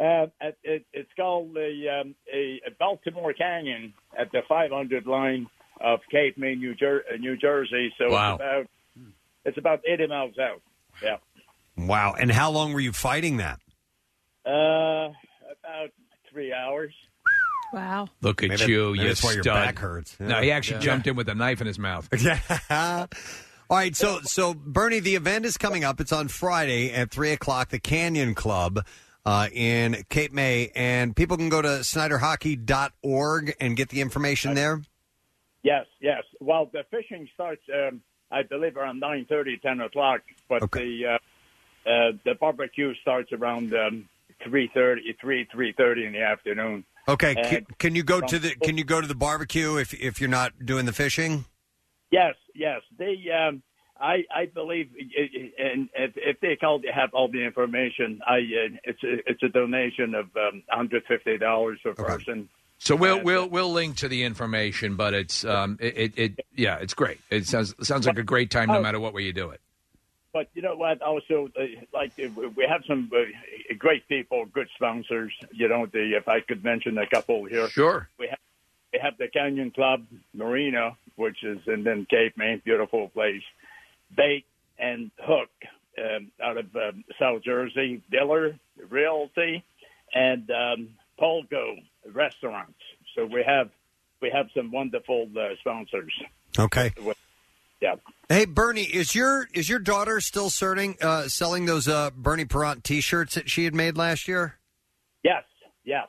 Speaker 8: Uh, it, it, it's called the um, a, a Baltimore Canyon at the 500 line of Cape May, New, Jer- uh, New Jersey. So
Speaker 3: Wow.
Speaker 8: it's about it's about 80 miles out. Yeah,
Speaker 3: Wow. And how long were you fighting that?
Speaker 8: uh, about three hours.
Speaker 1: Wow.
Speaker 15: Look at
Speaker 3: Maybe-
Speaker 15: you,
Speaker 3: maybe
Speaker 15: you
Speaker 3: that's why your
Speaker 15: stud.
Speaker 3: back hurts.
Speaker 15: No, he actually
Speaker 3: Yeah.
Speaker 15: jumped in with a knife in his mouth.
Speaker 3: Yeah. All right, so so Bernie, the event is coming up. It's on Friday at three o'clock, the Canyon Club uh, in Cape May, and people can go to SnyderHockey.org and get the information there.
Speaker 8: Yes, yes. Well, the fishing starts, um, I believe, around 9:30, 10 o'clock, but the uh, uh, the barbecue starts around um, 3:30, 3 3:30 in the afternoon.
Speaker 3: Okay,
Speaker 8: And
Speaker 3: can, can you go to the can you go to the barbecue if if you're not doing the fishing?
Speaker 8: Yes, yes. They, um, I, I believe, and if, if they call, they have all the information. I, uh, it's a, it's a donation of um, hundred fifty dollars per person.
Speaker 15: So we'll we'll we'll link to the information, but it's um it it, it yeah it's great. It sounds sounds like a great time
Speaker 3: Oh.
Speaker 15: no matter what way you do it.
Speaker 8: But you know what? Also, uh, like uh, we- we have some uh, great people, good sponsors. You know, the, if I could mention a couple here.
Speaker 15: Sure.
Speaker 8: We have we have the Canyon Club Marina, which is in then Cape May, beautiful place. Bait and Hook um, out of um, South Jersey, Diller Realty, and um, Polgo Restaurants. So we have we have some wonderful uh, sponsors.
Speaker 3: Okay.
Speaker 8: Yeah.
Speaker 3: Hey Bernie, is your is your daughter still serving, uh, selling those uh, Bernie Perrant T-shirts that she had made last year?
Speaker 8: Yes. Yes.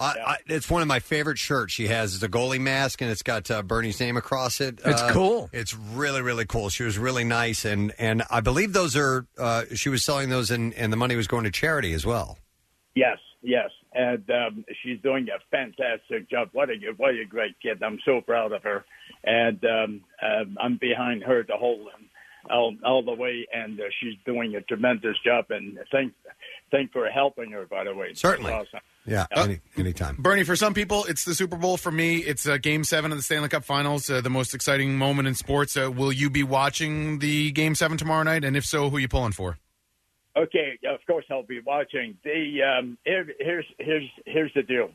Speaker 3: I, I, it's one of my favorite shirts. She has It's a goalie mask, and it's got uh, Bernie's name across it.
Speaker 15: It's
Speaker 3: Uh,
Speaker 15: cool.
Speaker 3: It's really really cool. She was really nice, and and I believe those are uh, she was selling those, and and the money was going to charity as well.
Speaker 8: Yes, yes, and um, she's doing a fantastic job. What a what a great kid! I'm so proud of her, and um, um, I'm behind her the whole um, all, all the way, and uh, she's doing a tremendous job. And thank thank for helping her, by the way.
Speaker 3: Certainly.
Speaker 8: Awesome.
Speaker 3: Yeah, any, anytime.
Speaker 13: Uh, Bernie, for some people, it's the Super Bowl. For me, it's uh, Game Seven of the Stanley Cup Finals, uh, the most exciting moment in sports. Uh, will you be watching the Game Seven tomorrow night? And if so, who are you pulling for?
Speaker 8: Okay, of course I'll be watching. The um, here, here's here's here's the deal.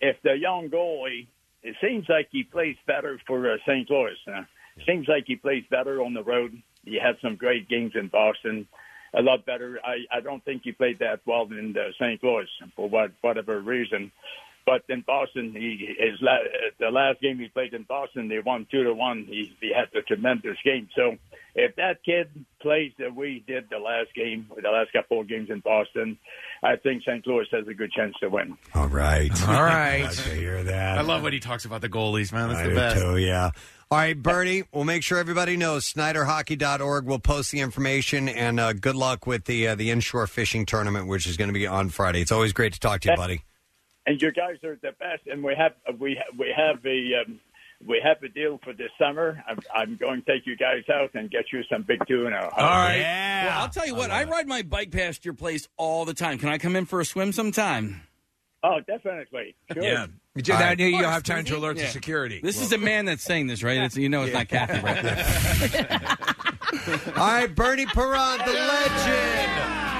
Speaker 8: If the young goalie, it seems like he plays better for uh, St. Louis. Now. Seems like he plays better on the road. He had some great games in Boston. A lot better. I, I don't think he played that well in uh, St. Louis for what, whatever reason. But in Boston, he his la- uh, the last game he played in Boston, they won two to one. He, he had a tremendous game. So if that kid plays the way he did the last game, the last couple of games in Boston, I think St. Louis has a good chance to win.
Speaker 3: All right,
Speaker 13: All right.
Speaker 3: Glad to hear that.
Speaker 13: I love when he talks about the goalies, man. That's
Speaker 3: I
Speaker 13: the
Speaker 3: do
Speaker 13: best.
Speaker 3: too, yeah. All right, Bernie, we'll make sure everybody knows. SnyderHockey.org. We'll post the information, and uh, good luck with the uh, the inshore fishing tournament, which is going to be on Friday. It's always great to talk to you, buddy.
Speaker 8: And you guys are the best. And we have we ha- we have a um, we have a deal for this summer. I'm, I'm going to take you guys out and get you some big tuna.
Speaker 6: All right. Well, I'll tell you what, I, ride my bike past your place all the time. Can I come in for a swim sometime?
Speaker 8: Oh, definitely. Sure.
Speaker 15: You do that, you'll have time to
Speaker 6: Lindsay.
Speaker 15: alert the
Speaker 6: Yeah.
Speaker 15: security.
Speaker 6: This is a man that's saying this, right? It's, you know it's not Kathy, right?
Speaker 3: All right, Bernie Perron, the legend.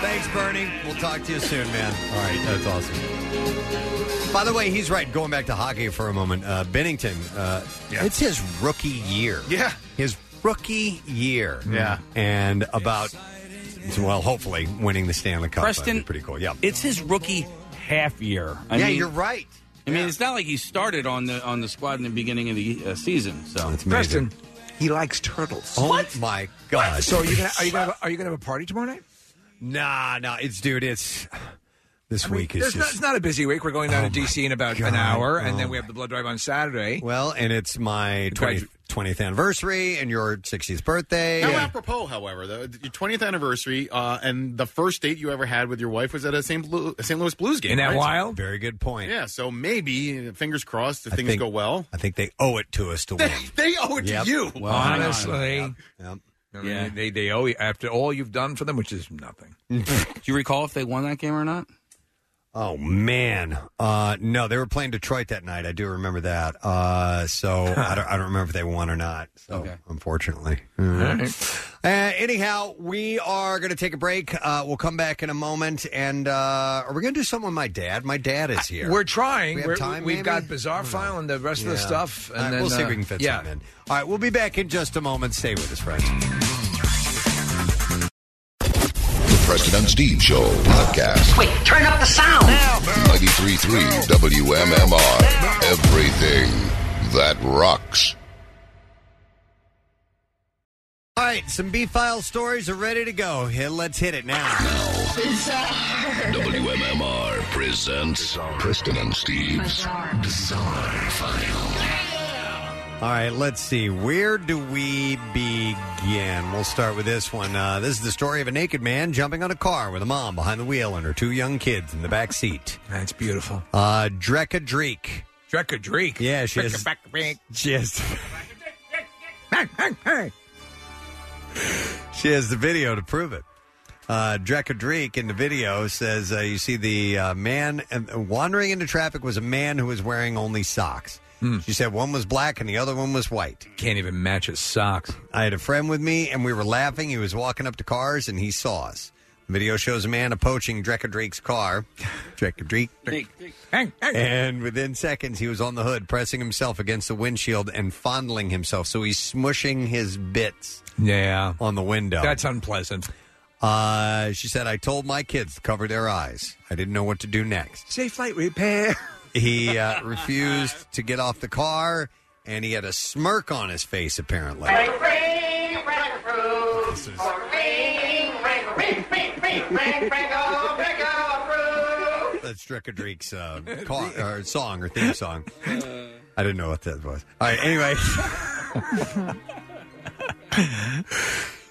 Speaker 3: Thanks, Bernie. We'll talk to you soon, man. All right, that's awesome. By the way, he's right. Going back to hockey for a moment, uh, Bennington. Uh, It's his rookie year. Yeah, his rookie year.
Speaker 13: Yeah.
Speaker 3: and about well, hopefully winning the Stanley Cup.
Speaker 6: Preston-
Speaker 3: That'd be pretty cool. Yeah,
Speaker 6: It's his rookie half year.
Speaker 3: Yeah, you're right.
Speaker 6: I mean, it's not like he started on the on the squad in the beginning of the uh, season. So
Speaker 3: that's
Speaker 15: Preston, he likes turtles.
Speaker 3: Oh my god!
Speaker 15: So are you gonna are you gonna have, a- are you gonna have a party tomorrow night?
Speaker 3: Nah, nah. It's dude. It's this week is
Speaker 15: There's not,
Speaker 3: just
Speaker 15: it's not a busy week. We're going down to DC in about an hour, and
Speaker 3: Oh
Speaker 15: then we have the blood drive on Saturday.
Speaker 3: Well, and it's my
Speaker 15: Gradu-
Speaker 3: 20, 20th anniversary and your 60th birthday.
Speaker 13: How apropos, however, though, your 20th anniversary uh, and the first date you ever had with your wife was at a St. Lu- a St. Louis Blues game.
Speaker 3: In that
Speaker 13: right?
Speaker 3: wild? Very good point.
Speaker 13: Yeah, so maybe, uh, fingers crossed, if things
Speaker 3: think-
Speaker 13: go well.
Speaker 3: I think they owe it to us to win.
Speaker 13: They owe it
Speaker 3: Yep.
Speaker 13: to you.
Speaker 3: Well, hang on.
Speaker 15: honestly. I mean,
Speaker 6: Yeah.
Speaker 15: they they owe you after all you've done for them, which is nothing.
Speaker 6: Do you recall if they won that game or not?
Speaker 3: Oh man, uh, no, they were playing Detroit that night. I do remember that. Uh, so I, don't, I don't remember if they won or not. So unfortunately, Mm. Uh, anyhow, we are going to take a break. Uh, we'll come back in a moment, and uh, are we going to do something with my dad? My dad is here.
Speaker 15: We're trying.
Speaker 3: We
Speaker 15: We
Speaker 3: have time,
Speaker 15: have
Speaker 3: maybe?
Speaker 15: got bizarre file and the rest of the
Speaker 3: Yeah.
Speaker 15: stuff, and
Speaker 3: All right,
Speaker 15: then
Speaker 3: we'll see if
Speaker 15: uh,
Speaker 3: we can fit
Speaker 15: yeah.
Speaker 3: something in. All right, we'll be back in just a moment. Stay with us, friends.
Speaker 9: The Preston and Steve Show podcast.
Speaker 14: Wait, turn up the sound.
Speaker 9: 93.3 WMMR. Everything that rocks.
Speaker 3: All right, some B file stories are ready to go. Here, let's hit it now.
Speaker 9: WMMR presents Preston and Steve's Bizarre File.
Speaker 3: All right, let's see. Where do we begin? We'll start with this one. Uh, this is the story of a naked man jumping on a car with a mom behind the wheel and her two young kids in the back seat.
Speaker 15: That's beautiful.
Speaker 3: Uh, Drekka Dreek.
Speaker 15: Drekka Dreek.
Speaker 3: Yeah, she has. She has. she has the video to prove it. Uh, Drekka Dreek in the video says, uh, "You see the uh, man uh, wandering into traffic was a man who was wearing only socks." She said one was black and the other one was white.
Speaker 15: Hmm. Can't even match his socks.
Speaker 3: I had a friend with me and we were laughing. He was walking up to cars and he saw us. The video shows a man approaching Drekka Dreek's car. Drekka Dreek. And within seconds, he was on the hood, pressing himself against the windshield and fondling himself. So he's smushing his bits
Speaker 15: yeah.
Speaker 3: on the window.
Speaker 15: That's unpleasant.
Speaker 3: Uh, she said, I told my kids to cover their eyes. I didn't know what to do next.
Speaker 15: Safe flight repair.
Speaker 3: He uh, refused to get off the car, and he had a smirk on his face, apparently. That's Drekka Dreek's uh, ca- or song or theme song.
Speaker 15: Uh.
Speaker 3: I didn't know what that was. All right, anyway.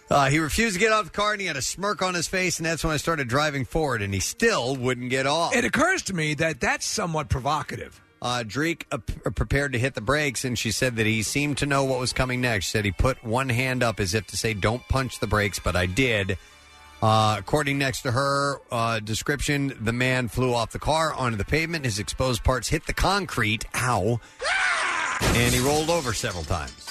Speaker 3: Uh, he refused to get off the car and he had a smirk on his face, and that's when I started driving forward, and he still wouldn't get off.
Speaker 15: It occurs to me that that's somewhat provocative.
Speaker 3: Uh, Drake uh, p- uh, prepared to hit the brakes, and she said that he seemed to know what was coming next. She said he put one hand up as if to say, "Don't punch the brakes," but I did. Uh, according next to her uh, description, the man flew off the car onto the pavement. His exposed parts hit the concrete. Ow! And he rolled over several times.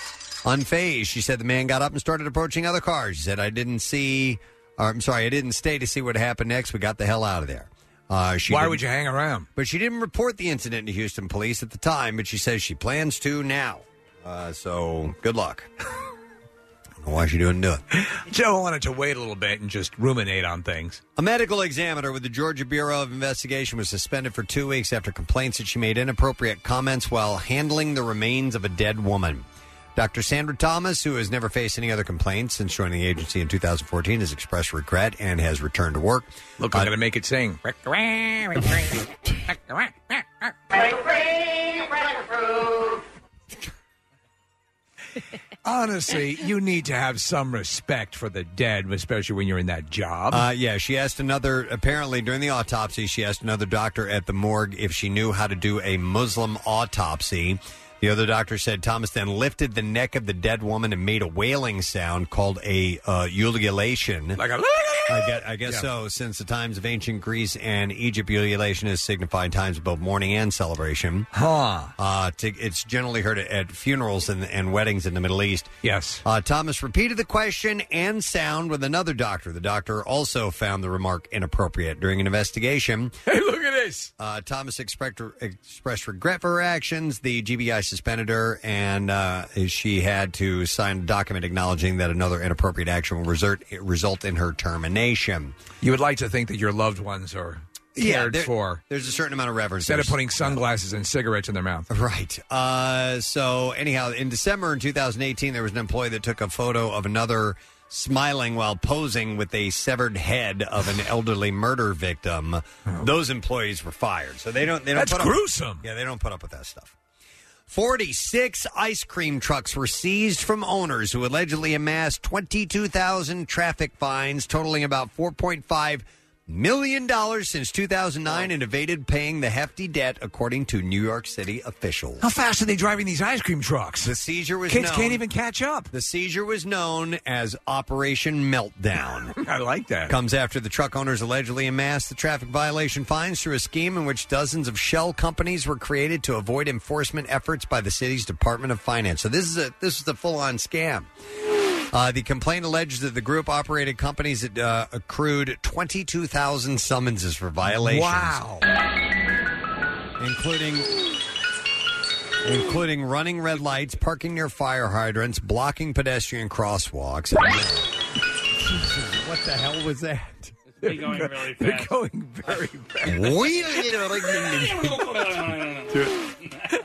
Speaker 3: Unfazed, she said the man got up and started approaching other cars. She said, "I didn't see, or I'm sorry, I didn't stay to see what happened next. We got the hell out of there." Uh, she
Speaker 15: Why
Speaker 3: didn't-
Speaker 15: would you hang around?
Speaker 3: But she didn't report the incident to Houston police at the time, but she says she plans to now. Uh, so good luck. don't know why she didn't do it.
Speaker 15: Joe wanted to wait a little bit and just ruminate on things.
Speaker 3: A medical examiner with the Georgia Bureau of Investigation was suspended for two weeks after complaints that she made inappropriate comments while handling the remains of a dead woman. Dr. Sandra Thomas, who has never faced any other complaints since joining the agency in 2014, has expressed regret and has returned to work. Uh,
Speaker 15: Look, I'm going to make it sing. Honestly, you need to have some respect for the dead, especially when you're in that job.
Speaker 3: Uh, yeah, she asked another. Apparently, during the autopsy, she asked another doctor at the morgue if she knew how to do a Muslim autopsy. The other doctor said Thomas then lifted the neck of the dead woman and made a wailing sound called a uh, ululation.
Speaker 15: Like a.
Speaker 3: I guess, I guess so. Since the times of ancient Greece and Egypt, ululation has signified times of both mourning and celebration.
Speaker 15: Huh.
Speaker 3: Uh, to, it's generally heard at, at funerals and, and weddings in the Middle East.
Speaker 15: Yes.
Speaker 3: Uh, Thomas repeated the question and sound with another doctor. The doctor also found the remark inappropriate during an investigation.
Speaker 15: Hey, look at this.
Speaker 3: Uh, Thomas expect, expressed regret for her actions. The GBI suspended her, and uh, she had to sign a document acknowledging that another inappropriate action will result, result in her termination.
Speaker 15: You would like to think that your loved ones are
Speaker 3: Yeah,
Speaker 15: cared
Speaker 3: there-
Speaker 15: for.
Speaker 3: There's a certain amount of reverence.
Speaker 15: Instead of
Speaker 3: There's-
Speaker 15: putting sunglasses and cigarettes in their mouth.
Speaker 3: Right. Uh, so, anyhow, in December in 2018, there was an employee that took a photo of another smiling while posing with a severed head of an elderly murder victim. Those employees were fired, so they don't. They don't.
Speaker 15: Oh. That's
Speaker 3: put up-
Speaker 15: gruesome.
Speaker 3: yeah, they don't put up with that stuff. 46 ice cream trucks were seized from owners who allegedly amassed 22,000 traffic fines totaling about 4.5 million dollars since 2009 and evaded paying the hefty debt according to New York City officials.
Speaker 15: How fast are they driving these ice cream trucks?
Speaker 3: The seizure was
Speaker 15: Kids
Speaker 3: known-
Speaker 15: can't even catch up.
Speaker 3: The seizure was known as Operation Meltdown.
Speaker 15: I like that.
Speaker 3: Comes after the truck owners allegedly amassed the traffic violation fines through a scheme in which dozens of shell companies were created to avoid enforcement efforts by the city's Department of Finance. So this is a this is a full on scam. Uh, the complaint alleged that the group operated companies that uh, accrued 22,000 summonses for violations.
Speaker 15: Wow.
Speaker 3: Including including running red lights, parking near fire hydrants, blocking pedestrian crosswalks. what the hell was that?
Speaker 11: They're going really
Speaker 15: They're
Speaker 11: fast.
Speaker 15: going very
Speaker 3: Do it.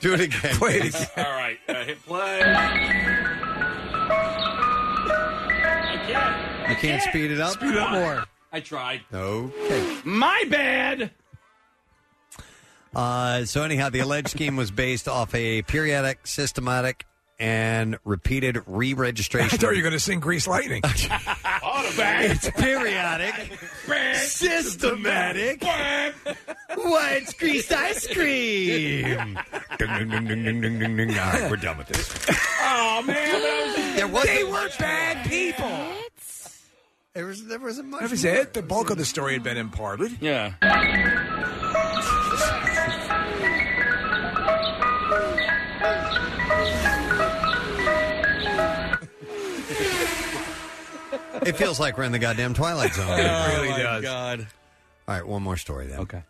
Speaker 3: Do it again.
Speaker 6: All right, uh, hit play. I can't.
Speaker 3: You can't speed it up?
Speaker 6: Speed it up more. I tried.
Speaker 3: Okay.
Speaker 6: My bad.
Speaker 3: Uh, so anyhow, the alleged scheme was based off a periodic, systematic, and repeated re-registration.
Speaker 15: I thought you were going to sing Grease Lightning.
Speaker 3: It's periodic, systematic. Why it's greased ice cream? Ding, ding, ding, ding, ding, ding, ding, ding. All right, we're done with this.
Speaker 11: Oh man,
Speaker 3: There was
Speaker 15: they were bad people.
Speaker 3: There was there wasn't much.
Speaker 15: That was it. The bulk of the story had been imparted.
Speaker 6: Yeah.
Speaker 15: Oh,
Speaker 3: It feels like we're in the goddamn Twilight Zone.
Speaker 6: Oh, my God.
Speaker 3: All right, one more story then. Okay.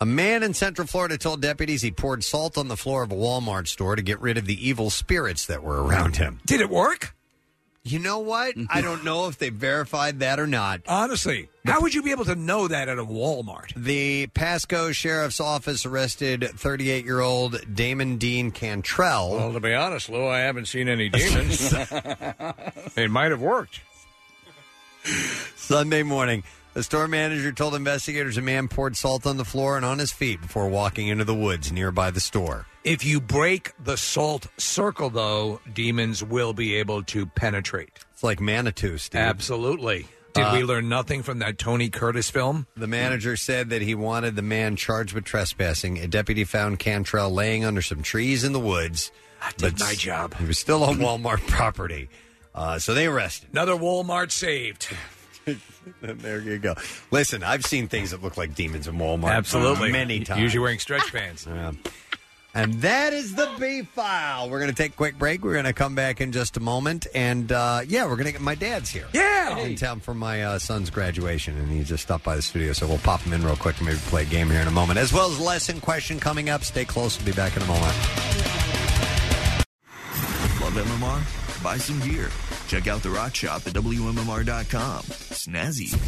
Speaker 3: A man in Central Florida told deputies he poured salt on the floor of a Walmart store to get rid of the evil spirits that were around him.
Speaker 15: Did it work?
Speaker 3: You know what? I don't know if they verified that or not.
Speaker 15: Honestly, how would you be able to know that at a Walmart?
Speaker 3: The Pasco Sheriff's Office arrested 38 year old Damon Dean Cantrell.
Speaker 5: Well, to be honest, Lou, I haven't seen any demons.
Speaker 3: it might have worked. Sunday morning, the store manager told investigators a man poured salt on the floor and on his feet before walking into the woods nearby the store.
Speaker 15: If you break the salt circle, though, demons will be able to penetrate.
Speaker 3: It's like Manitou, Steve.
Speaker 15: Absolutely. Did
Speaker 3: Uh,
Speaker 15: we learn nothing from that Tony Curtis film?
Speaker 3: The manager said that he wanted the man charged with trespassing. A deputy found Cantrell laying under some trees in the woods. I
Speaker 15: did my job.
Speaker 3: He was still on Walmart property. Uh, so they arrested.
Speaker 15: Another Walmart saved.
Speaker 3: there you go. Listen, I've seen things that look like demons in Walmart.
Speaker 15: Absolutely.
Speaker 3: Many times.
Speaker 15: Usually wearing stretch pants.
Speaker 3: Yeah. And that is the B file. We're going to take a quick break. We're going to come back in just a moment. And uh, yeah, we're going to get my dad's here.
Speaker 15: Yeah.
Speaker 3: In town for my uh, son's graduation. And he just stopped by the studio. So we'll pop him in real quick and maybe play a game here in a moment. As well as a lesson question coming up. Stay close. We'll be back in a moment.
Speaker 7: Love MMR? Buy some gear. Check out the rock shop at WMMR.com. Snazzy.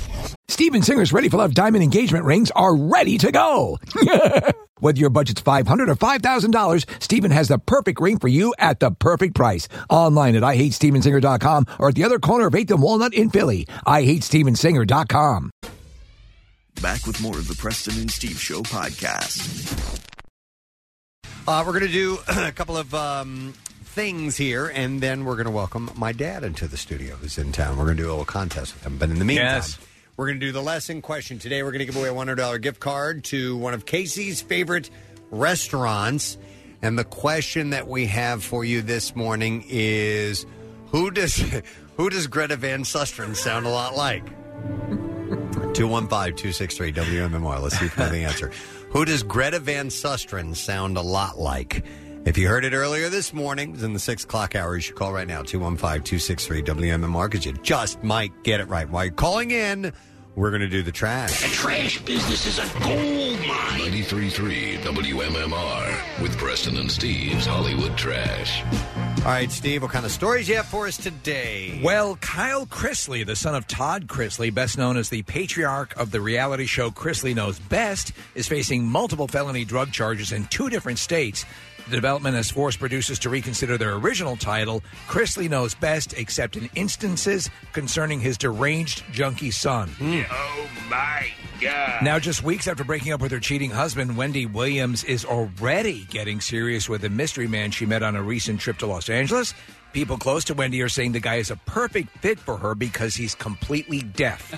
Speaker 19: Steven Singer's Ready for Love diamond engagement rings are ready to go. Whether your budget's $500 or $5,000, Steven has the perfect ring for you at the perfect price. Online at IHateStevenSinger.com or at the other corner of 8th and Walnut in Philly. IHateStevenSinger.com.
Speaker 7: Back with more of the Preston and Steve Show podcast.
Speaker 3: Uh, we're going to do a couple of um, things here. And then we're going to welcome my dad into the studio who's in town. We're going to do a little contest with him. But in the meantime,
Speaker 11: Yes.
Speaker 3: we're going to do the lesson question. Today, we're going to give away a $100 gift card to one of Casey's favorite restaurants. And the question that we have for you this morning is who does who does Greta Van Susteren sound a lot like? 215-263 WMMR. Let's see if you know the answer. Who does Greta Van Susteren sound a lot like? If you heard it earlier this morning, it's in the 6 o'clock hour, you should call right now, 215-263-WMMR, because you just might get it right. While you're calling in, we're going to do the trash.
Speaker 9: Trash business is a gold mine. 93.3 WMMR with Preston and Steve's Hollywood Trash.
Speaker 3: All right, Steve, what kind of stories you have for us today?
Speaker 15: Well, Kyle Chrisley, the son of Todd Chrisley, best known as the patriarch of the reality show Chrisley Knows Best, is facing multiple felony drug charges in two different states. The development has forced producers to reconsider their original title, Chrisley Knows Best, except in instances concerning his deranged junkie son.
Speaker 11: Oh my.
Speaker 23: God.
Speaker 5: Now, just weeks after breaking up with her cheating husband, Wendy Williams is already getting serious with a mystery man she met on a recent trip to Los Angeles. People close to Wendy are saying the guy is a perfect fit for her because he's completely deaf.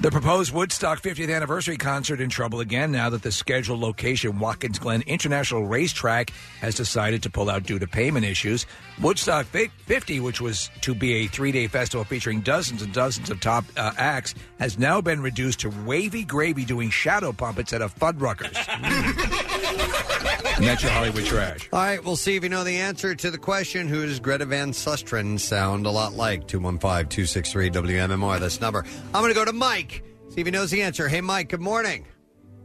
Speaker 5: The proposed Woodstock 50th anniversary concert in trouble again now that the scheduled location, Watkins Glen International Racetrack, has decided to pull out due to payment issues. Woodstock fi- 50, which was to be a three day festival featuring dozens and dozens of top uh, acts, has now been reduced to Wavy Gravy doing shadow puppets at a Fuddruckers. and that's your Hollywood trash.
Speaker 3: All right, we'll see if you know the answer to the question Who does Greta Van Susteren sound a lot like? 215 263 WMMR, that's the number. I'm going to go to Mike, see if he knows the answer. Hey, Mike, good morning.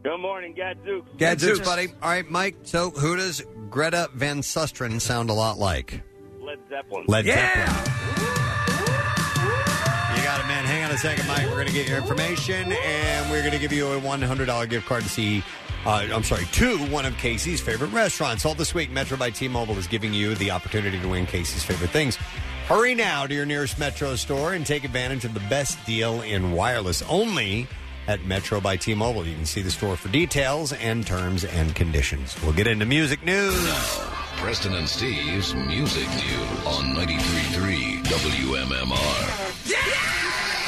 Speaker 23: Good morning, Gadzooks.
Speaker 3: Gadzooks, buddy. All right, Mike, so who does Greta Van Susteren sound a lot like?
Speaker 23: Led Zeppelin.
Speaker 3: Led Zeppelin. You got it, man. Hang on a second, Mike. We're going to get your information, and we're going to give you a $100 gift card to see. Uh, I'm sorry, to one of Casey's favorite restaurants. All this week, Metro by T-Mobile is giving you the opportunity to win Casey's favorite things. Hurry now to your nearest Metro store and take advantage of the best deal in wireless only at Metro by T-Mobile. You can see the store for details and terms and conditions. We'll get into music news.
Speaker 9: Preston and Steve's Music News on 93.3 WMMR.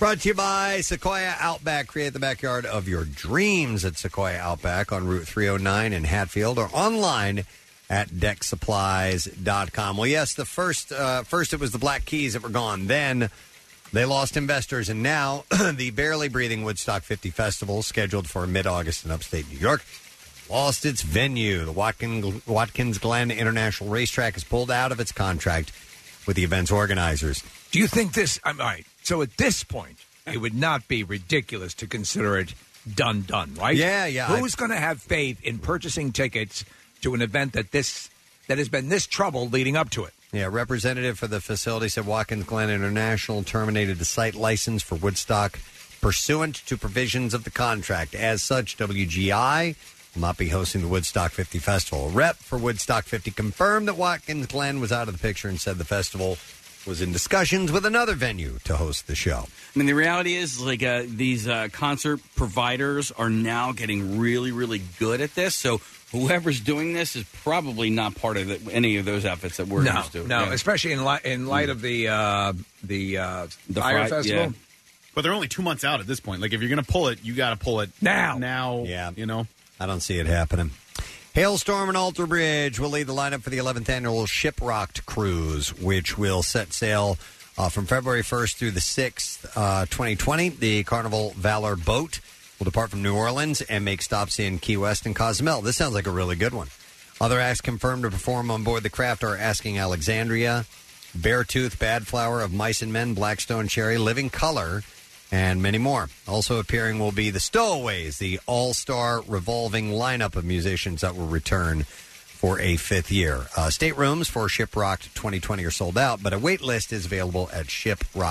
Speaker 3: Brought to you by Sequoia Outback. Create the backyard of your dreams at Sequoia Outback on Route 309 in Hatfield or online at decksupplies.com. Well, yes, the first uh, first it was the Black Keys that were gone. Then they lost investors and now the barely breathing Woodstock 50 festival scheduled for mid-August in upstate New York lost its venue. The Watkins, Watkins Glen International Racetrack is pulled out of its contract with the event's organizers.
Speaker 5: Do you think this? I'm all right. So at this point, it would not be ridiculous to consider it done, done, right?
Speaker 3: Yeah, yeah.
Speaker 5: Who's going to have faith in purchasing tickets to an event that this that has been this trouble leading up to it?
Speaker 3: Yeah, representative for the facility said Watkins Glen International terminated the site license for Woodstock pursuant to provisions of the contract. As such, WGI will not be hosting the Woodstock 50 Festival. A rep for Woodstock 50 confirmed that Watkins Glen was out of the picture and said the festival was in discussions with another venue to host the show.
Speaker 6: I mean, the reality is, like, uh, these uh, concert providers are now getting really, really good at this. So whoever's doing this is probably not part of the, any of those outfits that we're
Speaker 5: no,
Speaker 6: used to.
Speaker 5: no,
Speaker 6: Yeah.
Speaker 5: especially in light in light of the uh, the uh,
Speaker 13: Mm. The
Speaker 5: fire
Speaker 13: Fri-
Speaker 5: festival.
Speaker 13: yeah. But they're only two months out at this point. Like, if you're going to pull it, you got to pull it
Speaker 5: now.
Speaker 13: Now.
Speaker 3: Yeah.
Speaker 13: You know?
Speaker 3: I don't see it happening. Hailstorm and Alter Bridge will lead the lineup for the 11th annual Shipwrocked Cruise, which will set sail uh, from February 1st through the 6th, uh, 2020. The Carnival Valor boat will depart from New Orleans and make stops in Key West and Cozumel. This sounds like a really good one. Other acts confirmed to perform on board the craft are Asking Alexandria, Beartooth, Bad Flower of Mice and Men, Blackstone Cherry, Living Color, and many more. Also appearing will be the Stowaways, the all star revolving lineup of musicians that will return for a fifth year. Uh, staterooms for Shiprocked 2020 are sold out, but a wait list is available at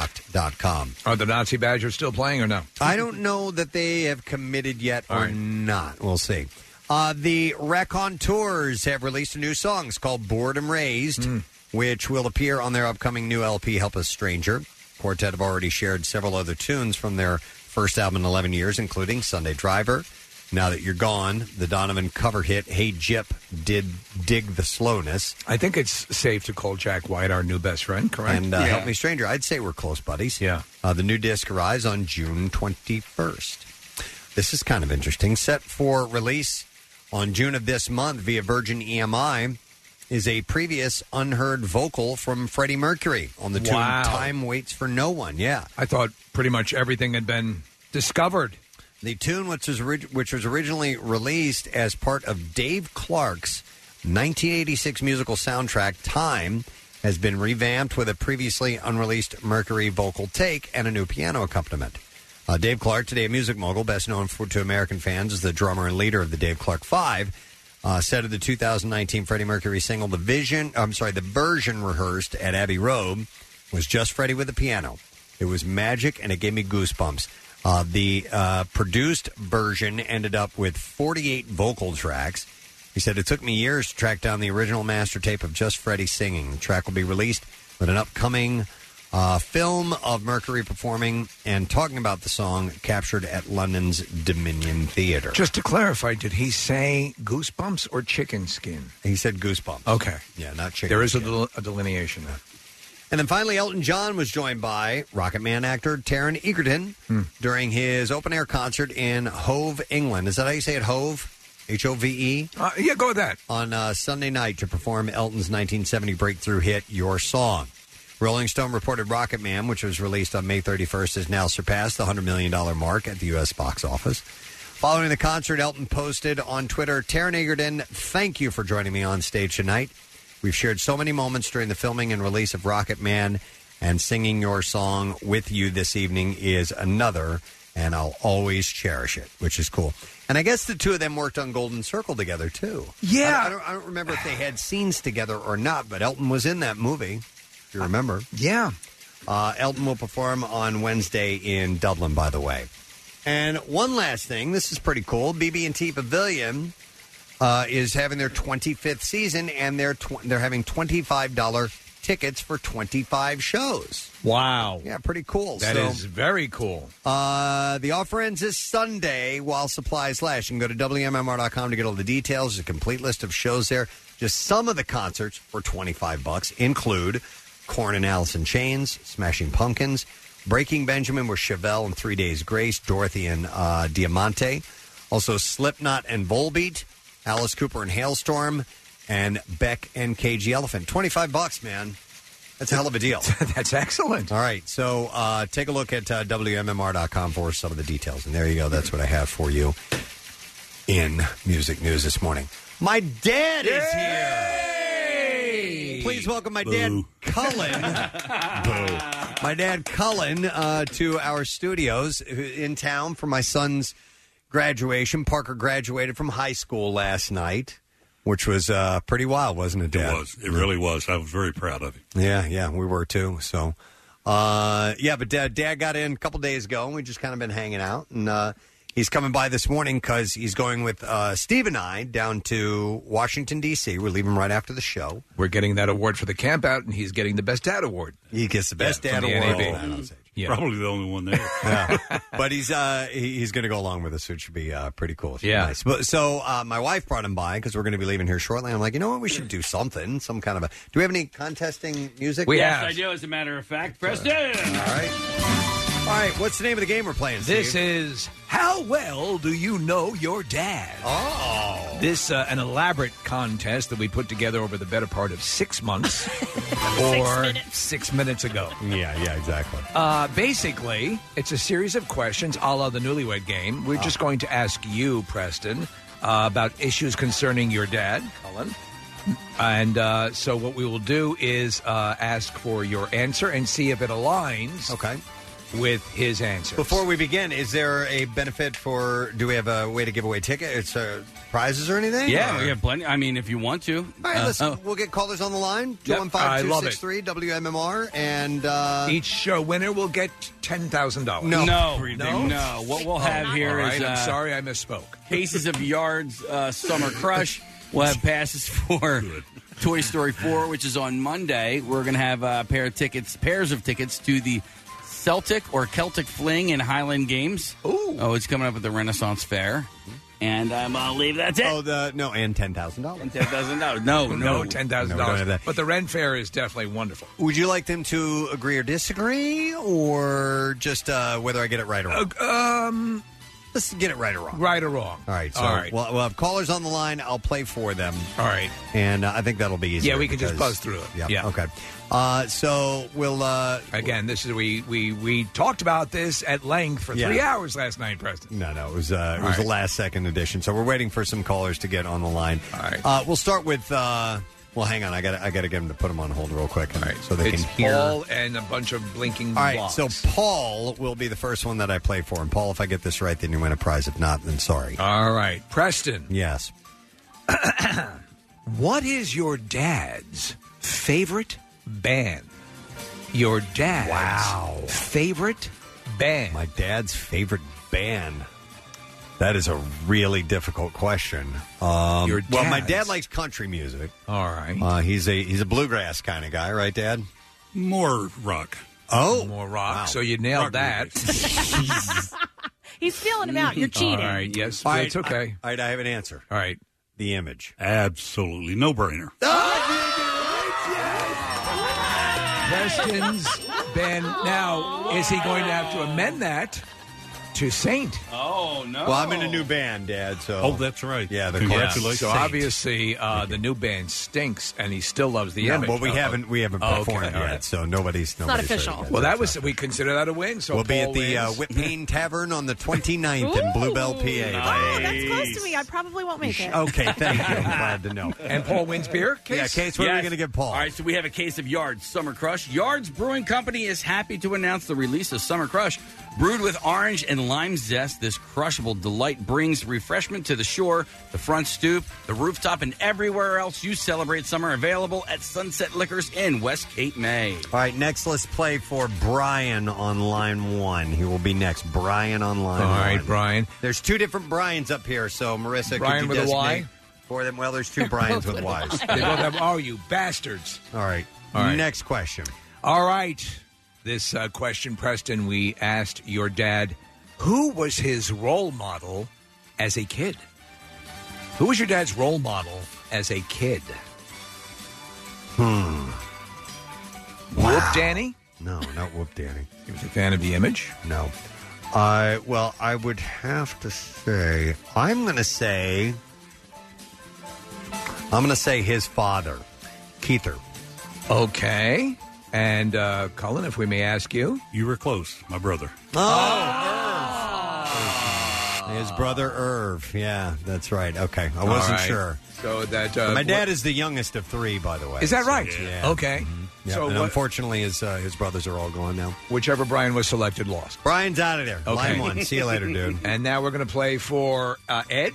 Speaker 3: shiprocked.com.
Speaker 5: Are the Nazi Badgers still playing or no?
Speaker 3: I don't know that they have committed yet or
Speaker 5: All right.
Speaker 3: not. We'll see. Uh, the Raconteurs have released a new song. It's called Boredom Raised,
Speaker 5: Hmm.
Speaker 3: which will appear on their upcoming new LP, Help Us Stranger. Quartet have already shared several other tunes from their first album in 11 years, including Sunday Driver, Now That You're Gone, the Donovan cover hit, Hey Jip, Did Dig the Slowness.
Speaker 5: I think it's safe to call Jack White our new best friend, correct?
Speaker 3: And uh, Help Me Stranger. I'd say we're close buddies. Yeah. Uh, the new disc arrives on June 21st. This is kind of interesting. Set for release on June of this month via Virgin EMI is a previous unheard vocal from Freddie Mercury on the tune
Speaker 5: Wow.
Speaker 3: Time Waits for No One. Yeah.
Speaker 5: I thought pretty much everything had been discovered.
Speaker 3: The tune, which was, orig- which was originally released as part of Dave Clark's 1986 musical soundtrack, Time, has been revamped with a previously unreleased Mercury vocal take and a new piano accompaniment. Uh, Dave Clark, today a music mogul, best known for, to American fans as the drummer and leader of the Dave Clark Five, uh, said of the 2019 Freddie Mercury single, "The Vision," I'm sorry, the version rehearsed at Abbey Road was just Freddie with the piano. It was magic, and it gave me goosebumps. Uh, the uh, produced version ended up with 48 vocal tracks. He said, It took me years to track down the original master tape of just Freddie singing. The track will be released with an upcoming uh, film of Mercury performing and talking about the song captured at London's Dominion Theatre.
Speaker 5: Just to clarify, did he say goosebumps or chicken skin?
Speaker 3: He said goosebumps.
Speaker 5: Okay.
Speaker 3: Yeah, not chicken.
Speaker 5: There is a, del- a delineation there.
Speaker 3: And then finally, Elton John was joined by Rocket Man actor Taron Egerton
Speaker 5: Hmm.
Speaker 3: during his open air concert in Hove, England. Is that how you say it? Hove? H O V E?
Speaker 5: Uh, Yeah, go with that.
Speaker 3: On uh, Sunday night to perform Elton's 1970 breakthrough hit, Your Song. Rolling Stone reported Rocket Man, which was released on May 31st, has now surpassed the $100 million mark at the U.S. box office. Following the concert, Elton posted on Twitter, Taryn Egerton, thank you for joining me on stage tonight. We've shared so many moments during the filming and release of Rocket Man, and singing your song with you this evening is another, and I'll always cherish it, which is cool. And I guess the two of them worked on Golden Circle together, too.
Speaker 5: Yeah.
Speaker 3: I don't, I don't, I don't remember if they had scenes together or not, but Elton was in that movie, if you remember.
Speaker 5: yeah.
Speaker 3: Uh, Elton will perform on Wednesday in Dublin, by the way. And one last thing, this is pretty cool. BB&T Pavilion uh, is having their 25th season, and they're tw- they're having $25 tickets for 25 shows.
Speaker 5: Wow.
Speaker 3: Yeah, pretty cool.
Speaker 5: That
Speaker 3: So-
Speaker 5: is very cool.
Speaker 3: uh, the offer ends this Sunday while supplies last. You can go to WMMR.com to get all the details. There's a complete list of shows there. Just some of the concerts for 25 bucks include Corn and Alice in Chains, Smashing Pumpkins, Breaking Benjamin with Chevelle and Three Days Grace, Dorothy and uh, Diamante, also Slipknot and Volbeat, Alice Cooper and Hailstorm, and Beck and KG Elephant. 25 bucks, man. That's a hell of a deal.
Speaker 5: That's excellent.
Speaker 3: All right. So uh, take a look at uh, WMMR.com for some of the details. And there you go. That's what I have for you in music news this morning. My dad is here. Please welcome my dad, Cullen. My dad, Cullen, uh, to our studios uh, in town for my son's graduation. Parker graduated from high school last night, which was uh, pretty wild, wasn't it, Dad?
Speaker 12: It was. It really was. I was very proud of him.
Speaker 3: Yeah, yeah, we were too. So, uh, yeah, but dad, dad got in a couple days ago, and we just kind of been hanging out. And uh, he's coming by this morning because he's going with uh, Steve and I down to Washington D.C. We're leaving right after the show.
Speaker 5: We're getting that award for the camp out, and he's getting the Best Dad Award.
Speaker 3: He gets the Best Dad Award. Oh,
Speaker 6: Mm.
Speaker 3: I'll say.
Speaker 12: Probably the only one there.
Speaker 3: but he's uh, he- he's going to go along with us, which should be uh, pretty cool. It should be
Speaker 12: Yeah.
Speaker 3: nice. But, so uh, my wife brought him by because we're going to be leaving here shortly. I'm like, you know what? We should do something, some kind of a. Do we have any contesting music?
Speaker 6: yes, I do. As a matter of fact, Preston. All
Speaker 3: right. All right. What's the name of the game we're playing?
Speaker 5: This
Speaker 3: Steve?
Speaker 5: is How Well Do You Know Your Dad?
Speaker 3: Oh.
Speaker 5: This, uh, an elaborate contest that we put together over the better part of six months or six minutes ago.
Speaker 3: Yeah, yeah, exactly.
Speaker 5: Uh, basically, it's a series of questions a la the newlywed game. We're just going to ask you, Preston, uh, about issues concerning your dad, Cullen. And uh, so, what we will do is uh, ask for your answer and see if it aligns
Speaker 3: okay.
Speaker 5: with his answer.
Speaker 3: Before we begin, is there a benefit for? Do we have a way to give away tickets, uh, prizes, or anything?
Speaker 6: Yeah,
Speaker 3: Or-
Speaker 6: we have plenty. I mean, if you want to.
Speaker 3: All right,
Speaker 6: Uh,
Speaker 3: listen.
Speaker 6: oh.
Speaker 3: We'll get callers on the line.
Speaker 6: Yep.
Speaker 3: Two one five
Speaker 6: I
Speaker 3: two
Speaker 6: love
Speaker 3: six
Speaker 6: it.
Speaker 3: three WMMR and uh,
Speaker 5: Each uh, winner will get ten thousand dollars.
Speaker 3: No,
Speaker 6: No, no. What we'll have
Speaker 5: Oh,
Speaker 6: here
Speaker 5: all
Speaker 6: is,
Speaker 5: right, I'm
Speaker 6: uh,
Speaker 5: sorry, I misspoke.
Speaker 6: Cases of Yards uh, Summer Crush. We'll have passes for Toy Story 4, which is on Monday. We're going to have uh, a pair of tickets, pairs of tickets to the Celtic or Celtic Fling in Highland Games.
Speaker 5: Ooh.
Speaker 6: Oh, it's coming up at the Renaissance Fair. And I'm going to leave that it.
Speaker 3: Oh, the no, and ten thousand dollars.
Speaker 6: Ten thousand dollars. No, no,
Speaker 5: no, ten thousand
Speaker 3: No, we don't have
Speaker 5: dollars.
Speaker 3: that.
Speaker 5: But the Ren Fair is definitely wonderful.
Speaker 3: Would you like them to agree or disagree, or just uh, whether I get it right or wrong?
Speaker 5: um,
Speaker 3: let's get it right or wrong.
Speaker 5: Right or wrong.
Speaker 3: All right, so We'll, we'll have callers on the line. I'll play for them.
Speaker 5: All right,
Speaker 3: and uh, I think that'll be easy.
Speaker 5: Yeah, we can just buzz through it.
Speaker 3: Yeah.
Speaker 5: Yeah.
Speaker 3: Okay. Uh, so we'll uh,
Speaker 5: again. This is we we we talked about this at length for
Speaker 3: Yeah.
Speaker 5: three hours last night, Preston.
Speaker 3: No, no, it was uh, it
Speaker 5: All
Speaker 3: was the
Speaker 5: right.
Speaker 3: last second edition. So we're waiting for some callers to get on the line. All right. Uh, we'll start with. Uh, well, hang on. I got I got to get them to put them on hold real quick. All right. So they
Speaker 5: it's
Speaker 3: can hear.
Speaker 5: Paul and a bunch of blinking.
Speaker 3: All right,
Speaker 5: blobs.
Speaker 3: so Paul will be the first one that I play for. And Paul, if I get this right, then you win a prize. If not, then sorry.
Speaker 5: All right, Preston.
Speaker 3: Yes.
Speaker 5: what is your dad's favorite band? Your dad's wow. favorite band?
Speaker 3: My dad's favorite band. That is a really difficult question. Um,
Speaker 5: Your
Speaker 3: well, my dad
Speaker 5: dad's-
Speaker 3: likes country music.
Speaker 5: All right.
Speaker 3: Uh, he's a he's a bluegrass kind of guy, right, Dad?
Speaker 12: More rock.
Speaker 3: Oh,
Speaker 5: more rock. So you nailed that.
Speaker 4: He's feeling him out. You're cheating.
Speaker 5: All right. Yes.
Speaker 4: All
Speaker 5: All
Speaker 4: right,
Speaker 5: right, it's okay.
Speaker 3: All right. I have an answer.
Speaker 5: All right.
Speaker 3: The image.
Speaker 12: Absolutely no brainer.
Speaker 4: Oh,
Speaker 5: Preston's Ben. Now, is he going to have to amend that to Saint?
Speaker 6: Oh no!
Speaker 3: Well, I'm in a new band, Dad. So
Speaker 5: Oh,
Speaker 12: that's right.
Speaker 3: Yeah, they're
Speaker 5: Yeah,
Speaker 3: called-
Speaker 5: So obviously, uh, the new band stinks, and he still loves the
Speaker 3: No,
Speaker 5: image.
Speaker 3: well, we
Speaker 5: Uh,
Speaker 3: haven't we haven't
Speaker 5: okay,
Speaker 3: performed
Speaker 5: all
Speaker 3: yet,
Speaker 5: right.
Speaker 3: so nobody's
Speaker 5: not
Speaker 3: nobody's heard
Speaker 5: official.
Speaker 3: it yet.
Speaker 5: Well, that was we consider that a win. So
Speaker 3: we'll be
Speaker 5: Paul
Speaker 3: at the uh,
Speaker 5: wins.
Speaker 3: Whitpain Tavern on the 29th in Bluebell, PA.
Speaker 4: Oh, that's close to me. I probably won't make it.
Speaker 3: Okay, thank you. I'm glad to know.
Speaker 5: And Paul wins beer.
Speaker 3: Yeah, Case, what are we going to get Paul?
Speaker 6: All right, so we have a case of Yards Summer Crush. Yards Brewing Company is happy to announce the release of Summer Crush. Brewed with orange and lime zest, this crushable delight brings refreshment to the shore, the front stoop, the rooftop, and everywhere else you celebrate summer. Available at Sunset Liquors in West Cape May.
Speaker 3: All right, next let's play for Brian on line one. He will be next. Brian on line
Speaker 5: All
Speaker 3: one.
Speaker 5: right, Brian.
Speaker 3: There's two different Brian's up here, so Marissa,
Speaker 5: Brian
Speaker 3: could you
Speaker 5: with a Y?
Speaker 3: designate For them, well, there's two Brian's with Y's.
Speaker 5: they both have. Oh, you bastards!
Speaker 3: All right.
Speaker 5: All right.
Speaker 3: Next question.
Speaker 5: All right. This uh, question, Preston, we asked your dad who was his role model as a kid? Who was your dad's role model as a kid?
Speaker 3: Hmm.
Speaker 5: Whoop Danny?
Speaker 3: No, not Whoop Danny.
Speaker 5: He was a fan of the image?
Speaker 3: No. Uh, well, I would have to say, I'm going to say, I'm going to say his father, Keither.
Speaker 5: Okay. And uh, Colin, if we may ask you. Oh.
Speaker 12: You were close, my brother.
Speaker 3: Oh. His brother Irv. Yeah, that's right. Okay. I
Speaker 5: Ah. All
Speaker 3: wasn't
Speaker 5: right.
Speaker 3: sure.
Speaker 5: So that. Uh,
Speaker 3: My dad
Speaker 5: what-
Speaker 3: is the youngest of three, by the way.
Speaker 5: Is that
Speaker 3: So,
Speaker 5: right?
Speaker 3: Yeah. Mm-hmm.
Speaker 5: Okay.
Speaker 3: Yeah,
Speaker 5: So
Speaker 3: and
Speaker 5: what-
Speaker 3: unfortunately, his uh, his brothers are all gone now.
Speaker 5: Whichever Brian was selected lost.
Speaker 3: Brian's out of there.
Speaker 5: Okay.
Speaker 3: Line one. See you later, dude.
Speaker 5: And now we're going to play for uh, Ed.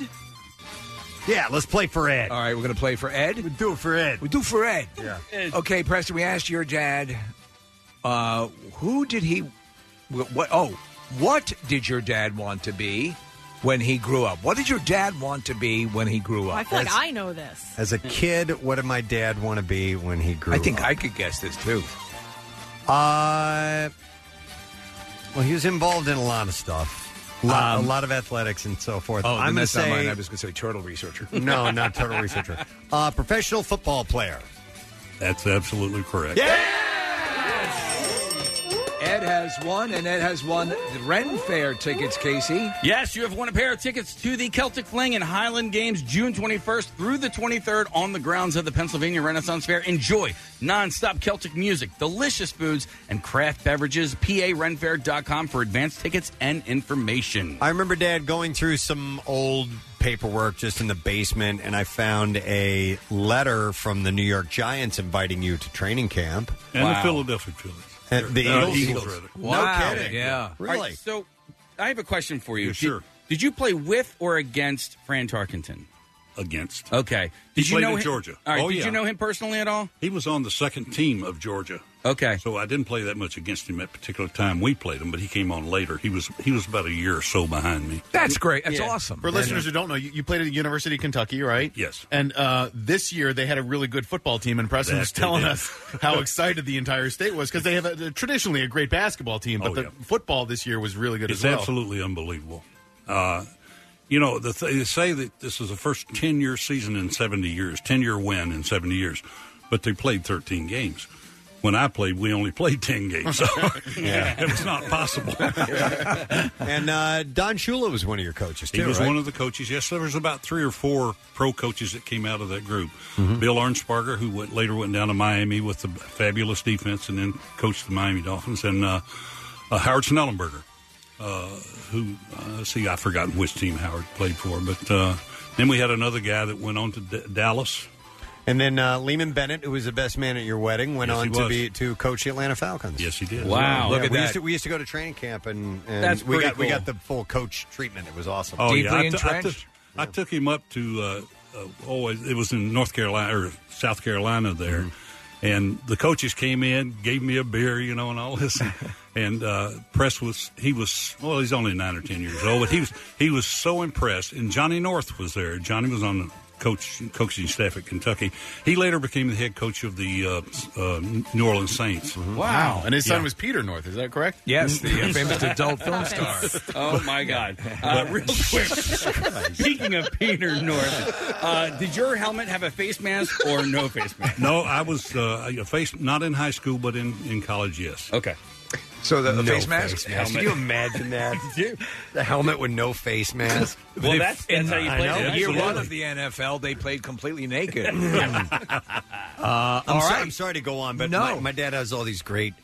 Speaker 3: Yeah, let's play for Ed.
Speaker 5: All right, we're going to play for Ed. We
Speaker 3: do it for Ed.
Speaker 5: We do it for Ed.
Speaker 3: Yeah.
Speaker 5: Okay, Preston, we asked your dad, uh, who did he, wh- what, oh, what did your dad want to be when he grew up? What did your dad want to be when he grew up?
Speaker 4: I feel like I know this.
Speaker 3: As a kid, what did my dad want to be when he grew
Speaker 5: I
Speaker 3: up?
Speaker 5: think I could guess this too.
Speaker 3: Uh, well, he was involved in a lot of stuff, a lot,
Speaker 5: Um,
Speaker 3: a lot of athletics and so forth.
Speaker 5: Oh,
Speaker 3: I'm going
Speaker 5: then
Speaker 3: to
Speaker 5: that's not
Speaker 3: say
Speaker 5: mine. I was going to say turtle researcher.
Speaker 3: no, not total researcher. Uh, professional football player.
Speaker 12: That's absolutely correct.
Speaker 5: Ed has one, and Ed has won the Ren Fair tickets, Casey.
Speaker 6: Yes, you have won a pair of tickets to the Celtic Fling and Highland Games June 21st through the 23rd on the grounds of the Pennsylvania Renaissance Fair. Enjoy nonstop Celtic music, delicious foods, and craft beverages. PARenfair.com for advanced tickets and information.
Speaker 3: I remember Dad going through some old paperwork just in the basement, and I found a letter from the New York Giants inviting you to training camp
Speaker 12: And the Philadelphia Phillies.
Speaker 3: And the
Speaker 12: Uh,
Speaker 3: Eagles.
Speaker 12: rather.
Speaker 3: Wow. kidding. Yeah. Really?
Speaker 6: All right, so I have a question for you.
Speaker 12: Yeah, sure.
Speaker 6: Did, did you play with or against Fran Tarkenton?
Speaker 12: Against.
Speaker 6: Okay.
Speaker 12: He
Speaker 6: Did you
Speaker 12: played
Speaker 6: know
Speaker 12: at
Speaker 6: him-
Speaker 12: Georgia.
Speaker 6: All right,
Speaker 12: Oh,
Speaker 6: did
Speaker 12: yeah.
Speaker 6: you know him personally at all?
Speaker 12: He was on the second team of Georgia.
Speaker 6: Okay.
Speaker 12: So I didn't play that much against him at particular time we played him, but he came on later. He was he was about a year or so behind me.
Speaker 5: That's great. That's awesome.
Speaker 13: For listeners who don't know, you, you played at the University of Kentucky, right?
Speaker 12: uh, Yes.
Speaker 13: And uh, this year they had a really good football team, and Preston
Speaker 12: That
Speaker 13: was
Speaker 12: they
Speaker 13: telling
Speaker 12: did.
Speaker 13: us how excited the entire state was because they have a, traditionally a great basketball team, but the football this year was really good
Speaker 12: It's
Speaker 13: as well.
Speaker 12: absolutely unbelievable. Uh, you know, the th- they say that this is the first 10 year season in 70 years, 10 year win in 70 years, but they played 13 games. When I played, we only played 10 games. So
Speaker 3: Yeah.
Speaker 12: it was not possible.
Speaker 3: and uh, Don Shula was one of your coaches too.
Speaker 12: He was
Speaker 3: right?
Speaker 12: one of the coaches. Yes, there was about three or four pro coaches that came out of that group.
Speaker 3: Mm-hmm.
Speaker 12: Bill Arnsparger, who went, later went down to Miami with the fabulous defense and then coached the Miami Dolphins, and uh, uh, Howard Snellenberger, uh, who, uh, see, I've forgotten which team Howard played for, but uh, then we had another guy that went on to D- Dallas.
Speaker 3: And then uh, Lehman Bennett, who was the best man at your wedding, went
Speaker 12: Yes, he
Speaker 3: on to
Speaker 12: was.
Speaker 3: be to coach the Atlanta Falcons.
Speaker 12: Yes, he did.
Speaker 3: Yeah, we Used to, we used to go to training camp, and, and
Speaker 12: That's
Speaker 3: we
Speaker 12: pretty
Speaker 3: got we
Speaker 12: cool.
Speaker 3: got the full coach treatment. It was awesome.
Speaker 12: Oh, yeah. I t- I took- I took him up to, uh, uh, oh, it it was in North Carolina or South Carolina there. And the coaches came in, gave me a beer, you know, and all this. and uh, Press was, he was, well, he's only nine or 10 years old, but he was, he was so impressed. And Johnny North was there. Johnny was on the coach coaching staff at Kentucky. He later became the head coach of the uh, s- uh, New Orleans Saints.
Speaker 13: Wow. Mm-hmm. And his son
Speaker 12: Yeah.
Speaker 13: was Peter North. Is that correct?
Speaker 12: Yes, the, uh, famous adult film
Speaker 13: star.
Speaker 6: Oh my God! Uh, real quick. Speaking of Peter North, uh, did your helmet have a face mask or no face mask?
Speaker 12: No, I was uh, a face not in high school, but in, in college. Yes.
Speaker 6: Okay.
Speaker 12: So
Speaker 6: the- the No face mask? face mask.
Speaker 12: Oh,
Speaker 3: Can you imagine that? The helmet with no face mask.
Speaker 5: Well, that's- that's how you
Speaker 3: I
Speaker 5: play
Speaker 3: know.
Speaker 5: it.
Speaker 3: Year one
Speaker 5: of the NFL, they played completely naked.
Speaker 3: Uh, I'm,
Speaker 5: All
Speaker 3: so-
Speaker 5: right.
Speaker 3: I'm sorry to go on, but
Speaker 5: No.
Speaker 3: my, my dad has all these great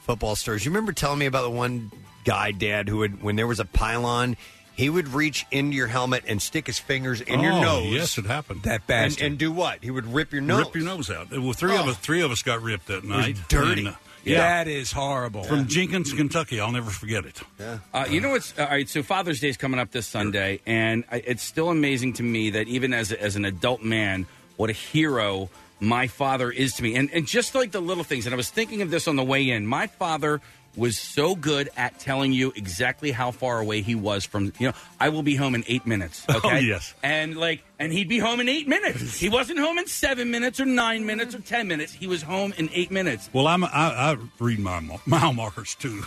Speaker 3: football stories. You remember telling me about the one guy, Dad, who would, when there was a pylon, he would reach into your helmet and stick his fingers in your
Speaker 12: Oh,
Speaker 3: nose.
Speaker 12: yes, it happened. That
Speaker 3: and,
Speaker 12: bastard.
Speaker 3: and do what? He would rip your nose.
Speaker 12: Rip your nose out. Well, three of us, three of us got ripped that
Speaker 3: was
Speaker 12: night.
Speaker 3: dirty.
Speaker 12: uh,
Speaker 5: That is horrible.
Speaker 12: From Jenkins, Kentucky. I'll never forget it. Yeah.
Speaker 6: Uh, you know what's all right? So Father's Day is coming up this Sunday, and I, it's still amazing to me that even as as an adult man, what a hero my father is to me, and and just like the little things. And I was thinking of this on the way in. My father was so good at telling you exactly how far away he was from you know i will be home in eight minutes okay
Speaker 12: Oh, yes.
Speaker 6: and like and he'd be home in eight minutes he wasn't home in seven minutes or nine minutes or ten minutes he was home in eight minutes
Speaker 12: Well, I'm, I, I read my mo- mile markers too.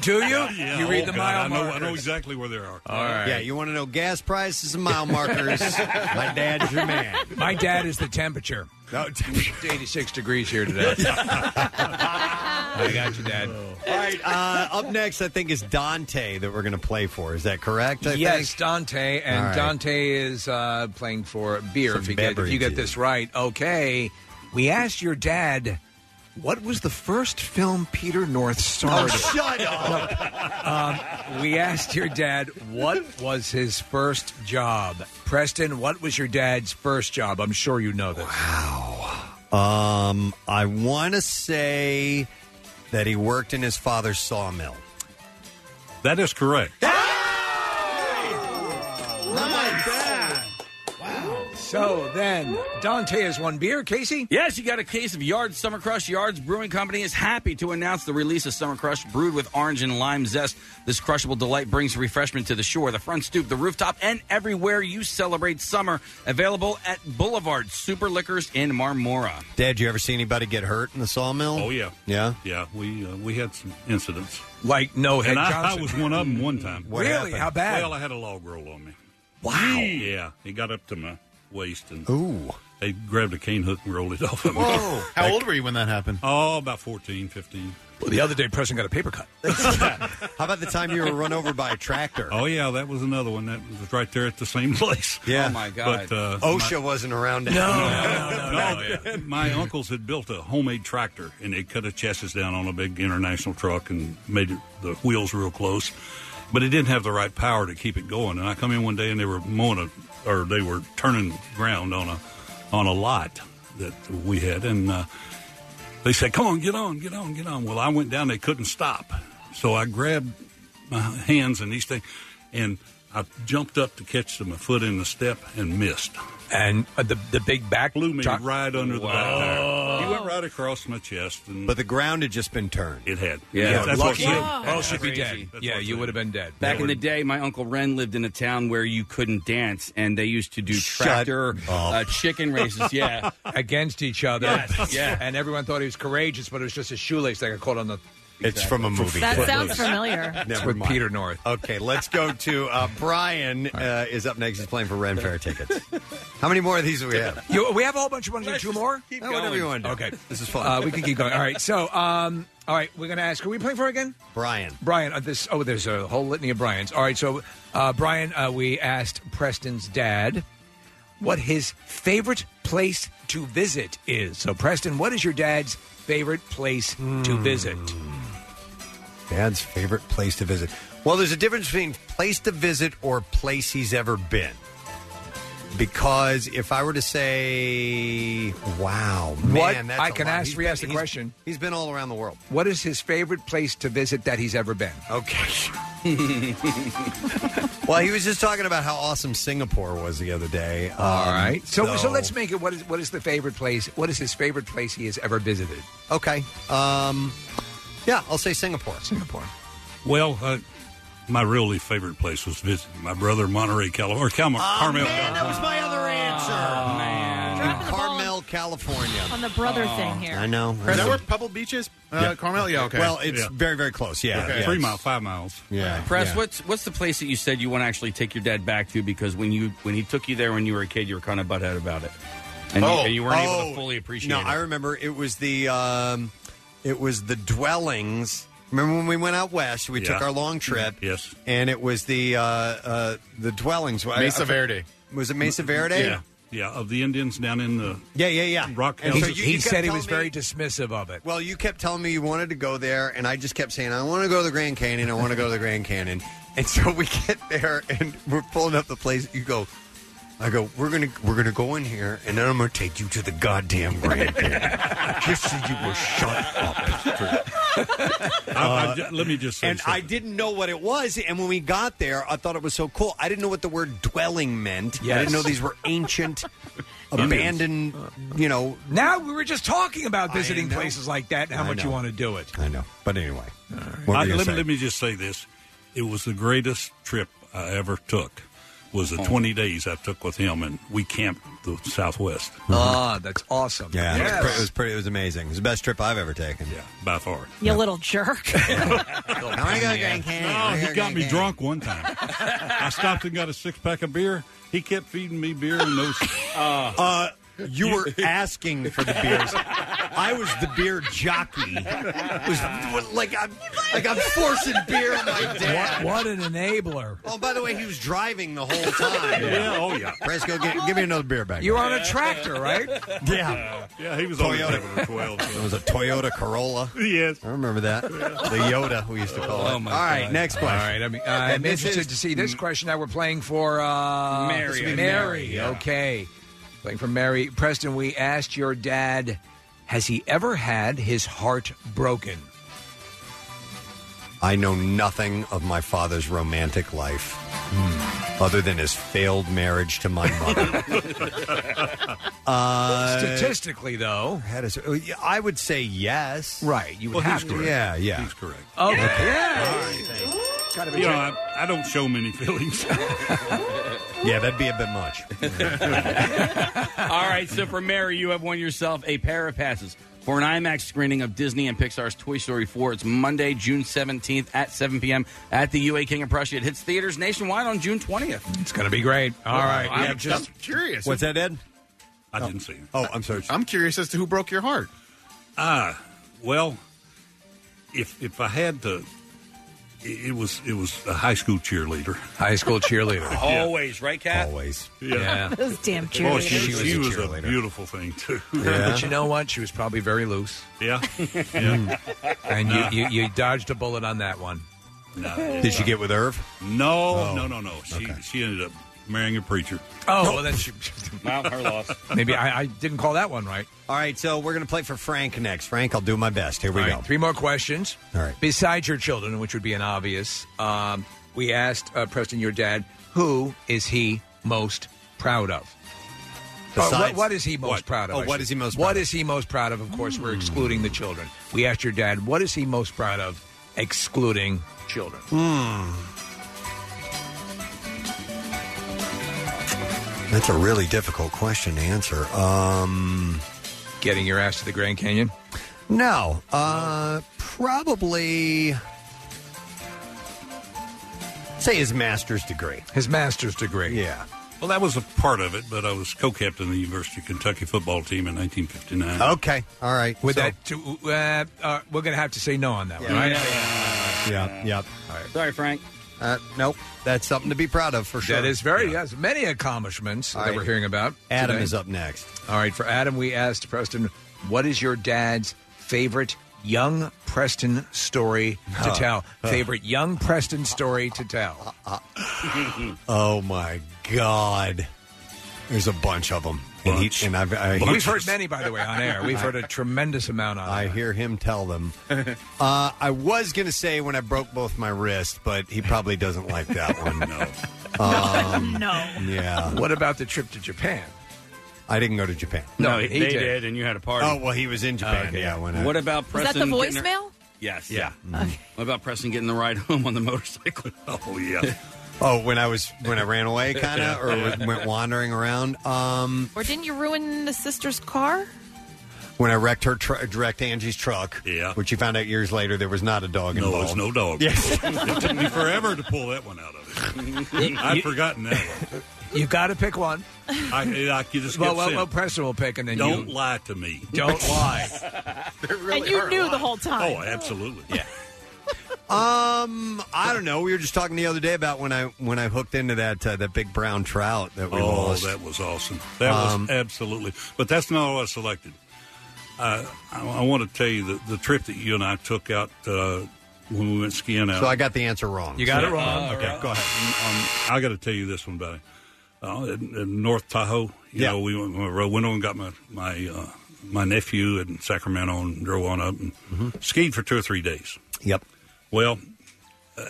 Speaker 5: do you?
Speaker 12: Yeah, Oh,
Speaker 5: You read the mile
Speaker 12: I know, I know
Speaker 5: markers.
Speaker 12: exactly where they are.
Speaker 5: All right.
Speaker 3: Yeah, you want to know gas prices and mile markers? My dad's your man.
Speaker 5: My dad is the temperature. No, 86 degrees here today. I got you, Dad.
Speaker 3: All right. Uh, up next, I think is Dante that we're going to play for. Is that correct? I
Speaker 5: yes,
Speaker 3: think?
Speaker 5: Dante, and
Speaker 3: All right.
Speaker 5: Dante is uh, playing for beer.
Speaker 3: Some
Speaker 5: if you get if you get
Speaker 3: beverages.
Speaker 5: this right, okay. We asked your dad what was the first film Peter North
Speaker 21: Oh,
Speaker 5: starred. in? Um, we asked your dad what was his first job. Preston, what was your dad's first job? I'm sure you know this.
Speaker 3: Um, I want to say that he worked in his father's sawmill.
Speaker 12: That is correct.
Speaker 21: Oh,
Speaker 5: So then, Dante has one beer, Casey?
Speaker 6: Yes, you got a case of Yards Summer Crush. Yards Brewing Company is happy to announce the release of Summer Crush brewed with orange and lime zest. This crushable delight brings refreshment to the shore, the front stoop, the rooftop, and everywhere you celebrate summer. Available at Boulevard Super Liquors in Marmora.
Speaker 3: Dad, you ever see anybody get hurt in the sawmill?
Speaker 12: Oh yeah,
Speaker 3: yeah,
Speaker 12: yeah. We uh, we had some incidents.
Speaker 5: Like no
Speaker 12: and
Speaker 5: Head
Speaker 12: I, I
Speaker 5: Johnson.
Speaker 12: was one of them one time.
Speaker 5: What Really? happened? How bad?
Speaker 12: Well, I had a log roll on me.
Speaker 5: Wow.
Speaker 12: Yeah, it got up to my waist and.
Speaker 3: Ooh.
Speaker 12: They grabbed a cane hook and rolled it off of me.
Speaker 13: Whoa. How old were you when that happened?
Speaker 12: Oh, about 14, 15.
Speaker 5: Well, the other day, Preston got a paper cut.
Speaker 3: How about the time you were run over by a tractor?
Speaker 12: Oh, yeah, that was another one. That was right there at the same place.
Speaker 5: Oh,
Speaker 3: Yeah.
Speaker 12: But, uh,
Speaker 3: OSHA
Speaker 12: my-
Speaker 3: wasn't around.
Speaker 12: No,
Speaker 3: no,
Speaker 12: no, Oh, My uncles had built a homemade tractor, and they cut the chassis down on a big international truck and made it, the wheels real close. But it didn't have the right power to keep it going. And I come in one day, and they were mowing a, or they were turning ground on a on a lot that we had, and uh, they said, "Come on, get on, get on, get on." Well, I went down; they couldn't stop, so I grabbed my hands and these things, and I jumped up to catch my foot in the step and missed.
Speaker 5: And uh, the the big back
Speaker 12: blew me
Speaker 5: truck-
Speaker 12: right under the back
Speaker 5: Wow.
Speaker 12: tire. He went right across my chest, and
Speaker 3: But the ground had just been turned.
Speaker 12: It had.
Speaker 6: that's
Speaker 12: that's what she-
Speaker 5: Oh, she'd be dead. Yeah, you would have been dead.
Speaker 6: Back in the day, my uncle Ren lived in a town where you couldn't dance, and they used to do tractor uh, chicken races. Yeah,
Speaker 5: against each other.
Speaker 6: Yes, yeah.
Speaker 5: and everyone thought he was courageous, but it was just his shoelace that got caught on the.
Speaker 3: It's from a movie.
Speaker 4: That sounds
Speaker 3: Footloose.
Speaker 4: familiar.
Speaker 5: It's with Peter North.
Speaker 3: Okay, let's go to uh, Brian uh, is up next. He's playing for Ren Fair tickets. How many more of these do we have?
Speaker 5: You, we have a whole bunch of ones. Do two more?
Speaker 3: Oh, whatever you want to do.
Speaker 5: Okay,
Speaker 3: This is fun.
Speaker 5: Uh, we can keep going. All right, so um, all right, we're going to ask. Who are we playing for again?
Speaker 3: Brian.
Speaker 5: Brian. Uh, this. Oh, there's a whole litany of Brian's. All right, so uh, Brian, uh, we asked Preston's dad what his favorite place to visit is. So, Preston, what is your dad's favorite place
Speaker 3: Hmm.
Speaker 5: to visit?
Speaker 3: Dad's favorite place to visit. Well, there's a difference between place to visit or place he's ever been. Because if I were to say, wow, man, that's
Speaker 5: I
Speaker 3: a
Speaker 5: can
Speaker 3: lot.
Speaker 5: ask,
Speaker 3: He's
Speaker 5: re ask the
Speaker 3: been- he's-
Speaker 5: question.
Speaker 3: He's been all around the world.
Speaker 5: What is his favorite place to visit that he's ever been?
Speaker 3: Okay. well, he was just talking about how awesome Singapore was the other day. Um,
Speaker 5: All right. So, so let's make it. What is what is the favorite place? What is his favorite place he has ever visited?
Speaker 3: Okay. Um, yeah, I'll say Singapore.
Speaker 5: Singapore.
Speaker 12: Well, uh, My really favorite place was visiting my brother in Monterey, California. Or Cal- Carmel,
Speaker 3: Oh, Man, that was my other answer.
Speaker 13: Oh,
Speaker 4: man.
Speaker 3: Carmel, California.
Speaker 4: on the brother thing here.
Speaker 3: I know.
Speaker 13: Is that Oh. where Pebble Beach is? Uh,
Speaker 3: Yeah.
Speaker 13: Carmel? Yeah, okay.
Speaker 3: Well, it's very, very close. Yeah.
Speaker 13: Okay.
Speaker 3: yeah.
Speaker 13: Three
Speaker 12: mile, five miles.
Speaker 3: Yeah.
Speaker 6: Press,
Speaker 3: yeah.
Speaker 6: what's what's the place that you said you want to actually take your dad back to? Because when you when he took you there when you were a kid, you were kind of butthead about it, and, you, and you weren't able
Speaker 3: Oh.
Speaker 6: to fully appreciate
Speaker 3: No,
Speaker 6: it.
Speaker 3: I remember it was the um, it was the dwellings. Remember when we went out west? We took
Speaker 12: Yeah.
Speaker 3: our long trip.
Speaker 12: Yes.
Speaker 3: and it was the uh, uh, the dwellings. I-
Speaker 12: Mesa
Speaker 3: I-
Speaker 12: Verde.
Speaker 3: Was it Mesa Verde?
Speaker 12: Yeah. Yeah, of the Indians down in the
Speaker 3: yeah, yeah, yeah.
Speaker 12: Rock
Speaker 3: And
Speaker 12: Hill.
Speaker 3: so you- you kept telling me-
Speaker 5: dismissive of it.
Speaker 3: Well, you kept telling me you wanted to go there, and I just kept saying, I want to go to the Grand Canyon. I want to go to the Grand Canyon. And so we get there, and we're pulling up the place. You go, I go, we're gonna we're gonna go in here, and then I'm gonna take you to the goddamn Grand Canyon. just so you will shut up.
Speaker 12: I- I ju- let me just say
Speaker 3: and I didn't know what it was, and when we got there, I thought it was so cool. I didn't know what the word dwelling meant. I
Speaker 5: Yes.
Speaker 3: didn't know these were ancient,
Speaker 5: Indians.
Speaker 3: abandoned, you know.
Speaker 5: Now we were just talking about visiting
Speaker 3: know.
Speaker 5: places like that and how
Speaker 3: I
Speaker 5: much you
Speaker 3: know.
Speaker 5: want to do it.
Speaker 3: I know. But anyway,
Speaker 12: I- let, me, let me just say this: it was the greatest trip I ever took. Was
Speaker 3: Oh.
Speaker 12: the twenty days I took with him, and we camped the Southwest.
Speaker 5: Ah, that's awesome.
Speaker 3: Yeah, it, was pretty, it was pretty. It was amazing. It was the best trip I've ever taken. Yeah,
Speaker 12: by far.
Speaker 4: You little jerk.
Speaker 12: No, he got me drunk one time. I stopped and got a six pack of beer. He kept feeding me beer and those.
Speaker 3: Uh, you were asking for the beers. I was the beer jockey. It was like I'm like I'm forcing beer on my dad.
Speaker 5: What, what an enabler.
Speaker 3: Oh, by the way, he was driving the whole time.
Speaker 12: Yeah, oh, yeah.
Speaker 3: Fresco, get, give me another beer back.
Speaker 5: You're on a tractor, right?
Speaker 3: Yeah.
Speaker 12: Yeah, he was on
Speaker 3: Toyota.
Speaker 12: the twelve.
Speaker 3: It was a Toyota Corolla.
Speaker 12: Yes,
Speaker 3: I remember that. The Yoda we used to call it.
Speaker 5: Oh, my
Speaker 3: All right,
Speaker 5: God.
Speaker 3: next question.
Speaker 5: All right, I mean,
Speaker 3: And
Speaker 5: I'm
Speaker 3: this
Speaker 5: interested
Speaker 3: is-
Speaker 5: to see this question. Now we're playing for uh,
Speaker 3: Mary,
Speaker 5: this will
Speaker 3: I think.
Speaker 5: be Mary.
Speaker 3: Yeah.
Speaker 5: Okay, playing for Mary. Preston, we asked your dad, has he ever had his heart broken?
Speaker 3: I know nothing of my father's romantic life hmm, other than his failed marriage to my mother. uh,
Speaker 5: Statistically, though,
Speaker 3: had his- oh, yeah, I would say yes.
Speaker 5: Right, you would
Speaker 12: Well, he's
Speaker 5: have to.
Speaker 12: correct.
Speaker 3: Yeah, yeah.
Speaker 12: He's correct.
Speaker 5: Okay.
Speaker 12: Kind you know, I, I don't show many feelings.
Speaker 3: yeah, that'd be a bit much.
Speaker 6: All right, so for Mary, you have won yourself a pair of passes for an IMAX screening of Disney and Pixar's Toy Story 4. It's Monday, June 17th at 7 p.m. at the UA King of Prussia. It hits theaters nationwide on June 20th.
Speaker 5: It's going to be great. All right,
Speaker 6: I'm
Speaker 5: yeah,
Speaker 6: just-
Speaker 5: just
Speaker 13: curious.
Speaker 3: What's that, Ed?
Speaker 12: I didn't see him.
Speaker 3: Oh, I'm sorry.
Speaker 13: I'm curious as to who broke your heart.
Speaker 12: Ah, well, if if I had to, it, it was it was a high school cheerleader.
Speaker 5: High school cheerleader.
Speaker 4: Oh,
Speaker 6: Always, right, Kat?
Speaker 3: Always.
Speaker 12: Yeah.
Speaker 4: Those damn
Speaker 12: Oh,
Speaker 4: cheerleaders.
Speaker 12: she,
Speaker 5: She was
Speaker 12: she
Speaker 5: a
Speaker 12: was, a,
Speaker 5: cheerleader.
Speaker 12: beautiful thing too.
Speaker 5: But you know what? She was probably very loose,
Speaker 12: yeah. yeah.
Speaker 5: Mm.
Speaker 21: Hmm.
Speaker 5: and
Speaker 12: Nah.
Speaker 5: you, you, you dodged a bullet on that one.
Speaker 3: Did she get with Irv? Oh.
Speaker 12: No, no, no, no. She she ended up marrying a preacher.
Speaker 5: Oh, well, then she.
Speaker 6: Well, her loss.
Speaker 5: Maybe I, I didn't call that one right.
Speaker 3: All right, so we're going to play for Frank next. Frank, I'll do my best. Here we
Speaker 5: All
Speaker 3: go.
Speaker 5: right, Three more questions.
Speaker 3: All right.
Speaker 5: Besides your children, which would be an obvious, um, we asked uh, Preston, your dad, who is he most proud of? Uh, what-
Speaker 3: Besides-
Speaker 5: what is he most
Speaker 3: What?
Speaker 5: proud of?
Speaker 3: Oh,
Speaker 5: I
Speaker 3: what
Speaker 5: should-
Speaker 3: is he most
Speaker 5: What is he most proud of? Of course, we're excluding the children. We asked your dad, what is he most proud of, excluding children?
Speaker 3: Hmm. That's a really difficult question to answer. Um,
Speaker 5: Getting your ass to the Grand Canyon.
Speaker 3: no, uh, probably say his master's degree.
Speaker 5: His master's degree.
Speaker 3: Yeah.
Speaker 12: Well, that was a part of it, but I was co-captain of the University of Kentucky football team in 1959.
Speaker 3: Okay. All right.
Speaker 5: With
Speaker 12: So-
Speaker 5: that, too, uh, uh, we're going to have to say no on that one, right?
Speaker 3: Yeah. Yep.
Speaker 6: Sorry, Frank.
Speaker 3: Uh, nope. That's something to be proud of for sure.
Speaker 5: That is very, yes, many accomplishments
Speaker 3: All
Speaker 5: that
Speaker 3: right.
Speaker 5: we're hearing about.
Speaker 3: Adam
Speaker 5: today.
Speaker 3: is up next.
Speaker 5: All right, for Adam, we asked Preston, what is your dad's favorite young Preston story to
Speaker 3: Huh.
Speaker 5: tell?
Speaker 3: Huh.
Speaker 5: Favorite young Preston story to tell?
Speaker 12: Uh,
Speaker 3: Uh, Oh my God. There's a bunch of them. And, he, and I've, I,
Speaker 5: We've heard many, by the way, on air. We've heard a tremendous amount on
Speaker 3: I
Speaker 5: air.
Speaker 3: hear him tell them. uh, I was going to say when I broke both my wrists, but he probably doesn't like that one. no.
Speaker 4: no.
Speaker 3: Yeah.
Speaker 5: What about the trip to Japan?
Speaker 3: I didn't go to Japan.
Speaker 6: No, they did. and you had a party.
Speaker 3: Oh, well, he was in Japan.
Speaker 6: Okay.
Speaker 3: Yeah. When I,
Speaker 6: What about
Speaker 4: Was that
Speaker 6: Preston?
Speaker 4: the
Speaker 6: getting her-
Speaker 4: voicemail?
Speaker 6: Yes.
Speaker 3: Yeah. mm-hmm.
Speaker 6: What about Preston getting the ride home on the motorcycle?
Speaker 12: Oh yeah.
Speaker 3: Oh, when I was when I ran away, kind of, or
Speaker 6: Yeah.
Speaker 3: was- went wandering around. Um,
Speaker 1: Or didn't you ruin the sister's car?
Speaker 3: when I wrecked her, tr- wrecked Angie's truck. Yeah, which you found out years later there was not a dog
Speaker 12: No,
Speaker 3: involved.
Speaker 12: it's no dog.
Speaker 3: Yes,
Speaker 12: it took me forever to pull that one out of it. I'd forgotten that one.
Speaker 15: You got to pick one.
Speaker 12: I, I you just
Speaker 15: well,
Speaker 12: kept
Speaker 15: well,
Speaker 12: saying,
Speaker 15: well, Preston will pick, and then
Speaker 12: Don't
Speaker 15: you
Speaker 12: lie to me.
Speaker 15: Don't lie.
Speaker 1: and you knew the whole time.
Speaker 12: Oh, absolutely.
Speaker 3: Yeah. Um, I don't know. We were just talking the other day about when I when I hooked into that uh, that big brown trout that we
Speaker 12: oh,
Speaker 3: lost.
Speaker 12: that was awesome. That
Speaker 3: Um,
Speaker 12: was absolutely. But that's not what I selected. Uh, I, I want to tell you the, the trip that you and I took out uh, when we went skiing out.
Speaker 3: So I got the answer wrong. So-
Speaker 12: Uh, okay, go ahead. Um, I got to tell you this one, buddy. Uh, in, in North Tahoe, you know, we went, we rode- went on and got my my uh, my nephew in Sacramento and drove on up and skied for two or three days.
Speaker 3: Yep.
Speaker 12: Well, uh,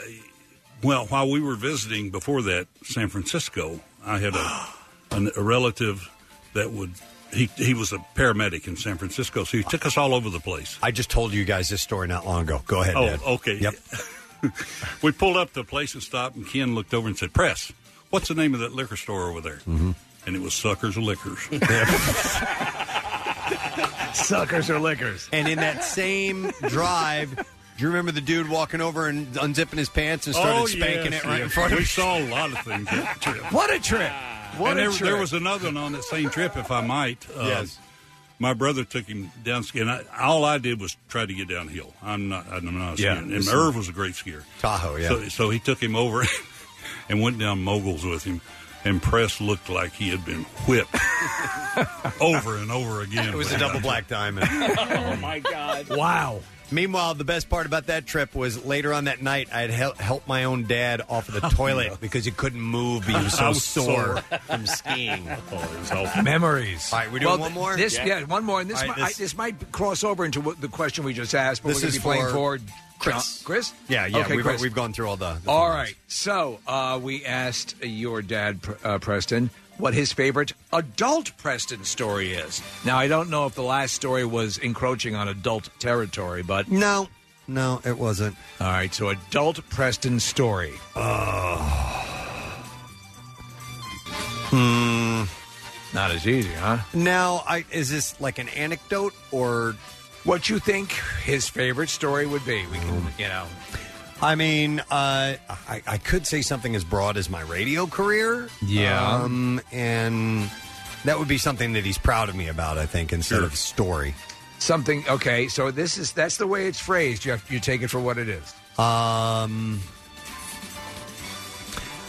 Speaker 12: well, while we were visiting before that San Francisco, I had a an, a relative that would he he was a paramedic in San Francisco, so he took us all over the place.
Speaker 3: I just told you guys this story not long ago. Go ahead.
Speaker 12: Oh,
Speaker 3: Dad.
Speaker 12: okay. Yep. we pulled up to the place and stopped, and Ken looked over and said, "Press, what's the name of that liquor store over there?" Mm-hmm. And it was Suckers or Liquors.
Speaker 15: Suckers or liquors.
Speaker 3: And in that same drive, do you remember the dude walking over and unzipping his pants and started
Speaker 12: Oh,
Speaker 3: spanking
Speaker 12: yes,
Speaker 3: it right in
Speaker 12: yes.
Speaker 3: front of
Speaker 12: We
Speaker 3: us?
Speaker 12: saw a lot of things that trip.
Speaker 15: What a trip! What
Speaker 12: and
Speaker 15: a
Speaker 12: there,
Speaker 15: trip.
Speaker 12: there was another one on that same trip, if I might. Uh,
Speaker 15: Yes.
Speaker 12: My brother took him down skiing. I, all I did was try to get downhill. I'm not. I'm not a
Speaker 3: Yeah,
Speaker 12: skier. And
Speaker 3: it's-
Speaker 12: Irv was a great skier.
Speaker 3: Tahoe, yeah.
Speaker 12: So, so he took him over and went down moguls with him. And Press looked like he had been whipped over and over again.
Speaker 3: It was
Speaker 12: with
Speaker 3: a double
Speaker 12: him.
Speaker 3: black diamond.
Speaker 6: oh my god!
Speaker 15: Wow.
Speaker 3: Meanwhile, the best part about that trip was later on that night, I had hel- helped my own dad off of
Speaker 12: Oh,
Speaker 3: the toilet because he couldn't move. But he was so
Speaker 15: I was
Speaker 3: sore
Speaker 15: sore.
Speaker 3: from
Speaker 12: Oh,
Speaker 3: skiing.
Speaker 15: Memories.
Speaker 3: All right, we're doing
Speaker 15: Well,
Speaker 3: one more.
Speaker 15: This, yeah. one more. And this,
Speaker 3: All right,
Speaker 15: might, I- this might cross over into what, the question we just asked, but
Speaker 3: This
Speaker 15: we're going
Speaker 3: is
Speaker 15: to be playing
Speaker 3: for
Speaker 15: for Chris. Chris?
Speaker 3: yeah, yeah.
Speaker 15: Okay,
Speaker 3: we've,
Speaker 15: Chris.
Speaker 3: we've gone through all the. the
Speaker 15: All
Speaker 3: things.
Speaker 15: right. So uh, we asked your dad, Pr- uh, Preston, what his favorite adult Preston story is. Now, I don't know if the last story was encroaching on adult territory, but.
Speaker 3: No. No, it wasn't.
Speaker 15: All right. So adult Preston story.
Speaker 3: Hmm.
Speaker 15: Not as easy, huh?
Speaker 3: Now, I, is this like an anecdote or
Speaker 15: what you think his favorite story would be? We can,
Speaker 3: Mm.
Speaker 15: you know.
Speaker 3: I mean, uh, I, I could say something as broad as my radio career.
Speaker 15: Yeah.
Speaker 3: um, and that would be something that he's proud of me about. I think instead of story.
Speaker 15: Something. Okay. So this is that's the way it's phrased. You have you take it for what it is.
Speaker 3: Um.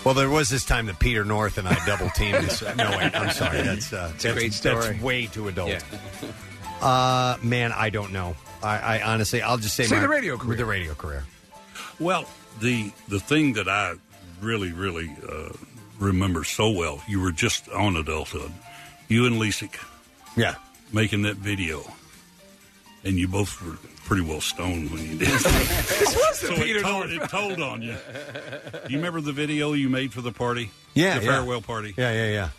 Speaker 3: Well, there was this time that Peter North and I double teamed. this. No, wait, I'm sorry. That's uh,
Speaker 15: It's a
Speaker 3: that's,
Speaker 15: great story.
Speaker 3: That's way too adult. Uh, man, I don't know. I, I honestly, I'll just say,
Speaker 12: Say
Speaker 3: my-
Speaker 12: the radio career.
Speaker 3: The radio career.
Speaker 12: Well, the the thing that I really, really uh, remember so well, you were just on adulthood. You and Lisick.
Speaker 3: Yeah.
Speaker 12: Making that video. And you both were pretty well stoned when you did it.
Speaker 15: this was the
Speaker 12: So it
Speaker 15: Peter
Speaker 12: told-
Speaker 15: North.
Speaker 12: it told on you. Do you remember the video you made for the party?
Speaker 3: Yeah,
Speaker 12: The
Speaker 3: yeah.
Speaker 12: farewell party?
Speaker 3: Yeah, yeah, yeah.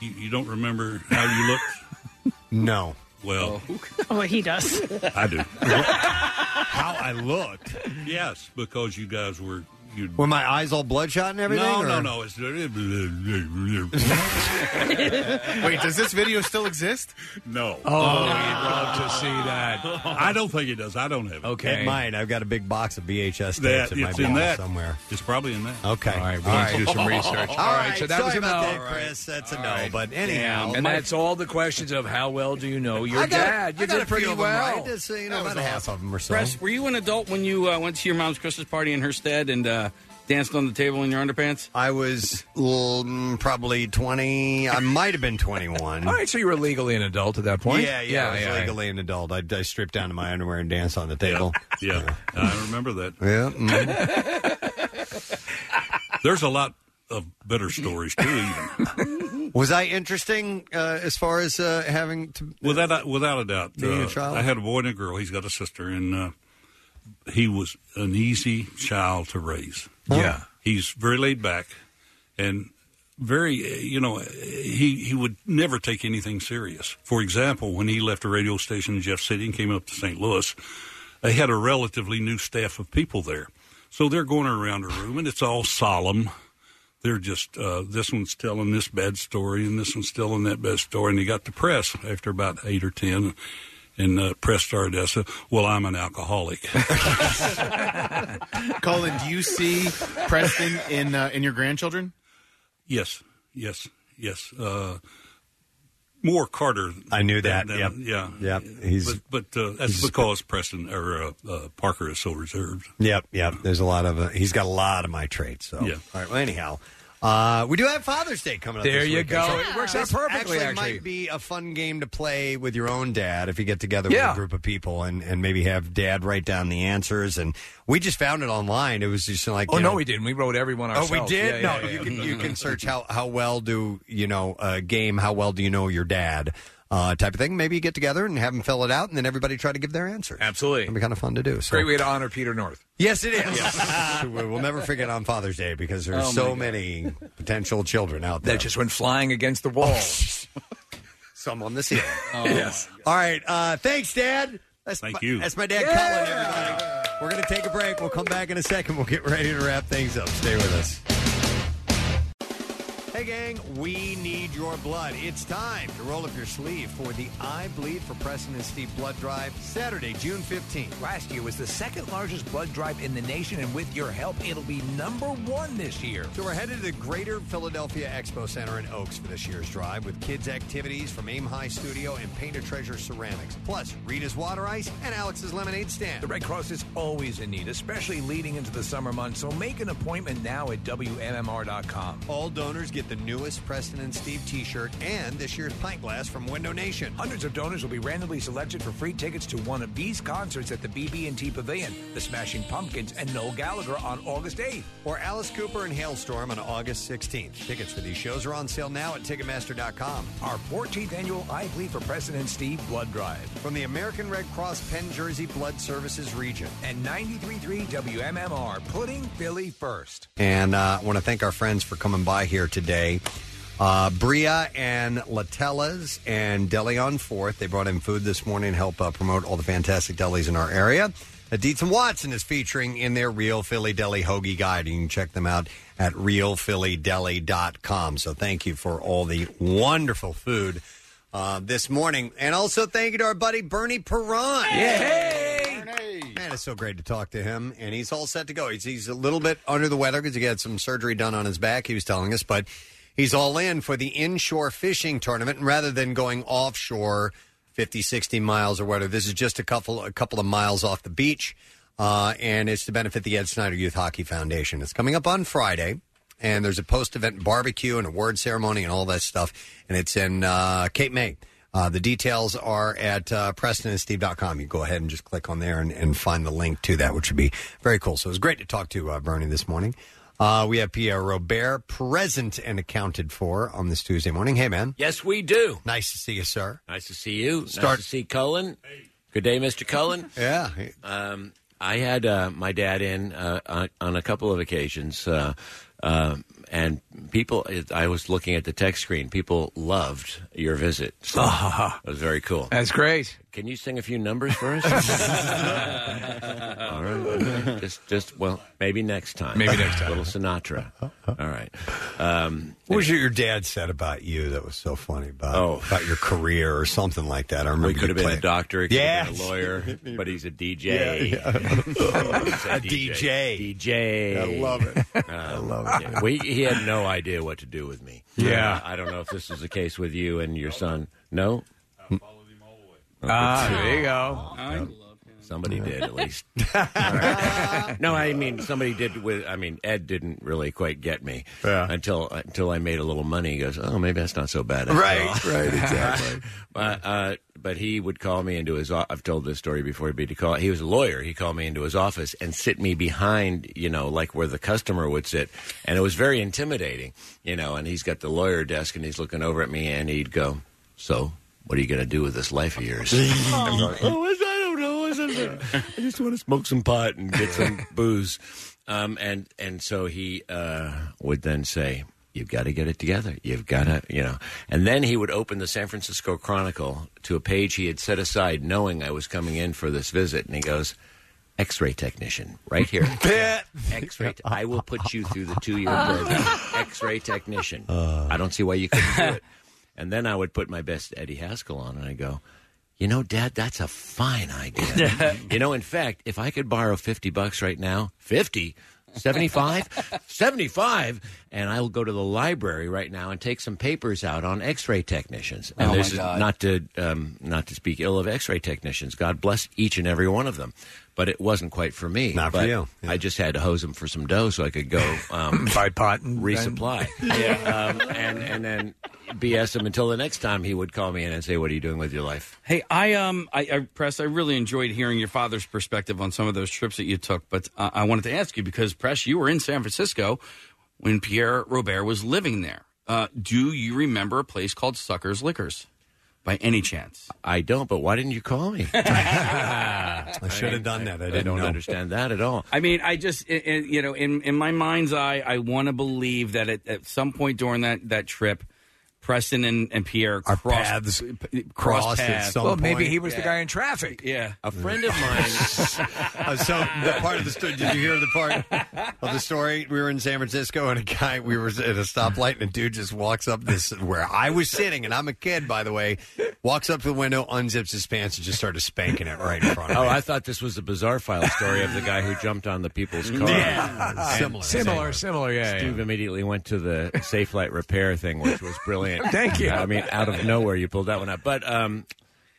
Speaker 12: You, you don't remember how you looked?
Speaker 3: No.
Speaker 12: Well,
Speaker 1: Oh, he does.
Speaker 12: I do.
Speaker 3: how I looked?
Speaker 12: Yes, because you guys were. You,
Speaker 3: Were my eyes all bloodshot and everything?
Speaker 12: no, no,
Speaker 3: or-
Speaker 12: no. It's, Wait,
Speaker 13: does this video still exist?
Speaker 12: No.
Speaker 3: Oh,
Speaker 15: we'd love to see that.
Speaker 12: I don't think it does. I don't have it.
Speaker 3: It might. I've got a big box of VHS tapes
Speaker 12: That,
Speaker 3: in my
Speaker 12: it's in
Speaker 3: wall
Speaker 12: that.
Speaker 3: somewhere.
Speaker 12: It's probably in that.
Speaker 3: Okay.
Speaker 12: All right,
Speaker 15: we need to do some research.
Speaker 3: All
Speaker 15: All
Speaker 3: right,
Speaker 15: right, so that
Speaker 3: sorry
Speaker 15: was a
Speaker 3: about
Speaker 15: no.
Speaker 3: that,
Speaker 15: All right.
Speaker 3: Chris. That's a no. But anyhow,
Speaker 15: and
Speaker 3: my-
Speaker 15: that's all the questions of how well do you know your
Speaker 3: I got-
Speaker 15: dad? You
Speaker 3: I got a
Speaker 15: did
Speaker 3: few
Speaker 15: pretty
Speaker 3: of them
Speaker 15: well.
Speaker 3: right. Just, uh, you know,
Speaker 15: That
Speaker 3: about
Speaker 15: was
Speaker 3: half
Speaker 15: awesome.
Speaker 3: of them or so.
Speaker 6: Press, were you an adult when you uh, went to your mom's Christmas party in her stead and uh, danced on the table in your underpants?
Speaker 3: I was mm, probably 20. I might have been 21.
Speaker 15: All right, so you were legally an adult at that point.
Speaker 3: Yeah, yeah, I was legally an adult. I, I stripped down to my underwear and danced on the table.
Speaker 12: Yeah, I remember that.
Speaker 3: Yeah. mm.
Speaker 12: There's a lot of better stories too. Even.
Speaker 3: Was I interesting uh, as far as uh, having to?
Speaker 12: Without without a doubt, uh,
Speaker 3: Being a child?
Speaker 12: I had a boy and a girl. He's got a sister, and uh, he was an easy child to raise.
Speaker 15: Yeah.
Speaker 12: he's very laid back, and very uh, you know uh, he he would never take anything serious. For example, when he left a radio station in Jeff City and came up to St. Louis, they had a relatively new staff of people there. So they're going around a room and it's all solemn. They're just, uh, this one's telling this bad story and this one's telling that bad story. And they got the press after about eight or 10. And uh, press started to say, Well, I'm an alcoholic.
Speaker 13: Colin, do you see Preston in uh, in your grandchildren?
Speaker 12: Yes, yes, yes. Uh, more Carter.
Speaker 3: I knew that.
Speaker 12: yep. Yeah. Yep. He's but, but uh, that's because Preston or uh, uh, Parker is so reserved.
Speaker 3: Yep, yep. There's a lot of uh, he's got a lot of my traits. So
Speaker 12: Yeah.
Speaker 3: all right. Well, anyhow, uh, we do have Father's Day coming up.
Speaker 12: There
Speaker 3: this
Speaker 12: you
Speaker 3: weekend,
Speaker 12: go.
Speaker 3: so
Speaker 12: It works out
Speaker 3: this
Speaker 12: perfectly,
Speaker 3: Actually,
Speaker 12: actually.
Speaker 3: might be a fun game to play with your own dad if you get together with
Speaker 14: Yeah.
Speaker 3: a group of people and, and maybe have dad write down the answers. And we just found it online. It was just like
Speaker 5: Oh
Speaker 3: you
Speaker 5: no,
Speaker 3: know-
Speaker 5: we didn't. We wrote everyone ourselves.
Speaker 3: Oh, we did.
Speaker 5: Yeah, yeah,
Speaker 3: no,
Speaker 5: yeah.
Speaker 3: you can you can search how how well do you know a game? How well do you know your dad? Uh, type of thing. Maybe you get together and have them fill it out, and then everybody try to give their answers.
Speaker 5: Absolutely,
Speaker 3: it'd be kind of fun to do. So.
Speaker 5: Great way to honor Peter North.
Speaker 3: Yes, it is. We- we'll never forget on Father's Day because there's
Speaker 5: Oh, my
Speaker 3: so
Speaker 5: God.
Speaker 3: many potential children out there.
Speaker 5: That just went flying against the wall. Oh,
Speaker 3: Some on the ceiling.
Speaker 5: yes.
Speaker 3: All right. Uh, thanks, Dad. That's Thank
Speaker 5: you.
Speaker 3: That's my dad, Colin, everybody. We're going to take a break. We'll come back in a second. We'll get ready to wrap things up. Stay with us. Hey, gang, we need your blood. It's time to roll up your sleeve for the I Bleed for Preston and Steve Blood Drive, Saturday, June 15th.
Speaker 15: Last year was the second largest blood drive in the nation, and with your help, it'll be number one this year.
Speaker 3: So we're headed to the Greater Philadelphia Expo Center in Oaks for this year's drive with kids' activities from Aim High Studio and Painter Treasure Ceramics, plus Rita's Water Ice and Alex's Lemonade Stand.
Speaker 15: The Red Cross is always in need, especially leading into the summer months, so make an appointment now at WMMR.com.
Speaker 3: All donors get the newest Preston and Steve t shirt and this year's pint glass from Window Nation.
Speaker 15: Hundreds of donors will be randomly selected for free tickets to one of these concerts at the BB&T Pavilion, The Smashing Pumpkins, and Noel Gallagher on August 8th.
Speaker 3: Or Alice Cooper and Hailstorm on August 16th. Tickets for these shows are on sale now at Ticketmaster.com.
Speaker 15: Our 14th annual I Bleed for President Steve Blood Drive.
Speaker 3: From the American Red Cross Penn Jersey Blood Services region.
Speaker 15: And 93.3 WMMR, putting Philly first.
Speaker 3: And uh, I want to thank our friends for coming by here today. Uh, Bria and Latella's and Deli on Fourth. They brought in food this morning to help uh, promote all the fantastic delis in our area. That Dietz and Watson is featuring in their Real Philly Deli Hoagie Guide. You can check them out at realphillydeli.com. So thank you for all the wonderful food uh, this morning. And also thank you to our buddy Bernie Perron. Man, it's so great to talk to him, and he's all set to go. He's, he's a little bit under the weather because he had some surgery done on his back, he was telling us, but he's all in for the inshore fishing tournament. And rather than going offshore 50, 60 miles or whatever, this is just a couple, a couple of miles off the beach, uh, and it's to benefit the Ed Snyder Youth Hockey Foundation. It's coming up on Friday. And there's a post-event barbecue and award ceremony and all that stuff, and it's in uh, Cape May. Uh, the details are at uh, PrestonandSteve.com. You go ahead and just click on there and, and find the link to that, which would be very cool. So it was great to talk to uh, Bernie this morning. Uh, we have Pierre Robert present and accounted for on this Tuesday morning. Hey, man.
Speaker 21: Yes, we do.
Speaker 3: Nice to see you, sir.
Speaker 21: Nice to see you.
Speaker 3: Start-
Speaker 21: Nice to see Cullen. Good day, Mr. Cullen.
Speaker 3: Yeah.
Speaker 21: Um, I had uh, my dad in uh, on, on a couple of occasions, uh, um and people. It, I was looking at the text screen. People loved your visit. So it was very cool.
Speaker 5: That's great.
Speaker 21: Can you sing a few numbers for us? All right. Just, just well, maybe next time.
Speaker 3: Maybe next
Speaker 21: time. Little Sinatra. All right. Um,
Speaker 3: What was it your dad said about you that was so funny about, Uh, about your career or something like that? I remember
Speaker 21: Oh. We could have
Speaker 3: you
Speaker 21: been a
Speaker 3: playing-
Speaker 21: doctor, could have been
Speaker 3: Yes.
Speaker 21: a lawyer, but he's a DJ.
Speaker 3: Yeah,
Speaker 21: He's
Speaker 3: A DJ.
Speaker 21: DJ.
Speaker 3: I love it.
Speaker 21: I love it. Um, We, he had no idea what to do with me. Yeah. Uh, I don't know if this is the case with you and your son. No?
Speaker 15: Ah, there you
Speaker 21: go. Somebody did at least. All right. No, I mean somebody did with. I mean Ed didn't really quite get me until until I made a little money. He goes, "Oh, maybe that's not so bad." after
Speaker 22: Right,
Speaker 21: all."
Speaker 22: right, exactly.
Speaker 21: but uh, but he would call me into his. o- I've told this story before. He'd be to call. He was a lawyer. He called me into his office and sit me behind, you know, like where the customer would sit, and it was very intimidating, you know. And he's got the lawyer desk, and he's looking over at me, and he'd go, "So, what are you going to do with this life of yours?" I'm going, "Oh, I don't know. I don't know. I just want to smoke some pot and get some booze. Um, and and so he uh, would then say, you've got to get it together. You've got to, you know. And then he would open the San Francisco Chronicle to a page he had set aside knowing I was coming in for this visit. And he goes, X ray technician, right here. X ray. I will put you through the two year program. X ray technician. I don't see why you couldn't do it. And then I would put my best Eddie Haskell on and I go, you know, Dad, that's a fine idea. you know, in fact, if I could borrow 50 bucks right now, 50, 75, 75, and I'll go to the library right now and take some papers out on X-ray technicians. And
Speaker 14: Oh, my
Speaker 21: this is
Speaker 14: God.
Speaker 21: not to um, not to speak ill of X-ray technicians. God bless each and every one of them, but it wasn't quite for me.
Speaker 3: Not for
Speaker 21: But
Speaker 3: you.
Speaker 21: I just had to hose them for some dough so I could go um, buy pot and resupply. yeah, um, and and then BS him until the next time he would call me in and say, "What are you doing with your life?"
Speaker 6: Hey, I um, I, I press. I really enjoyed hearing your father's perspective on some of those trips that you took. But uh, I wanted to ask you because press, you were in San Francisco when Pierre Robert was living there. Uh, do you remember a place called Sucker's Liquors by any chance?
Speaker 21: I don't. But why didn't you call me?
Speaker 3: I should have done that. I
Speaker 21: I
Speaker 3: didn't
Speaker 21: don't
Speaker 3: know.
Speaker 21: understand that at all.
Speaker 6: I mean, I just, i i you know, in, in my mind's eye, I want to believe that at, at some point during that, that trip, Preston and, and Pierre crossed,
Speaker 21: paths
Speaker 6: p- p-
Speaker 21: crossed at
Speaker 6: paths.
Speaker 21: some Well, maybe point.
Speaker 15: he was the guy in traffic.
Speaker 6: Yeah.
Speaker 21: A friend of mine.
Speaker 3: Uh, so the part of the story. Did you hear the part of the story? We were in San Francisco, and a guy. We were at a stoplight, and a dude just walks up this where I was sitting, and I'm a kid, by the way. Walks up to the window, unzips his pants, and just started spanking it right in front of me.
Speaker 21: Oh, I thought this was the bizarre file story of the guy who jumped on the people's car.
Speaker 15: Yeah. Similar. Similar, similar, yeah,
Speaker 21: Steve
Speaker 15: yeah.
Speaker 21: immediately went to the safe light repair thing, which was brilliant.
Speaker 15: Thank you.
Speaker 21: I mean, out of nowhere, you pulled that one up. But um,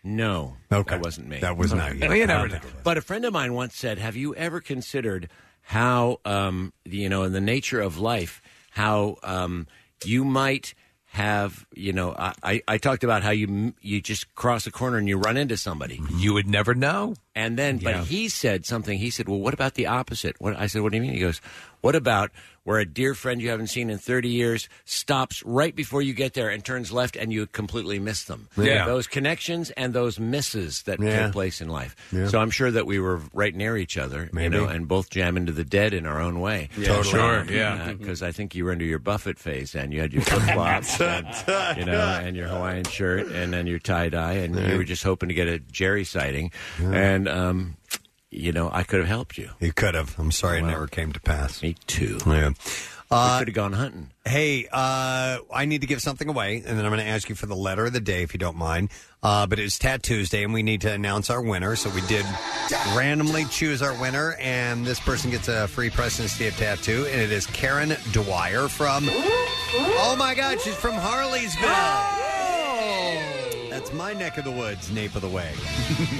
Speaker 21: no, that wasn't me.
Speaker 3: That was not you.
Speaker 21: Well, you never
Speaker 3: Okay.
Speaker 21: know. But a friend of mine once said, "Have you ever considered how um, you know, in the nature of life, how um, you might." Have you know? I, I, I talked about how you m- you just cross a corner and you run into somebody.
Speaker 15: You would never know.
Speaker 21: And then,
Speaker 15: Yeah.
Speaker 21: but he said something. He said, "Well, what about the opposite?" What I said, "What do you mean?" He goes, "What about where a dear friend you haven't seen in thirty years stops right before you get there and turns left, and you completely miss them? Yeah. those connections and those misses that Yeah. take place in life. Yeah. So I'm sure that we were right near each other, you Maybe. know, and both jam into the dead in our own way. uh, Yeah, Totally. sure, yeah.
Speaker 3: Mm-hmm.
Speaker 21: because I think you were under your Buffett phase, and you had your flip flops, and, you know, and your Hawaiian shirt, and then your tie dye, and you were just hoping to get a Jerry sighting, and um, you know, I could have helped you.
Speaker 3: You could have. I'm sorry, it never came to pass.
Speaker 21: Me too.
Speaker 3: Yeah.
Speaker 21: we could have gone hunting.
Speaker 3: Uh, Hey, uh, I need to give something away, and then I'm going to ask you for the letter of the day, if you don't mind. Uh, but it's Tat Tuesday, and we need to announce our winner. So we did randomly choose our winner, and this person gets a free Preston Steve tattoo, and it is Karen Dwyer from. Oh my God, she's from Harleysville. That's my neck of the woods, nape of the way.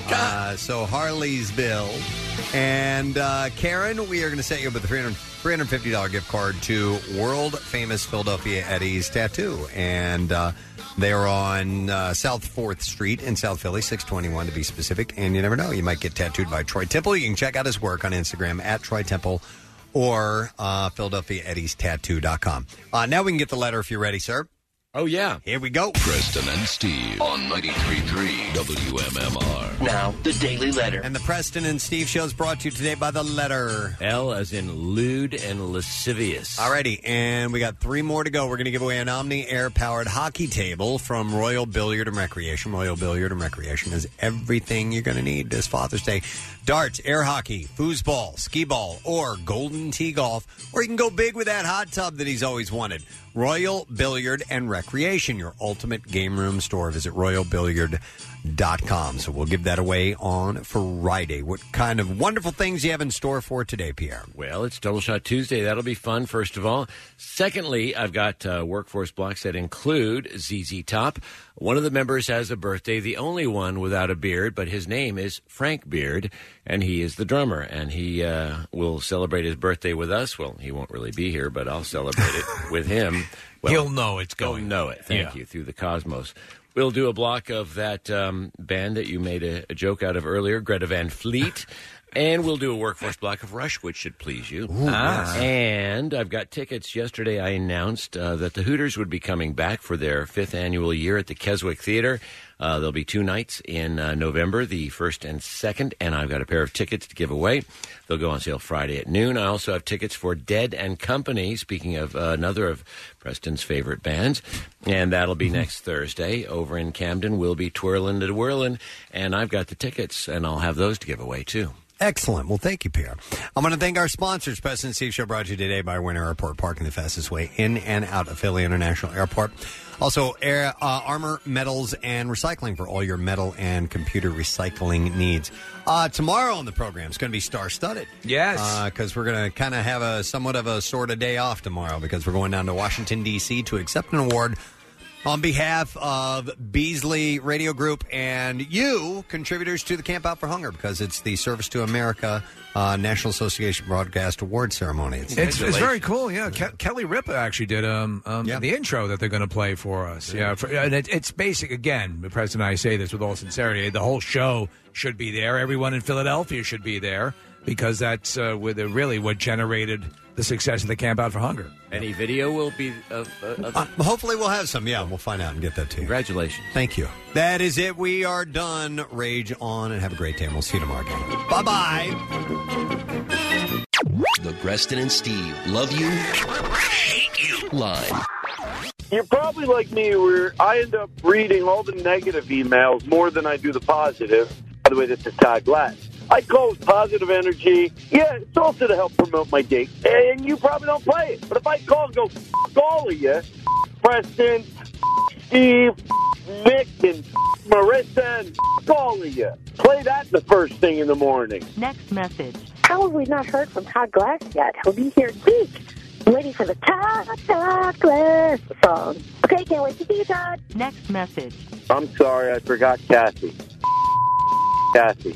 Speaker 3: uh, so Harleysville. And uh, Karen, we are going to set you up with a 300 $350 gift card to world famous Philadelphia Eddie's Tattoo. And uh, they are on uh, South 4th Street in South Philly, 621 to be specific. And you never know, you might get tattooed by Troy Temple. You can check out his work on Instagram at Troy Temple or uh, PhiladelphiaEddiesTattoo.com. Uh, now we can get the letter if you're ready, sir.
Speaker 21: Oh, yeah.
Speaker 3: Here we go.
Speaker 9: Preston and Steve on 93.3 WMMR.
Speaker 3: And the Preston and Steve show is brought to you today by The Letter.
Speaker 21: L as in lewd and lascivious.
Speaker 3: Alrighty, and we got three more to go. We're going to give away an Omni Air powered hockey table from Royal Billiard and Recreation. Royal Billiard and Recreation is everything you're going to need this Father's Day. Darts, air hockey, foosball, skee ball, or golden tee golf. Or you can go big with that hot tub that he's always wanted. Royal Billiard and Recreation, your ultimate game room store. Visit royalbilliard.com. So we'll give that away on Friday. What kind of wonderful things you have in store for today, Pierre?
Speaker 21: Well, it's Double Shot Tuesday. That'll be fun, first of all. Secondly, I've got uh, workforce blocks that include ZZ Top. One of the members has a birthday, the only one without a beard, but his name is Frank Beard, and he is the drummer. And he uh, will celebrate his birthday with us. Well, he won't really be here, but I'll celebrate it with him. Well,
Speaker 15: He'll know it's going.
Speaker 21: He'll know it. Thank
Speaker 15: Yeah.
Speaker 21: you. Through the cosmos. We'll do a block of that um, band that you made a, a joke out of earlier, Greta Van Fleet. And we'll do a workforce block of Rush, which should please you. Ooh, Ah. yes. And I've got tickets. Yesterday, I announced uh, that the Hooters would be coming back for their fifth annual year at the Keswick Theater. Uh, there'll be two nights in uh, November, the first and second, and I've got a pair of tickets to give away. They'll go on sale Friday at noon. I also have tickets for Dead and Company. Speaking of uh, another of Preston's favorite bands, and that'll be next Thursday over in Camden. We'll be twirling to whirling, and I've got the tickets, and I'll have those to give away too.
Speaker 3: Excellent. Well, thank you, Pierre. I'm going to thank our sponsors. President Steve Show brought to you today by Winter Airport Parking, the fastest way in and out of Philly International Airport. Also, air, uh, Armor Metals and Recycling for all your metal and computer recycling needs. Uh, tomorrow on the program, it's going to be star studded. Yes. Because we're going to kind of have a somewhat of a sort of day off tomorrow because we're going down to Washington, D.C. to accept an award on behalf of Beasley Radio Group and you, contributors to the Camp Out for Hunger, because it's the Service to America uh, National Association Broadcast Award Ceremony.
Speaker 5: It's, it's very cool. Yeah, Ke- Kelly Ripa actually did um, um the intro that they're going to play for us. Yeah, for, and it, it's basic. Again, the president and I say this with all sincerity. The whole show should be there. Everyone in Philadelphia should be there because that's uh, where the, really what generated the success of the Camp Out for Hunger.
Speaker 21: Any video will be of. Uh, of
Speaker 3: Uh, hopefully, we'll have some. Yeah, we'll find out and get that to you.
Speaker 21: Congratulations.
Speaker 3: Thank you. That is it. We are done. Rage on and have a great day. And we'll see you tomorrow again. Bye bye.
Speaker 6: The Preston and Steve love you, hate you line.
Speaker 14: You're probably like me, where I end up reading all the negative emails more than I do the positive. By the way, this is Todd Glass. I go with positive energy. Yeah, it's also to help promote my date. And you probably don't play it. But if I call and go, F- all of you, F- Preston, F- Steve, F- Nick, and F- Marissa, and F- all of you, play that the first thing in the morning.
Speaker 15: Next message. How have we not heard from Todd Glass yet? He'll be here next week. I'm waiting for the Todd, Todd Glass song. Okay, can't wait to see you, Todd. Next message.
Speaker 14: I'm sorry, I forgot Kathy. Kathy.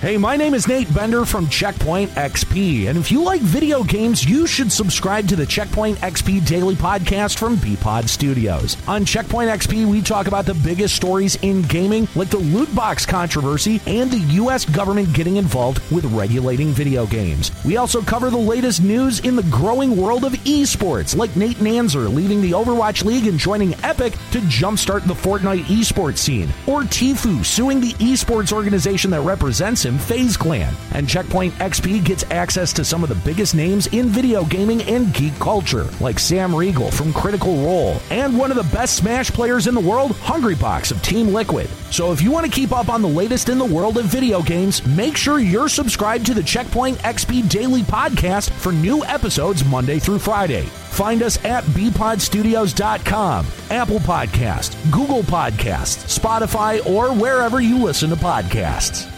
Speaker 26: Hey, my name is Nate Bender from Checkpoint XP, and if you like video games, you should subscribe to the Checkpoint XP Daily Podcast from Pod Studios. On Checkpoint XP, we talk about the biggest stories in gaming, like the loot box controversy and the U.S. government getting involved with regulating video games. We also cover the latest news in the growing world of esports, like Nate Nanzer leaving the Overwatch League and joining Epic to jumpstart the Fortnite esports scene, or Tfue suing the esports organization that represents him, Phase Clan. And Checkpoint XP gets access to some of the biggest names in video gaming and geek culture, like Sam Riegel from Critical Role, and one of the best Smash players in the world, Hungrybox of Team Liquid. So if you want to keep up on the latest in the world of video games, make sure you're subscribed to the Checkpoint XP Daily Podcast for new episodes Monday through Friday. Find us at bpodstudios.com, Apple Podcast, Google Podcasts, Spotify, or wherever you listen to podcasts.